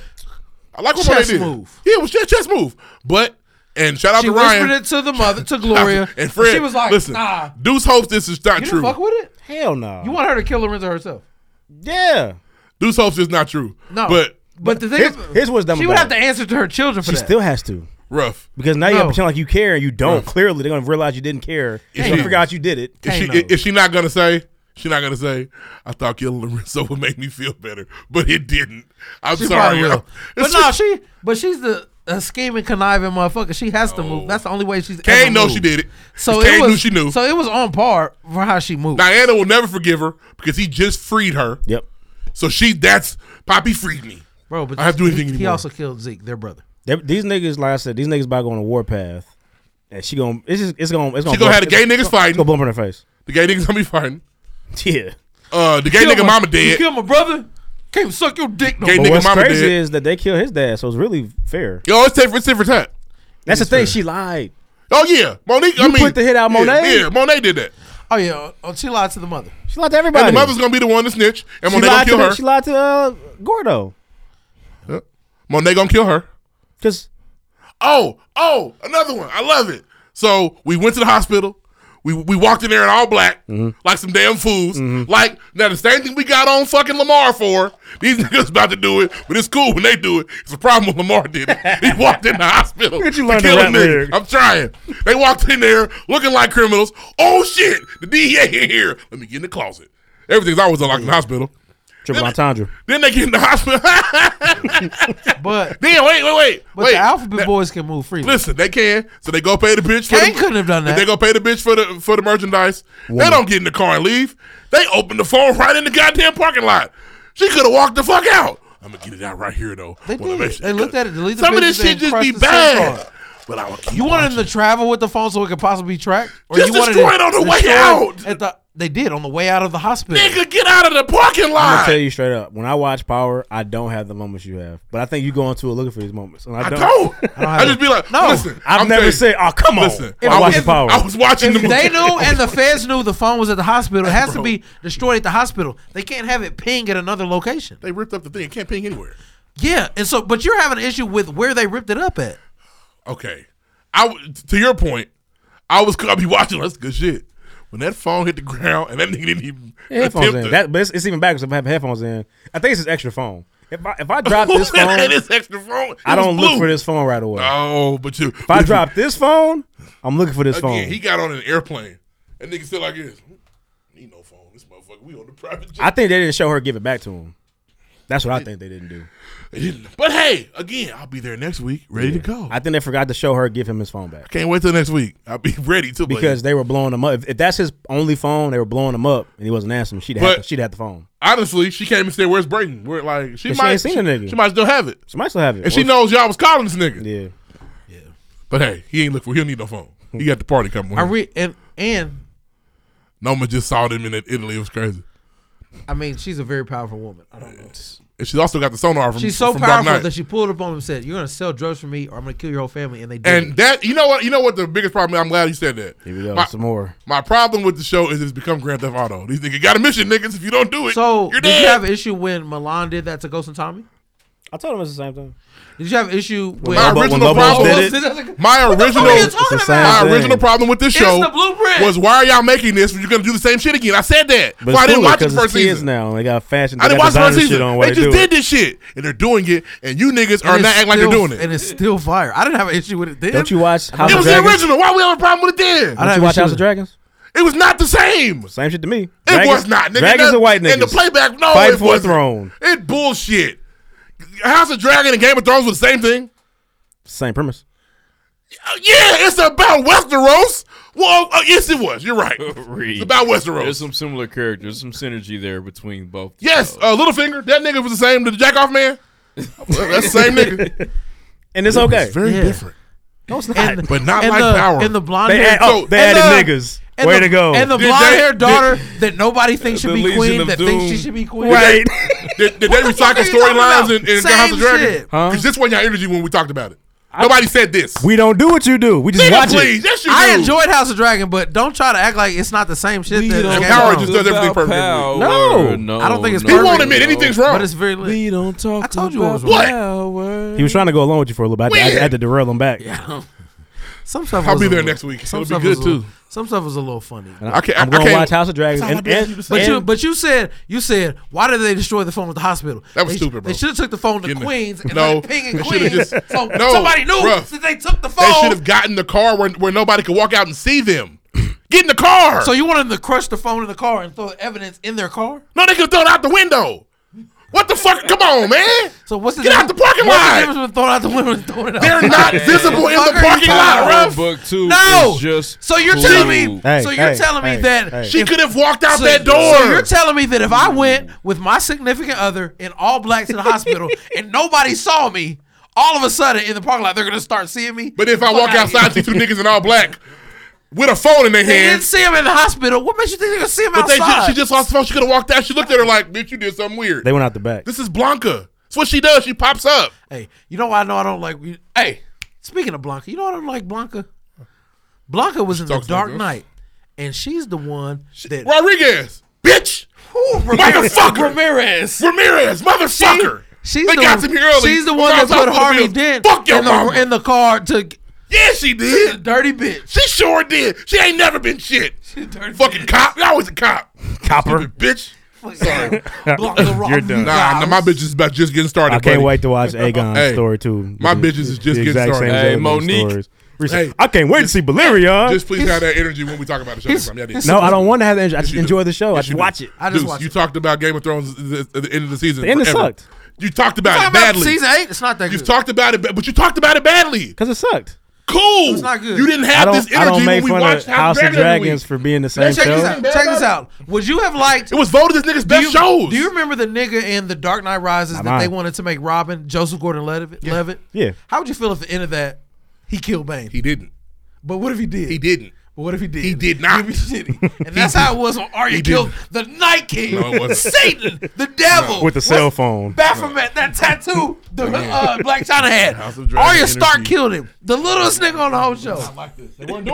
S3: I like what
S13: Chess
S3: Monet did.
S13: move.
S3: Yeah, it was chess, chess move. But and shout out
S13: She
S3: to
S13: whispered
S3: Ryan
S13: it to the mother,
S3: [LAUGHS]
S13: to Gloria,
S3: and Fred.
S13: She was like,
S3: "Listen,
S13: "Nah,
S3: Deuce hopes this is
S13: you
S3: not
S13: didn't
S3: true.
S13: fuck with it.
S14: Hell no.
S13: You want her to kill Lorenzo herself?
S14: Yeah.
S3: Deuce hopes it's not true.
S13: No,
S3: but
S13: but the thing
S14: Here's,
S13: is,
S14: here's what's dumb
S13: she
S14: about
S13: would have
S14: it.
S13: to answer to her children for
S14: She
S13: that.
S14: still has to.
S3: rough.
S14: Because now you have
S13: No.
S14: to pretend like you care and you don't.
S3: Bruh.
S14: Clearly, they're going to realize you didn't care. They're going
S3: she-
S14: to figure out you did it.
S3: Is she,
S13: knows?
S3: is she not gonna say? She not gonna say. I thought killing Lorenzo would make me feel better, but it didn't. I'm
S13: She
S3: sorry. [LAUGHS]
S13: probably will.
S3: y'all.
S13: But no, she. But she's the. a scheming, conniving motherfucker. She has to move. That's the only way she's.
S3: Kane
S13: ever
S3: knows
S13: moved.
S3: she did it.
S13: So
S3: Kane
S13: it was,
S3: knew she knew.
S13: So it was on par for how she moved.
S3: Diana will never forgive her because he just freed her.
S14: Yep.
S3: So she that's Poppy freed me.
S13: Bro, but
S3: I have to do
S13: he-
S3: anything
S13: he
S3: anymore.
S13: also killed Zeke, their brother.
S14: They- these niggas, like I said, these niggas about to go on a warpath, and she gonna it's just, it's gonna it's gonna
S3: she gonna
S14: blow-
S3: have the gay
S14: it's
S3: niggas fighting.
S14: Go bump in her face. [LAUGHS]
S3: The gay niggas gonna be fighting.
S14: Yeah.
S3: Uh, the gay
S13: Kill
S3: nigga
S13: my-
S3: mama dead.
S13: You killed my brother. Can't suck your dick. No
S14: But
S13: more.
S14: what's crazy is that they killed his dad, so it's really fair.
S3: Yo, it's different, different time.
S14: That's the thing. She lied.
S3: Oh yeah, Monique. I
S14: You
S3: mean,
S14: put the hit out,
S3: yeah,
S14: Monet?
S3: Yeah, Monet did that.
S13: Oh yeah, oh, she lied to the mother.
S14: She lied to everybody.
S3: And the mother's gonna be the one to snitch, and
S14: She
S3: Monet gonna
S14: lied, to
S3: kill
S14: the-
S3: her.
S14: she lied to uh, Gordo.
S3: Monet gonna kill her.
S14: Cause
S3: oh oh another one. I love it. So we went to the hospital. We we walked in there in all black,
S14: Mm-hmm.
S3: like some damn fools. Like now the same thing we got on fucking Lamar for. These [LAUGHS] niggas about to do it, but it's cool when they do it. It's a problem when Lamar did it.
S14: [LAUGHS]
S3: He walked in the hospital.
S14: Look at you
S3: to
S14: learning
S3: kill
S14: rap
S3: a nigga.
S14: lyrics.
S3: I'm trying. They walked in there looking like criminals. Oh shit, the DEA in here. Let me get in the closet. Everything's always unlocked
S14: Mm.
S3: in the hospital.
S14: Triple entendre.
S3: Then they get in the hospital. [LAUGHS]
S13: but
S3: then wait, wait, wait.
S13: But
S3: wait.
S13: the Alphabet Boys can move freely.
S3: Listen, they can. So they go pay the bitch for
S13: Kane
S3: the,
S13: couldn't have done
S3: If
S13: that.
S3: They go pay the bitch for the for the merchandise. They
S13: Woman.
S3: don't get in the car and leave. They open the phone right in the goddamn parking lot. She could have walked the fuck out. I'm gonna get it out right here though. They,
S13: did. They looked at it, deleted the
S3: Some of this
S13: pictures, and
S3: shit just
S13: crushed
S3: be
S13: the SIM
S3: bad.
S13: card.
S3: But I would keep
S13: You wanted them to travel with the phone so it could possibly be tracked,
S3: Just
S13: you wanted
S3: destroy it on the way
S13: destroy it
S3: out.
S13: At the, they did on the way out of the hospital.
S3: Nigga, get out of the parking
S14: I'm gonna
S3: lot.
S14: tell you straight up. When I watch Power, I don't have the moments you have, but I think you go into it looking for these moments. And I don't.
S3: don't.
S14: have
S3: I just be like,
S14: No,
S3: listen,
S14: I've
S3: I'm
S14: never
S3: telling you.
S14: said, "Oh, come on."
S3: Listen,
S14: I watched Power.
S3: I was watching [LAUGHS] the
S13: If
S3: movie.
S13: they knew and the feds knew the phone was at the hospital, it has to be destroyed at the hospital. They can't have it ping at another location.
S3: They ripped up the thing. It can't ping anywhere.
S13: Yeah, and so but you're having an issue with where they ripped it up at.
S3: okay. I w- to your point, I was I'll be watching. That's good shit. When that phone hit the ground and that nigga didn't even
S14: headphones
S3: attempt
S14: in.
S3: to.
S14: That, but it's, it's even backwards if I have headphones in. I think it's his extra phone. If I if
S3: [LAUGHS]
S14: I [LAUGHS] drop this phone,
S3: This extra phone. It
S14: I
S3: was
S14: don't look
S3: blue.
S14: for this phone right away.
S3: No, but you. If
S14: I drop this phone, I'm looking for this
S3: Again,
S14: phone.
S3: he got on an airplane. That nigga still like this. Need no phone. This motherfucker. We on the private jet.
S14: I think they didn't show her give it back to him. That's what I think they didn't do.
S3: But hey, again, I'll be there next week, ready to go.
S14: I think they forgot to show her give him his phone back.
S3: Can't wait till next week. I'll be [LAUGHS] ready to play.
S14: because they were blowing him up. If, if that's his only phone, they were blowing him up, and he wasn't answering. She'd have
S3: But-
S14: the, she'd have the phone.
S3: Honestly, she came and said, "Where's Brayden?" We're like, she
S14: And she
S3: might
S14: ain't seen
S3: she,
S14: the nigga.
S3: She might still have it.
S14: She might still have it.
S3: And she
S14: Or-
S3: knows y'all was calling this nigga.
S14: Yeah.
S3: Yeah. But hey, he ain't look for. He don't need no phone. He got the party coming. with
S13: I
S3: him.
S13: re and and
S3: Noma just saw them in Italy. It was crazy.
S13: I mean she's a very powerful woman. I don't know.
S3: And she's also got the sonar from.
S13: She's so
S3: from Dark
S13: powerful
S3: Knight.
S13: that she pulled up on him and said, You're gonna sell drugs for me or I'm gonna kill your whole family and they did
S3: and that you know what you know what the biggest problem. I'm glad you said that.
S14: Here we go.
S3: My,
S14: some more.
S3: my problem with the show is it's become Grand Theft Auto. These niggas got a mission, niggas. If you don't do it,
S13: So
S3: you're
S13: did you
S3: dead.
S13: have an issue when Milan did that to Ghost and Tommy?
S14: I told him it's the same thing.
S13: Did you have an issue with
S3: my original
S13: Oh,
S3: problem, my
S13: What the fuck
S3: original,
S13: are you talking It's the about?
S3: my
S13: same
S3: original
S13: thing.
S3: problem with this
S13: It's
S3: show
S13: the blueprint.
S3: was why are y'all making this? when You're gonna do the same shit again. I said that.
S14: But
S3: Why I
S14: it's
S3: didn't
S14: cooler
S3: watch it
S14: 'cause
S3: the first
S14: it's kids
S3: season.
S14: now. and They got fashion. They
S3: I didn't
S14: got
S3: watch the first
S14: designer shit
S3: season.
S14: on while
S3: They just
S14: do
S3: did
S14: it.
S3: this shit, and they're doing it, and you niggas are
S13: And
S3: not
S13: it's
S3: acting like they're
S13: still-
S3: doing it.
S13: And it's still fire. I didn't have an issue with it then.
S14: Don't you watch House
S3: It
S14: of
S3: was the
S14: Dragons?
S3: original. Why we have a problem with it then?
S14: Don't you watch House of Dragons?
S3: It was not the same.
S14: Same shit to me.
S3: It was not. Nigga.
S14: Dragons
S3: That-
S14: and white niggas.
S3: And the playback, no,
S14: Fight
S3: it
S14: for a
S3: wasn't.
S14: throne.
S3: It bullshit. House of Dragon and Game of Thrones was the same thing.
S14: Same premise.
S3: Uh, Yeah, it's about Westeros. Well, uh, yes, it was.
S20: [LAUGHS]
S3: You're right.
S20: Reed.
S3: it's about Westeros.
S20: There's some similar characters, some synergy there between
S14: [LAUGHS]
S20: both.
S3: Yes, uh, Littlefinger. That nigga was the same to the Jackoff man. Well, That's the
S14: [LAUGHS]
S3: same nigga.
S14: And it's
S3: It was
S14: okay.
S3: very
S14: Yeah.
S3: different.
S14: No, it's not.
S3: but not
S13: and
S3: like
S13: the,
S3: power.
S13: And the blonde
S14: They
S13: hair.
S14: add- oh, they
S13: and
S14: added niggas.
S13: and
S14: Way
S13: the-
S14: to go.
S13: And the
S14: Did
S13: blonde
S14: they-
S13: haired
S14: did-
S13: daughter that nobody thinks should
S14: The
S13: be
S14: Legion
S13: queen
S14: of
S13: that thinks she
S14: Doom.
S13: should be queen.
S14: [LAUGHS] Wait.
S3: Did, did they recycle
S13: fuck are you talking about?
S3: storylines in, in the House
S13: Same
S3: of Dragon?
S13: shit.
S3: Because this wasn't your energy when we talked about it. Nobody said this.
S14: We don't do what you do. We just
S3: Nigga,
S14: watch
S3: please.
S14: it.
S3: Yes, you
S13: I
S3: do.
S13: enjoyed House of Dragon, but don't try to act like it's not the same shit. that
S3: don't
S13: Game of
S3: talk
S13: Thrones.
S3: just does everything perfect.
S13: No. I don't think it's perfect.
S3: He won't admit anything's wrong.
S13: But it's very lit.
S20: We don't talk.
S13: I told you it was
S3: What?
S13: wrong.
S14: He was trying to go along with you for a little bit. I had to- I had to derail him back. Uh-huh.
S13: Some stuff.
S3: I'll
S13: was
S3: be
S13: a
S3: there
S13: little-
S3: next week.
S13: Some
S3: It'll
S13: stuff
S3: be
S13: was
S3: good
S13: a little-
S3: too.
S13: Some stuff was a little funny.
S14: I can't- I'm I gonna can't- watch House of Dragons
S13: That's all
S14: and-
S13: I dare
S14: and-
S13: you to say. but you,
S14: and-
S13: but you said, you said, why did they destroy the phone at the hospital?
S3: That was
S13: They-
S3: stupid, bro.
S13: They should have took the phone to
S3: Getting it.
S13: Queens and
S3: No,
S13: no, Ping and
S3: they shoulda
S13: Queens.
S3: just-
S13: so
S3: No,
S13: somebody knew
S3: bruh.
S13: that they took the
S3: They should
S13: phone.
S3: have gotten the car where, where nobody could walk out and see them. Get in the car.
S13: So you wanted them to crush the phone in the car and throw evidence in their car?
S3: no, they could throw it out the window. What the fuck? Come on, man.
S13: So what's the
S3: Get out the parking
S13: what's
S3: lot.
S13: The difference between throwing out the window and throwing it out. [LAUGHS]
S3: They're not visible in the parking lot,
S13: Ruff.
S3: Ruff.
S20: Book two
S13: No.
S20: is just
S13: So you're
S20: food.
S13: telling me. so you're telling me that
S3: She could have walked out
S13: so-
S3: that
S13: So
S3: door.
S13: you're telling me that if I went with my significant other and all blacks in the
S3: [LAUGHS]
S13: hospital and nobody saw me, all of a sudden in the parking lot they're gonna start seeing me.
S3: But if I walk outside, see two niggas in all black with a phone in their
S13: They didn't
S3: hand.
S13: see him in the hospital. What makes you think they're gonna see him
S3: But they,
S13: outside?
S3: ju- she just lost the phone. She could have walked out. She looked at her like, bitch, you did something weird.
S14: They went out the back.
S3: This is Blanca. That's what she does. She pops up.
S13: Hey, you know why I know I don't like. you- Hey, speaking of Blanca, you know I don't like Blanca. Blanca was in the
S3: talks like
S13: Dark
S3: this.
S13: Knight, and she's the one that
S3: Rodriguez, bitch, motherfucker,
S13: Ramirez,
S3: Ramirez, motherfucker.
S13: She, she's
S3: they
S13: the,
S3: got him here early.
S13: She's the one that
S3: Before I was
S13: put
S3: off the
S13: Harvey
S3: field.
S13: Dent
S3: Fuck your
S13: in, the,
S3: mama.
S13: in the car to.
S3: Yeah, she did.
S13: She's a dirty bitch.
S3: She sure did. She ain't never been shit. Fucking cop. You always a cop.
S14: Copper. [LAUGHS]
S3: Stupid bitch. Sorry. [LAUGHS]
S14: You're done.
S3: Nah, nah, my bitch is about just getting started.
S14: I can't
S3: buddy.
S14: wait to watch Aegon's
S3: Hey,
S14: story too.
S3: My
S14: The-
S3: bitches is just
S14: the
S3: getting
S14: exact
S3: started.
S14: same Zellweger
S3: Hey, Monique.
S14: stories. Recent-
S3: Hey,
S14: I can't wait to see Balerion.
S3: Just please have that energy when we talk about the show. next time. Yeah, yeah.
S14: no, I don't want to have the energy. I just
S3: you do.
S14: enjoy the show. I just
S3: you do.
S14: watch it.
S3: Deuce, You talked about Game of Thrones at the at the end of the season.
S14: The end it
S3: forever.
S14: sucked.
S3: You talked about
S13: Talking
S3: it
S13: about
S3: badly.
S13: season eight, it's not that
S3: You've
S13: good.
S3: talked about it, ba- but you talked about it badly.
S14: Because it sucked.
S3: Cool.
S13: It's not good.
S3: You didn't
S14: I
S3: have
S14: don't,
S3: this
S14: I don't
S3: energy
S14: make
S3: when we
S14: fun
S3: watched
S14: of House of Dragons for being the same
S13: Check this
S14: show.
S13: out. Check this out. Would you have liked?
S3: It was voted as niggas'
S13: Do
S3: best
S13: you,
S3: shows.
S13: Do you remember the nigga in the Dark Knight Rises
S14: Not
S13: that they
S14: mine.
S13: wanted to make Robin Joseph Gordon-Levitt? Levitt.
S14: Yeah.
S13: How would you feel if the end of that he killed Bane?
S3: He didn't.
S13: But what if he did? He
S3: didn't.
S13: But what if he did?
S3: He did
S14: [LAUGHS]
S3: not.
S13: And that's how it was on Arya
S3: [LAUGHS] He
S13: killed the Night King,
S3: No, it wasn't.
S13: Satan, the devil,
S14: With the cell phone.
S13: Baphomet, that tattoo the uh, Black China had.
S3: House of Dragon
S13: Arya Stark
S3: energy.
S13: killed him, the littlest nigga on the whole show.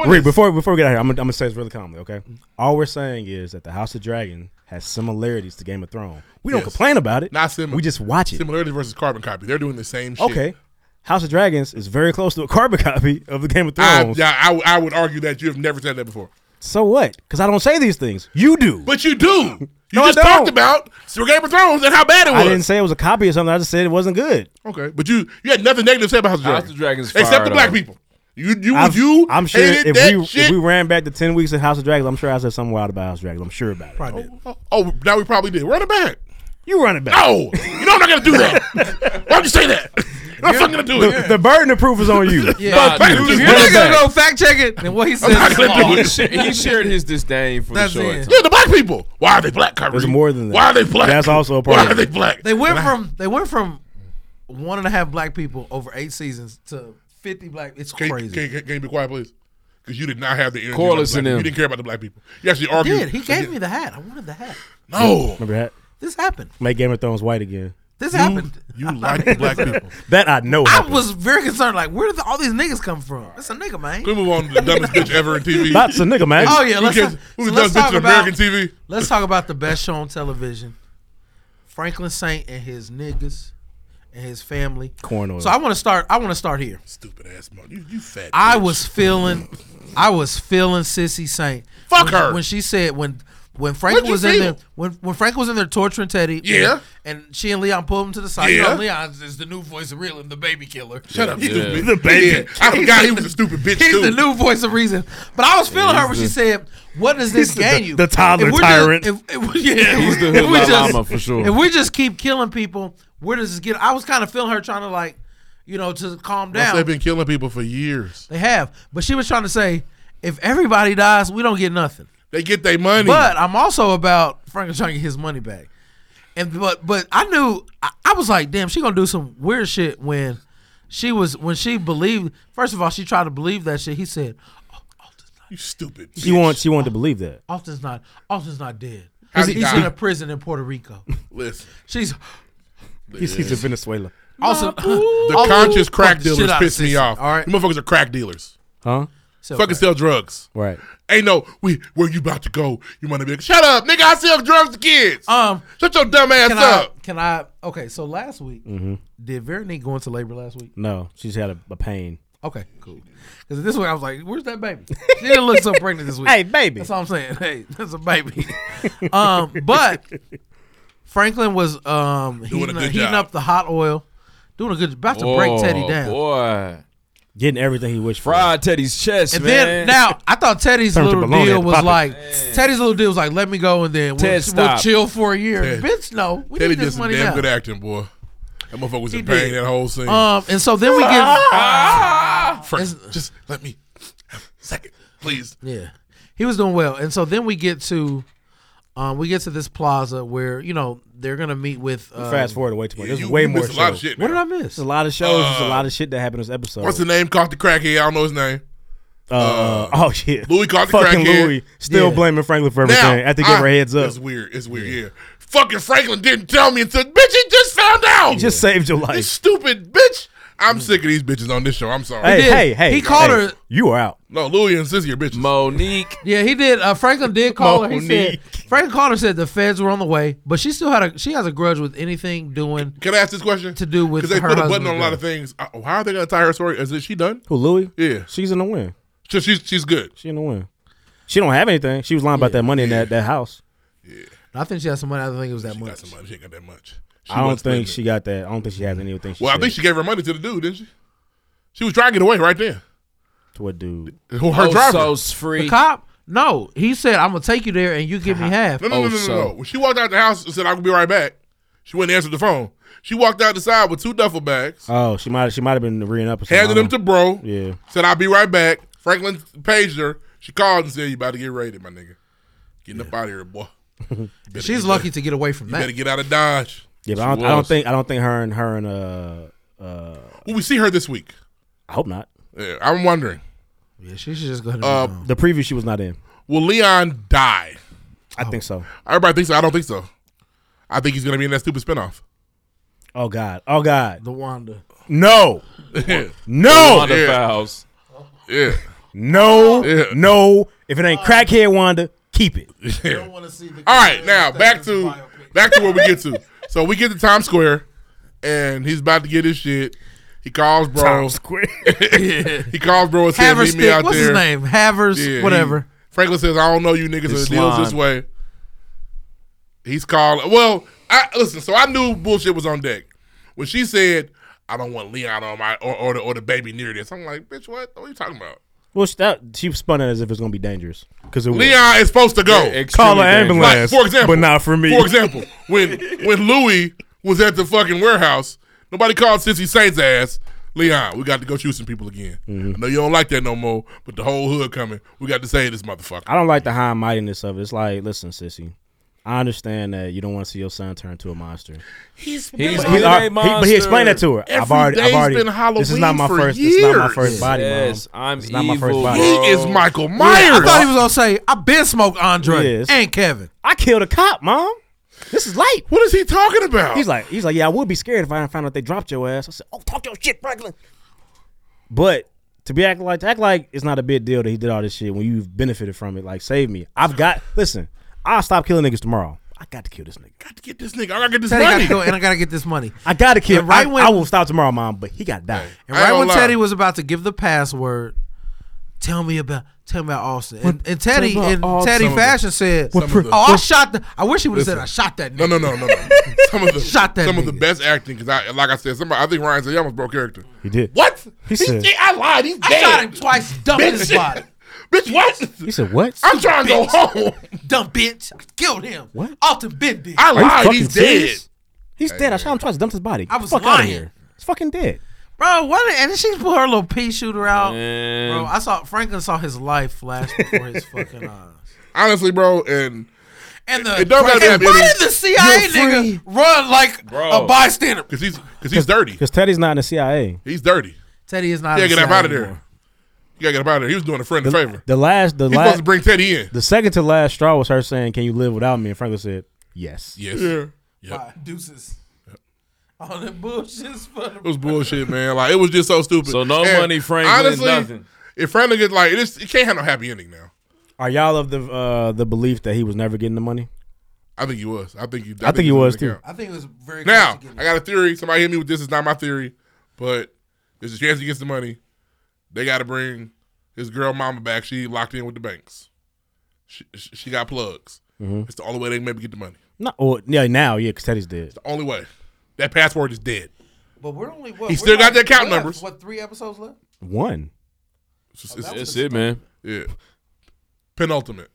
S14: Rick, before before we get out here, I'm, gonna- I'm gonna say this really calmly, okay? All we're saying is that the House of Dragon has similarities to Game of Thrones. We don't
S3: Yes.
S14: complain about it.
S3: Not similar.
S14: We just watch it.
S3: Similarity versus carbon copy. They're doing the same shit.
S14: Okay. House of Dragons is very close to a carbon [LAUGHS] copy of the Game of
S3: I,
S14: Thrones.
S3: yeah, I, I would argue that you have never said that before.
S14: So what? Because I don't say these things. You do.
S3: But you do. You
S14: No, I
S3: just
S14: don't.
S3: talked about Sir Game of Thrones and how bad it was.
S14: I didn't say it was a copy or something. I just said it wasn't good.
S3: Okay, but you you had nothing negative to say about House of Dragons.
S20: House of Dragons
S3: except
S20: fired
S3: the black
S20: up.
S3: people. You you
S14: I've-
S3: you.
S14: I'm sure
S3: hated
S14: if
S3: that
S14: we
S3: shit.
S14: if we ran back to ten weeks of House of Dragons, I'm sure I said something wild about House of Dragons. I'm sure about it.
S13: Probably did.
S3: oh, oh, now we probably did. Run it back.
S14: You run it back.
S3: No, you know I'm not gonna do that. Why'd you say that? You're not fucking gonna
S14: [LAUGHS]
S3: do
S14: The,
S3: it.
S14: the burden of proof is on
S3: [LAUGHS]
S14: you.
S13: Yeah.
S3: Fuck you.
S13: If
S3: Just
S13: you're
S3: run
S13: not
S3: it
S13: gonna
S3: back.
S13: go fact check it, then what he says
S3: not
S13: is
S3: gonna do
S13: wrong.
S3: it.
S20: He sh- he shared his disdain for
S13: That's
S20: the show.
S13: it.
S20: At times.
S3: Yeah, the black people. Why are they black? Kyrie?
S14: There's more than that.
S3: Why are they black?
S14: That's also a part
S3: Why
S14: of
S3: are they
S14: it.
S3: black?
S13: They went from they went from one and a half black people over eight seasons to fifty black. It's
S3: Can,
S13: crazy.
S3: Can, can, can you be quiet, please? Because you did not have the energy.
S20: Call
S3: about
S20: us
S3: the
S20: in
S3: black people.
S20: them.
S3: You didn't care about the black people. You actually argued.
S13: Did he gave me the hat? I wanted the hat.
S3: No,
S14: Remember that?
S13: This happened.
S14: Make Game of Thrones white again.
S13: This happened.
S3: you like the
S13: [LAUGHS]
S3: black people.
S14: That I know.
S13: I
S14: happened.
S13: was very concerned. Like, where did the, all these niggas come from? It's a nigga, man.
S3: Can we move on to the dumbest bitch ever in TV?
S14: That's a nigga, man.
S13: Oh yeah,
S3: Who
S13: let's,
S3: cares?
S13: talk-
S3: Who's
S13: so
S3: the
S13: let's
S3: dumbest bitch
S13: talk
S3: in
S13: about
S3: American TV?
S13: let's talk about the best show on television. Franklin Saint and his niggas and his family.
S14: Corn oil.
S13: So I want to start. I want to start here.
S3: Stupid ass mother. You, you fat.
S13: I
S3: bitch.
S13: was feeling, I was feeling Sissy Saint.
S3: Fuck
S13: when,
S3: her.
S13: when she said when when
S3: What'd
S13: Frank
S3: you
S13: was in
S3: feel?
S13: there when when Frank was in there torturing Teddy.
S3: Yeah.
S13: and she and Leon pulled him to the side. You
S3: Yeah.
S13: know, Leon is the new voice of real and the baby killer.
S3: Shut up,
S20: Yeah.
S3: stupid.
S14: The baby.
S3: [LAUGHS] Yeah, I forgot he was a stupid bitch
S13: He's
S3: too.
S13: the new voice of reason. But I was feeling her when she said, "What does this
S14: He's the-
S13: gain you?"
S14: the toddler
S13: If we're just-
S14: tyrant.
S13: if- if- yeah,
S20: He's the
S13: if we
S20: Hood
S13: just-
S20: Llama for sure.
S13: If we just keep killing people, where does this get? I was kind of feeling her trying to like, you know, to calm
S3: Plus,
S13: down.
S3: They've been killing people for years.
S13: They have. But she was trying to say, if everybody dies, we don't get nothing.
S3: They get their money.
S13: But I'm also about Franklin trying to get his money back. And but but I knew I, I was like, damn, she gonna do some weird shit when she was when she believed. First of all, she tried to believe that shit. He said,
S3: you stupid.
S14: she
S3: bitch.
S14: wants. She wanted to believe that.
S13: Austin's not Austin's not dead.
S3: How'd he
S13: he's
S3: die?
S13: in a prison in Puerto
S3: [LAUGHS]
S13: Rico.
S3: Listen,
S13: She's
S14: He's, he's in Venezuela.
S13: Austin.
S3: the
S13: Austin-
S3: conscious
S13: fuck
S3: crack
S13: the shit
S3: dealers
S13: out of
S3: piss me
S13: Sissy.
S3: off.
S13: All right,
S3: you motherfuckers are crack dealers.
S14: Huh?
S13: [LAUGHS] So
S3: Fucking
S13: crack.
S3: sell drugs.
S14: Right.
S3: Ain't no we where you about to go. You want to be? Shut up, nigga. I sell drugs to kids.
S13: Um,
S3: Shut your dumb ass
S13: can I,
S3: up. Mm-hmm.
S13: can I? Okay, so last week, did Veronique go into labor last week?
S14: No, she's had a, a pain.
S13: Okay, cool. Because this week I was like, "Where's that baby?" She didn't look
S14: [LAUGHS]
S13: so pregnant this week.
S14: Hey, baby.
S13: That's all I'm saying. Hey, that's a baby. [LAUGHS] um, but Franklin was um
S3: Doing a
S13: heating,
S3: good
S13: heating
S3: job.
S13: up the hot oil, doing a good, about to break Teddy down.
S20: Boy.
S14: Getting everything he wished for.
S2: Fried Teddy's chest,
S13: And
S2: man.
S13: then now I thought Teddy's
S14: Turn to
S13: little
S14: bologna
S13: deal
S14: at the
S13: was
S14: pocket.
S13: like Teddy's little deal was like let me go and then
S3: Ted,
S13: we'll, we'll
S3: stop.
S13: chill for a year.
S3: Ted-
S13: Bitch, no, we
S3: Teddy
S13: need
S3: did
S13: this
S3: some
S13: money
S3: damn
S13: now.
S3: good acting, boy. That motherfucker was
S13: He
S3: in
S13: did.
S3: pain that whole scene.
S13: Um, and so then we
S14: [LAUGHS]
S13: get
S14: Ah!
S3: Frank, just let me second, please.
S13: Yeah, he was doing well, and so then we get to, um, we get to this plaza where you know they're gonna meet with.
S14: You
S3: uh,
S13: Um,
S14: fast forward way too much. There's way more. shows.
S13: What did I miss?
S14: There's a lot of shows. There's a lot of shit that happened in this episode.
S3: Uh, What's the name? Caught the crackhead. I don't know his name.
S14: Uh, oh yeah,
S3: Louis caught the
S14: Fucking
S3: crackhead.
S14: Louis. Still blaming Franklin for everything.
S3: Now,
S14: After giving her
S3: I-
S14: heads up.
S3: It's weird. It's weird. Yeah. Fucking Franklin didn't tell me until bitch. He just found out. He
S14: just saved your life.
S3: This stupid bitch. I'm sick of these bitches on this show. I'm sorry.
S14: Hey, hey, hey! hey, You are out.
S3: No, Louis and Sissy are bitches.
S2: Monique.
S13: Yeah, he did. Uh, Franklin did call her. He said
S3: Monique.
S13: Franklin called her said the feds were on the way, but she still had a she has a grudge with anything doing.
S3: Can I ask this question?
S13: To do with
S3: Because they
S13: her
S3: put a button
S13: husband's
S3: on a lot
S13: death.
S3: of things. Uh, How are they gonna tie her story? Is it she done?
S14: Who Louis?
S3: Yeah,
S14: she's in the win.
S3: So she's she's good.
S14: She in the win. She don't have anything. She was lying about that money in that, that house.
S13: I think she had some money. I don't think it was that much.
S3: She ain't got that much.
S14: I don't
S3: wasn't
S14: think
S3: pregnant.
S14: she got that. I don't think she has anything. She
S3: Well, I
S14: said
S3: think she gave her money to the dude, didn't she? She was trying to get away right there.
S14: to a dude.
S13: Oh,
S3: Who her driver?
S13: The cop? No, he said I'm gonna take you there and you give me half.
S3: No,
S14: Oh,
S3: no, no, no, no, no. When she walked out the house and said, "I will be right back," she wouldn't answer the phone. She walked out the side with two duffel bags.
S14: Oh, she might she might have been reading up. or something.
S3: Handed them to bro.
S14: uh-huh. Yeah.
S3: Said, "I'll be right back." Franklin paged her. She called and said, "You about to get raided, my nigga. Getting up out of
S14: [LAUGHS]
S3: here, boy. Better
S13: She's
S3: get
S13: lucky
S3: out-
S13: to get away from
S3: you
S13: that.
S3: Better get out of Dodge."
S14: Yeah, but
S3: She
S14: I don't, I don't
S3: was.
S14: think I don't think her and her and uh uh.
S3: Will we see her this week?
S14: I hope not.
S3: Yeah, I'm wondering.
S13: Yeah, she should just go ahead.
S3: Uh,
S13: And
S14: The preview she was not in.
S3: Will Leon die?
S14: I think so.
S3: Everybody thinks so. I don't think so. I think he's gonna be in that stupid spinoff.
S14: Oh God. Oh God.
S13: The Wanda.
S3: [LAUGHS]
S14: No. no.
S3: Wanda Yeah.
S2: Fouls.
S3: Yeah.
S14: No. No. If it ain't crackhead Wanda, keep it.
S3: All right, now back to back to where we get to. So we get to Times Square, and he's about to get his shit. He calls bro.
S14: Times Square.
S3: [LAUGHS] he calls bro and says, "Meet me
S13: Haverstick,
S3: out
S13: what's his
S3: there."
S13: name? Havers,
S3: he-
S13: whatever.
S3: Franklin says, "I don't know you niggas.
S13: It's
S3: It deals this
S13: slime.
S3: way." He's calling. Well, I listen. So I knew bullshit was on deck when she said, "I don't want Leon on my or, or the or the baby near this." I'm like, "Bitch, what? What are you talking about?"
S14: Well, she, that, she spun it as if it's gonna be dangerous because it was.
S3: Leon is supposed to
S14: Oh,
S3: go.
S14: Call an ambulance,
S3: Like, for example,
S14: but not for me.
S3: For example, when when Louis was at the fucking warehouse, nobody called Sissy Saint's ass. Leon, we got to go shoot some people again.
S14: Mhm.
S3: I know you don't like that no more, but the whole hood coming. We got to save this motherfucker.
S14: I don't like the high mightiness of it. It's like, listen, sissy, I understand that you don't want to see your son turn to a monster.
S3: He's
S14: But he- he- but he explained that to her. I've
S3: Every
S14: already, I've
S3: day's
S14: already.
S3: been Halloween
S14: this is not my
S3: for
S14: first. This is not my
S3: years.
S14: first body.
S2: Yes,
S14: mom.
S2: I'm
S14: It's not my first
S2: evil,
S14: body.
S2: bro. He is
S3: Michael
S13: Yeah, I thought he was gonna say I've been smoked Andre
S14: Yes.
S13: and Kevin.
S14: I killed a cop, mom. This is light.
S3: What is he talking about?
S14: He's like, he's like, yeah, I would be scared if I found out they dropped your ass. I said, oh, talk your shit, Franklin. But to be acting like, to act like it's not a big deal that he did all this shit when you've benefited from it. Like, save me. I've got. Listen, I'll stop killing niggas tomorrow. I got to kill this nigga.
S3: Got to get this nigga. I gotta get this
S13: Teddy
S3: money.
S13: gotta go and I gotta get this
S3: [LAUGHS]
S13: money.
S14: I gotta kill.
S13: And right
S14: I,
S13: when-
S14: I will stop tomorrow, mom. But he got to die.
S13: And
S3: I ain't
S13: right when
S3: gonna lie.
S13: Teddy was about to give the password, tell me about tell me about Austin. And, and
S3: Tell
S13: Teddy
S3: me about
S13: in
S3: Austin.
S13: Teddy
S3: Some of the-
S13: fashion said,
S3: some of the-
S13: "Oh, I shot. The, I wish he would have said
S3: Listen.
S13: I shot that."
S3: No,
S13: Nigga.
S3: no, no, no, no. Some of the
S13: Shot that
S3: Some of the best acting because I, like I said, somebody. I think Ryan said he almost broke character.
S14: He did.
S3: What?
S14: He said.
S3: He- I lied. He's
S13: I
S3: dead.
S13: shot him twice. Dumped
S3: Bitch.
S13: his body.
S3: Bitch, what?
S14: He said what?
S3: I'm trying to go home.
S13: Dumb bitch. I killed him.
S14: What?
S13: Austin been dead.
S3: I
S14: Are you
S3: lied.
S14: fucking
S3: He's
S14: serious?
S3: dead.
S14: He's dead. I shot him twice. Dumped his body.
S13: I was
S14: Fuck outta
S13: lying.
S14: here. He's fucking dead.
S13: Bro, what? And then she pulled her little pea shooter out.
S2: Man.
S13: Bro, I saw Franklin saw his life flash before his
S3: [LAUGHS]
S13: fucking eyes.
S3: Honestly, bro, and
S13: And the
S3: It don't
S13: and
S3: gotta be
S13: why
S3: any-
S13: did the CIA
S3: You're free.
S13: nigga run like a bystander?
S3: because he's because he's dirty.
S14: Because Teddy's not in the CIA.
S3: He's dirty.
S13: Teddy is
S3: You
S13: not.
S3: gotta
S13: a
S3: get him
S13: CIA
S3: out of
S13: anymore.
S3: there. You gotta get him out of there. He was doing a friend a favor.
S14: The last, the
S3: He's
S14: last,
S3: supposed to bring Teddy in.
S14: The second to last straw was her saying, "Can you live without me?" And Franklin said, "Yes."
S3: Yes. Yeah.
S13: Bye. Deuces. All that bullshit's for
S3: It was bullshit, man. Like it was just so stupid.
S2: So no money, Franklin, nothing.
S3: If Franklin gets like, it, is, it can't have no happy ending now.
S14: Are y'all of the uh, the belief that he was never getting the money?
S3: I think he was. I think you.
S14: I think he was, too.
S13: I think it was very.
S3: Now I got a theory. Somebody hit me with this. It's not my theory, but there's a chance he gets the money. They got to bring his girl mama back. She locked in with the banks. She, she she got plugs.
S14: Mhm.
S3: It's the only way they can maybe get the money.
S14: No. Well, yeah, now, yeah, because Teddy's dead.
S3: The only way. That password is dead.
S13: But we're only what?
S3: He
S13: we're
S3: still
S13: like-
S3: got the account
S13: we have,
S3: numbers.
S13: What three episodes left?
S14: One.
S3: It's just-
S2: Oh,
S3: it's-
S2: that was That's a it, man.
S3: Yeah. Penultimate.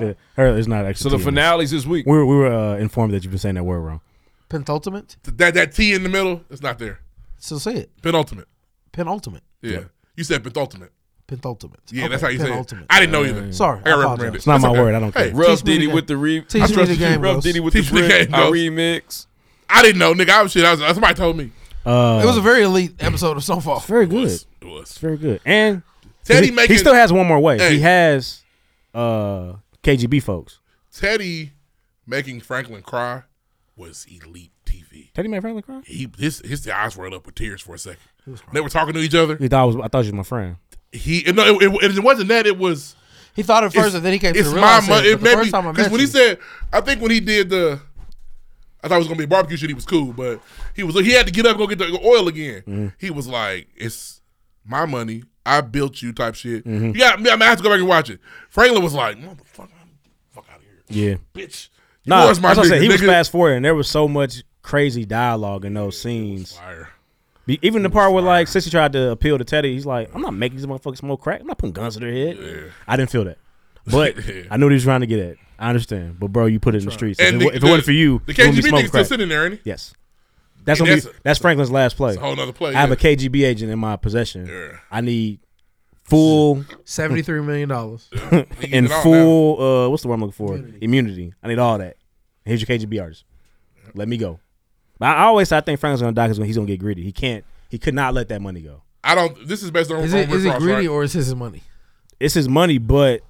S14: Yeah, her is not actually.
S2: So the
S14: two.
S2: finale's this week.
S14: We were, we were uh, informed that you've been saying that word wrong.
S13: Penultimate?
S3: That that T in the middle, it's not there.
S13: So say it.
S3: Penultimate.
S13: Penultimate.
S3: Yeah. You said penultimate.
S13: Penultimate.
S3: Yeah,
S13: Okay,
S3: that's how you say it.
S13: penultimate.
S3: I didn't know either.
S13: Sorry,
S3: I
S13: I apologize.
S3: reprimanded.
S14: It's not
S3: That's
S14: my
S3: okay.
S14: word, I don't care.
S3: Hey,
S2: Rough Diddy with the re.
S13: Teach
S2: I
S13: me
S2: trust
S13: the
S2: you.
S13: game,
S2: Rough
S13: Rose.
S2: Diddy with the
S13: Teach me the
S2: re-
S13: game,
S2: I
S13: Rose.
S2: remix.
S3: I didn't know, nigga. I was shit. I was, somebody told me.
S14: Uh,
S13: it was a very elite episode of Snowfall.
S14: It's very good.
S13: was.
S3: It was.
S14: very good. And
S3: Teddy
S14: he,
S3: making-
S14: he still has one more way.
S3: Hey.
S14: He has uh, KGB folks.
S3: Teddy making Franklin cry was elite TV.
S14: Teddy made Franklin cry.
S3: He his his eyes rolled up with tears for a second. They were talking to each other.
S14: He thought I was. I thought you was my friend.
S3: He no, it, it, it wasn't that. It was
S13: he thought at first, and then he came to the realization that the first time I
S3: because
S13: met
S3: when he
S13: you-
S3: said, I think when he did the, I thought it was gonna be barbecue shit. He was cool, but he was he had to get up and go get the oil again.
S13: Mm-hmm.
S14: Mhm.
S3: He was like, it's my money. I built you type shit.
S13: Mm-hmm.
S14: Mhm.
S3: Yeah, I'm gonna have to go back and watch it. Franklin was like, motherfucker,
S14: Yeah.
S3: bitch. you
S14: Nah,
S3: was my
S14: that's what I said.
S3: nigga,
S14: He was
S3: nigga.
S14: fast forward, and there was so much crazy dialogue in those scenes. Be- Even the part where like Sissy tried to appeal to Teddy, he's like, "I'm not making these motherfuckers smoke crack. I'm not putting guns to their head." I didn't feel that, but
S3: Yeah.
S14: I knew what he was trying to get at. I understand, but bro, you put it in the streets.
S3: And
S14: if, it,
S3: the-
S14: wa- if
S3: the-
S14: it wasn't for you,
S3: the
S14: it wouldn't be
S3: KGB
S14: smoking
S3: nigga's still
S14: crack.
S3: sitting there, ain't he?
S14: Yes, that's
S3: And
S14: gonna be
S3: that's a-
S14: that's Franklin's last play.
S3: it's a whole nother play,
S14: I have
S3: yeah.
S14: a KGB agent in my possession. I need full
S13: $73 million.
S14: and full uh what's the word I'm looking for? Immunity. I need all that. Here's your KGB artist. Let me go. But I always say I think Franklin's gonna die because he's gonna get greedy. He can't he could not let that money go.
S3: I don't. This is based on
S13: Is
S3: on
S13: it,
S3: Rick
S13: is it
S3: Ross,
S13: greedy
S3: right?
S13: or is his his money?
S14: It's his money, but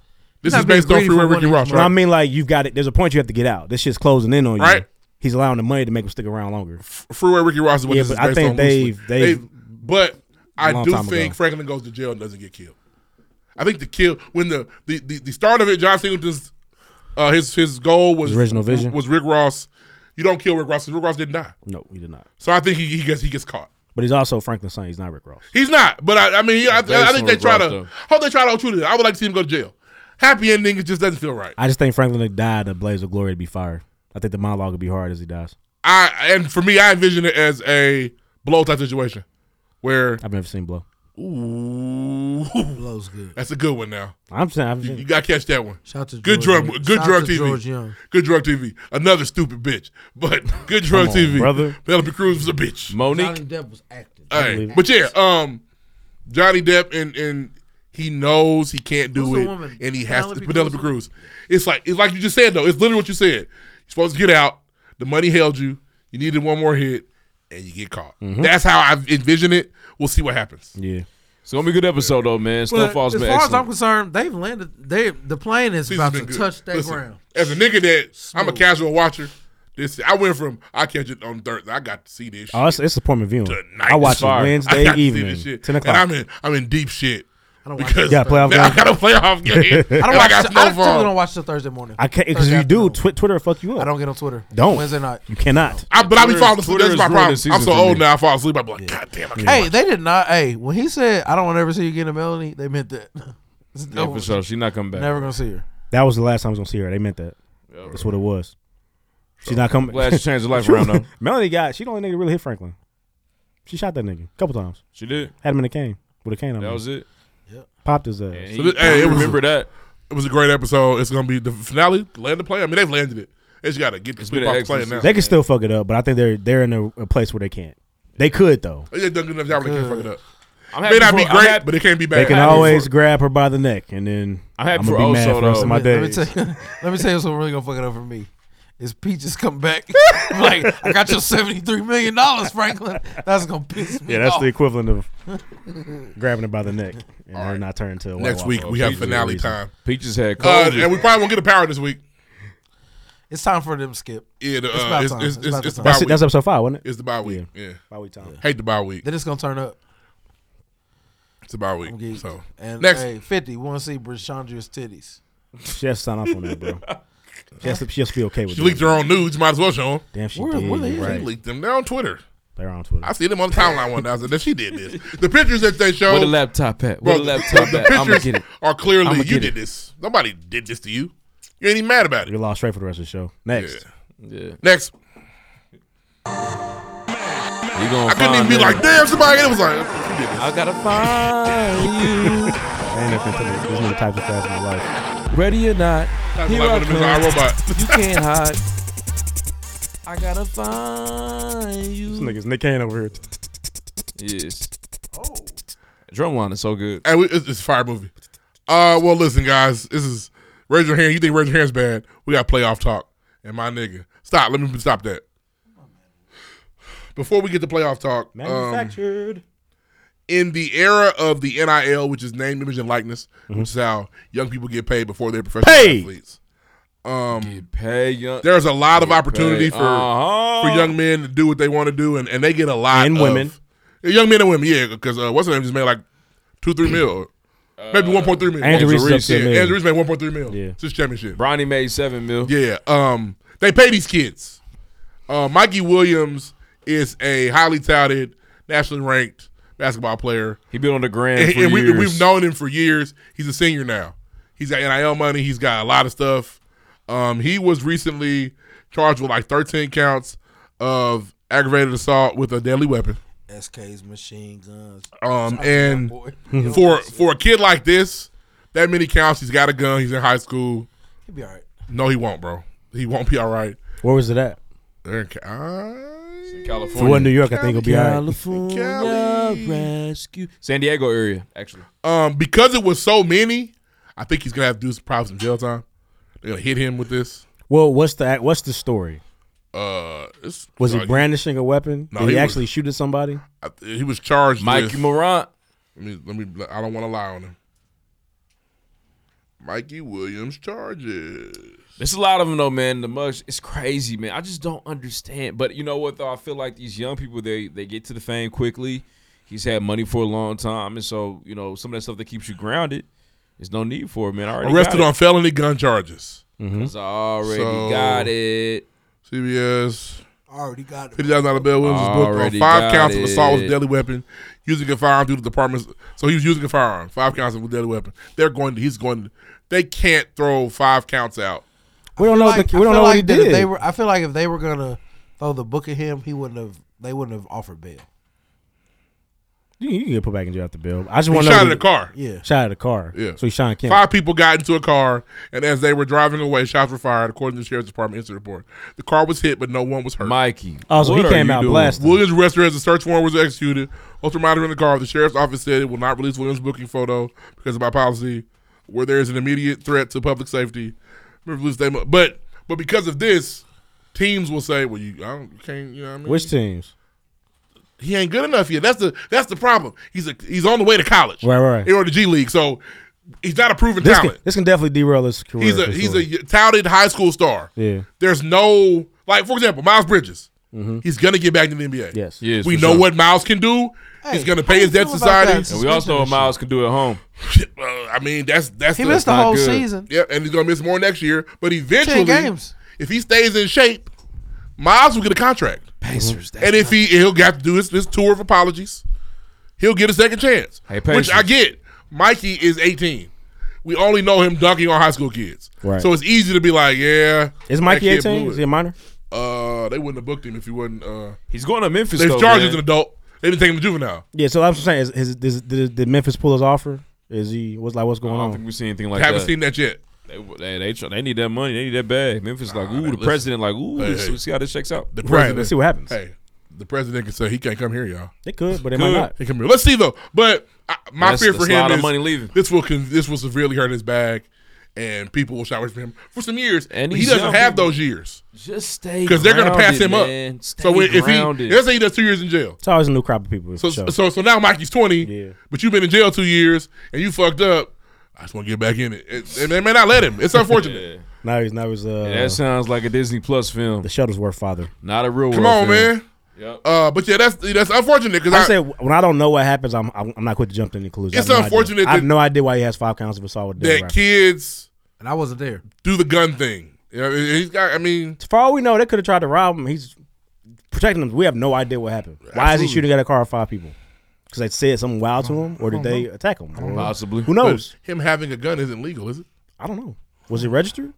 S3: This He's is not based being on greedy Free for Will Ricky one Ross,
S14: But
S3: right?
S14: I mean like you've got it there's a point you have to get out. This shit's closing in on you.
S3: Right.
S14: He's allowing the money to make him stick around longer.
S3: Freeway Ricky Ross is what
S14: Yeah,
S3: this
S14: but
S3: is
S14: I
S3: based
S14: think
S3: on loosely.
S14: they've- they've-
S3: but I
S14: Long
S3: do
S14: time
S3: think
S14: ago.
S3: Franklin goes to jail and doesn't get killed. I think the kill when the the, the, the start of it, John Singleton's uh, his his goal was
S14: His original vision.
S3: was Rick Ross. You don't kill Rick Ross. 'cause Rick Ross didn't die.
S14: No, he did not.
S3: So I think he, he gets he gets caught.
S14: But he's also Franklin's son, he's not Rick Ross.
S3: He's not. But I, I mean, I,
S14: based
S3: I, I think
S14: on
S3: they
S14: Rick
S3: try
S14: Ross,
S3: to
S14: though.
S3: hope they try to hold true to it. I would like to see him go to jail. Happy ending. It just doesn't feel right.
S14: I just think Franklin would die the blaze of glory to be fired. I think the monologue would be hard as he dies.
S3: I and for me, I envision it as a blow type situation where
S14: I've never seen blow.
S3: Ooh,
S13: Blow's good.
S3: That's a good one. Now
S14: I'm saying I've
S3: you, you got to catch that one.
S13: Shout out to
S3: good
S13: George
S3: drug,
S13: Young.
S3: good
S13: Shout out
S3: drug
S13: to
S3: TV,
S13: George Young.
S3: good drug TV. Another stupid bitch, but [LAUGHS] good drug
S14: Come on,
S3: TV.
S14: brother.
S3: Penelope Cruz was a bitch.
S13: Johnny Depp was acting.
S3: Hey, but yeah, um, Johnny Depp and and he knows he can't do
S13: Who's the
S3: it,
S13: woman?
S3: and he has to.
S13: Penelope
S3: Penelope Cruz. It's like it's like you just said though. It's literally what you said. You're supposed to get out. The money held you. You needed one more hit, and you get caught.
S14: Mm-hmm.
S2: Mhm.
S3: That's how I envision it. We'll see what happens.
S14: Yeah.
S2: It's gonna be a good episode though, man.
S13: But
S2: Snowfall's
S13: as
S2: been
S13: far as I'm
S2: excellent.
S13: concerned, they've landed. They the plane is
S3: Season's
S13: about to
S3: been good.
S13: touch that
S3: Listen,
S13: ground.
S3: As a nigga that I'm a
S13: Smooth.
S3: casual watcher, this I went from I catch it on Thursday. I got to see this.
S14: Oh, it's, it's appointment viewing.
S3: Tonight
S14: I
S3: is
S14: watch it
S3: fire. [LAUGHS] I
S14: Wednesday
S3: got to see
S14: evening,
S3: this shit.
S14: ten o'clock.
S3: And I'm in, I'm in deep shit.
S13: [LAUGHS]
S3: I don't because
S14: You got a playoff
S3: now
S14: game?
S3: [LAUGHS] I got a playoff game.
S13: I don't
S3: And
S13: watch.
S3: got
S13: the- I
S3: Snowfall.
S13: totally don't watch the Thursday morning.
S14: I can't because
S13: Thursday
S14: you do. Twi- Twitter will fuck you up.
S13: I don't get on Twitter.
S14: Don't
S13: Wednesday night.
S14: You cannot.
S3: I, but I
S13: Twitter
S3: be
S13: is-
S3: falling asleep.
S13: Twitter
S3: That's
S13: is
S3: my
S13: ruining
S3: problem.
S13: season
S3: I'm so
S13: for
S3: old
S13: me.
S3: now. I fall asleep. I'm like, God damn, I can't.
S13: Hey, they did not. Hey, when he said, "I don't want to ever see you again in Melanie," they meant that. [LAUGHS] It's
S2: Yeah,
S13: over.
S2: for sure. She not coming back.
S13: Never gonna see her.
S14: That was the last time I was gonna see her. They meant that.
S2: Yeah.
S14: That's what it was. She's not coming. [LAUGHS]
S2: Glad she changed her life around, though.
S14: Melanie got. She the only nigga that really hit Franklin. She shot that nigga a couple times.
S2: She did.
S14: Had him in a cane with a cane on.
S2: That
S14: him.
S2: was it.
S14: Popped his ass.
S2: And
S3: So this-
S2: he- I
S3: was-
S2: remember that.
S3: It was a great episode. It's gonna be the finale. Land the play. I mean, they've landed it. They just gotta get the
S2: been
S3: sweet
S2: an
S3: box
S2: excellent
S3: playing now.
S14: They can still fuck it up, but I think they're they're in a, a place where they can't. They could though.
S3: They just done good enough. Y'all really can't fuck it up.
S2: I'm
S3: May
S2: happy
S3: not be
S2: for- I'm
S3: great,
S2: happy-
S3: but it can't be bad.
S14: They can
S3: I'm happy
S14: always
S3: for it.
S14: grab her by the neck, and then
S2: I'm happy for
S14: gonna be mad
S2: Oso,
S14: for the rest
S2: though.
S14: of my
S13: Let me
S14: days.
S13: tell you. [LAUGHS] Let me tell you what's really gonna fuck it up for me. Is Peaches come
S14: [LAUGHS]
S13: back? like I got your seventy three million dollars, Franklin. That's gonna piss me
S14: Yeah, that's
S13: off.
S14: the
S2: [LAUGHS]
S14: equivalent of grabbing her by the neck and her not turning to a White
S3: Next week
S14: Walker.
S3: we have
S14: Peaches
S3: finale
S14: reason.
S3: time.
S2: Peaches had
S3: Uh,
S2: COVID.
S3: and we probably won't get a power this week.
S13: It's time for them to skip.
S3: Yeah, the, uh,
S13: it's about
S3: it's-
S13: time.
S3: it's- it's-
S13: about
S3: it's
S13: the time.
S3: about-
S14: That's, it, that's episode five, wasn't it?
S3: It's the bye week. Yeah,
S14: bye week time.
S3: Hate the bye week.
S13: Then it's gonna turn up.
S3: It's the bye week.
S13: Geek.
S3: So
S13: And
S3: next,
S13: hey, fifty. Want to see Brashandra's titties?
S14: She has to sign off on that,
S3: [LAUGHS]
S14: bro. She has to, she has to be okay with
S3: she
S14: that.
S3: leaked her own nudes. Might as well show them.
S14: Damn, she
S3: Where-
S14: did.
S3: where they
S14: you're
S3: is?
S14: right.
S3: She leaked them. They're on Twitter.
S14: They're on Twitter.
S3: I see them on the timeline one day. I said, "She did this." The pictures that they showed.
S2: Where the laptop at? Where
S3: Bro,
S2: the laptop
S3: the
S2: at? I'ma
S3: pictures
S2: get it.
S3: Are clearly
S2: I'ma
S3: you
S2: get
S3: did
S2: it.
S3: this. Nobody did this to you. You ain't even mad about it.
S14: You're lost straight for the rest of the show. Next.
S2: Yeah.
S3: Next,
S2: You gonna
S3: I couldn't even be like, "Damn, somebody!" It was like, did this.
S2: I gotta find you.
S14: I ain't nothing to me. There's no types of fast in my life.
S2: Ready or not,
S3: That's
S2: here
S3: like
S2: I
S3: when it was
S2: come. [LAUGHS]
S3: iRobot.
S2: You can't hide. I gotta find you.
S5: This
S3: Mm.
S5: nigga's Nick Cannon over
S3: Um,
S5: here.
S2: Yes. Oh. Drumline is so good. [LAUGHS]
S3: Hey, we, it's, it's a fire movie. Uh, well, listen, guys, this is raise your hand. You think raise your hand's bad? We got playoff talk, and my nigga, stop. Let me stop that. Before we get to playoff talk, um,
S14: Manufactured.
S3: in the era of the NIL, which is name, image, and likeness,
S2: Mm-hmm.
S3: which is how young people get paid before they're professional athletes. Um,
S2: paid, young-
S3: there's a lot of
S2: get
S3: opportunity
S2: paid.
S3: for
S2: Uh-huh.
S3: for young men to do what they want to do, and, and they get a lot.
S2: And
S3: of-
S2: women.
S3: Yeah, young men and women, yeah, because uh, what's her name just made like two, three mil,
S2: Uh,
S3: maybe one point three mil.
S2: Angel Reese is up
S3: yeah,
S2: there, man.
S3: Andrew Reese made one point three mil.
S2: Yeah.
S3: since championship.
S2: Bronny made seven mil.
S3: Yeah. Um, they pay these kids. Uh, Mikey Williams is a highly touted, nationally ranked basketball player.
S2: He been on the grand
S3: and,
S2: for
S3: and we,
S2: years.
S3: We've known him for years. He's a senior now. He's got NIL money. He's got a lot of stuff. Um, he was recently charged with like 13 counts of aggravated assault with a deadly weapon.
S7: SK's machine guns.
S3: Um,
S7: Shout out
S3: and
S7: my boy.
S3: for for a kid like this, that many counts, he's got a gun. He's in high school.
S7: He'll be all right.
S3: No, he won't, bro. He won't be all right.
S14: Where was it at?
S3: They're in Ca- ah.
S14: If it wasn't New York, I think it'll be all right.
S2: California rescue. San Diego area, actually.
S3: Um, because it was so many, I think he's gonna have to do some probably some jail time. They're gonna hit him with this.
S14: Well, what's the what's the story?
S3: Uh, it's,
S14: Was
S3: uh,
S14: he brandishing a weapon?
S3: No,
S14: Did
S3: he
S14: he,
S3: was-
S14: actually shoot at somebody?
S3: I, he was charged.
S2: Mikey
S3: with,
S2: Morant.
S3: Let me, let me. I don't want to lie on him. Mikey Williams charges.
S2: There's a lot of them though, man. The mugs, it's crazy, man. I just don't understand. But you know what though? I feel like these young people, they they get to the fame quickly. He's had money for a long time, and so you know some of that stuff that keeps you grounded. There's no need for it, man. I already
S3: Arrested
S2: got
S3: on felony gun charges.
S2: it. 'Cause I already got it.
S3: CBS.
S7: Already got it.
S3: Fifty thousand dollar bill. Williams was booked
S2: Already
S3: on five
S2: got
S3: counts of assault with
S2: it.
S3: a deadly weapon, using a firearm due to departments. So he was using a firearm. Five counts of a deadly weapon. They're going. To, he's going. To, they can't throw five counts out.
S14: We don't know.
S13: Like,
S14: the, we
S13: I
S14: don't
S13: feel
S14: know what he
S13: like that if
S14: did.
S13: They were, I feel like if they were gonna throw the book at him, he wouldn't have. They wouldn't have offered bail.
S14: you, you can get put back in jail after bail. I just
S3: He
S14: want to
S3: shot
S14: know
S3: at a car.
S14: Yeah, shot at a car.
S3: Yeah.
S14: So he shot at Kim.
S3: Five people got into a car, and as they were driving away, shots were fired, according to the sheriff's department incident report. The car was hit, but no one was hurt.
S2: Mikey.
S14: Oh, so he what are came you out doing? blasting.
S3: Williams arrested as a search warrant was executed. Ultra monitoring the car. The sheriff's office said it will not release Williams' booking photo because of my policy, where there is an immediate threat to public safety. Remember, police statement. But but because of this, teams will say, "Well, you, I don't, you can't." You know what I mean?
S14: Which teams?
S3: he ain't good enough yet. That's the that's the problem. He's a, he's on the way to college,
S14: Right, right, right.
S3: or the G League. So he's not a proven
S14: This can,
S3: talent.
S14: this can definitely derail his career.
S3: He's a
S14: for
S3: he's
S14: sure.
S3: a touted high school star.
S14: yeah.
S3: There's no like for example, Miles Bridges. He's gonna get back to the NBA.
S14: Mm-hmm. Yes.
S2: Yes,
S3: we
S2: for
S3: know
S2: sure.
S3: what Miles can do. he's gonna pay his debt to society.
S2: And we also know Miles can do at home.
S3: Uh, I mean, that's that's
S13: He missed the
S2: Not
S13: whole
S2: good.
S13: season.
S3: Yep, and he's gonna miss more next year. But eventually,
S13: games.
S3: if he stays in shape, Miles will get a contract. Mm-hmm.
S2: Pacers.
S3: and if he he'll got to do his, his tour of apologies, he'll get a second chance.
S2: Hey,
S3: which
S2: Pacers.
S3: I get. Mikey is 18. We only know him dunking on high school kids.
S14: Right.
S3: So it's easy to be like, yeah.
S14: Is
S3: that
S14: Mikey
S3: kid
S14: 18?
S3: blew it.
S14: Is he a minor?
S3: Uh, they wouldn't have booked him if he wasn't. Uh,
S2: He's going to Memphis.
S3: They've
S2: though,
S3: charged
S2: man.
S3: as an adult. They didn't take him to juvenile.
S14: Yeah. So I'm saying, is, is, is, did, did Memphis pull his offer? Is he? What's like? What's going
S2: I don't
S14: on?
S2: think we see anything like
S3: Haven't
S2: that.
S3: seen that yet.
S2: They, they, they, try- they need that money. They need that bag. Memphis like, ooh, the
S3: listen.
S2: president like, ooh,
S3: Hey,
S2: let's
S3: hey.
S2: see how this shakes out.
S3: The
S14: Right,
S3: president.
S14: let's see what happens.
S3: Hey, the president can say he can't come here, y'all.
S14: They could, but they might not.
S3: He come here. Let's see though. But I, my
S2: That's-
S3: fear
S2: that's
S3: for
S2: a
S3: him
S2: lot of
S3: is
S2: money leaving.
S3: this will con- this will severely hurt his bag, and people will shout for him for some years.
S2: And
S3: But he
S2: these
S3: doesn't
S2: young
S3: have
S2: people-
S3: those years
S2: Just stay
S3: because they're gonna pass
S2: grounded,
S3: him
S2: man.
S3: up.
S2: Stay
S3: so when, if he
S2: grounded.
S3: let's say he does two years in jail,
S14: It's always a new crop of people.
S3: so
S14: for sure.
S3: so so now Mikey's twenty, but you've been in jail two years and you fucked up. I just want to get back in it. It- and they may not let
S2: [LAUGHS]
S3: him. It's unfortunate.
S14: now he's now he's uh.
S2: Yeah, that sounds like a Disney Plus film.
S14: the Shuttlesworth father.
S2: Not a real
S3: Come
S2: world
S3: on,
S2: film.
S3: man. Uh, but yeah, that's that's unfortunate because
S14: I said when I don't know what happens, I'm I'm I'm not quick to jump to any conclusions.
S3: It's
S14: I have no idea.
S3: unfortunate
S14: I have
S3: that-
S14: no idea why he has five counts of assault with
S3: that
S14: Derrick Rose.
S3: kids
S13: and I wasn't there
S3: do the gun thing. You know, he's got. I mean,
S14: For all we know, they could have tried to rob him. He's protecting him. We have no idea what happened. Why is he
S3: Absolutely.
S14: shooting at a car of five people? Because they said something wild to him, or did they attack him? Or-
S2: Possibly.
S14: Who knows?
S3: But him having a gun isn't legal, is it?
S14: I don't know. Was it registered?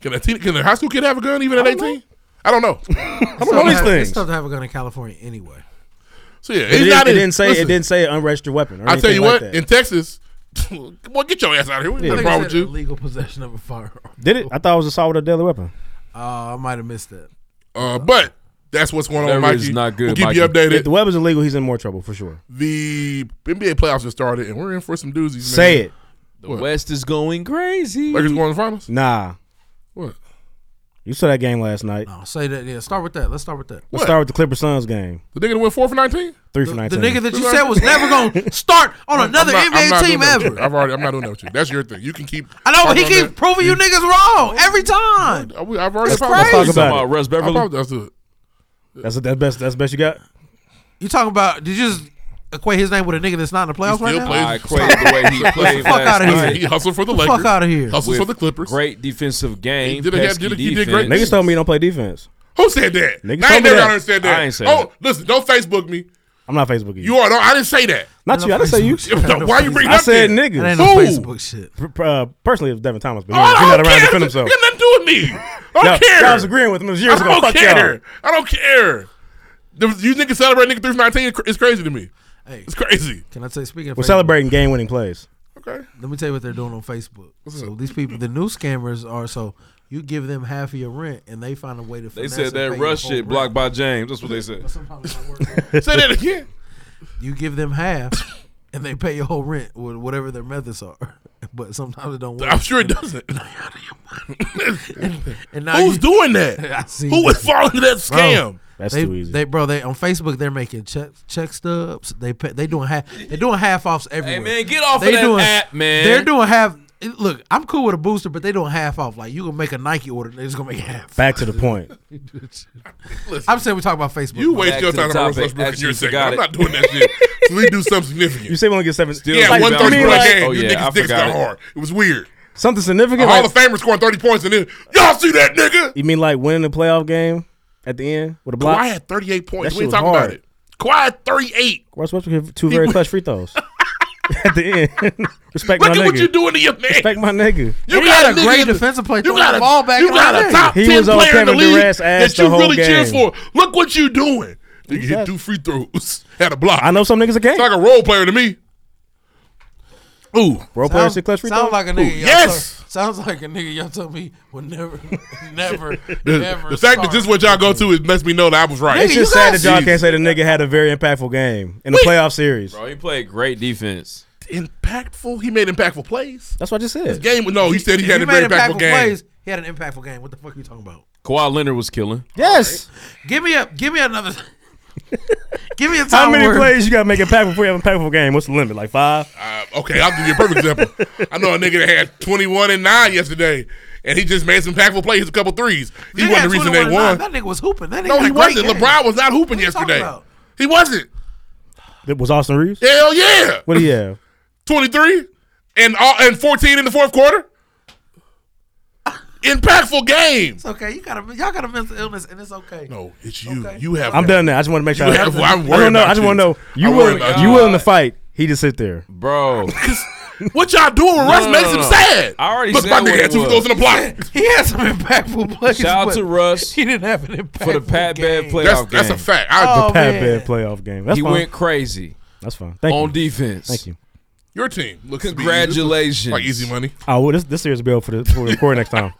S3: Can a teen, can a high school kid have a gun even at eighteen? I don't know. [LAUGHS]
S13: I
S14: don't know these things.
S13: It's tough to have a gun in California anyway.
S3: So yeah,
S14: It
S3: he's
S14: didn't-
S3: not
S14: it
S3: in-
S14: didn't say- it
S3: listen.
S14: didn't say unregistered weapon or
S3: I tell
S14: anything
S3: you
S14: like
S3: what,
S14: that.
S3: in Texas, [LAUGHS] boy, get your ass out of here. What's
S13: Yeah.
S3: wrong with you?
S13: Legal possession of a firearm.
S14: Did it? I thought it was assault with a deadly weapon.
S13: Uh, I might have missed that.
S3: Uh, but that's what's going on,
S14: That
S3: Mikey.
S14: is not good,
S3: We'll keep
S14: Mikey.
S3: you updated.
S14: If the weapon's illegal, he's in more trouble for sure.
S3: The NBA playoffs have started, and we're in for some doozies. Man.
S14: Say it.
S3: The West is going crazy. Lakers going to the finals.
S14: Nah.
S3: What?
S14: You saw that game last night.
S13: I'll say that. Yeah, start with that. Let's start with that.
S14: Let's start with the Clipper Suns game.
S3: The nigga that went four for nineteen.
S14: Three for
S13: The
S14: nineteen.
S13: nigga that you said was never going to start on another
S3: I'm not- I'm not
S13: NBA team
S3: doing that with
S13: ever.
S3: you. I've already. I'm not doing that with you. That's your thing. You can keep.
S13: I know, but he
S3: harping on
S13: keeps proving you niggas wrong every time.
S3: Uh, I've already
S13: That's
S3: apologized.
S13: crazy.
S3: Let's talk about Russ Beverly. I apologize to it.
S14: That's the that's best. That's the best you got.
S13: You talking about? Did you just equate his name with a nigga that's not in the playoffs
S3: He
S13: right
S3: still
S13: now?
S3: plays- I equated the way he
S13: Get the
S3: played
S13: fuck
S3: last
S13: out of here.
S3: night. He hustled for the
S13: Get Fuck
S3: Lakers.
S13: out of here.
S2: With
S3: Hustled for the Clippers.
S2: Great defensive game.
S3: He did a- he did-
S2: pesky
S3: he did great
S2: defense.
S14: Niggas told me you don't play defense.
S3: Who said
S14: Niggas
S3: that? I
S14: told
S3: ain't
S14: me
S3: never
S14: that.
S3: gotta understand that.
S14: I ain't say
S3: oh,
S14: that.
S3: listen, don't Facebook me.
S14: I'm not Facebooking you.
S3: You are. No, I didn't say that.
S14: Not you. I didn't say you.
S3: [LAUGHS] Why you bringing
S14: I
S3: up
S14: said
S3: that?
S14: niggas.
S3: Who?
S13: shit.
S14: Uh, personally, it was Devin Thomas, but
S3: Oh,
S14: he,
S3: I
S14: he not
S3: don't
S14: around to
S3: care.
S14: defend himself.
S3: You have nothing to do with me. I
S14: Y'all-
S3: don't care.
S14: y'all was agreeing with him. It was years
S3: I
S14: ago.
S3: don't
S14: Fuck y'all.
S3: care. I don't care. The- You niggas celebrate nigga three for nineteen is crazy to me. it's crazy.
S13: Can I say? Speaking of
S14: We're
S13: Facebook,
S14: celebrating game-winning plays.
S3: Okay.
S13: Let me tell you what they're doing on Facebook. So these people, the new scammers are so you give them half of your rent and they find a way to.
S2: They
S13: finesse
S2: said
S13: and
S2: that
S13: pay
S2: rush
S13: your whole
S2: shit blocked
S13: rent.
S2: by James. That's what they said.
S3: [LAUGHS] Say that again.
S13: [LAUGHS] You give them half, and they pay your whole rent with whatever their methods are. [LAUGHS] But sometimes it don't work.
S3: I'm sure it doesn't.
S13: and, and
S3: Who's doing that?
S13: I see
S3: Who
S13: that.
S3: would fall into that
S13: Bro,
S3: scam? That's
S13: they,
S3: too easy.
S13: They, bro, they on Facebook they're making check check stubs. They pay, they doing half they doing half offs everywhere.
S2: man, get off of
S13: they
S2: that app, man.
S13: They're doing half. Look, I'm cool with a booster, but they doing half off. Like you gonna make a Nike order, they're just gonna make half.
S3: [LAUGHS]
S14: Back to the point.
S13: I'm saying we talk about Facebook.
S3: You
S13: bro.
S3: waste your time on Russ Westbrook and your second. I'm not doing that shit. So we do something significant.
S14: You say we only get seven.
S3: Yeah,
S14: Like,
S3: one
S14: to
S3: thirty
S14: me,
S3: point
S14: like-
S3: game. you niggas dicks got hard. It was weird.
S14: Something
S3: A
S14: significant.
S3: [LAUGHS] Hall
S14: like-
S3: of Famer scoring thirty points and then y'all see that nigga?
S14: You mean like winning the playoff game at the end with a block?
S3: Kawhi had thirty eight points.
S14: That
S3: we
S14: shit was
S3: ain't talking
S14: hard.
S3: about it. Kawhi had thirty eight.
S14: Russ Westbrook hit two very clutch free
S3: [LAUGHS]
S14: throws at the end. [LAUGHS] Respect
S3: Look
S14: my
S3: at
S14: nigga.
S3: what you doing to your man.
S14: Respect my nigga.
S13: He
S3: You
S13: had
S3: got
S13: a
S3: a
S13: great
S3: nigga-
S13: defensive play.
S3: You
S13: throwing
S3: got
S13: the
S3: a,
S13: ball back.
S3: you
S13: in
S3: got
S13: the
S3: a
S13: net.
S3: top
S14: He
S3: ten
S14: was on
S3: player in the
S14: Kevin
S3: league
S14: Durant's ass
S3: that you
S14: the whole
S3: really cheers
S14: game.
S3: for. Look what you doing. Nigga hit two free throws, [LAUGHS] had a block.
S14: I know some niggas are game.
S3: It's like a role player to me. Ooh,
S14: role player
S13: Sound,
S14: hit clutch free
S13: sound
S14: throws.
S13: like a nigga.
S14: Ooh,
S13: y'all
S14: yes.
S13: told- sounds like a nigga. Y'all told me would never, [LAUGHS] never,
S3: [LAUGHS] The,
S13: never.
S3: the fact that this is what y'all go to it lets me know that I was right.
S14: It's just sad that y'all can't say the nigga had a very impactful game in the playoff series.
S2: Bro, he played great defense.
S3: impactful. He made impactful plays.
S14: That's what I just said.
S3: His game. No, he said he
S13: If
S3: had
S13: you
S3: a very
S13: made
S3: impactful game.
S13: Plays, he had an impactful game. What the fuck are you talking about?
S2: Kawhi Leonard was killing.
S14: Yes.
S13: Give me a. Give me another. [LAUGHS] give me a time.
S14: How many
S13: where-
S14: plays you got to make impactful before you have an impactful game? What's the limit? Like five?
S3: Uh, okay, I'll give you a perfect example. I know a nigga that had 21 and 9 yesterday, and he just made some impactful plays, a couple threes. He
S13: Nigga
S3: wasn't the
S13: had
S3: reason
S13: 21
S3: they
S13: and
S3: won.
S13: nine. That nigga was hooping. That nigga
S3: No,
S13: had
S3: he
S13: a great
S3: wasn't.
S13: game.
S3: LeBron was not
S13: What
S3: hooping
S13: are you talking
S3: yesterday.
S13: about?
S3: He wasn't.
S14: That was Austin Reeves.
S3: Hell yeah.
S14: What do you have?
S3: 23 and all, and 14 in the fourth quarter. Impactful game.
S13: It's okay. You got a y'all got a mental illness, and it's okay.
S3: No, it's you. You have.
S14: I'm done now. I just want to make sure.
S3: You
S14: I,
S3: have- I'm
S14: I don't
S3: worried
S14: know.
S3: about
S14: I just want to
S3: you.
S14: know you
S3: I'm worried
S14: willing,
S3: about
S14: you
S3: you.
S14: willing to fight? He just sit there,
S2: [LAUGHS] bro.
S3: What y'all doing with
S2: No,
S3: Russ
S2: no,
S3: makes
S2: no,
S3: him
S2: no.
S3: sad.
S2: I already
S3: Look,
S2: said
S3: my
S2: what
S3: nigga
S2: it
S3: had two
S2: was.
S3: goals in a block.
S13: He had some impactful plays.
S2: Shout out
S13: but
S2: to Russ
S13: He didn't have an impactful
S2: for the Pat Bev
S13: game.
S2: playoff
S3: That's-
S2: game.
S3: that's a fact.
S13: I-
S14: the
S13: Oh,
S14: Pat
S13: man.
S14: Bev playoff game. That's
S2: he
S14: fine.
S2: went crazy.
S14: That's fine. Thank
S2: on
S14: you.
S2: defense.
S14: Thank you.
S3: Your team. Looks to be easy.
S2: Congratulations.
S3: Like easy money.
S14: Oh, well, this this series bill for the for the record next
S3: [LAUGHS]
S14: time.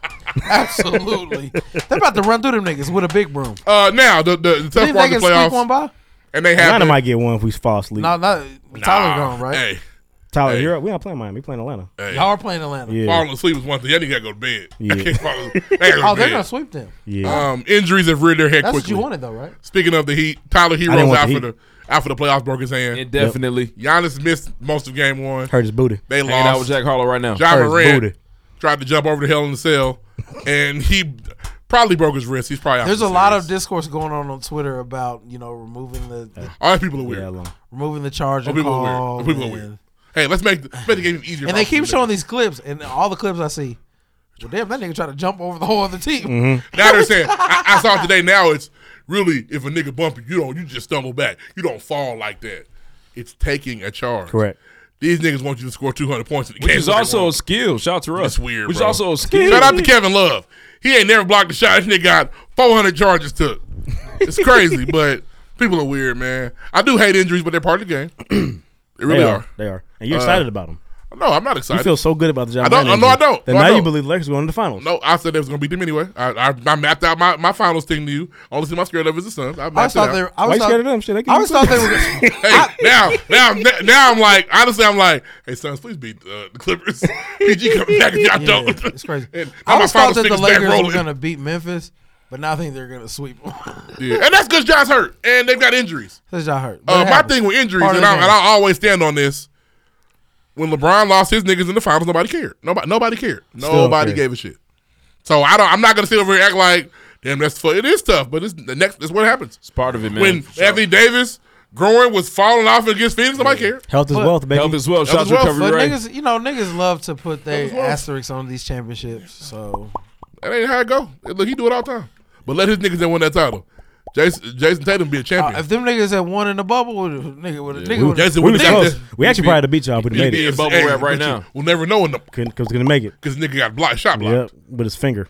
S13: Absolutely. They're about to run through them niggas with a big broom.
S3: Uh, now the the, the tough
S13: Think
S3: part
S13: they can
S3: of the
S13: sneak
S3: playoffs.
S13: one by?
S3: And they have
S14: Atlanta
S3: to-
S14: might get one if we fall asleep.
S13: No, no. Tyler gone, right?
S3: Hey,
S14: Tyler, you're up. We not playing Miami. We playing Atlanta.
S3: hey.
S13: Y'all are playing Atlanta.
S14: Yeah.
S3: Falling asleep is one thing. Y'all nigga gotta go to bed. [LAUGHS]
S14: Yeah.
S3: I can't fall asleep. They gotta go
S13: Oh,
S3: to
S13: they're
S3: bed.
S13: gonna sweep them.
S14: Yeah.
S3: Um, injuries have reared their head
S13: That's what
S3: quickly.
S13: you wanted, though, right?
S3: Speaking of the Heat, Tyler
S14: didn't
S3: Heroes
S14: want
S3: out
S14: the
S3: for the out for the playoffs, broke his hand
S2: Indefinitely.
S3: Giannis missed most of game one.
S14: Hurt his booty.
S3: They
S2: Hanging
S3: lost.
S2: out with Jack Harlow right now.
S3: John
S2: Hurt his
S3: Moran
S2: booty.
S3: tried to jump over the hell in the cell, [LAUGHS] and he probably broke his wrist. He's probably out.
S13: There's
S3: for
S13: a
S3: the
S13: lot
S3: series.
S13: of discourse going on on Twitter about you know removing the, the-
S3: All these people are weird.
S13: removing the charge
S3: All
S13: and
S3: Oh, people
S13: call.
S3: are weird. All people are
S13: and-
S3: weird. Hey, let's make, let's make the game easier.
S13: Oh, And
S3: for
S13: they
S3: us to
S13: keep
S3: make
S13: showing these clips, and all the clips I see. Well, damn, that nigga tried to jump over the whole other team.
S3: Now they're saying I, I saw it today. Now it's really if a nigga bump you, you don't you just stumble back. You don't fall like that. It's taking a charge.
S14: Correct.
S3: These niggas want you to score 200 points in the
S2: Which
S3: game.
S2: is also a skill. Shout out to Russ.
S3: It's weird.
S2: Which
S3: bro.
S2: is also a skill.
S3: Shout out to Kevin Love.
S14: [LAUGHS]
S3: He ain't never blocked a shot. This nigga got 400 charges took. It's crazy, but People are weird, man. I do hate injuries, but they're part of the game. [CLEARS THROAT] they really
S14: They
S3: are.
S14: are. They are. And you're excited about 'em.
S3: No, I'm not excited.
S14: You feel so good about the John
S3: I don't.
S14: Madden
S3: no, I
S14: injury
S3: don't.
S14: that
S3: No, I
S14: now you
S3: don't.
S14: believe Lakers going to the finals.
S3: No, I said they was gonna beat them anyway. I, I, I mapped out my, my finals team to you. Only thing I'm scared of is the Suns. I, mapped
S13: I was
S3: it
S13: thought
S3: out.
S13: they were. I was thought, I was thought they were.
S3: [LAUGHS] hey, now, now, I'm- now I'm like, honestly, I'm like, hey, Suns, please beat uh,
S13: [LAUGHS]
S3: the Clippers. PG come back if y'all
S13: Yeah,
S3: don't.
S13: It's crazy.
S3: And
S13: I
S3: I'm
S13: was
S3: my
S13: thought
S3: finals
S13: that the
S3: fingers back
S13: Lakers were
S3: rolling.
S13: going to beat Memphis, but now I think they're going to sweep them. [LAUGHS]
S3: Yeah, and that's because John's hurt, and they've got injuries.
S13: That's John hurt. But
S3: Uh,
S13: it
S3: my
S13: happens.
S3: thing with injuries,
S13: Part of
S3: and
S13: the
S3: I,
S13: game.
S3: and I always stand on this. When LeBron lost his niggas in the finals, nobody cared. Nobody, nobody cared.
S9: Still don't
S3: Nobody
S9: care.
S3: gave a shit. So I don't. I'm not gonna sit over here and act like, damn, that's fu- it is tough. But it's the next. That's what happens. It's
S2: part of it, man.
S3: When Anthony Davis groin was falling off against Phoenix, nobody cared.
S14: Health is
S13: But-
S14: wealth, baby.
S2: Health is wealth.
S3: Shout out to Recovery
S13: but
S3: Ray.
S13: niggas, you know, niggas love to put
S3: was
S13: their
S3: worth it.
S13: asterisks on these championships. So
S3: That ain't how it go. Look, he do it all the time. But let his niggas that win that title. Jason, Jason Tatum be a champion.
S13: uh, if them niggas had won in the bubble, would've- nigga would have.
S3: Yeah,
S13: Nigga would
S3: Jason
S14: we
S3: would've
S14: was
S3: been
S14: close.
S3: there.
S14: We actually
S3: He'd be-
S14: probably had to beat y'all, but
S3: he'd
S14: made
S3: be
S14: it.
S3: in bubble wrap right now. We'll never know in the
S14: Because gonna make it.
S3: because nigga got blocked, shot blocked.
S14: Yep, but his finger.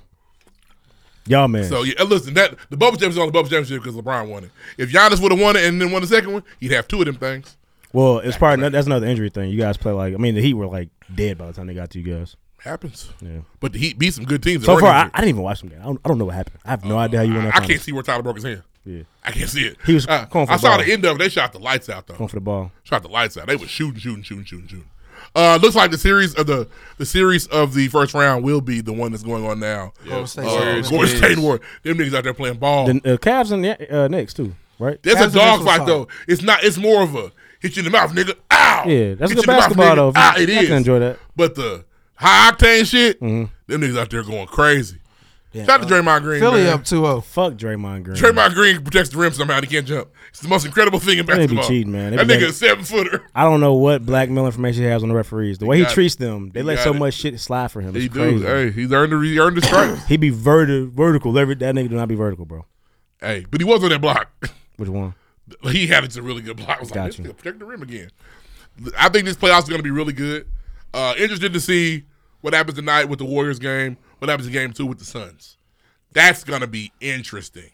S14: Y'all man.
S3: So yeah, and listen, that the bubble championship is only bubble championship because LeBron won it. If Giannis would have won it and then won the second one, he'd have two of them things.
S14: well, it's probably that's another injury thing. You guys play like I mean the Heat were like dead by the time they got to you guys.
S3: Happens.
S14: Yeah.
S3: But the Heat beat some good teams. that
S14: So
S3: weren't
S14: far, I,
S3: injured.
S14: I didn't even watch them. I don't, I don't know what happened. I have no idea how you went.
S3: Uh, I,
S14: that
S3: I
S14: finals.
S3: can't see where Tyler broke his hand.
S14: Yeah.
S3: I can't see it.
S14: He was
S3: Uh,
S14: going for
S3: I
S14: the
S3: saw
S14: ball.
S3: the end of it. They shot the lights out though.
S14: Going for the ball.
S3: Shot the lights out. They were shooting, shooting, shooting, shooting, shooting. Uh, looks like the series of the the series of the first round will be the one that's going on now.
S13: Golden State
S3: Uh,
S13: Warriors.
S3: Golden State Warriors. Them niggas out there playing ball.
S14: The uh, Cavs and the uh, Knicks too, right?
S3: That's a dog fight though. It's not. It's more of a hit you in the mouth, nigga. Ow.
S14: Yeah, that's good
S3: Hit you in the mouth,
S14: basketball,
S3: nigga.
S14: though.
S3: Ah,
S14: I
S3: it is.
S14: can enjoy that.
S3: But the high octane shit,
S14: Mhm.
S3: them niggas out there going crazy. Shout out to Draymond Green.
S13: uh, Philly
S3: man.
S13: up oh. 2-0.
S14: Fuck Draymond Green.
S3: Draymond Green protects the rim somehow. and He can't jump. It's the most incredible thing in
S14: They
S3: basketball.
S14: be cheating, man. They
S3: That
S14: be
S3: nigga
S14: letting-
S3: a seven footer.
S14: I don't know what blackmail information he has on the referees. The way he
S3: got it.
S14: treats them, they
S3: He
S14: let
S3: got
S14: so
S3: it.
S14: much shit slide for him.
S3: He
S14: It's
S3: do.
S14: crazy.
S3: Hey, he's earned the he earned the
S14: [COUGHS]
S3: stripes.
S14: He be verti- vertical. Every that nigga do not be vertical, bro.
S3: hey, but he was on that block. [LAUGHS]
S14: Which one?
S3: He had it to really good block. I was like,
S14: Gotcha.
S3: this nigga protect the rim again. I think this playoffs is going to be really good. Uh, interested to see what happens tonight with the Warriors game. What happens in game two with the Suns. That's going to be interesting.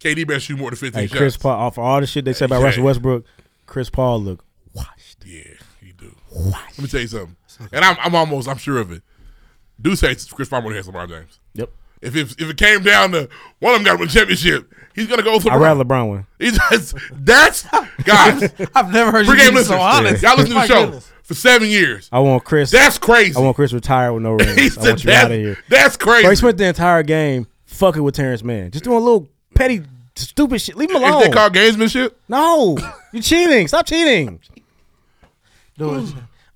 S3: KD better shoot more than fifteen
S14: Hey,
S3: shots.
S14: Chris Paul. Off all the shit they said about
S3: Yeah.
S14: Russell Westbrook, Chris Paul look washed.
S3: Yeah, he do. Let me tell you something, and I'm, I'm almost I'm sure of it. Deuce hates Chris Paul more than he hates LeBron James.
S14: Yep.
S3: If, if if it came down to one of them got to win a championship, he's gonna go for
S14: I'd rather LeBron win.
S3: He just that's
S2: [LAUGHS]
S3: guys.
S13: I've never heard you
S3: Pre-game
S13: be so
S3: listeners.
S13: honest.
S3: Y'all listen to the
S13: My
S3: show
S13: goodness.
S3: for seven years.
S14: I want Chris.
S3: That's crazy. [LAUGHS]
S14: I want Chris retired with no rings. I
S3: said
S14: want you
S3: that-
S14: out of here.
S3: that's crazy.
S14: Bro, he spent the entire game fucking with Terrence Mann, just doing a little petty, stupid shit. Leave him
S3: Is
S14: alone.
S3: they called [LAUGHS] gamesmanship?
S14: no, you cheating. Stop cheating.
S13: Doing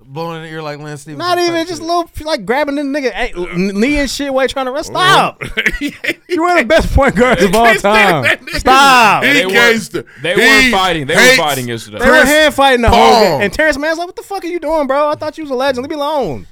S13: blowing in the ear like Lance Stevens.
S14: Not even just a little like grabbing the nigga hey, n- knee and shit while he trying to
S3: Oh.
S14: rest. Stop. you were the best point guards
S3: [LAUGHS]
S14: of all time. Stop.
S2: They weren't, they weren't fighting. They were
S14: hates
S2: fighting yesterday.
S14: They were hand fighting the
S3: Paul.
S14: whole game. And Terrence Mann's like, what the fuck are you doing, bro? I thought you was a legend. Leave me alone.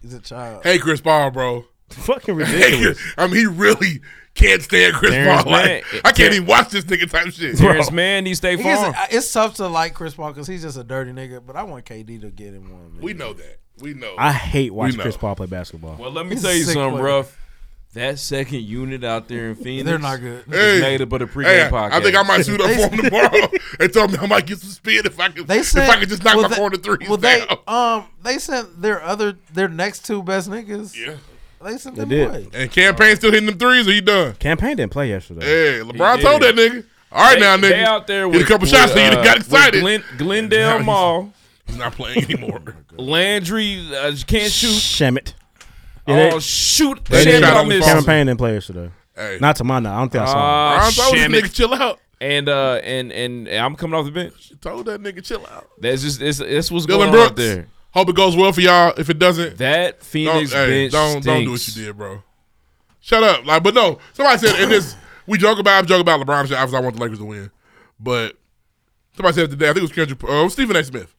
S13: He's a child.
S3: Hey, Chris Paul, bro. [LAUGHS]
S14: Fucking ridiculous.
S3: I mean, he really can't stand Chris
S2: Terrence
S3: Paul. Like,
S2: Mann-
S3: I can't even watch this nigga type shit.
S2: Terrence Mann needs to stay
S13: He
S2: far.
S13: gets- it's tough to like Chris Paul because he's just a dirty nigga, but I want KD to get him one.
S3: We know that. We know.
S14: I hate watching
S3: know.
S14: Chris Paul play basketball.
S2: Well, let me
S13: He's
S2: tell
S13: a
S2: you
S13: sick
S2: something,
S13: player.
S2: rough. That second unit out there
S3: [LAUGHS]
S2: in Phoenix,
S13: They're not good.
S2: is
S3: Hey,
S2: made up of the pregame
S3: hey,
S2: podcast.
S3: I think I might suit
S2: [LAUGHS]
S3: up for him tomorrow and tell him I might get some speed if I can.
S13: They said
S3: if I could just knock
S13: well,
S3: my
S13: they-
S3: corner threes
S13: Well,
S3: down.
S13: they um they sent their other their next two best niggas. Yeah, they sent
S14: They
S13: them
S14: did.
S13: away.
S3: And campaign still hitting them threes, or he done?
S14: Campaign didn't play yesterday.
S3: Hey, LeBron
S2: He
S3: told
S2: did.
S3: that nigga. All right
S2: They-
S3: now, nigga.
S2: they out there
S3: Hit
S2: with
S3: a couple shots,
S2: with,
S3: and you
S2: uh,
S3: got
S2: with
S3: excited.
S2: Glen- Glendale
S3: he's-
S2: Mall.
S3: He's not playing
S2: [LAUGHS]
S3: anymore.
S2: Oh Landry uh,
S3: Eh.
S2: can't shoot.
S14: Shemit.
S2: Oh,
S14: Yeah, they-
S2: shoot.
S14: They
S2: Shemit
S14: didn't,
S2: I missed.
S14: Cameron Payne didn't play yesterday.
S2: Hey.
S14: Not to my knowledge. I don't think I saw him.
S2: Ah,
S3: I told this
S2: Shemit.
S3: nigga chill out.
S2: And uh, and and and I'm coming off the bench.
S3: Told that nigga chill out.
S2: That's just it's, it's what's
S3: Dylan
S2: going
S3: Brooks.
S2: on out there.
S3: Hope it goes well for y'all. If it doesn't,
S2: that Phoenix
S3: don't,
S2: bench
S3: don't don't do what
S2: stinks.
S3: you did, bro. Shut up. Like, but no. Somebody said, and this we joke about. I joke about LeBron. and shit. Obviously, I want the Lakers to win, but somebody said today. I think it was Kendrick. Uh, it was Stephen A. Smith.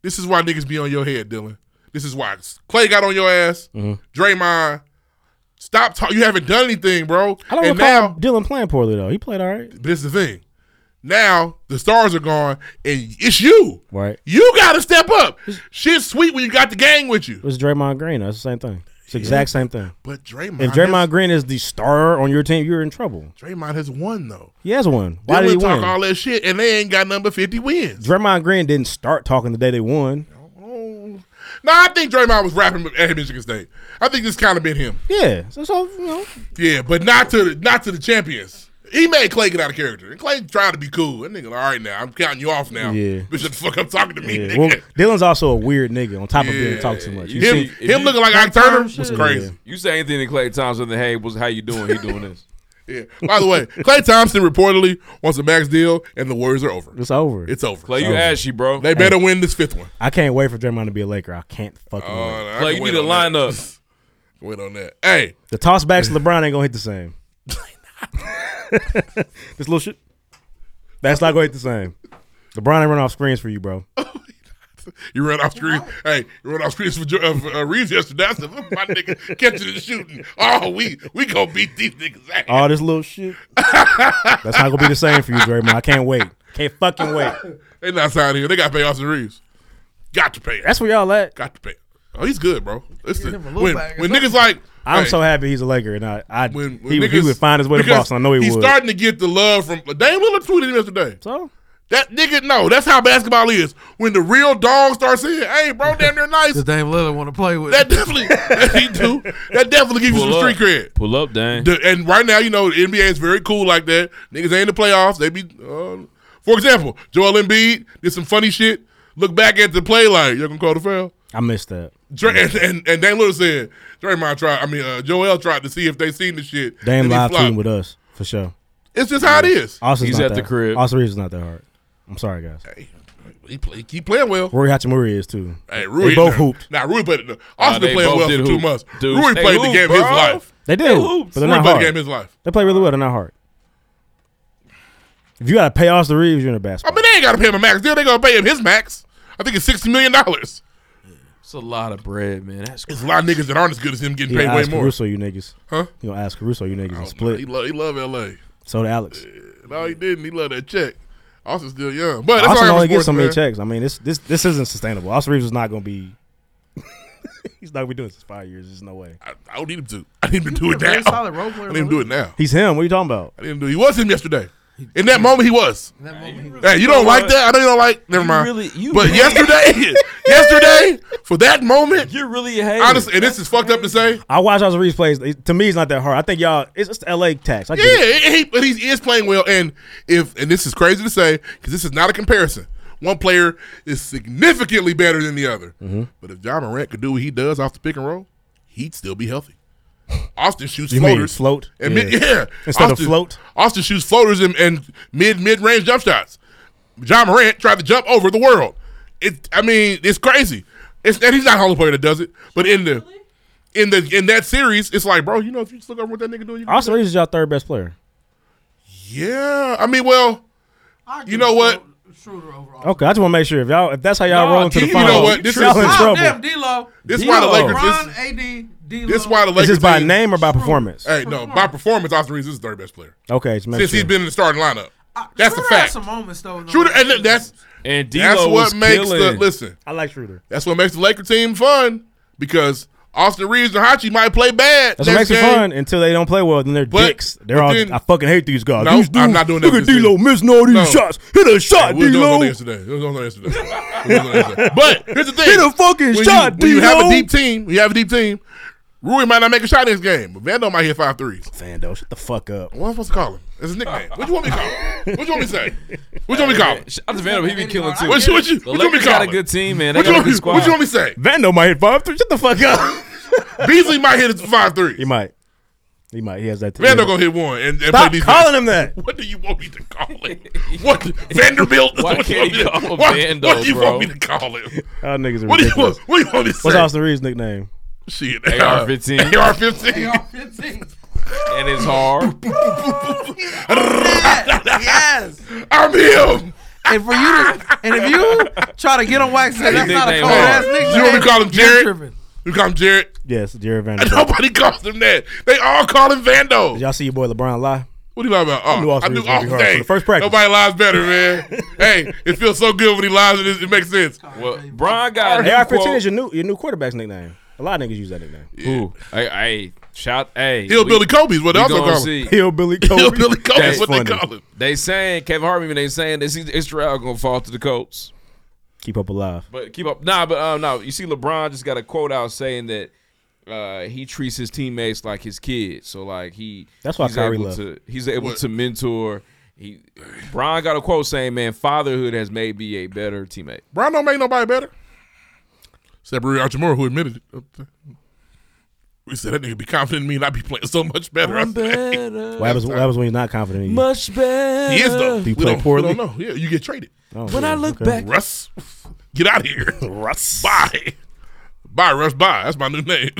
S3: This is why niggas be on your head, Dylan. This is why Clay got on your ass.
S14: Mhm.
S3: Draymond, stop talking. You haven't done anything, bro.
S14: I don't
S3: and
S14: recall
S3: now,
S14: Dylan playing poorly though. He played all right.
S3: but this is the thing. Now the stars are gone, and it's you.
S14: Right.
S3: You gotta step up. Shit's sweet when you got the gang with you.
S14: It was Draymond Green. That's the same thing. It's the exact same thing.
S3: But Draymond
S14: if Draymond
S3: has-
S14: Green is the star on your team, you're in trouble.
S3: Draymond has won though.
S14: He has one.
S3: Why
S14: Why
S3: they
S14: did he
S3: would talk
S14: win?
S3: all that shit and they ain't got number fifty wins.
S14: Draymond Green didn't start talking the day they won.
S3: No, Oh. I think Draymond was rapping at Michigan State. I think it's kind of been him.
S14: Yeah. So, so you know,
S3: Yeah, but not to the, not to the champions. He made Clay get out of character, and Clay tried to be cool. That nigga, like, all right now, I'm counting you off now.
S14: Yeah.
S3: but shut the fuck up talking to me.
S14: yeah.
S3: nigga. [LAUGHS]
S14: well, Dylan's also a weird nigga. On top of being
S3: Yeah.
S14: talked too much,
S3: You Him-
S14: see-
S3: him looking like Ike Turner was crazy.
S2: You say anything to Clay Thompson, then hey, what's how you doing? He doing this.
S3: yeah. By the way, [LAUGHS] Clay Thompson reportedly wants a max deal, and the Warriors are over.
S14: It's over.
S3: It's over.
S2: Clay, you
S14: Over.
S2: ashy, bro.
S3: Oh. They better win this fifth one.
S14: I can't wait for Draymond to be a Laker. I can't fucking. wait.
S3: I
S2: Clay,
S3: can
S2: you
S3: wait
S2: need a
S3: on that.
S2: lineup.
S3: Wait on that. Hey,
S14: The tossbacks to LeBron ain't gonna hit the
S3: [LAUGHS]
S14: same. this little shit. That's not gonna hit the same. LeBron ain't run off screens for you, bro.
S3: you run off screen. Hey, you run off screens for Jo- uh, for, uh, Reeves yesterday. I said, "Look, my nigga catching and shooting. Oh, we we gonna beat these niggas ass.
S14: All this little shit. That's not gonna be the same for you, Draymond. I can't wait. Can't fucking wait.
S3: they not signed here. They got to pay Austin Reeves. Got to pay.
S14: That's where y'all at.
S3: Got to pay. Oh, he's good, bro. Listen,
S14: him a little
S3: when,
S14: bag or
S3: when niggas like
S14: I'm
S3: hey,
S14: so happy he's a Laker, and I, I
S3: when
S14: he, would- he
S3: niggas-
S14: would find his way to
S3: because
S14: Boston. I know he
S3: he's
S14: would.
S3: starting to get the love from Dame Lillard tweeted him yesterday.
S14: So
S3: that nigga, no, that's how basketball is. When the real dog starts saying, "Hey, bro, damn near
S14: [LAUGHS]
S3: nice,"
S13: The Dame Lillard want to play with.
S3: that definitely [LAUGHS] that he do. That definitely gives you some
S2: Pull
S3: street
S2: up.
S3: cred.
S2: Pull up, dang.
S3: The- and right now, you know, the NBA is very cool like that. Niggas ain't in the playoffs. They be, uh, for example, Joel Embiid did some funny shit. Look back at the play like, you're going to call the foul.
S14: I missed that.
S3: Dra- and, and, and Dame Lillard said, Draymond tried, I mean, uh, Joel tried to see if they seen the shit.
S14: Damn
S3: and he
S14: live
S3: flopped.
S14: tweeting with Uh, us for sure.
S3: It's just how it is.
S14: Austin's not that- Austin Reeves is not that hard. I'm sorry, guys.
S3: He, play, he keep playing well.
S14: Rory Hachimura is too.
S3: Hey,
S14: they
S3: Rui.
S14: both hooped.
S3: Nah, Rui played. Austin
S14: Nah,
S3: been
S14: they
S3: playing
S14: both
S3: well for
S14: did
S3: two
S14: hoop.
S3: months.
S14: Dude,
S3: Rui
S14: they
S3: played the
S14: hooped,
S3: game of his
S14: bro.
S3: life.
S14: They do, but they're
S3: Rui
S14: not
S3: played
S14: hard.
S3: the game of his life.
S14: They play really well. They're not hard. If you gotta pay Austin Reeves, you're in a
S3: I
S14: basketball.
S3: mean, they ain't got to pay him a max deal. They going to pay him his max. I think it's $60 million.
S2: It's a lot of bread, man. That's
S3: It's a lot of niggas that aren't as good as him getting
S14: You
S3: paid
S14: gonna
S3: way
S14: ask
S3: more.
S14: Caruso, you niggas.
S3: Huh?
S14: You gonna ask Caruso, you niggas, and
S3: He
S14: split.
S3: love, he love L.A.
S14: So did Alex.
S3: No, he didn't. He loved that check. Austin's still young, but that's
S14: Austin
S3: all I
S14: only
S3: got for
S14: gets so many
S3: sports, man.
S14: checks. I mean, this this this isn't sustainable. Austin Reeves is not gonna be. [LAUGHS] He's not gonna be doing this for five years. There's no way.
S3: I, I don't need him to. I need him to do
S13: He's
S3: it
S13: a very
S3: now.
S13: solid role player
S3: I
S13: in
S3: need
S13: the
S3: him to do it now.
S14: He's him. What are you talking about?
S3: I need him to. He was him yesterday. In that moment, he was. Hey,
S13: You
S3: you
S13: know
S3: don't like
S13: what?
S3: that? I know you don't like. Never
S13: You
S3: mind.
S13: really- you
S3: but
S13: really-
S3: yesterday, [LAUGHS] yesterday, for that moment,
S2: you're really a
S3: honestly. And this is fucked up to say.
S14: I watch Austin Reeves plays. It- To me, it's not that hard. I think y'all. It's just the LA tax. I
S3: Yeah,
S14: get it.
S3: and he, but he is playing well. And if and this is crazy to say because this is not a comparison. One player is significantly better than the other.
S14: Mm-hmm.
S3: But if John Morant could do what he does off the pick and roll, he'd still be healthy. Austin shoots
S14: You mean
S3: floaters,
S14: float?
S3: and
S14: Yeah.
S3: mid, yeah.
S14: Instead of
S3: Austin-
S14: float?
S3: Austin shoots floaters and, and mid mid range jump shots. John Morant tried to jump over the world. It, I mean, it's crazy. It's, and he's not the only player that does it. But in the in the in that series, it's like, bro, you know, if you just look over what that nigga doing, you can do
S14: Austin Reeves is y'all third best player.
S3: yeah, I mean, well, you know what?
S14: Okay, I just want to make sure if y'all if that's how y'all
S3: Nah,
S14: roll to the
S3: you know
S14: finals,
S3: what? This
S14: y'all
S3: is-
S14: in
S3: Stop
S14: trouble.
S3: them,
S13: Ah, D-Lo.
S3: This why the
S14: D-Lo.
S3: Lakers.
S13: LeBron,
S3: This,
S13: AD, D-Lo.
S3: this why the
S14: Is
S3: Lakers.
S14: this by
S3: team-
S14: name or by performance?
S3: Hey, no, by performance, Austin Reeves is the third best player
S14: Okay, just make
S3: since
S14: sure.
S3: he's been in the starting lineup.
S13: Uh,
S3: That's the
S13: Schroeder Ah, had
S3: fact.
S13: some moments though. in the
S3: Shooter,
S13: last
S3: and
S13: season. [LAUGHS]
S3: that's
S2: And
S3: that's
S2: D'Lo
S3: what
S2: was
S3: makes
S2: killing.
S3: the listen.
S14: I like Schroeder.
S3: That's what makes the Laker team fun because Austin Reeves and Hachi might play bad.
S14: That's what
S3: next
S14: makes it
S3: game.
S14: fun until they don't play well. Then they're
S3: But-
S14: dicks. They're
S3: but
S14: all.
S3: then-
S14: I fucking hate these guys.
S3: No,
S14: these
S3: I'm
S14: dudes-
S3: not doing that
S14: Look at
S3: this
S14: D-Lo
S3: season.
S14: missing all these
S3: No.
S14: shots. Hit a shot,
S3: We was doing
S14: D-Lo.
S3: something yesterday. We was doing something yesterday. We was doing something
S14: [LAUGHS]
S3: yesterday. But here's the thing:
S14: Hit a fucking
S3: when
S14: shot,
S3: You, when you have a
S14: D-Lo.
S3: deep team, when you have a deep team. Rui might not make a shot in this game, but Vando might hit five threes.
S14: Vando, shut the fuck up.
S3: What am I supposed to call him? It's his nickname. What you want me to call him? What you want me
S2: [LAUGHS]
S3: to say? What you want me to call him?
S2: I'm just Vanderbilt. He be killing too.
S3: What you, what you,
S2: The
S3: what you want me
S2: Lakers
S3: to
S2: got
S3: call
S2: a
S3: him?
S2: good team, man. They
S3: What
S2: got
S3: you,
S2: a
S3: want
S2: good
S3: me,
S2: squad.
S3: what you want me to say?
S14: Vando might hit five threes. Shut the fuck
S3: [LAUGHS]
S14: up.
S3: Beasley might hit his five threes.
S14: He might. He might. He has that.
S3: Vando gonna hit one and, and
S14: Stop
S3: play defense.
S14: calling him that.
S3: [LAUGHS] What do you want me to call
S14: [LAUGHS]
S3: him? What Vanderbilt?
S2: Why
S3: what do
S2: can't you
S3: you want me to-
S2: call him
S3: what,
S2: Vando,
S3: What do you
S2: bro?
S3: want me to call him?
S14: Y'all niggas are
S3: What do you
S14: ridiculous.
S3: want? What do you want me to
S14: What's
S3: say?
S14: Austin Reed's nickname?
S3: Shit, [LAUGHS]
S2: AR-15.
S3: AR-15.
S2: And it's hard.
S13: [LAUGHS] yes.
S3: I'm him.
S13: And for you to, and if you try to get on wax, say, that's not a
S3: Nickname
S13: cold ass
S3: hard.
S13: nickname.
S3: You want me to call him
S13: you're
S3: Jared?
S13: tripping.
S3: You call him Jared?
S14: Yes, Jared
S3: And
S14: Vando.
S3: nobody calls him that. They all call him Vando.
S14: Did y'all see your boy LeBron lie?
S3: What are you talking about? Oh,
S14: I knew Austin Reeves was
S3: oh,
S14: gonna be hard for
S3: dang.
S14: the first practice.
S3: Nobody lies
S14: [LAUGHS]
S3: better, man. hey, it feels so good when he lies and it, it makes sense.
S2: Well, Brian got a new
S14: AR-15
S2: quote.
S14: is your new your new quarterback's nickname. A lot of niggas use that nickname.
S2: Ooh, hey, hey, shout, hey,
S3: Hillbilly Kobe's what they
S2: we
S3: also
S2: gonna
S3: call him.
S2: see.
S14: Hillbilly Kobe.
S3: Hillbilly Kobe
S2: That's
S3: is what they
S2: funny.
S3: call him.
S2: They saying Kevin Hart, even they saying this Israel gonna fall to the Colts.
S14: Keep up alive.
S2: But keep up, nah, but uh, no, you see, LeBron just got a quote out saying that uh, he treats his teammates like his kids. So like he,
S14: That's why
S2: he's
S14: Kyrie
S2: able
S14: left.
S2: to, he's able
S14: What?
S2: to mentor. He, Brian got a quote saying, "Man, fatherhood has made me a better teammate."
S3: Brown don't make nobody better. Except Rui Hachimura, who admitted it. We said that nigga be confident in me and I be playing so much better. I say.
S14: What happens, what happens when you're not confident in you?
S2: Much better.
S3: He is though.
S14: Do you
S3: we,
S14: play
S3: don't,
S14: poorly?
S3: we don't know. Yeah, you get traded.
S14: Oh, When yeah, I look okay. back-
S3: Russ, get out
S14: [LAUGHS]
S3: of here. Russ, bye, bye, Russ, bye. That's my new name.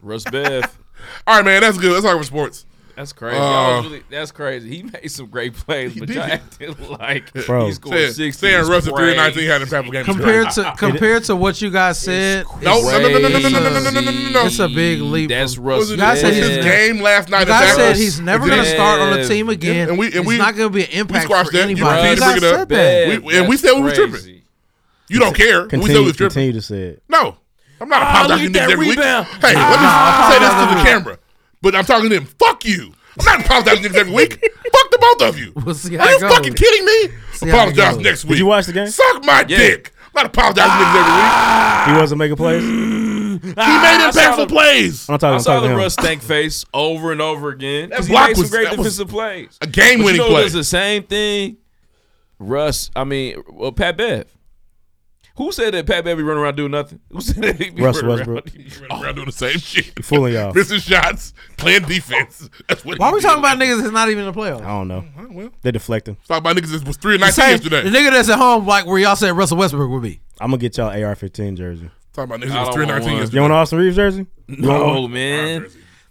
S2: Russ Beth.
S3: All right, man. That's good. That's all for sports.
S2: [LAUGHS] That's crazy. Y'all
S3: Uh,
S2: was really, that's crazy. He made some great plays,
S3: [LAUGHS]
S2: but y'all acted like
S3: Bro.
S2: he scored
S3: Saying-
S2: 60.
S3: saying
S2: is
S3: Russell
S2: crazy.
S3: 319 had a couple games.
S13: Compared to compared to what you guys said,
S3: No, no, no, no, no, no, no, no, no, no, no, no, no, no.
S13: It's a big leap.
S2: That's
S13: Russ.
S3: Was
S13: You
S3: it,
S13: guys
S3: was
S13: said
S3: his
S13: he's
S3: game last night?
S13: You guys
S3: attack
S13: said
S3: us?
S13: he's never
S3: It
S13: going to
S3: did.
S13: start on the team again.
S3: And we and
S13: He's
S3: we
S13: not going to be an impact
S3: We squashed
S13: for
S3: that. You
S13: anybody.
S3: continue to
S13: You
S3: bring it
S13: guys
S3: up.
S13: said that.
S3: We, and we said we were
S13: That's
S3: tripping. You don't care. we said we
S14: Continue,
S3: was tripping.
S14: continue to say it.
S3: No, I'm not
S14: Ah,
S3: apologizing
S14: look
S3: to
S14: at
S3: niggas
S14: that
S3: every week.
S14: rebound.
S3: Hey,
S14: Ah.
S3: let me say this to the camera. But I'm talking to them. Fuck you. I'm not apologizing to niggas every week.
S13: [LAUGHS]
S3: Fuck the both of you.
S13: how
S3: Are
S13: it
S3: you
S13: goes.
S3: fucking kidding me?
S13: See how it
S3: Apologize
S13: goes.
S3: next
S13: Did
S3: week.
S14: you watch the game?
S3: Suck
S14: Yeah.
S3: my
S14: Ah,
S3: dick. I'm not apologizing to niggas every week.
S14: He wasn't making plays.
S3: He made impactful plays.
S14: I'm talking-
S2: I
S14: I'm
S2: saw
S14: talking
S2: the
S14: to him.
S2: Russ stank face over and over again.
S3: That
S2: He
S3: block
S2: made some
S3: was-
S2: great
S3: that was
S2: defensive plays.
S3: a game-winning
S2: But you know who
S3: play.
S2: does the same thing. Russ, I mean, well, Pat Bev. Who said that Pat Bev be running around doing nothing? Who said that he be
S14: Russ
S2: running
S14: Westbrook.
S2: Around, he [LAUGHS] be
S3: running around doing the same shit.
S14: Fooling y'all.
S3: Missing shots, playing defense. That's what
S13: Why are
S3: he
S13: we
S3: did.
S13: talking about niggas that's not even in the playoffs?
S14: I don't know.
S3: Oh, well.
S14: They're deflecting.
S3: Talk about niggas that was three and
S13: The,
S3: nineteen
S13: same,
S3: yesterday.
S13: the nigga that's at home, like where y'all said Russell Westbrook would be.
S14: I'm gonna get y'all AR-15 jersey.
S3: Talking about niggas
S13: I
S3: that was
S13: don't
S3: three and
S13: want
S3: nineteen
S13: one.
S3: yesterday.
S14: You want an Austin Reeves jersey? You want one?
S2: No, man.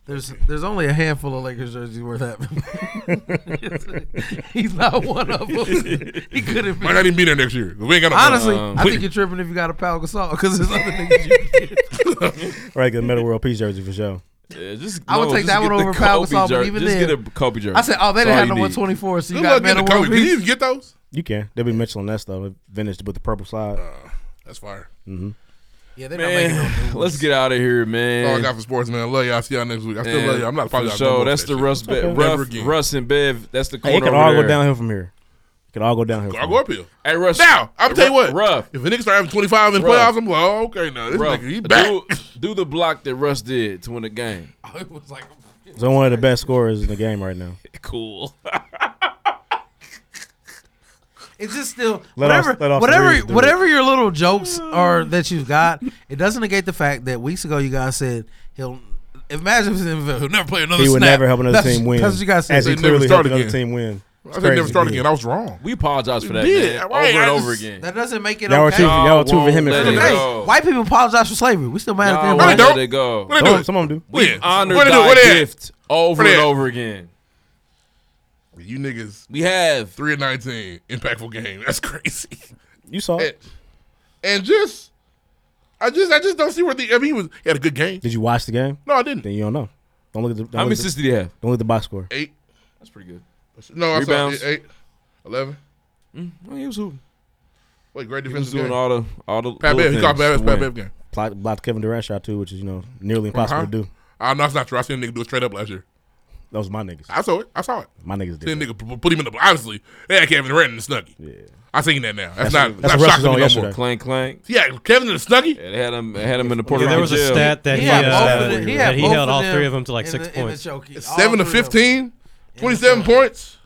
S13: There's there's only a handful of Lakers jerseys worth
S3: [LAUGHS]
S13: having. [LAUGHS] He's not one of them. He couldn't.
S3: Might not even be there next year. We ain't got no
S13: Honestly,
S14: Um,
S3: money.
S13: I
S3: We-
S13: think you're tripping if you got a Pal Gasol because there's other niggas. [LAUGHS] You can get.
S14: Right, get a Metal World Peace jersey for sure.
S2: Yeah, just,
S13: I would
S2: no,
S13: take
S2: just
S13: that
S2: get
S13: one
S2: the
S13: over Pal
S2: Kobe
S13: Gasol, but
S2: jer-
S13: even
S2: just
S13: then-
S2: get a Kobe jersey.
S13: I said, oh, they
S2: That's all
S13: didn't have
S2: you
S13: no
S2: need.
S13: 124, so you
S3: Good
S13: got
S3: luck getting
S13: Metal
S3: the
S13: World
S3: Kobe. Did you
S13: Peace.
S14: [LAUGHS]
S3: even get those?
S14: You can. They'll be Mitchell and Ness though. Vintage with the purple slide.
S3: Uh, That's fire.
S14: Mm-hmm.
S13: Yeah, they're not making
S2: Man,
S13: [LAUGHS]
S2: [LAUGHS]
S13: no
S2: let's get out of here, man.
S3: That's all Oh, I got for sports, man. I love y'all. See y'all next week. I still
S2: And
S3: love y'all. I'm not
S2: for
S3: apologizing.
S2: sure.
S3: no more
S2: That's
S3: for
S2: the
S3: that
S2: Russ,
S3: shit.
S2: Be-
S3: Never
S2: Russ,
S3: again.
S2: Russ and Bev. That's the corner
S14: Hey, it can
S2: over
S14: all
S2: there.
S14: go downhill from here. It can all go downhill.
S3: I'll
S14: From
S3: go
S14: here.
S3: up here.
S2: Hey, Russ.
S3: Now, I'll tell you what.
S2: Ruff.
S3: If a nigga start having 25 in the
S2: Ruff.
S3: playoffs, I'm like, oh, okay, now. [LAUGHS] This
S2: Ruff,
S3: nigga, he back.
S2: Do, do the block that Russ did to win the
S14: [LAUGHS]
S2: game.
S13: it was like
S14: So one of the best scorers in the game right now.
S2: cool.
S13: It's just still
S14: Let
S13: whatever,
S14: off- let off the
S13: whatever,
S14: Reeves do
S13: whatever your little
S14: [SIGHS]
S13: jokes are that you've got. It doesn't negate the fact that weeks ago you guys said he'll. Imagine if he's in Ville, he'll never play another.
S14: He would
S13: snap.
S14: never help another
S13: That's-
S14: team win.
S13: That's what you guys said.
S14: As he
S3: They never
S14: clearly
S3: start
S14: helped another
S3: again.
S14: team win.
S3: I
S14: It's
S3: said never
S14: crazy.
S3: start again. I was wrong.
S2: We apologize for that,
S3: We did.
S2: man. Over
S3: Right,
S2: and
S3: I
S2: over
S3: just-
S2: again.
S13: That doesn't make it
S14: Y'all were
S13: okay.
S14: too, y'all were too
S2: won't
S14: vehement
S2: let
S14: for
S2: it
S14: that.
S2: go.
S13: White people apologize for slavery. We still mad at them.
S2: Y'all won't let it go.
S3: What they
S14: Some-
S3: do?
S14: some of them do.
S2: We
S3: Yeah.
S2: honored
S3: What they do?
S2: thy
S3: What they at?
S2: gift over
S3: What they
S2: and
S3: at?
S2: over again.
S3: You niggas,
S2: We have.
S3: three and nineteen impactful game. That's crazy.
S14: You saw
S3: it. And just, I just, I just don't see where the. I mean, he was he had a good game.
S14: Did you watch the game?
S3: No, I didn't.
S14: Then you don't know. Don't look at the. Don't
S2: How many
S14: look at the-
S2: assists did he have?
S14: Don't look at the box score.
S3: Eight.
S2: That's pretty good.
S3: No, I
S2: Rebounds.
S3: saw eight, eight, 11.
S2: He was hooping.
S3: Wait, great
S2: He was
S3: defensive
S2: doing
S3: game.
S2: all the all the.
S3: Pat
S2: little
S3: Bev, he caught
S2: things
S3: Pat
S2: to
S3: Bev, Pat
S2: win.
S3: Bev game.
S14: Blocked, blocked Kevin Durant shot too, which is you know nearly impossible
S3: Huh?
S14: to do.
S3: I know it's not true. I seen a nigga do a straight up last year.
S14: That was my niggas.
S3: I saw it. I saw it.
S14: My niggas did.
S3: Seen a nigga p- put him in the. Honestly, they had Kevin Durant in the snuggie. Yeah, I seen that now. That's,
S14: That's
S3: not.
S14: what- that's
S3: that's not
S14: what
S3: shocking
S14: Russ was
S3: me no
S14: on
S3: more.
S14: yesterday.
S2: Clank clank.
S3: Yeah, Kevin in the snuggie.
S2: Yeah, they had him had him in the Puerto Rican
S16: Yeah, there was a
S2: jail.
S16: stat that he,
S3: Yeah, both
S16: uh,
S3: of them-
S16: that
S3: he
S16: he,
S3: had both
S16: held
S3: of
S16: all
S3: them
S16: three of them to like
S13: in
S16: six
S13: the- in the
S16: points.
S13: choky.
S3: Seven to
S13: All three of them.
S3: 15, 27 points.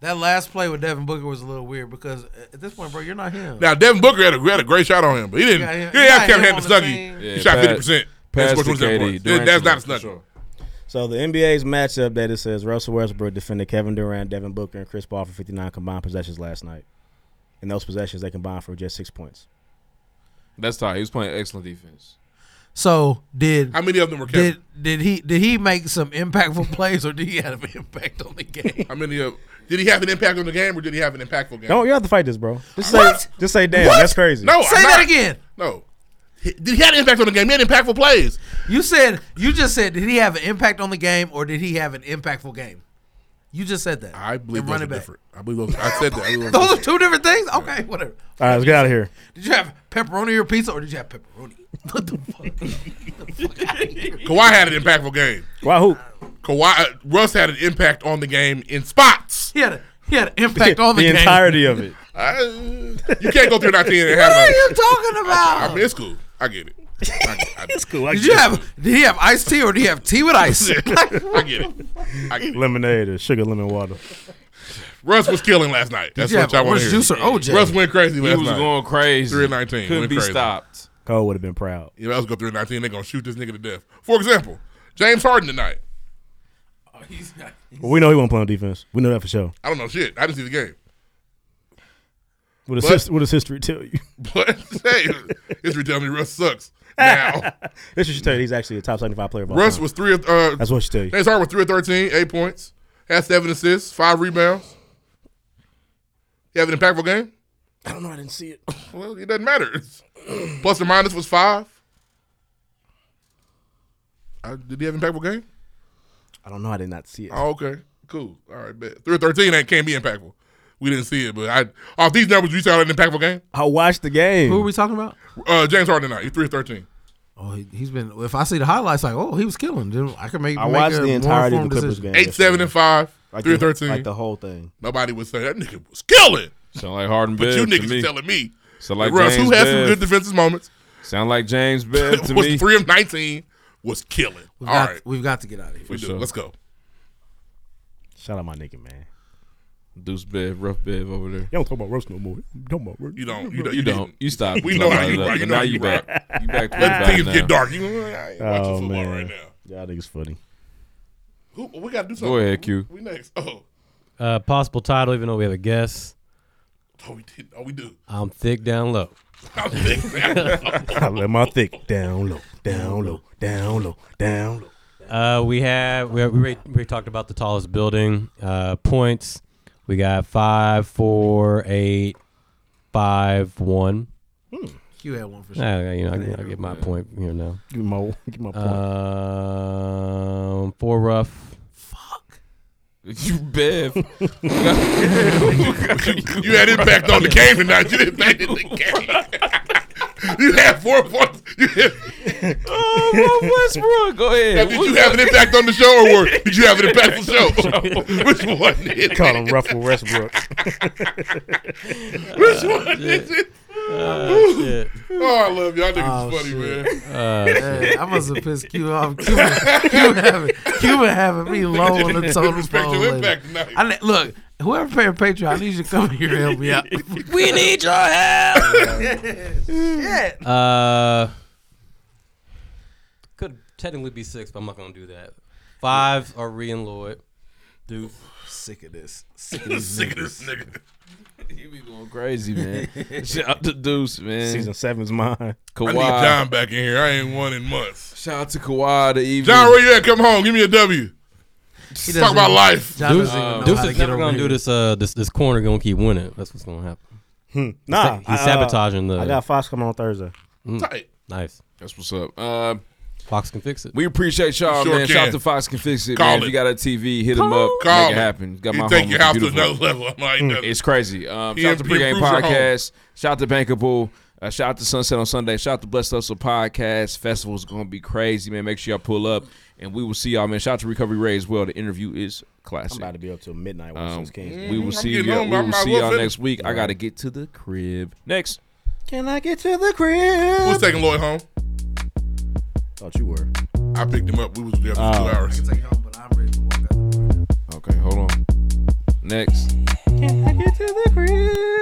S13: That last play with Devin Booker was a little weird because at this point, bro, you're not him.
S3: Now Devin Booker had a, had a great shot on him, but he didn't.
S13: Yeah, yeah.
S3: He didn't have
S13: Yeah,
S3: Kevin
S13: him
S3: Hand
S13: on the
S3: Snuggie.
S13: team.
S3: He shot fifty percent.
S2: Pass to KD. Durant
S3: That's not a
S2: to Russ, for
S3: Snuggie.
S14: So the NBA's matchup that it says Russell Westbrook defended Kevin Durant, Devin Booker, and Chris Paul for 59 combined possessions last night. In those possessions, they combined for just six points.
S2: That's tight. He was playing excellent defense.
S13: So did
S3: How many of them were Kevin?
S13: did did he did he make some impactful [LAUGHS] plays or did he have an impact on the game?
S3: How many of? Did he have an impact on the game, or did he have an impactful game?
S14: Don't you have to fight this, bro? Just say,
S3: What?
S14: just say damn.
S3: What?
S14: That's crazy.
S3: No,
S13: Say
S3: [LAUGHS] I'm
S13: that
S3: not.
S13: again.
S3: No. He- Did he have an impact on the game? He had impactful plays.
S13: You said you just said did he have an impact on the game or did he have an impactful game? You just said that.
S3: I believe
S13: And
S3: those
S13: run
S3: are
S13: it back.
S3: different. I believe those. I said that. I believe
S13: Those are two different things. Okay, whatever.
S14: All right, let's get out of here.
S13: Did you have pepperoni or pizza, or did you have pepperoni? [LAUGHS] What the fuck?
S3: Kawhi had an impactful game.
S14: Why who?
S3: Kawhi uh, Russ had an impact on the game
S13: [LAUGHS]
S3: in spots.
S13: He had a, he had an impact on the, game.
S3: I- you can't go through 19 and
S13: What
S3: have. a-
S13: are you talking
S3: [LAUGHS] I,
S13: about?
S3: mean, it's cool. I get it. I get,
S13: [LAUGHS]
S3: I, it's cool.
S13: Did you have? Did he have iced tea or did he have tea
S3: [LAUGHS]
S13: with ice?
S3: I get it. I get it.
S14: Lemonade or sugar lemon water.
S3: Russ was killing last night. That's
S14: you have
S3: what y'all want
S14: orange
S3: to hear.
S14: juice or OJ?
S3: Russ went crazy
S14: He
S3: last night.
S14: was going
S2: crazy.
S3: 319.
S2: Couldn't
S3: went
S2: be
S3: crazy.
S2: stopped.
S14: Cole would have been proud.
S3: Yeah, let's go 319. They're going to shoot this nigga to death. For example, James Harden tonight.
S14: Well, we know he won't play on defense. We know that for sure.
S3: I don't know shit. I didn't see the game. [LAUGHS]
S14: What does,
S3: But-
S14: his, what does history tell you?
S3: But hey, history tells me Russ sucks.
S14: [LAUGHS]
S3: Now,
S14: history should tell you he's actually a top seventy-five player. Of all
S3: Russ
S14: time.
S3: was three of. Uh,
S14: That's what she tell you.
S3: James Harden was 3 of 13, 8 points, had 7 assists, 5 rebounds. He have an impactful game?
S14: I don't know. I didn't see it.
S3: Well, it doesn't matter. It's- Plus or minus was 5. Uh, did he have an impactful game?
S14: I don't know. I did not see it.
S3: Oh, okay. Cool. All right, bet. 3 of 13 ain't, can't be impactful. We didn't see it, but I off these numbers, you sound an impactful game?
S14: I watched the game.
S13: Who are we talking about?
S3: Uh, James Harden tonight. He's 3 of 13.
S13: Oh, he, he's been. If I see the highlights, like, oh, he was killing. Then I can make.
S3: I
S13: make
S3: watched
S13: a
S3: the
S13: more
S3: entirety of
S13: informed
S3: the Clippers
S13: decision.
S3: Eight, seven, and five.
S13: Like
S3: three,
S13: the-
S3: thirteen.
S13: like the
S2: whole thing.
S3: Nobody would say that nigga was killing.
S2: Sound like Harden
S3: But
S2: Bell
S3: you
S2: to
S3: niggas
S2: me.
S3: telling me.
S2: So like
S3: Russ,
S2: James
S3: who had some
S2: Bell.
S3: good defensive moments,
S2: Sound like
S3: [LAUGHS]
S2: James Bell to
S3: was
S2: me.
S3: three of nineteen, was killing. All
S13: We've got,
S3: right.
S13: we've got to get out of here.
S3: we do. Let's go.
S14: Shout out my nigga, man.
S2: Deuce Bev, rough Bev
S3: [LAUGHS]
S2: over there.
S14: You don't talk about Russ no more. You don't talk about Russ.
S3: You don't.
S2: You
S3: You
S2: don't.
S3: don't.
S2: You, stop.
S3: We know how you rock. You know
S2: now
S3: how
S2: you
S3: you rock.
S2: back. You back to
S3: Let
S2: the
S3: things
S2: vibe
S3: get
S2: now.
S3: dark. You, I ain't watching
S14: Oh
S3: football
S14: man,
S3: right now.
S14: y'all niggas funny. [LAUGHS]
S3: Who, we got to do something.
S2: Go ahead, Q.
S3: We next. Oh,
S16: Uh, possible title, even though we have a guess.
S3: oh, we did. Oh, we do.
S16: I'm thick down low.
S3: I'm thick down
S14: I let my thick down low, down low, down low, down low.
S16: Uh, we have we we already, we already talked about the tallest building uh, points. We got five, four, eight, five, one.
S13: Q had one for sure.
S16: Uh, you know, I, I get my point. You know,
S14: give my give my
S16: point. Um, four rough.
S2: You Bev.
S3: you had impact on the game tonight. You didn't impact in the game. [LAUGHS] you had four points. You had,
S2: Westbrook, go ahead.
S3: Now, did you have an impact on the show, or were- did you have an impactful show? Which one? Is
S14: Call
S3: it?
S14: him Ruffle Westbrook.
S3: [LAUGHS] Which one is it?
S16: Ah, shit.
S3: Oh, I love y'all niggas
S13: Oh,
S3: funny,
S13: shit.
S3: man.
S13: Hey, I must have pissed Q off. Q, Q, having, Q having me low on the total
S3: Respect
S13: phone.
S3: your
S13: lately.
S3: impact tonight.
S13: I, ne- look, whoever paying Patreon, I need you to come here and help me out.
S21: We need your help.
S13: Shit.
S16: Uh, could technically be six, but I'm not gonna do that. Five are Ree and Lloyd.
S13: Dude, sick of this. Sick
S3: of these Sick of this nigga.
S2: He be going crazy,
S3: [LAUGHS]
S2: man. Shout out to Deuce, man.
S14: Season seven's mine.
S3: I need
S2: Kawhi.
S3: John back in here. I ain't won in months.
S2: Shout out to Kawhi to even.
S3: John, where you at? Come home. Give me a W. Talk about life.
S16: Deuce, Deuce is never gonna do this. Uh, this this corner gonna keep winning. That's what's gonna happen.
S14: Hmm.
S16: He's
S14: [LAUGHS] Nah,
S16: sa- he's, sabotaging
S14: I,
S16: the.
S14: uh, I got Fox coming on Thursday.
S16: Mm.
S3: Tight.
S16: Nice.
S2: That's what's up. Uh,
S16: Fox can fix it.
S2: We appreciate y'all,
S16: Sure
S2: man. Shout out
S16: can.
S2: to Fox Can Fix It.
S16: Call
S2: man.
S16: it.
S2: If you got a TV, hit him
S16: Call
S2: up.
S3: Call
S2: Make it
S3: it.
S2: happen. Got
S3: He
S2: my
S3: take
S2: home.
S3: your
S2: It's
S3: house to
S2: beautiful.
S3: another level. I'm like,
S2: Mm.
S3: nothing.
S2: It's crazy. Um,
S3: He
S2: shout out to
S3: im- he
S2: Pregame
S3: improves your home.
S2: Podcast. Shout out to Bankable. Uh, shout out to Sunset on Sunday. Shout out to Blessed Hustle Podcast. Festival is going to be crazy, man. Make sure y'all pull up, and we will see y'all, man. Shout out to Recovery Ray as well. The interview is classic.
S14: I'm about to be up till midnight watching
S2: Um,
S14: this game.
S2: we will
S14: I'm
S2: see
S14: getting
S2: y'all.
S14: home,
S2: We
S14: I
S2: will
S14: might as
S2: see
S14: well
S2: y'all
S14: finish.
S2: next week. I
S14: Alright.
S2: got to get to the crib next.
S14: Can I get to the crib?
S3: Who's taking Lloyd home?
S14: Thought you were.
S3: I picked him up. We was together
S2: Oh.
S3: for two hours.
S2: Okay, hold on. Next.
S14: Can I get to the crib?
S12: Mm-hmm. Mm-hmm. Mm-hmm. e, Mm-hmm. Oh,